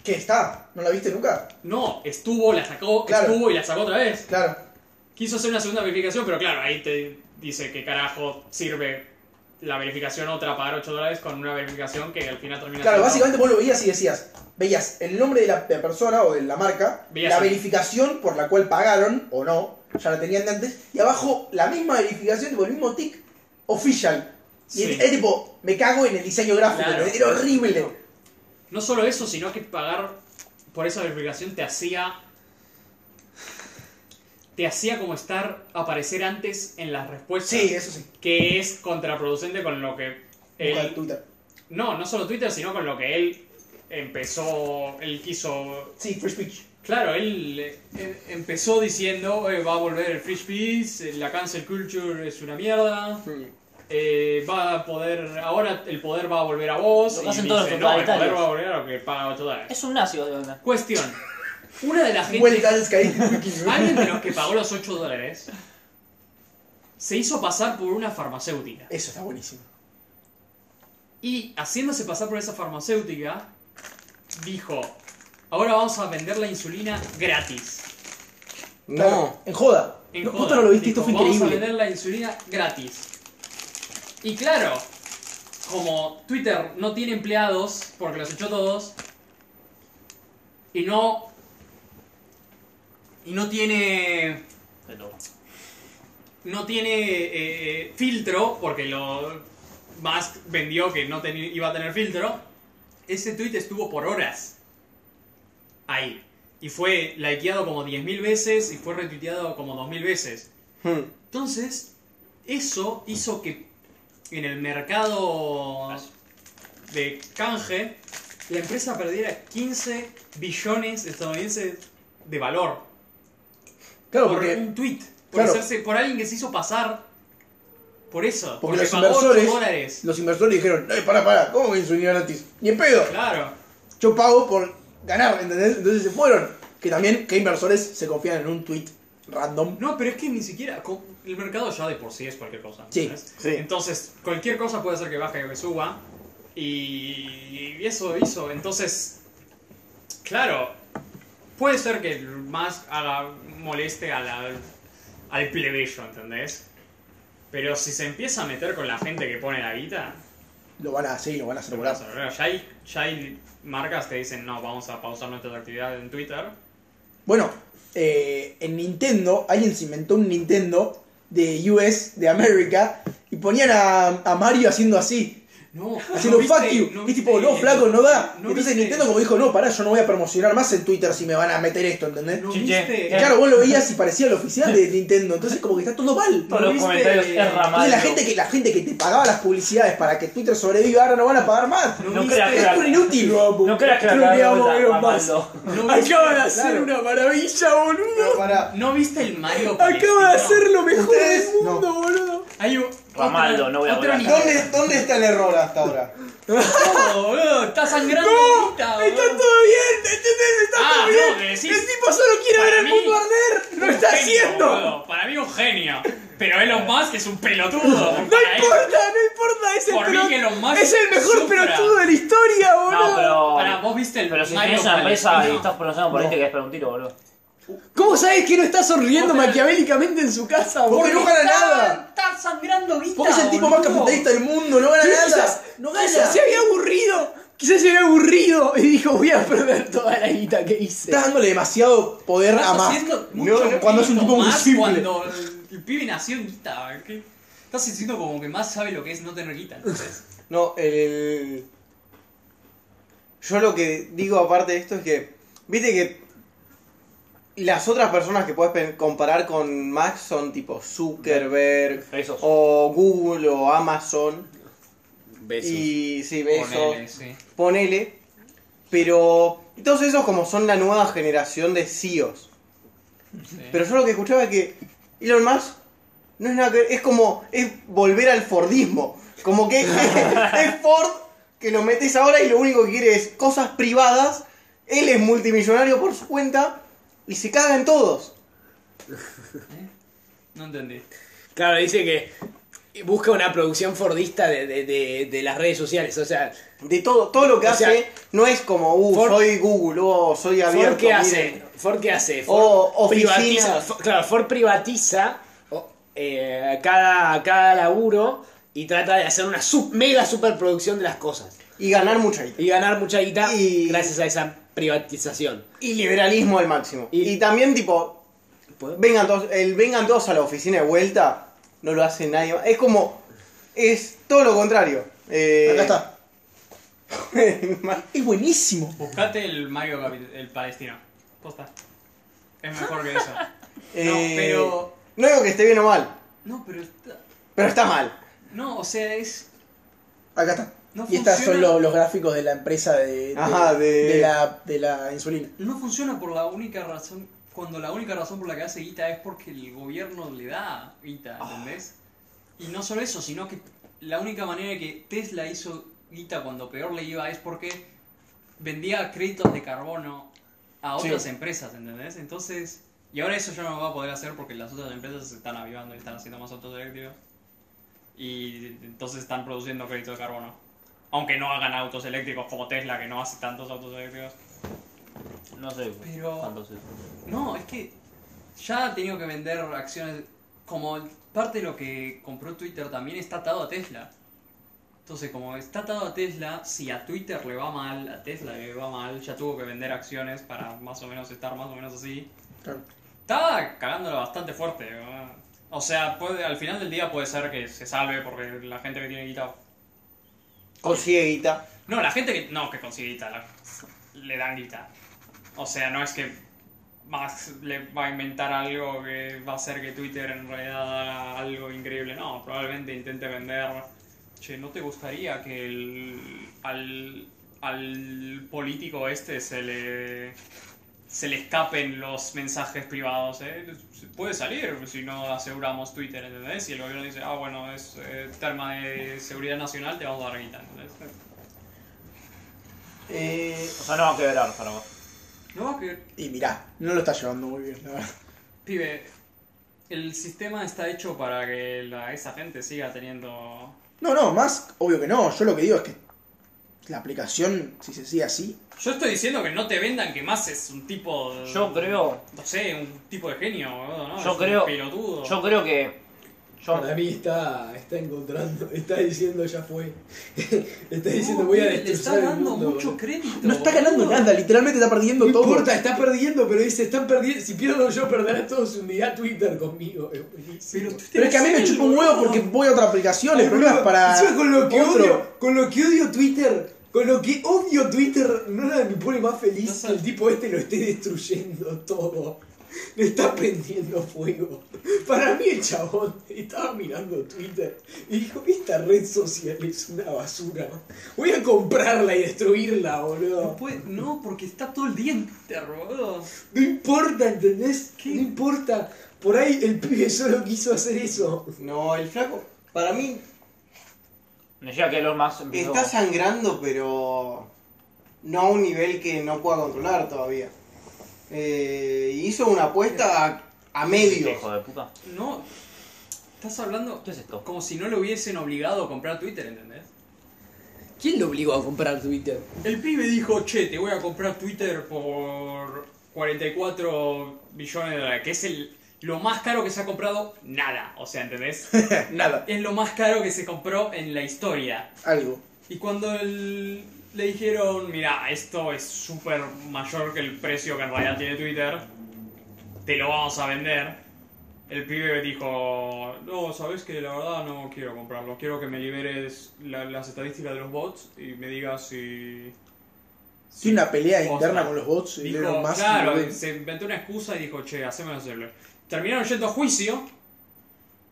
[SPEAKER 4] ¿Qué está? ¿No la viste nunca?
[SPEAKER 3] No, estuvo, la sacó,
[SPEAKER 4] Claro.
[SPEAKER 3] estuvo y la sacó otra vez.
[SPEAKER 4] Claro.
[SPEAKER 3] Quiso hacer una segunda verificación, pero claro, ahí te dice que carajo sirve la verificación otra pagar 8 dólares con una verificación que al final termina
[SPEAKER 4] Claro,
[SPEAKER 3] siendo-
[SPEAKER 4] básicamente vos lo veías y decías, veías el nombre de la de la persona o de la marca,
[SPEAKER 3] Veías
[SPEAKER 4] la
[SPEAKER 3] el-
[SPEAKER 4] verificación por la cual pagaron o no, ya la tenían de antes, y abajo la misma verificación, tipo el mismo tick, official. Y
[SPEAKER 3] Sí.
[SPEAKER 4] es tipo, me cago en el diseño gráfico,
[SPEAKER 3] Claro.
[SPEAKER 4] era horrible.
[SPEAKER 3] No solo eso, sino que pagar por esa verificación te hacía. Te hacía como estar. aparecer antes en las respuestas.
[SPEAKER 4] Sí, eso sí.
[SPEAKER 3] Que es contraproducente con lo que.
[SPEAKER 4] Busca
[SPEAKER 3] Él,
[SPEAKER 4] Twitter.
[SPEAKER 3] no, no solo Twitter, sino con lo que él empezó. Él quiso.
[SPEAKER 4] Sí, free speech.
[SPEAKER 3] Claro, él eh, empezó diciendo: eh, va a volver el free speech, eh, la cancel culture es una mierda. eh, va a poder. Ahora el poder va a volver a vos.
[SPEAKER 5] Lo que
[SPEAKER 3] y
[SPEAKER 5] hacen todos los
[SPEAKER 3] dice, no, el poder
[SPEAKER 5] totalitarios".
[SPEAKER 3] va a volver a lo que paga 8 dólares.
[SPEAKER 5] Es un nazi, básicamente.
[SPEAKER 3] Cuestión. Una de las gente.
[SPEAKER 4] Vuelta al Sky.
[SPEAKER 3] Alguien de los que pagó los 8 dólares se hizo pasar por una farmacéutica.
[SPEAKER 4] Eso está buenísimo.
[SPEAKER 3] Y haciéndose pasar por esa farmacéutica, dijo: Ahora vamos a vender la insulina gratis.
[SPEAKER 1] No.
[SPEAKER 4] En joda.
[SPEAKER 3] En
[SPEAKER 1] No,
[SPEAKER 3] joda.
[SPEAKER 1] puta, no lo viste, esto fue
[SPEAKER 3] Dijo, Vamos a
[SPEAKER 1] increíble".
[SPEAKER 3] vender la insulina gratis. Y claro, como Twitter no tiene empleados, porque los echó todos, y no. Y no tiene. No tiene eh, filtro, porque lo. Musk vendió que no teni- iba a tener filtro. Ese tweet estuvo por horas. Ahí. Y fue likeado como 10.000 veces y fue retuiteado como 2.000 veces.
[SPEAKER 4] Hmm.
[SPEAKER 3] Entonces, eso hizo que en el mercado de canje, la empresa perdiera 15 billones estadounidenses de valor.
[SPEAKER 4] Claro,
[SPEAKER 3] por
[SPEAKER 4] porque-
[SPEAKER 3] un tweet. Por,
[SPEAKER 4] claro.
[SPEAKER 3] hacerse, por alguien que se hizo pasar por eso.
[SPEAKER 4] Porque los
[SPEAKER 3] pagó ocho
[SPEAKER 4] inversores,
[SPEAKER 3] dólares.
[SPEAKER 4] los inversores dijeron, no, pará, pará, ¿cómo que insulina gratis? Ni en pedo.
[SPEAKER 3] Claro.
[SPEAKER 4] Yo pago por ganar, ¿entendés? Entonces se fueron. Que también, que inversores se confían en un tweet random.
[SPEAKER 3] No, pero es que ni siquiera. co- El mercado ya de por sí es cualquier cosa.
[SPEAKER 4] Sí,
[SPEAKER 3] ¿entendés?
[SPEAKER 4] sí.
[SPEAKER 3] Entonces, cualquier cosa puede hacer que baje o que suba. Y eso hizo. Entonces, claro, puede ser que más haga, moleste a la- al plebeyo, ¿entendés? Pero si se empieza a meter con la gente que pone la guita,
[SPEAKER 4] Lo van a hacer, lo van a hacer volar.
[SPEAKER 3] ya hay, ya hay marcas que dicen, no, vamos a pausar nuestra actividad en Twitter.
[SPEAKER 4] Bueno, eh, en Nintendo, alguien se inventó un Nintendo de US, de América, y ponían a, a Mario haciendo así,
[SPEAKER 3] No,
[SPEAKER 4] haciendo
[SPEAKER 3] no
[SPEAKER 4] fuck
[SPEAKER 3] viste-
[SPEAKER 4] you.
[SPEAKER 3] no
[SPEAKER 4] y tipo,
[SPEAKER 3] viste-
[SPEAKER 4] no, flaco, no da.
[SPEAKER 3] no
[SPEAKER 4] Entonces
[SPEAKER 3] viste-
[SPEAKER 4] Nintendo como dijo, no, pará, yo no voy a promocionar más en Twitter si me van a meter esto, ¿entendés?
[SPEAKER 3] ¿No
[SPEAKER 4] Y
[SPEAKER 3] viste?
[SPEAKER 4] claro, vos lo veías y parecía el oficial de Nintendo, entonces como que está todo mal.
[SPEAKER 14] Todos los
[SPEAKER 3] ¿Viste?
[SPEAKER 14] comentarios es ramal.
[SPEAKER 4] Entonces la gente, que, la gente que te pagaba las publicidades para que Twitter sobreviva ahora no van a pagar más.
[SPEAKER 3] ¿No,
[SPEAKER 14] No
[SPEAKER 3] viste-
[SPEAKER 14] creas que
[SPEAKER 4] Es un
[SPEAKER 14] la-
[SPEAKER 4] inútil.
[SPEAKER 14] no creas que la
[SPEAKER 4] No
[SPEAKER 14] cagamos
[SPEAKER 4] le amo
[SPEAKER 14] está
[SPEAKER 4] Elon Musk.
[SPEAKER 14] mamando.
[SPEAKER 3] no viste-
[SPEAKER 4] Acaba de
[SPEAKER 3] claro.
[SPEAKER 4] hacer una maravilla, boludo.
[SPEAKER 3] ¿No viste el Mario
[SPEAKER 4] Acaba de
[SPEAKER 3] palestino?
[SPEAKER 4] hacer lo mejor del mundo, boludo.
[SPEAKER 14] Hay un-
[SPEAKER 5] Ramaldo, no voy a
[SPEAKER 14] otra
[SPEAKER 5] hablar.
[SPEAKER 14] mitad.
[SPEAKER 2] ¿Dónde, ¿Dónde está el error hasta ahora?
[SPEAKER 14] No, boludo, está sangrando.
[SPEAKER 27] ¡No!
[SPEAKER 14] ahorita,
[SPEAKER 27] ¡Está
[SPEAKER 14] boludo.
[SPEAKER 27] todo bien! ¿Entendés? ¡Está
[SPEAKER 3] Ah,
[SPEAKER 27] todo
[SPEAKER 3] no,
[SPEAKER 27] bien!
[SPEAKER 3] que decís-
[SPEAKER 27] ¡El tipo solo quiere
[SPEAKER 3] Para
[SPEAKER 27] ver el
[SPEAKER 3] mí,
[SPEAKER 27] mundo arder! ¡Lo está
[SPEAKER 3] Un genio,
[SPEAKER 27] haciendo!
[SPEAKER 3] boludo. Para mí un genio. Pero Elon Musk es un pelotudo.
[SPEAKER 27] ¡No importa! ¡No importa! ¡Es el,
[SPEAKER 3] Por mí
[SPEAKER 27] pelot-
[SPEAKER 3] que Elon Musk
[SPEAKER 27] es el mejor
[SPEAKER 3] sufra.
[SPEAKER 27] pelotudo de la historia, boludo!
[SPEAKER 5] No, pero.
[SPEAKER 3] Para vos viste el
[SPEAKER 5] Pero si
[SPEAKER 3] Mario
[SPEAKER 5] tienes una empresa y
[SPEAKER 3] Palestino.
[SPEAKER 5] estás pronunciando por gente que es para un tiro, boludo.
[SPEAKER 27] ¿Cómo sabes que no está sonriendo maquiavélicamente en su casa, boludo?
[SPEAKER 4] Porque no gana nada.
[SPEAKER 28] Está sangrando guita.
[SPEAKER 4] Porque es el tipo más
[SPEAKER 28] boludo.
[SPEAKER 4] capitalista del mundo, no gana
[SPEAKER 27] Pero
[SPEAKER 4] nada.
[SPEAKER 27] quizás-
[SPEAKER 4] No
[SPEAKER 27] Quizás se
[SPEAKER 4] gana.
[SPEAKER 27] había aburrido. Quizás se había aburrido y dijo, voy a perder toda la guita que hice.
[SPEAKER 4] Estás dándole demasiado poder a
[SPEAKER 3] Estás
[SPEAKER 4] más.
[SPEAKER 3] haciendo
[SPEAKER 4] No,
[SPEAKER 3] mucho
[SPEAKER 4] cuando es un
[SPEAKER 3] mérito
[SPEAKER 4] tipo muy
[SPEAKER 3] más
[SPEAKER 4] simple.
[SPEAKER 3] Cuando el, el pibe nació en guita. ¿qué? Estás diciendo como que más sabe lo que es no tener guita. Entonces.
[SPEAKER 2] No, el. Yo lo que digo aparte de esto es que. Viste que. Las otras personas que puedes pe- comparar con Max son tipo Zuckerberg
[SPEAKER 5] Esos.
[SPEAKER 2] o Google o Amazon.
[SPEAKER 29] Besos.
[SPEAKER 2] Y sí, Bezos.
[SPEAKER 3] Ponele, sí.
[SPEAKER 2] ponele, pero todos esos como son la nueva generación de CEOs. Pero yo lo que escuchaba es que Elon Musk no es nada que es como es volver al Fordismo, como que es Ford que lo metes ahora y lo único que quiere es cosas privadas, él es multimillonario por su cuenta y se cagan todos.
[SPEAKER 3] No entendí.
[SPEAKER 1] Claro, dice que busca una producción fordista de, de- de- de las redes sociales. O sea,
[SPEAKER 2] De todo, todo lo que
[SPEAKER 1] O
[SPEAKER 2] hace
[SPEAKER 1] sea,
[SPEAKER 2] no es como, uh,
[SPEAKER 1] Ford-
[SPEAKER 2] soy Google, oh, soy abierto.
[SPEAKER 1] Ford qué hace?
[SPEAKER 2] miren.
[SPEAKER 1] Ford qué hace? Ford
[SPEAKER 27] Oh,
[SPEAKER 2] O
[SPEAKER 1] privatiza.
[SPEAKER 2] oficinas.
[SPEAKER 1] Fo- claro, Ford privatiza o, eh, cada, cada laburo y trata de hacer una sub, mega superproducción de las cosas.
[SPEAKER 2] Y ganar mucha guita.
[SPEAKER 1] Y ganar mucha guita
[SPEAKER 2] Y-
[SPEAKER 1] gracias a esa privatización.
[SPEAKER 2] Y liberalismo al máximo. Y,
[SPEAKER 1] Y-
[SPEAKER 2] también, tipo, vengan todos, el vengan todos a la oficina de vuelta, no lo hace nadie más. Es como, es todo lo contrario. Eh,
[SPEAKER 4] Acá está.
[SPEAKER 2] ma-
[SPEAKER 4] Es buenísimo.
[SPEAKER 3] Buscate el Mario Capi- el palestino. Posta. Es mejor que eso.
[SPEAKER 2] eh,
[SPEAKER 3] pero-
[SPEAKER 2] No digo que esté bien o mal,
[SPEAKER 3] No, pero está-
[SPEAKER 2] pero está mal.
[SPEAKER 3] No, o sea, es.
[SPEAKER 4] Acá está.
[SPEAKER 3] No
[SPEAKER 4] Y estos
[SPEAKER 3] funciona.
[SPEAKER 4] son lo- los gráficos de la empresa de, de-
[SPEAKER 2] Ajá, de-
[SPEAKER 4] de la, de la insulina.
[SPEAKER 3] No funciona por la única razón. Cuando la única razón por la que hace guita es porque el gobierno le da guita, ¿entendés? Y no solo eso, sino que la única manera de que Tesla hizo guita cuando peor le iba es porque vendía créditos de carbono a otras empresas, ¿entendés? Entonces. Y ahora eso ya no lo va a poder hacer porque las otras empresas se están avivando y están haciendo más autos eléctricos. Y entonces están produciendo crédito de carbono. Aunque no hagan autos eléctricos como Tesla, que no hace tantos autos eléctricos.
[SPEAKER 5] No sé
[SPEAKER 3] Pero-
[SPEAKER 5] cuántos es.
[SPEAKER 3] No, es que ya ha tenido que vender acciones. Como parte de lo que compró Twitter también está atado a Tesla. Entonces, como está atado a Tesla, si a Twitter le va mal, a Tesla le va mal, ya tuvo que vender acciones para más o menos estar más o menos así.
[SPEAKER 4] Claro.
[SPEAKER 3] Estaba cagándola bastante fuerte. ¿verdad? O sea, puede, al final del día puede ser que se salve porque la gente que tiene guita.
[SPEAKER 2] Consigue guita.
[SPEAKER 3] No, la gente que. No, que consigue guita. la- le dan guita. O sea, no es que Max le va a inventar algo que va a hacer que Twitter en realidad haga algo increíble. No, probablemente intente vender. Che, ¿no te gustaría que el, al, al político este se le, se le escapen los mensajes privados? eh? Puede salir si no aseguramos Twitter, ¿entendés? Y el gobierno dice, ah, bueno, es eh, tema de seguridad nacional, te vamos a dar guita, ¿entendés?
[SPEAKER 2] Eh,
[SPEAKER 5] O sea, no va a quebrar para vos.
[SPEAKER 3] No, que
[SPEAKER 4] Y mirá, no lo está llevando muy bien, la verdad.
[SPEAKER 3] Pibe, el sistema está hecho para que la, esa gente siga teniendo...
[SPEAKER 4] No, no, más obvio que no. Yo lo que digo es que la aplicación, si se sigue así,
[SPEAKER 3] Yo estoy diciendo que no te vendan que más es un tipo... de-
[SPEAKER 5] Yo creo.
[SPEAKER 3] No sé, un tipo de genio, boludo, ¿no?
[SPEAKER 5] Yo
[SPEAKER 3] Es un
[SPEAKER 5] creo-
[SPEAKER 3] pelotudo.
[SPEAKER 5] Yo creo que. Yo,
[SPEAKER 1] Para mí está, está encontrando, está diciendo ya fue. está diciendo
[SPEAKER 3] No,
[SPEAKER 1] voy a
[SPEAKER 3] pibe,
[SPEAKER 1] destrozar
[SPEAKER 3] Le está
[SPEAKER 1] el
[SPEAKER 3] dando
[SPEAKER 1] mundo.
[SPEAKER 3] mucho crédito.
[SPEAKER 4] no está ganando
[SPEAKER 3] boludo.
[SPEAKER 4] nada. Literalmente está perdiendo
[SPEAKER 1] No
[SPEAKER 4] todo.
[SPEAKER 1] importa, está perdiendo, pero dice, están perdiendo, si pierdo yo perderá toda su unidad Twitter conmigo. Es buenísimo.
[SPEAKER 3] Pero, Twitter
[SPEAKER 4] Pero es que a mí me
[SPEAKER 3] él,
[SPEAKER 4] chupa un
[SPEAKER 3] boludo.
[SPEAKER 4] huevo porque voy a otra aplicación. El
[SPEAKER 1] Ay,
[SPEAKER 4] problema es
[SPEAKER 1] boludo,
[SPEAKER 4] para.
[SPEAKER 1] encima con lo que
[SPEAKER 4] otro.
[SPEAKER 1] odio, con lo que odio Twitter, con lo que odio Twitter, no nada me pone más
[SPEAKER 3] No
[SPEAKER 1] feliz
[SPEAKER 3] sé.
[SPEAKER 1] que el tipo este lo esté destruyendo todo. Le está prendiendo fuego. Para mí el chabón estaba mirando Twitter y dijo, esta red social es una basura. Voy a comprarla y destruirla,
[SPEAKER 3] No,
[SPEAKER 1] boludo.
[SPEAKER 3] puede- no, porque está todo el día en Twitter, boludo.
[SPEAKER 1] No importa, ¿entendés? No importa. Por ahí el pibe solo quiso hacer eso.
[SPEAKER 2] no, el flaco. Para mí
[SPEAKER 5] Me llega que lo más empezó.
[SPEAKER 2] está sangrando, pero no a un nivel que no pueda controlar todavía. Eh, hizo una apuesta a, a medios.
[SPEAKER 5] Hijo de puta.
[SPEAKER 3] No. Estás hablando
[SPEAKER 5] ¿Qué es esto?
[SPEAKER 3] como si no lo hubiesen obligado a comprar Twitter, ¿entendés?
[SPEAKER 1] ¿Quién lo obligó a comprar Twitter?
[SPEAKER 3] El pibe dijo, che, te voy a comprar Twitter por 44 billones de dólares, que es el, lo más caro que se ha comprado, nada. O sea, ¿entendés?
[SPEAKER 30] Nada.
[SPEAKER 3] es lo más caro que se compró en la historia.
[SPEAKER 30] Algo.
[SPEAKER 3] Y cuando el- le dijeron, mira, esto es súper mayor que el precio que en realidad tiene Twitter, te lo vamos a vender, el pibe dijo, no, sabes que la verdad no quiero comprarlo, quiero que me liberes la- las estadísticas de los bots y me digas si...
[SPEAKER 4] Tiene una pelea
[SPEAKER 3] Posta.
[SPEAKER 4] interna con los bots y
[SPEAKER 3] Dijo,
[SPEAKER 4] Elon Musk
[SPEAKER 3] claro,
[SPEAKER 4] lo ve.
[SPEAKER 3] se inventó una excusa y dijo, che, haceme hacerlo. Terminaron yendo a juicio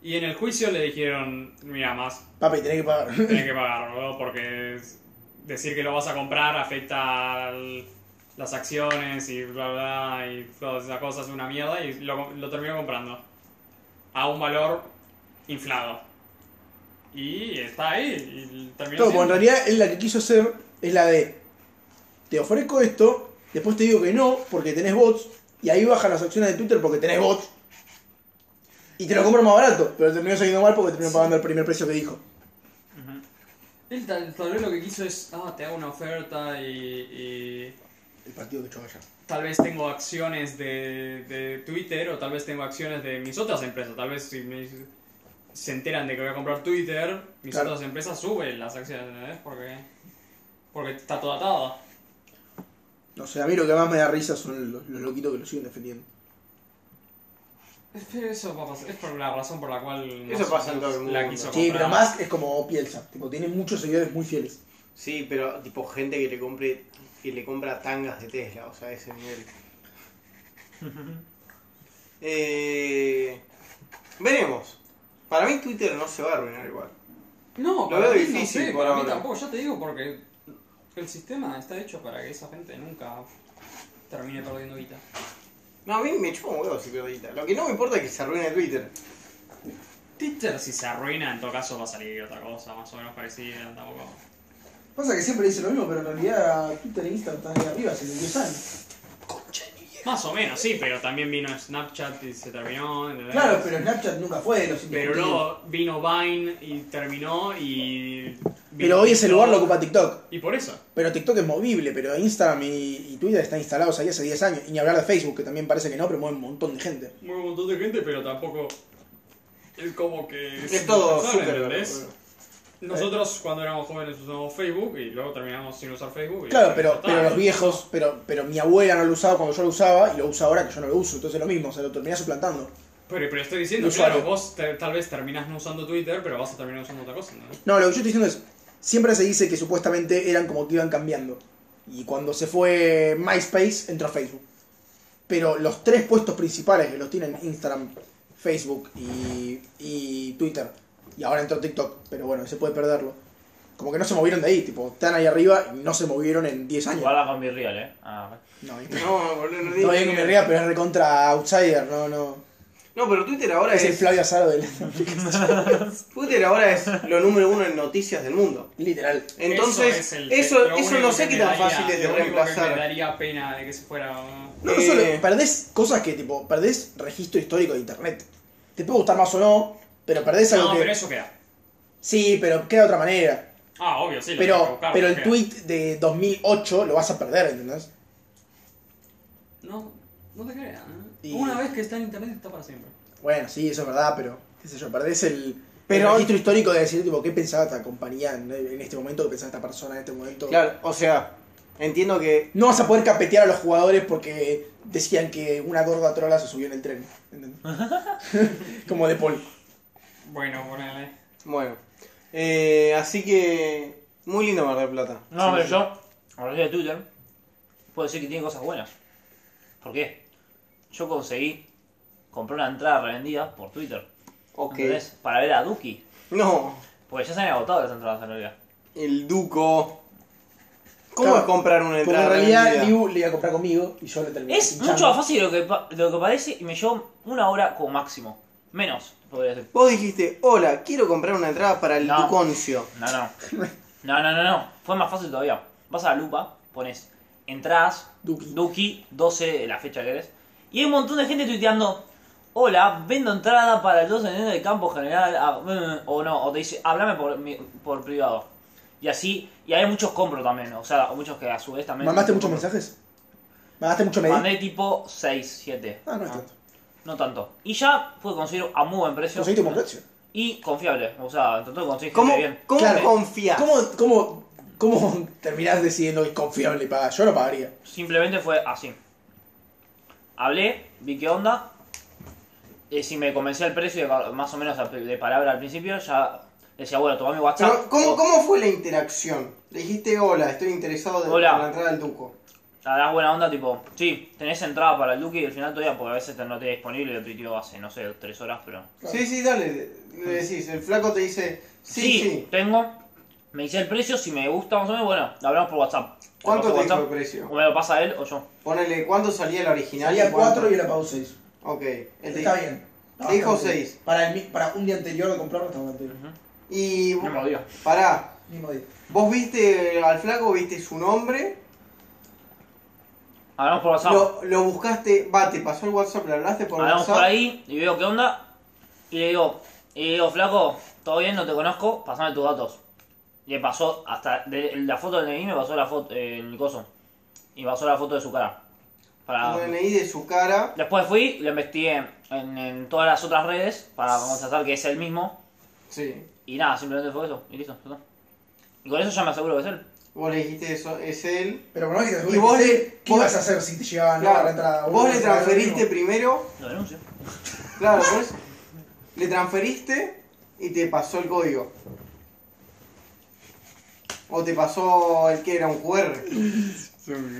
[SPEAKER 3] y en el juicio le dijeron, mira, más,
[SPEAKER 4] Papi, tenés que pagar.
[SPEAKER 3] Tienes que pagar, boludo, porque es- decir que lo vas a comprar afecta al- las acciones y bla bla bla, y todas esas cosas, una mierda, y lo, lo terminó comprando a un valor inflado. Y está ahí, y terminó
[SPEAKER 4] Claro,
[SPEAKER 3] siendo-
[SPEAKER 4] pues en realidad él la que quiso hacer es la de te ofrezco esto, después te digo que no porque tenés bots y ahí bajan las acciones de Twitter porque tenés bots y te lo compro más barato, pero terminó saliendo mal porque terminó pagando el primer precio que dijo.
[SPEAKER 3] Él tal, tal vez lo que quiso es, ah, te hago una oferta y- y
[SPEAKER 4] El partido que echó allá.
[SPEAKER 3] tal vez tengo acciones de, de Twitter o tal vez tengo acciones de mis otras empresas. Tal vez si me, se enteran de que voy a comprar Twitter, mis
[SPEAKER 4] Claro.
[SPEAKER 3] otras empresas suben las acciones, ¿entendés? Porque, porque está todo atado.
[SPEAKER 4] No sé, a mí lo que más me da risa son los, los loquitos que lo siguen defendiendo.
[SPEAKER 3] Pero eso va a pasar. Es por la razón por la cual
[SPEAKER 2] Eso pasa en todo el
[SPEAKER 3] la
[SPEAKER 2] mundo.
[SPEAKER 3] quiso
[SPEAKER 4] Sí, pero
[SPEAKER 3] comprar.
[SPEAKER 4] más es como Pielsa, tipo, tiene muchos seguidores muy fieles.
[SPEAKER 2] Sí, pero tipo gente que le compre que le compra tangas de Tesla, o sea, ese nivel. Eh, veremos. Para mí Twitter no se va a arruinar igual.
[SPEAKER 3] No,
[SPEAKER 2] Lo
[SPEAKER 3] para
[SPEAKER 2] veo
[SPEAKER 3] mí
[SPEAKER 2] difícil
[SPEAKER 3] no sé,
[SPEAKER 2] por
[SPEAKER 3] para mí
[SPEAKER 2] ahora.
[SPEAKER 3] tampoco, ya te digo porque el sistema está hecho para que esa gente nunca termine perdiendo guita.
[SPEAKER 2] No, a mí me chupa un huevo si pierdo guita. Lo que no me importa es que se arruine Twitter.
[SPEAKER 3] Twitter si se arruina, en todo caso va a salir otra cosa más o menos parecida, tampoco.
[SPEAKER 30] Pasa que siempre dice lo mismo, pero en realidad Twitter e Instagram están ahí arriba hace 10 años.
[SPEAKER 3] Más o menos, sí, pero también vino Snapchat y se terminó. ¿entendés?
[SPEAKER 30] Claro, pero Snapchat nunca fue de los
[SPEAKER 3] Pero
[SPEAKER 30] indiscutibles.
[SPEAKER 3] luego vino Vine y terminó y.
[SPEAKER 4] Pero hoy ese lugar lo ocupa TikTok.
[SPEAKER 3] Y por eso.
[SPEAKER 4] Pero TikTok es movible, pero Instagram y, y Twitter están instalados ahí hace 10 años. Y ni hablar de Facebook, que también parece que no, pero mueve un montón de gente.
[SPEAKER 3] Mueve un montón de gente, pero tampoco. Es como que.
[SPEAKER 2] Es todo
[SPEAKER 3] indispensable,
[SPEAKER 2] Zuckerberg,
[SPEAKER 3] ¿entendés?
[SPEAKER 2] boludo.
[SPEAKER 3] Nosotros cuando éramos jóvenes usábamos Facebook y luego terminamos sin usar Facebook. y
[SPEAKER 4] Claro,
[SPEAKER 3] ya
[SPEAKER 4] pero,
[SPEAKER 3] está.
[SPEAKER 4] pero los viejos, pero, pero mi abuela no lo usaba cuando yo lo usaba y lo usa ahora que yo no lo uso. Entonces es lo mismo, se lo termina suplantando.
[SPEAKER 3] Pero, pero estoy diciendo,
[SPEAKER 4] Los
[SPEAKER 3] claro,
[SPEAKER 4] usuarios.
[SPEAKER 3] vos te- tal vez terminás no usando Twitter, pero vas a terminar usando otra cosa, ¿no?
[SPEAKER 4] No, lo que yo estoy diciendo es, siempre se dice que supuestamente eran como que iban cambiando. Y cuando se fue MySpace, entró Facebook. Pero los tres puestos principales que los tienen Instagram, Facebook y, y Twitter. Y ahora entró TikTok, pero bueno, se puede perderlo. Como que no se movieron de ahí, tipo, están ahí arriba y no se movieron en 10 años.
[SPEAKER 5] Guarda con mi real, eh. Ah,
[SPEAKER 4] No, ahí-
[SPEAKER 2] No, boludo, no
[SPEAKER 4] Está bien que me ría, pero es recontra outsider, no, no.
[SPEAKER 2] No, pero Twitter ahora
[SPEAKER 4] es el
[SPEAKER 2] es
[SPEAKER 4] Flavio Azaro del.
[SPEAKER 2] Twitter ahora es lo número uno en noticias del mundo.
[SPEAKER 4] Literal.
[SPEAKER 2] Entonces,
[SPEAKER 3] Eso es el-
[SPEAKER 2] eso,
[SPEAKER 3] lo
[SPEAKER 2] eso,
[SPEAKER 3] único
[SPEAKER 2] no sé
[SPEAKER 3] que
[SPEAKER 2] qué
[SPEAKER 3] me
[SPEAKER 2] tan
[SPEAKER 3] daría-
[SPEAKER 2] fácil es de
[SPEAKER 3] lo único que
[SPEAKER 2] reemplazar.
[SPEAKER 3] Me daría pena de que se fuera.
[SPEAKER 4] No, no
[SPEAKER 2] Eh,
[SPEAKER 4] solo, perdés cosas que, tipo, perdés registro histórico de internet. Te puede gustar más o no, pero perdés algo
[SPEAKER 3] no,
[SPEAKER 4] que.
[SPEAKER 3] pero eso queda.
[SPEAKER 4] Sí, pero queda de otra manera.
[SPEAKER 3] Ah, obvio, sí. lo tengo que
[SPEAKER 4] pero
[SPEAKER 3] buscar, lo
[SPEAKER 4] pero el
[SPEAKER 3] que-
[SPEAKER 4] tweet de 2008 lo vas a perder, ¿entendés?
[SPEAKER 3] No, no te creas. ¿eh?
[SPEAKER 4] Y-
[SPEAKER 3] Una vez que está en internet está para siempre.
[SPEAKER 4] Bueno, sí, eso es verdad, pero. ¿Qué sé yo? Perdés el.
[SPEAKER 2] Pero-
[SPEAKER 4] el registro histórico de decir, tipo, ¿qué pensaba esta compañía en, en este momento? ¿Qué pensaba esta persona en este momento?
[SPEAKER 2] Claro, o sea, entiendo que
[SPEAKER 4] No vas a poder capetear a los jugadores porque decían que una gorda trola se subió en el tren. ¿entendés? Como de Paul.
[SPEAKER 3] Bueno, ponele.
[SPEAKER 2] Bueno, eh, así que muy lindo Mar del Plata.
[SPEAKER 5] No,
[SPEAKER 2] Sí,
[SPEAKER 5] pero
[SPEAKER 2] sí.
[SPEAKER 5] yo, hablando de Twitter, puedo decir que tiene cosas buenas. ¿Por qué? Yo conseguí comprar una entrada revendida por Twitter.
[SPEAKER 2] Ok.
[SPEAKER 5] ¿Entendés? Para ver a Duki.
[SPEAKER 2] No,
[SPEAKER 5] Porque ya se han agotado las entradas en realidad.
[SPEAKER 2] el Duco. ¿Cómo
[SPEAKER 4] Claro,
[SPEAKER 2] es comprar una
[SPEAKER 4] Porque en
[SPEAKER 2] entrada?
[SPEAKER 4] realidad
[SPEAKER 2] revendida?
[SPEAKER 4] Liu le iba a comprar conmigo y yo le terminé
[SPEAKER 5] Es
[SPEAKER 4] pinchando.
[SPEAKER 5] mucho más fácil de lo que, pa- de lo que parece y me llevó una hora como máximo. Menos, podría decir.
[SPEAKER 2] Vos dijiste, hola, quiero comprar una entrada para el
[SPEAKER 5] No.
[SPEAKER 2] Luconcio.
[SPEAKER 5] No, no. No, no, no, no. Fue más fácil todavía. Vas a la lupa, pones entradas, Duki, 12, la fecha que eres. Y hay un montón de gente tuiteando. Hola, vendo entrada para el 2 de enero del campo general. ah, mm, o no, o te dice, háblame por, mi- por privado. Y así, y hay muchos compro también. O sea, muchos que a su vez también.
[SPEAKER 31] ¿Mandaste muchos mensajes? ¿Mandaste mucho mail?
[SPEAKER 5] Mandé tipo 6, 7.
[SPEAKER 31] Ah, no es tanto.
[SPEAKER 5] No tanto. Y ya pude conseguir a muy buen precio.
[SPEAKER 31] Conseguiste un buen precio.
[SPEAKER 5] Y confiable. O sea, trató de conseguir
[SPEAKER 31] ¿Cómo-
[SPEAKER 5] gente bien.
[SPEAKER 31] cómo Claro.
[SPEAKER 2] confías?
[SPEAKER 31] ¿Cómo, cómo, cómo terminás decidiendo que es confiable y pagar? Yo no pagaría.
[SPEAKER 5] Simplemente fue así. Hablé, vi qué onda. Y si me convencía el precio, de- más o menos de palabra al principio, ya decía, bueno, toma mi WhatsApp.
[SPEAKER 2] Pero, ¿cómo, ¿Cómo fue la interacción? Le dijiste, hola, estoy interesado de
[SPEAKER 5] Hola.
[SPEAKER 2] en la entrada al Duco.
[SPEAKER 5] La das buena onda, tipo, sí, tenés entrada para el Duque y al final todavía, porque a veces te- no te disponible, lo tuiteo hace, no sé, tres horas, pero.
[SPEAKER 2] Sí, sí, dale, le decís. El flaco te dice, sí, sí.
[SPEAKER 5] tengo. Me dice el precio, si me gusta más o menos, bueno, lo hablamos por WhatsApp.
[SPEAKER 2] ¿Cuánto
[SPEAKER 5] paso
[SPEAKER 2] te dijo
[SPEAKER 5] WhatsApp,
[SPEAKER 2] el precio?
[SPEAKER 5] O me lo pasa él o yo.
[SPEAKER 2] Ponele, ¿cuánto salía el original?
[SPEAKER 5] Salía
[SPEAKER 2] cuánto?
[SPEAKER 5] cuatro y
[SPEAKER 4] la pago 6.
[SPEAKER 2] Ok. él te
[SPEAKER 4] Está
[SPEAKER 2] dijo-
[SPEAKER 4] bien.
[SPEAKER 2] Te dijo
[SPEAKER 4] bastante bien.
[SPEAKER 2] 6.
[SPEAKER 4] Para, el mi- para un día anterior de comprarlo está bastante bien.
[SPEAKER 2] Y. vos-
[SPEAKER 5] Mismo día.
[SPEAKER 2] Pará.
[SPEAKER 4] Mismo día.
[SPEAKER 2] Vos viste al flaco, viste su nombre.
[SPEAKER 5] Hablamos por WhatsApp.
[SPEAKER 2] Lo, lo buscaste. Va, te pasó el WhatsApp, le hablaste por
[SPEAKER 5] Hablamos
[SPEAKER 2] WhatsApp.
[SPEAKER 5] por ahí y veo qué onda. Y le digo, y le digo, flaco, todo bien, no te conozco, pasame tus datos. Le pasó hasta de- la foto del DNI, me pasó la foto, eh, el coso. Y pasó la foto de su cara. Para...
[SPEAKER 2] El DNI de su cara.
[SPEAKER 5] Después fui, lo investigué en, en todas las otras redes para constatar que es el mismo.
[SPEAKER 2] Sí.
[SPEAKER 5] Y nada, simplemente fue eso. Y listo, ya está. Y con eso ya me aseguro que es él.
[SPEAKER 2] Vos le dijiste eso, es él.
[SPEAKER 4] Pero por más que te
[SPEAKER 2] y
[SPEAKER 4] asegures
[SPEAKER 2] vos
[SPEAKER 4] que
[SPEAKER 2] le-
[SPEAKER 4] es él, ¿qué
[SPEAKER 2] vos-
[SPEAKER 4] ibas a hacer si te llevaban
[SPEAKER 2] Claro,
[SPEAKER 4] la entrada?
[SPEAKER 2] Vos le transferiste primero.
[SPEAKER 5] Lo denuncio.
[SPEAKER 2] Claro, vos le transferiste y te pasó el código. O te pasó el que era un QR.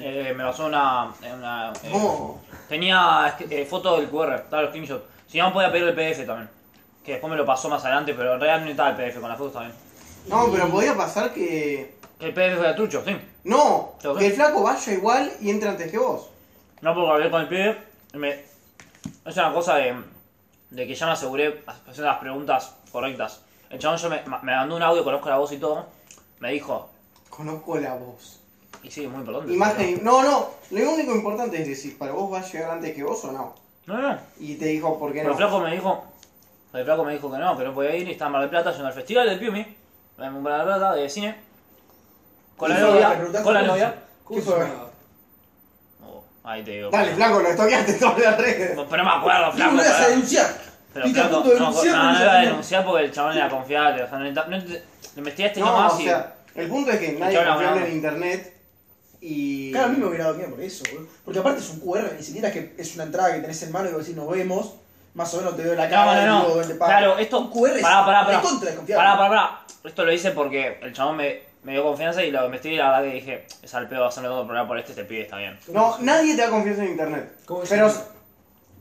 [SPEAKER 5] Eh, me pasó una. una, eh,
[SPEAKER 2] Oh.
[SPEAKER 5] Tenía eh, foto del QR, estaba el screenshot. Si no, podía pedir el PDF también. Que después me lo pasó más adelante, pero en realidad no estaba el PDF con las fotos también.
[SPEAKER 2] No, pero podía pasar que.
[SPEAKER 5] El PDF era trucho, sí.
[SPEAKER 2] No, que el flaco vaya igual y entre antes que vos.
[SPEAKER 5] No, porque hablé con el PDF. y me- Es una cosa de, de que ya me aseguré haciendo las preguntas correctas. El chabón yo me, me mandó un audio, conozco la voz y todo. Me dijo.
[SPEAKER 2] Conozco la voz.
[SPEAKER 5] Y sí, es muy importante.
[SPEAKER 2] Imagen. No, no, lo único importante es decir, ¿para vos va a llegar antes que vos o no?
[SPEAKER 5] No, no.
[SPEAKER 2] Y te dijo, ¿por qué
[SPEAKER 5] Pero
[SPEAKER 2] no?
[SPEAKER 5] el flaco me dijo. El flaco me dijo que no, que no podía ir y estaba en Mar del Plata yendo al festival del Piumi. En Mar del Plata de cine. Con la
[SPEAKER 4] ¿Y fue la que
[SPEAKER 5] novia.
[SPEAKER 4] preguntaste?
[SPEAKER 5] Con la novia.
[SPEAKER 4] ¿Qué fue?
[SPEAKER 5] Oh, ahí te digo.
[SPEAKER 2] Dale, flaco, lo estoqueaste en todas las redes.
[SPEAKER 5] Pero me acuerdo, flaco.
[SPEAKER 4] No lo ibas a
[SPEAKER 5] pará.
[SPEAKER 4] denunciar.
[SPEAKER 5] Pero
[SPEAKER 4] Viste a
[SPEAKER 5] flaco,
[SPEAKER 4] punto de
[SPEAKER 5] no, no,
[SPEAKER 4] denunciarlo,
[SPEAKER 5] no,
[SPEAKER 4] no
[SPEAKER 5] no iba a
[SPEAKER 4] sabía.
[SPEAKER 5] denunciar porque el chabón era confiable. O sea, no, no, le investigaste
[SPEAKER 2] No,
[SPEAKER 5] nomás
[SPEAKER 2] o
[SPEAKER 5] y-
[SPEAKER 2] sea, el punto es que nadie
[SPEAKER 5] chabón
[SPEAKER 2] confiable
[SPEAKER 5] hablando.
[SPEAKER 2] en internet y.
[SPEAKER 4] Claro, a mí me hubiera dado miedo por eso, boludo. Porque aparte es un QR, ni siquiera es que es una entrada que tenés en mano y vos decís nos vemos, más o menos te veo la
[SPEAKER 5] No,
[SPEAKER 4] cara y
[SPEAKER 5] no, no.
[SPEAKER 4] digo, te pago.
[SPEAKER 5] Claro, esto.
[SPEAKER 4] Un QR es
[SPEAKER 5] pará, pará, pará.
[SPEAKER 4] de contra desconfiable.
[SPEAKER 5] Pará, pará, pará. Esto lo hice porque el chabón me, me dio confianza y lo investigué y la verdad que dije, es al pedo hacerme todo el programa por este, este pibe está bien.
[SPEAKER 2] No, nadie te da confianza en internet. Pero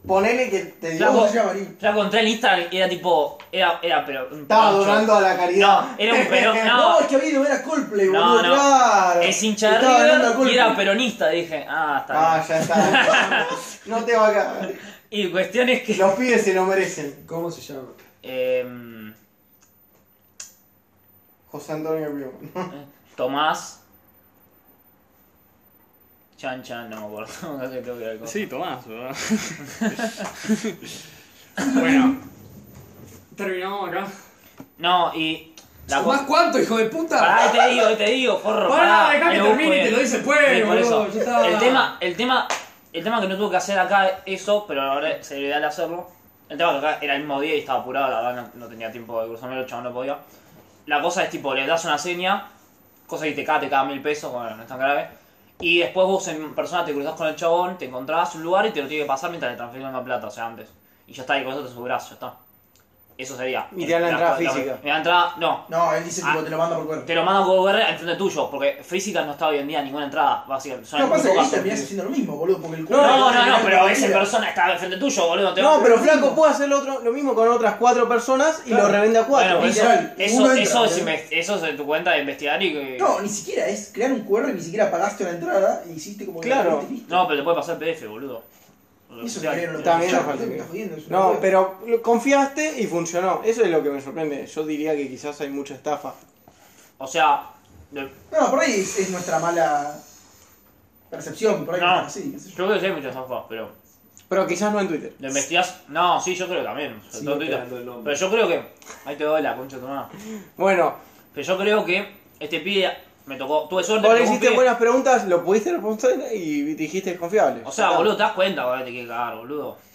[SPEAKER 2] ponele que te digo.
[SPEAKER 5] Flaco, flaco, entré en Instagram y era tipo, era, era pero. un
[SPEAKER 2] Estaba
[SPEAKER 5] peroncho.
[SPEAKER 2] donando a la caridad.
[SPEAKER 5] No, era un peroncho.
[SPEAKER 4] No,
[SPEAKER 5] No,
[SPEAKER 4] es que había ido a ver a Coldplay,
[SPEAKER 5] No,
[SPEAKER 4] boludo.
[SPEAKER 5] no.
[SPEAKER 4] Claro.
[SPEAKER 5] es hincha de
[SPEAKER 4] Estaba ganando a
[SPEAKER 5] River y
[SPEAKER 4] Coldplay.
[SPEAKER 5] era peronista, dije, ah, está bien.
[SPEAKER 2] Ah, ya está. no te va a cagar.
[SPEAKER 5] Y cuestión es que.
[SPEAKER 2] Los pibes se lo merecen.
[SPEAKER 32] ¿Cómo se llama?
[SPEAKER 5] Em,
[SPEAKER 2] José Antonio Primo.
[SPEAKER 5] Tomás. Chan Chan, no me acuerdo. Creo que era algo.
[SPEAKER 3] Sí, Tomás, ¿verdad? bueno. Terminamos acá.
[SPEAKER 5] No, y. La
[SPEAKER 3] ¿Tomás
[SPEAKER 5] co-
[SPEAKER 3] cuánto, hijo de puta?
[SPEAKER 5] Pará, ahí te digo, ahí te digo, forro.
[SPEAKER 3] Pará,
[SPEAKER 5] pará,
[SPEAKER 3] dejá
[SPEAKER 5] ahí
[SPEAKER 3] que
[SPEAKER 5] lo busco
[SPEAKER 3] termine y
[SPEAKER 5] bien.
[SPEAKER 3] te lo dice después,
[SPEAKER 5] Sí, por
[SPEAKER 3] boludo,
[SPEAKER 5] eso.
[SPEAKER 3] ya está.
[SPEAKER 5] El tema, el tema, el tema que no tuve que hacer acá eso, pero la verdad sería ideal hacerlo. El tema que acá era el mismo día y estaba apurado, la verdad no, no tenía tiempo de cruzarme, el chabón no podía. La cosa es tipo, le das una seña, cosa que te cae, te cae mil pesos, bueno, no es tan grave. Y después vos en persona te cruzás con el chabón, te encontrás un lugar y te lo tiene que pasar mientras le transfieren la plata, o sea, antes. Y ya está, y con eso te asegurás, ya está. Eso sería.
[SPEAKER 2] Y te dan la entrada física.
[SPEAKER 5] Me da entrada, no.
[SPEAKER 4] No, él dice tipo, te lo mando por cuerpo.
[SPEAKER 5] Ah. Te lo mando por QR al frente tuyo, porque física no está hoy en día ninguna entrada, básicamente. Son
[SPEAKER 4] No, pasa
[SPEAKER 5] muy
[SPEAKER 4] que ahí
[SPEAKER 5] pocas.
[SPEAKER 4] terminás haciendo lo mismo, boludo, porque el QR
[SPEAKER 5] No, no,
[SPEAKER 4] termina
[SPEAKER 5] no,
[SPEAKER 4] en
[SPEAKER 5] pero
[SPEAKER 4] cualquiera.
[SPEAKER 5] esa persona está al frente tuyo, boludo. te-
[SPEAKER 2] No, pero Flaco puede hacer lo, otro, lo mismo con otras cuatro personas y
[SPEAKER 4] Claro.
[SPEAKER 2] lo revende a cuatro.
[SPEAKER 5] Bueno, eso,
[SPEAKER 4] literal,
[SPEAKER 5] eso,
[SPEAKER 4] uno entra,
[SPEAKER 5] eso, es,
[SPEAKER 4] ¿verdad?
[SPEAKER 5] inve- eso es en tu cuenta de investigar y que.
[SPEAKER 4] No, ni siquiera es crear un QR, ni siquiera pagaste una entrada y hiciste como que
[SPEAKER 5] Claro.
[SPEAKER 4] te metiste.
[SPEAKER 5] No, pero te puede pasar el PDF, boludo.
[SPEAKER 2] Y eso
[SPEAKER 5] Claro.
[SPEAKER 2] que no lo- También nos falta
[SPEAKER 4] Me
[SPEAKER 2] que-
[SPEAKER 4] estás jodiendo, es una
[SPEAKER 2] No,
[SPEAKER 4] hueva.
[SPEAKER 2] pero lo- confiaste y funcionó. Eso es lo que me sorprende. Yo diría que quizás hay mucha estafa.
[SPEAKER 5] O sea,
[SPEAKER 4] No, por ahí es, es nuestra mala percepción, por ahí
[SPEAKER 5] No.
[SPEAKER 4] es así, qué sé yo.
[SPEAKER 5] yo creo que hay muchas zafas, pero.
[SPEAKER 2] Pero quizás no en Twitter.
[SPEAKER 5] ¿Lo investigas? No, sí, yo creo que también. sobre
[SPEAKER 2] Sigo
[SPEAKER 5] todo en Twitter.
[SPEAKER 2] esperando el nombre.
[SPEAKER 5] Pero yo creo que. Ahí te doy la concha de tu madre.
[SPEAKER 2] Bueno,
[SPEAKER 5] Pero yo creo que este pibe me tocó. Tuve suerte.
[SPEAKER 2] vos
[SPEAKER 5] me
[SPEAKER 2] le
[SPEAKER 5] tocó un
[SPEAKER 2] hiciste
[SPEAKER 5] pibe-
[SPEAKER 2] buenas preguntas, lo pudiste responder y dijiste es confiable.
[SPEAKER 5] O sea, boludo, te das cuenta, boludo, te quieres cagar, boludo.